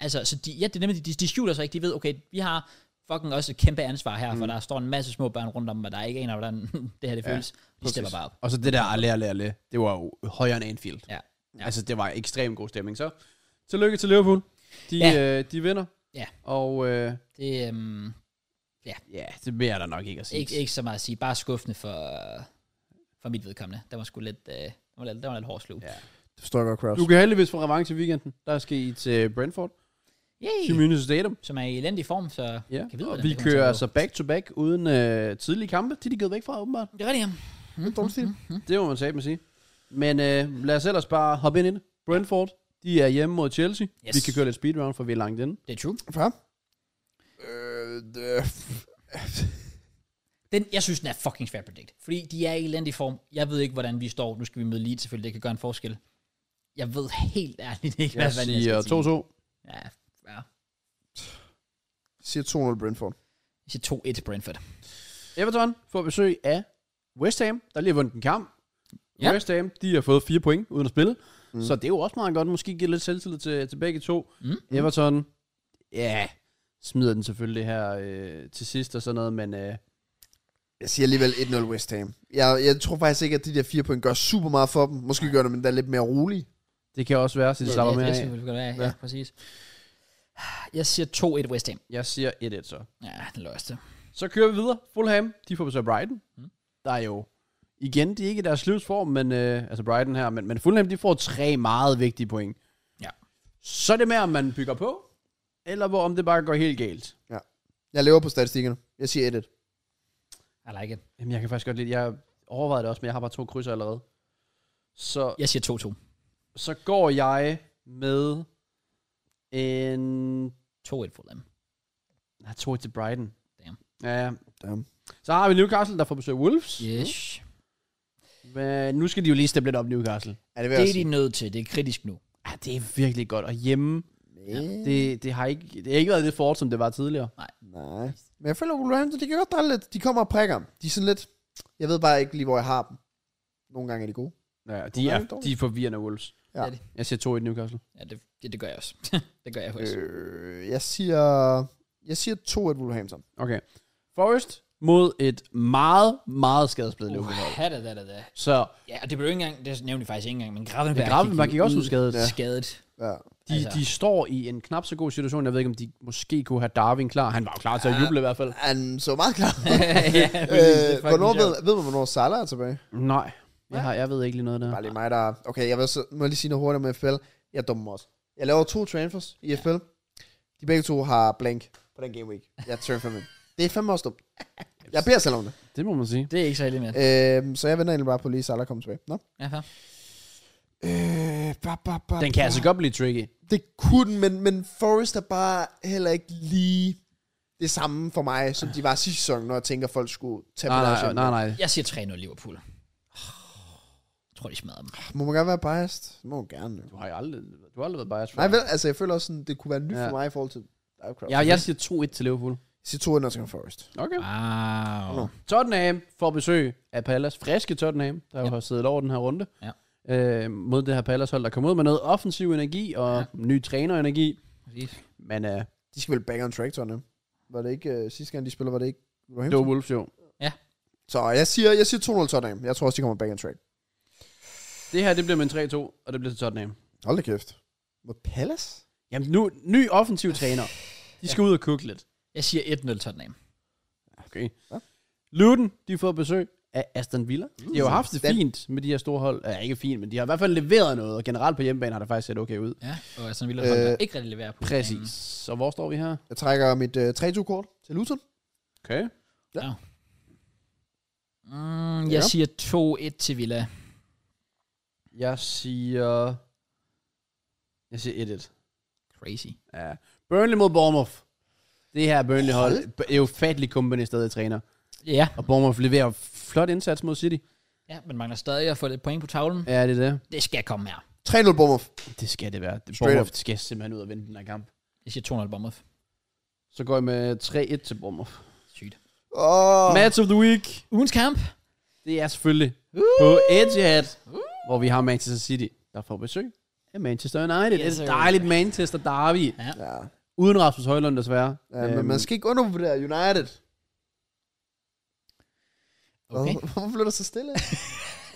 [SPEAKER 1] Altså, så de, ja, det er nemlig, de, de skjuler sig ikke. De ved, okay, vi har fucking også et kæmpe ansvar her, mm. for der står en masse små børn rundt om, og der er ikke aner, hvordan det her det føles. De stepper bare op.
[SPEAKER 3] Og så det der alle, alle, alle, det var jo højere end Anfield.
[SPEAKER 1] Ja.
[SPEAKER 3] Ja. Altså, det var ekstremt god stemning. Så, tillykke til Liverpool. De,
[SPEAKER 1] Ja.
[SPEAKER 3] ja. øh, de vinder.
[SPEAKER 1] Ja.
[SPEAKER 3] Og øh,
[SPEAKER 1] Det, øhm,
[SPEAKER 3] ja, det mere er der nok ikke at sige.
[SPEAKER 1] Ikke, ikke så meget at sige. Bare skuffende for, for mit vedkommende. Der var sgu lidt, øh, den var lidt, den var lidt hård slug.
[SPEAKER 3] Ja.
[SPEAKER 5] Det forstår jeg godt, Kraus.
[SPEAKER 3] Du kan heldigvis få revanche i weekenden. Der skal I til Brentford.
[SPEAKER 1] Yay!
[SPEAKER 3] Community Stadium.
[SPEAKER 1] Som er i elendig form, så
[SPEAKER 3] Ja.
[SPEAKER 1] kan vide,
[SPEAKER 3] og
[SPEAKER 1] hvordan
[SPEAKER 3] vi
[SPEAKER 1] det kommer til
[SPEAKER 3] kører
[SPEAKER 1] at gå.
[SPEAKER 3] altså back-to-back uden øh, tidlige kampe. Det er de givet væk fra, åbenbart.
[SPEAKER 1] Det er rigtigt, ja.
[SPEAKER 5] Det er stil.
[SPEAKER 1] Mhm.
[SPEAKER 3] Det må man sige, man sige. Men øh, lad os ellers bare hoppe ind i det. Brentford, de er hjemme mod Chelsea.
[SPEAKER 1] Yes.
[SPEAKER 3] Yes. Vi kan køre lidt speedround, for vi er langt inde.
[SPEAKER 1] Det er true.
[SPEAKER 5] Hvad? Øh, det-
[SPEAKER 1] Den, jeg synes, den er fucking svær at predict. Fordi de er i elendig form. Jeg ved ikke, hvordan vi står. Nu skal vi møde Leeds selvfølgelig. Det kan gøre en forskel. Jeg ved helt ærligt ikke, hvad,
[SPEAKER 3] Jeg
[SPEAKER 1] hvad jeg
[SPEAKER 3] siger
[SPEAKER 1] skal sige.
[SPEAKER 3] 2-2.
[SPEAKER 1] Ja, ja.
[SPEAKER 5] siger 2-0 Brentford.
[SPEAKER 1] Jeg siger 2-1 Brentford.
[SPEAKER 3] Everton får besøg af West Ham, der lige har vundet en kamp.
[SPEAKER 1] Ja.
[SPEAKER 3] Ja. West Ham, de har fået fire point uden at spille. Mm. Så det er jo også meget godt, måske give lidt selvtillid til, til begge to.
[SPEAKER 1] Mm.
[SPEAKER 3] Everton, ja, smider den selvfølgelig her øh, til sidst og sådan noget, men øh,
[SPEAKER 5] Jeg siger alligevel 1-0 West Ham. Jeg, jeg tror faktisk ikke, at de der fire point gør super meget for dem. Måske gør det, men der er lidt mere rolig.
[SPEAKER 3] det kan også være, så de slapper
[SPEAKER 1] det,
[SPEAKER 3] mere
[SPEAKER 1] det,
[SPEAKER 3] af.
[SPEAKER 1] det, det, det, ja, præcis. Jeg siger 2-1 West Ham.
[SPEAKER 3] Jeg siger 1-1 så.
[SPEAKER 1] Ja, den løste.
[SPEAKER 3] Så kører vi videre. Fulham, de får besøg af Brighton.
[SPEAKER 1] Mm.
[SPEAKER 3] Mm. Der er jo, igen, de er ikke i deres livsform, men, øh, altså Brighton her, men, men Fulham, de får tre meget vigtige point.
[SPEAKER 1] Ja.
[SPEAKER 3] Så er det med, om man bygger på, eller hvor, om det bare går helt galt.
[SPEAKER 5] Jeg lever på statistikkerne. Jeg siger 1-1.
[SPEAKER 1] I like it.
[SPEAKER 3] Jamen, jeg kan faktisk godt lide Jeg overvejede det også, men jeg har bare to krydser allerede. Så,
[SPEAKER 1] Jeg siger 2-2.
[SPEAKER 3] så går jeg med en...
[SPEAKER 1] 2-1 Fulham.
[SPEAKER 3] Nej, to til Brighton.
[SPEAKER 1] Damn.
[SPEAKER 3] Ja, ja.
[SPEAKER 2] Damn.
[SPEAKER 3] Så har vi Newcastle, der får besøg af Wolves.
[SPEAKER 1] Yes.
[SPEAKER 3] Men nu skal de jo lige steppe lidt op Newcastle.
[SPEAKER 2] Er det ved
[SPEAKER 1] Det
[SPEAKER 2] at
[SPEAKER 1] er de nødt til. Det er kritisk nu.
[SPEAKER 3] Ja, Ah, det er virkelig godt. Og hjemme,
[SPEAKER 2] sige?
[SPEAKER 3] det, det, har ikke, det har ikke været det fort, som det var tidligere.
[SPEAKER 2] Nej. Men jeg føler, at Wolverhampton, de kan godt drille lidt. De kommer og prikker dem. De er sådan lidt... Jeg ved bare ikke lige, hvor jeg har dem. Nogle gange er de gode.
[SPEAKER 3] Ja, de
[SPEAKER 2] Nogle
[SPEAKER 3] er,
[SPEAKER 2] gange dårligt.
[SPEAKER 3] de er forvirrende Wolves.
[SPEAKER 2] Ja.
[SPEAKER 1] Det er det.
[SPEAKER 3] Jeg ser 2-1 Newcastle.
[SPEAKER 1] Ja, det, det, det gør jeg også. det gør jeg også. Øh.
[SPEAKER 2] Øh, jeg siger... Jeg siger 2-1 Wolverhampton.
[SPEAKER 3] Okay. Forest mod et meget, meget skadesblevet uh.
[SPEAKER 1] Ja, da, da, da, da.
[SPEAKER 3] Så
[SPEAKER 1] Ja, og det blev ikke engang, det nævnte vi faktisk ikke engang, men
[SPEAKER 3] Men
[SPEAKER 1] Gravenberg,
[SPEAKER 3] Gravenberg gik
[SPEAKER 1] jo
[SPEAKER 3] også
[SPEAKER 1] ud
[SPEAKER 3] ud skadet.
[SPEAKER 1] Ja. Skadet.
[SPEAKER 2] Ja.
[SPEAKER 3] de,
[SPEAKER 1] Altså.
[SPEAKER 3] altså. de står i en knap så god situation. Jeg ved ikke, om de måske kunne have Darwin klar. Han var jo klar til at
[SPEAKER 2] Ja.
[SPEAKER 3] juble i hvert fald.
[SPEAKER 2] Han så meget klar.
[SPEAKER 1] ja,
[SPEAKER 2] øh, hvornår ved, ved man, hvornår Salah er tilbage?
[SPEAKER 3] Nej,
[SPEAKER 1] Ja.
[SPEAKER 3] jeg, har, jeg ved ikke lige noget der.
[SPEAKER 2] Bare lige mig, der... Okay, jeg vil så, må jeg lige sige noget hurtigt om FPL. Jeg dummer mig også. Jeg laver to transfers i FPL. De begge to har blank på den game week. Jeg transfer med. Det er fandme også dumt. Jeg beder selv om det.
[SPEAKER 3] Det må man sige.
[SPEAKER 1] Det er ikke så heldigt mere.
[SPEAKER 2] Øh, så jeg venter egentlig bare på at lige Salah kommer tilbage. Nå?
[SPEAKER 1] Ja, fair.
[SPEAKER 2] Øh, ba, ba, ba,
[SPEAKER 3] Den kan altså godt blive tricky.
[SPEAKER 2] Det kunne den, men, men Forrest er bare heller ikke lige det samme for mig, som de var sidste sæson, når jeg tænker, at folk skulle tage
[SPEAKER 3] Nej,
[SPEAKER 2] Bellage
[SPEAKER 3] nej,
[SPEAKER 2] ind.
[SPEAKER 3] nej, nej.
[SPEAKER 1] Jeg siger 3-0 Liverpool. Jeg tror, de smadrer dem.
[SPEAKER 2] Må man gerne være biased? Det må man gerne. jo.
[SPEAKER 3] Du har jo aldrig, du har aldrig været biased.
[SPEAKER 2] Nej, vel, altså jeg føler også, sådan, det kunne være nyt
[SPEAKER 3] Ja.
[SPEAKER 2] ja. for mig i forhold til Crowd.
[SPEAKER 3] Ja, jeg siger 2-1 til Liverpool.
[SPEAKER 2] Sige to ender til Forrest.
[SPEAKER 3] Okay.
[SPEAKER 1] Wow.
[SPEAKER 3] Tottenham får besøg af Palace. Friske Tottenham, der jo
[SPEAKER 1] Ja.
[SPEAKER 3] har siddet over den her runde.
[SPEAKER 1] Ja.
[SPEAKER 3] Øh, mod det her Palace-hold, der kom ud med noget offensiv energi og
[SPEAKER 1] Ja.
[SPEAKER 3] ja. ny trænerenergi.
[SPEAKER 1] Præcis.
[SPEAKER 3] Men øh,
[SPEAKER 2] De skal vel back on track, tror jeg. Var det ikke, uh, sidste gang de spiller, var det ikke
[SPEAKER 3] det var
[SPEAKER 2] Wolverhampton?
[SPEAKER 3] Wolves jo.
[SPEAKER 2] Så jeg siger, jeg siger 2-0 Tottenham. Jeg tror også, de kommer back on track.
[SPEAKER 3] Det her, det bliver med en 3-2, og det bliver til Tottenham.
[SPEAKER 2] Hold da kæft. Mod Palace?
[SPEAKER 3] Jamen nu, ny offensiv træner. De skal ud og kukke lidt.
[SPEAKER 1] Jeg siger 1-0 Tottenham.
[SPEAKER 3] Okay.
[SPEAKER 2] Ja.
[SPEAKER 3] Luton, de får besøg af Aston Villa. De
[SPEAKER 1] Mm.
[SPEAKER 3] har jo haft det
[SPEAKER 2] Den-
[SPEAKER 3] fint med de her store hold. Ja, ikke fint, men de har i hvert fald leveret noget, og generelt på hjemmebane har det faktisk set okay ud.
[SPEAKER 1] Ja, og Aston Villa hold, der ikke rigtig leverer på.
[SPEAKER 3] Præcis. Så hvor står vi her?
[SPEAKER 2] Jeg trækker mit uh, 3-2-kort til Luton.
[SPEAKER 3] Okay.
[SPEAKER 1] banen. Mm, jeg
[SPEAKER 2] Ja.
[SPEAKER 1] siger 2-1 til Villa.
[SPEAKER 3] Jeg siger... Jeg siger 1-1.
[SPEAKER 1] Crazy.
[SPEAKER 3] Ja. Burnley mod Bournemouth. Det her Burnley-hold er jo fatlig company stadig træner.
[SPEAKER 1] Ja,
[SPEAKER 3] Og Bournemouth leverer flot indsats mod City.
[SPEAKER 1] ja men mangler stadig at få lidt point på tavlen.
[SPEAKER 3] Ja, det er det.
[SPEAKER 1] Det skal komme her.
[SPEAKER 2] 3-0 Bournemouth.
[SPEAKER 3] Det skal det være. Det-
[SPEAKER 2] Straight
[SPEAKER 3] Bournemouth skal simpelthen ud og vinde den her kamp.
[SPEAKER 1] Jeg siger 2-0 Bournemouth.
[SPEAKER 3] Så går jeg med 3-1 til Bournemouth.
[SPEAKER 1] Sygt.
[SPEAKER 2] Oh.
[SPEAKER 3] Match of the week.
[SPEAKER 1] Ugens kamp.
[SPEAKER 3] Det er selvfølgelig på Etihad, hvor vi har Manchester City, der får besøg af Manchester United.
[SPEAKER 1] Yes,
[SPEAKER 3] Yes,
[SPEAKER 1] sir.
[SPEAKER 3] et dejligt Manchester derby.
[SPEAKER 2] Ja.
[SPEAKER 3] Uden Rasmus Højlund desværre.
[SPEAKER 2] Ja, men
[SPEAKER 3] Øhm,
[SPEAKER 2] man skal ikke undervurdere United.
[SPEAKER 1] Okay.
[SPEAKER 2] Hvorfor- Hvorfor blev du så stille?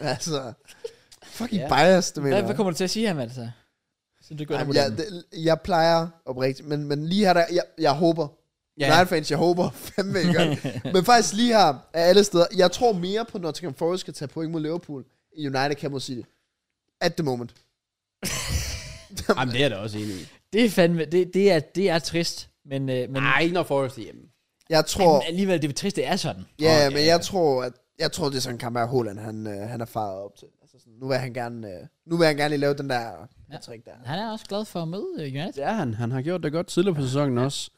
[SPEAKER 2] altså, fucking
[SPEAKER 3] Ja.
[SPEAKER 2] yeah. biased, det mener
[SPEAKER 1] Hvad, hvad kommer du til at sige ham, altså? Så det går
[SPEAKER 2] jeg. Ej,
[SPEAKER 1] Jamen,
[SPEAKER 2] men jeg, det, jeg plejer oprigtigt, men, men lige her, der, jeg, jeg håber.
[SPEAKER 3] Ja.
[SPEAKER 2] Yeah. United fans, jeg håber fandme ikke. gør det. men faktisk lige her, af alle steder, jeg tror mere på, når Nottingham Forest skal tage point mod Liverpool, end United kan mod City. At the moment.
[SPEAKER 3] Jamen, det er jeg da også enig i.
[SPEAKER 1] Det er fandme, det, det, er, det er trist, men, øh, men,
[SPEAKER 3] Nej, ikke når Forrest er hjemme.
[SPEAKER 2] Jeg tror,
[SPEAKER 1] men alligevel, det er trist, det er sådan.
[SPEAKER 2] ja,
[SPEAKER 3] Åh,
[SPEAKER 2] ja,
[SPEAKER 3] ja,
[SPEAKER 2] men
[SPEAKER 3] ja.
[SPEAKER 2] jeg tror, at jeg tror, det er sådan en kamp, at Holland, han, øh, han er faret op til. Altså sådan, nu vil han gerne, øh, nu vil han gerne lige lave den der
[SPEAKER 1] Ja.
[SPEAKER 2] ja. trick der.
[SPEAKER 1] Han er også glad for at møde øh, United.
[SPEAKER 3] Det er han. Han har gjort det godt tidligere på sæsonen også.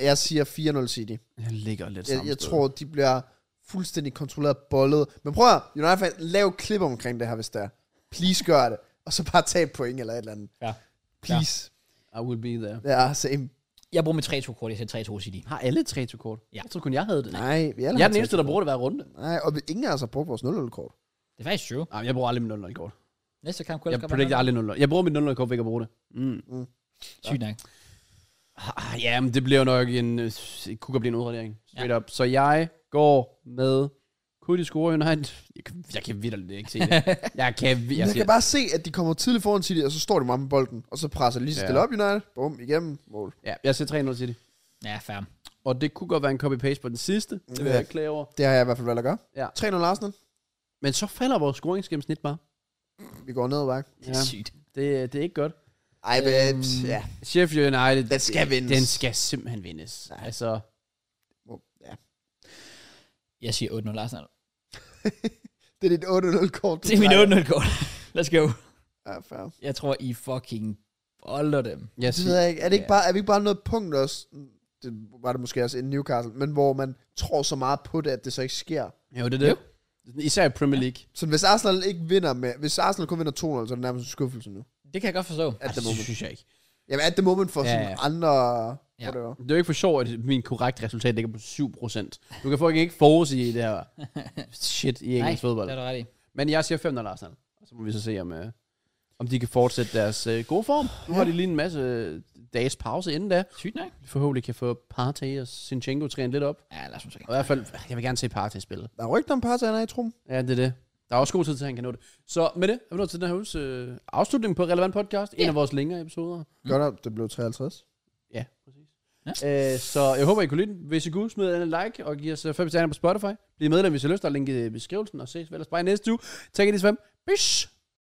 [SPEAKER 2] Jeg siger 4-0 City.
[SPEAKER 3] Han ligger lidt
[SPEAKER 2] Jeg,
[SPEAKER 3] samme
[SPEAKER 2] jeg
[SPEAKER 3] sted.
[SPEAKER 2] tror, de bliver fuldstændig kontrolleret bollet. Men prøv at høre, United fans, lav et klip omkring det her, hvis det er. Please gør det. Og så bare tag et point eller et eller andet.
[SPEAKER 1] Ja.
[SPEAKER 2] Please.
[SPEAKER 3] I will be there.
[SPEAKER 2] Ja, altså, ja same.
[SPEAKER 1] Jeg bruger mit 3-2 kort, jeg siger 3-2 City.
[SPEAKER 3] Har alle 3-2 kort?
[SPEAKER 1] Ja.
[SPEAKER 3] Jeg tror kun, jeg havde det.
[SPEAKER 2] Nej, vi alle
[SPEAKER 3] Jeg
[SPEAKER 2] har
[SPEAKER 3] er den eneste,
[SPEAKER 2] taget-
[SPEAKER 3] der bruger det hver runde.
[SPEAKER 2] Nej, og vi, ingen af os har brugt vores 0-0-kort.
[SPEAKER 1] Det er faktisk true.
[SPEAKER 3] Jamen, jeg bruger aldrig mit 0 kort
[SPEAKER 1] Næste kamp kunne
[SPEAKER 3] Jeg
[SPEAKER 1] ellers godt
[SPEAKER 3] predicter
[SPEAKER 1] være
[SPEAKER 3] aldrig 0 Jeg bruger mit 0 kort, hvis jeg kan bruge det. Mm.
[SPEAKER 1] noget. Sygt nok.
[SPEAKER 3] Ah, ja, men det bliver jo nok en... øh, Det kunne godt blive en udradering. Straight ja. up. Så jeg går med... Kunne de score United? Jeg kan, jeg kan vitterligt ikke se det. Jeg kan... vi- Jeg
[SPEAKER 2] Jeg
[SPEAKER 3] siger,
[SPEAKER 2] kan bare se, at de kommer tidligt foran City, og så står de meget med bolden. Og så presser de lige så
[SPEAKER 3] Ja.
[SPEAKER 2] stille op United. Bum, igennem. Mål.
[SPEAKER 3] ja, jeg siger 3-0 til det.
[SPEAKER 1] Ja, fair.
[SPEAKER 3] Og det kunne godt være en copy-paste på den sidste. Det vil
[SPEAKER 2] Ja.
[SPEAKER 3] jeg ikke klage over.
[SPEAKER 2] Det har jeg i hvert fald valgt at gøre.
[SPEAKER 3] Ja.
[SPEAKER 2] 3-0 Arsenal.
[SPEAKER 3] Men så falder vores scoringsgennemsnit bare.
[SPEAKER 2] Vi går ned ad bakke.
[SPEAKER 1] Det er sygt.
[SPEAKER 3] Det, det er ikke godt.
[SPEAKER 2] Ej,
[SPEAKER 3] Øhm,
[SPEAKER 2] babes. Ja.
[SPEAKER 3] Sheffield United...
[SPEAKER 2] Den skal vindes.
[SPEAKER 3] Den skal simpelthen vindes.
[SPEAKER 2] Ja.
[SPEAKER 3] Altså...
[SPEAKER 1] Jeg siger 8-0 Arsenal.
[SPEAKER 2] Det er dit 8-0-kort.
[SPEAKER 1] Det er min 8-0 kort. Let's go.
[SPEAKER 2] Ja, fair.
[SPEAKER 1] Jeg tror, I fucking bolder dem.
[SPEAKER 3] Jeg
[SPEAKER 2] Det ved
[SPEAKER 3] siger,
[SPEAKER 2] jeg ikke. Er, det ikke
[SPEAKER 3] Ja.
[SPEAKER 2] bare, er vi ikke bare noget punkt også? det var det måske også i Newcastle, men hvor man tror så meget på det, at det så ikke sker.
[SPEAKER 3] Jo, det er det. Især i Premier League.
[SPEAKER 2] Så hvis Arsenal ikke vinder med, hvis Arsenal kun vinder 2-0, så er det nærmest en skuffelse nu.
[SPEAKER 1] Det kan jeg godt forstå.
[SPEAKER 2] At
[SPEAKER 3] Ej,
[SPEAKER 2] the moment.
[SPEAKER 3] Altså, synes jeg ikke.
[SPEAKER 2] Jamen at the moment for
[SPEAKER 3] Ja,
[SPEAKER 2] sådan
[SPEAKER 3] ja.
[SPEAKER 2] andre,
[SPEAKER 1] Ja.
[SPEAKER 2] ja. whatever.
[SPEAKER 3] Det er jo ikke for sjovt, at min korrekte resultat ligger på 7%. Du kan fucking ikke forudsige det her shit i engelsk fodbold.
[SPEAKER 1] det er du ret i.
[SPEAKER 3] Men jeg siger 5-0 Arsenal. Og så må vi så se, om, øh, om de kan fortsætte deres øh, gode form. Nu har de lige en masse øh, dages pause inden da.
[SPEAKER 1] Sygt nok.
[SPEAKER 3] De forhåbentlig kan få Partey og Sinchenko trænet lidt op.
[SPEAKER 1] Ja, lad os nu se.
[SPEAKER 3] Og i hvert fald, jeg vil gerne se Partey spille.
[SPEAKER 2] Der er rygter om Partey, han er i trum.
[SPEAKER 3] Ja, det er det. Der er også god tid til, at han kan nå det. Så med det, er vi nået til den her uges øh, afslutning på Relevant Podcast. En af vores længere episoder.
[SPEAKER 2] Godt op, det blev 53.
[SPEAKER 3] Ja, præcis. Ja. Øh, så jeg håber, I kunne lide den. Hvis I kunne, smid en like og giv os øh, 5 stjerner på Spotify. Bliv medlem, hvis I har lyst. Der er link i beskrivelsen. Og ses ellers bare i næste uge. Tak i de fem. Bish!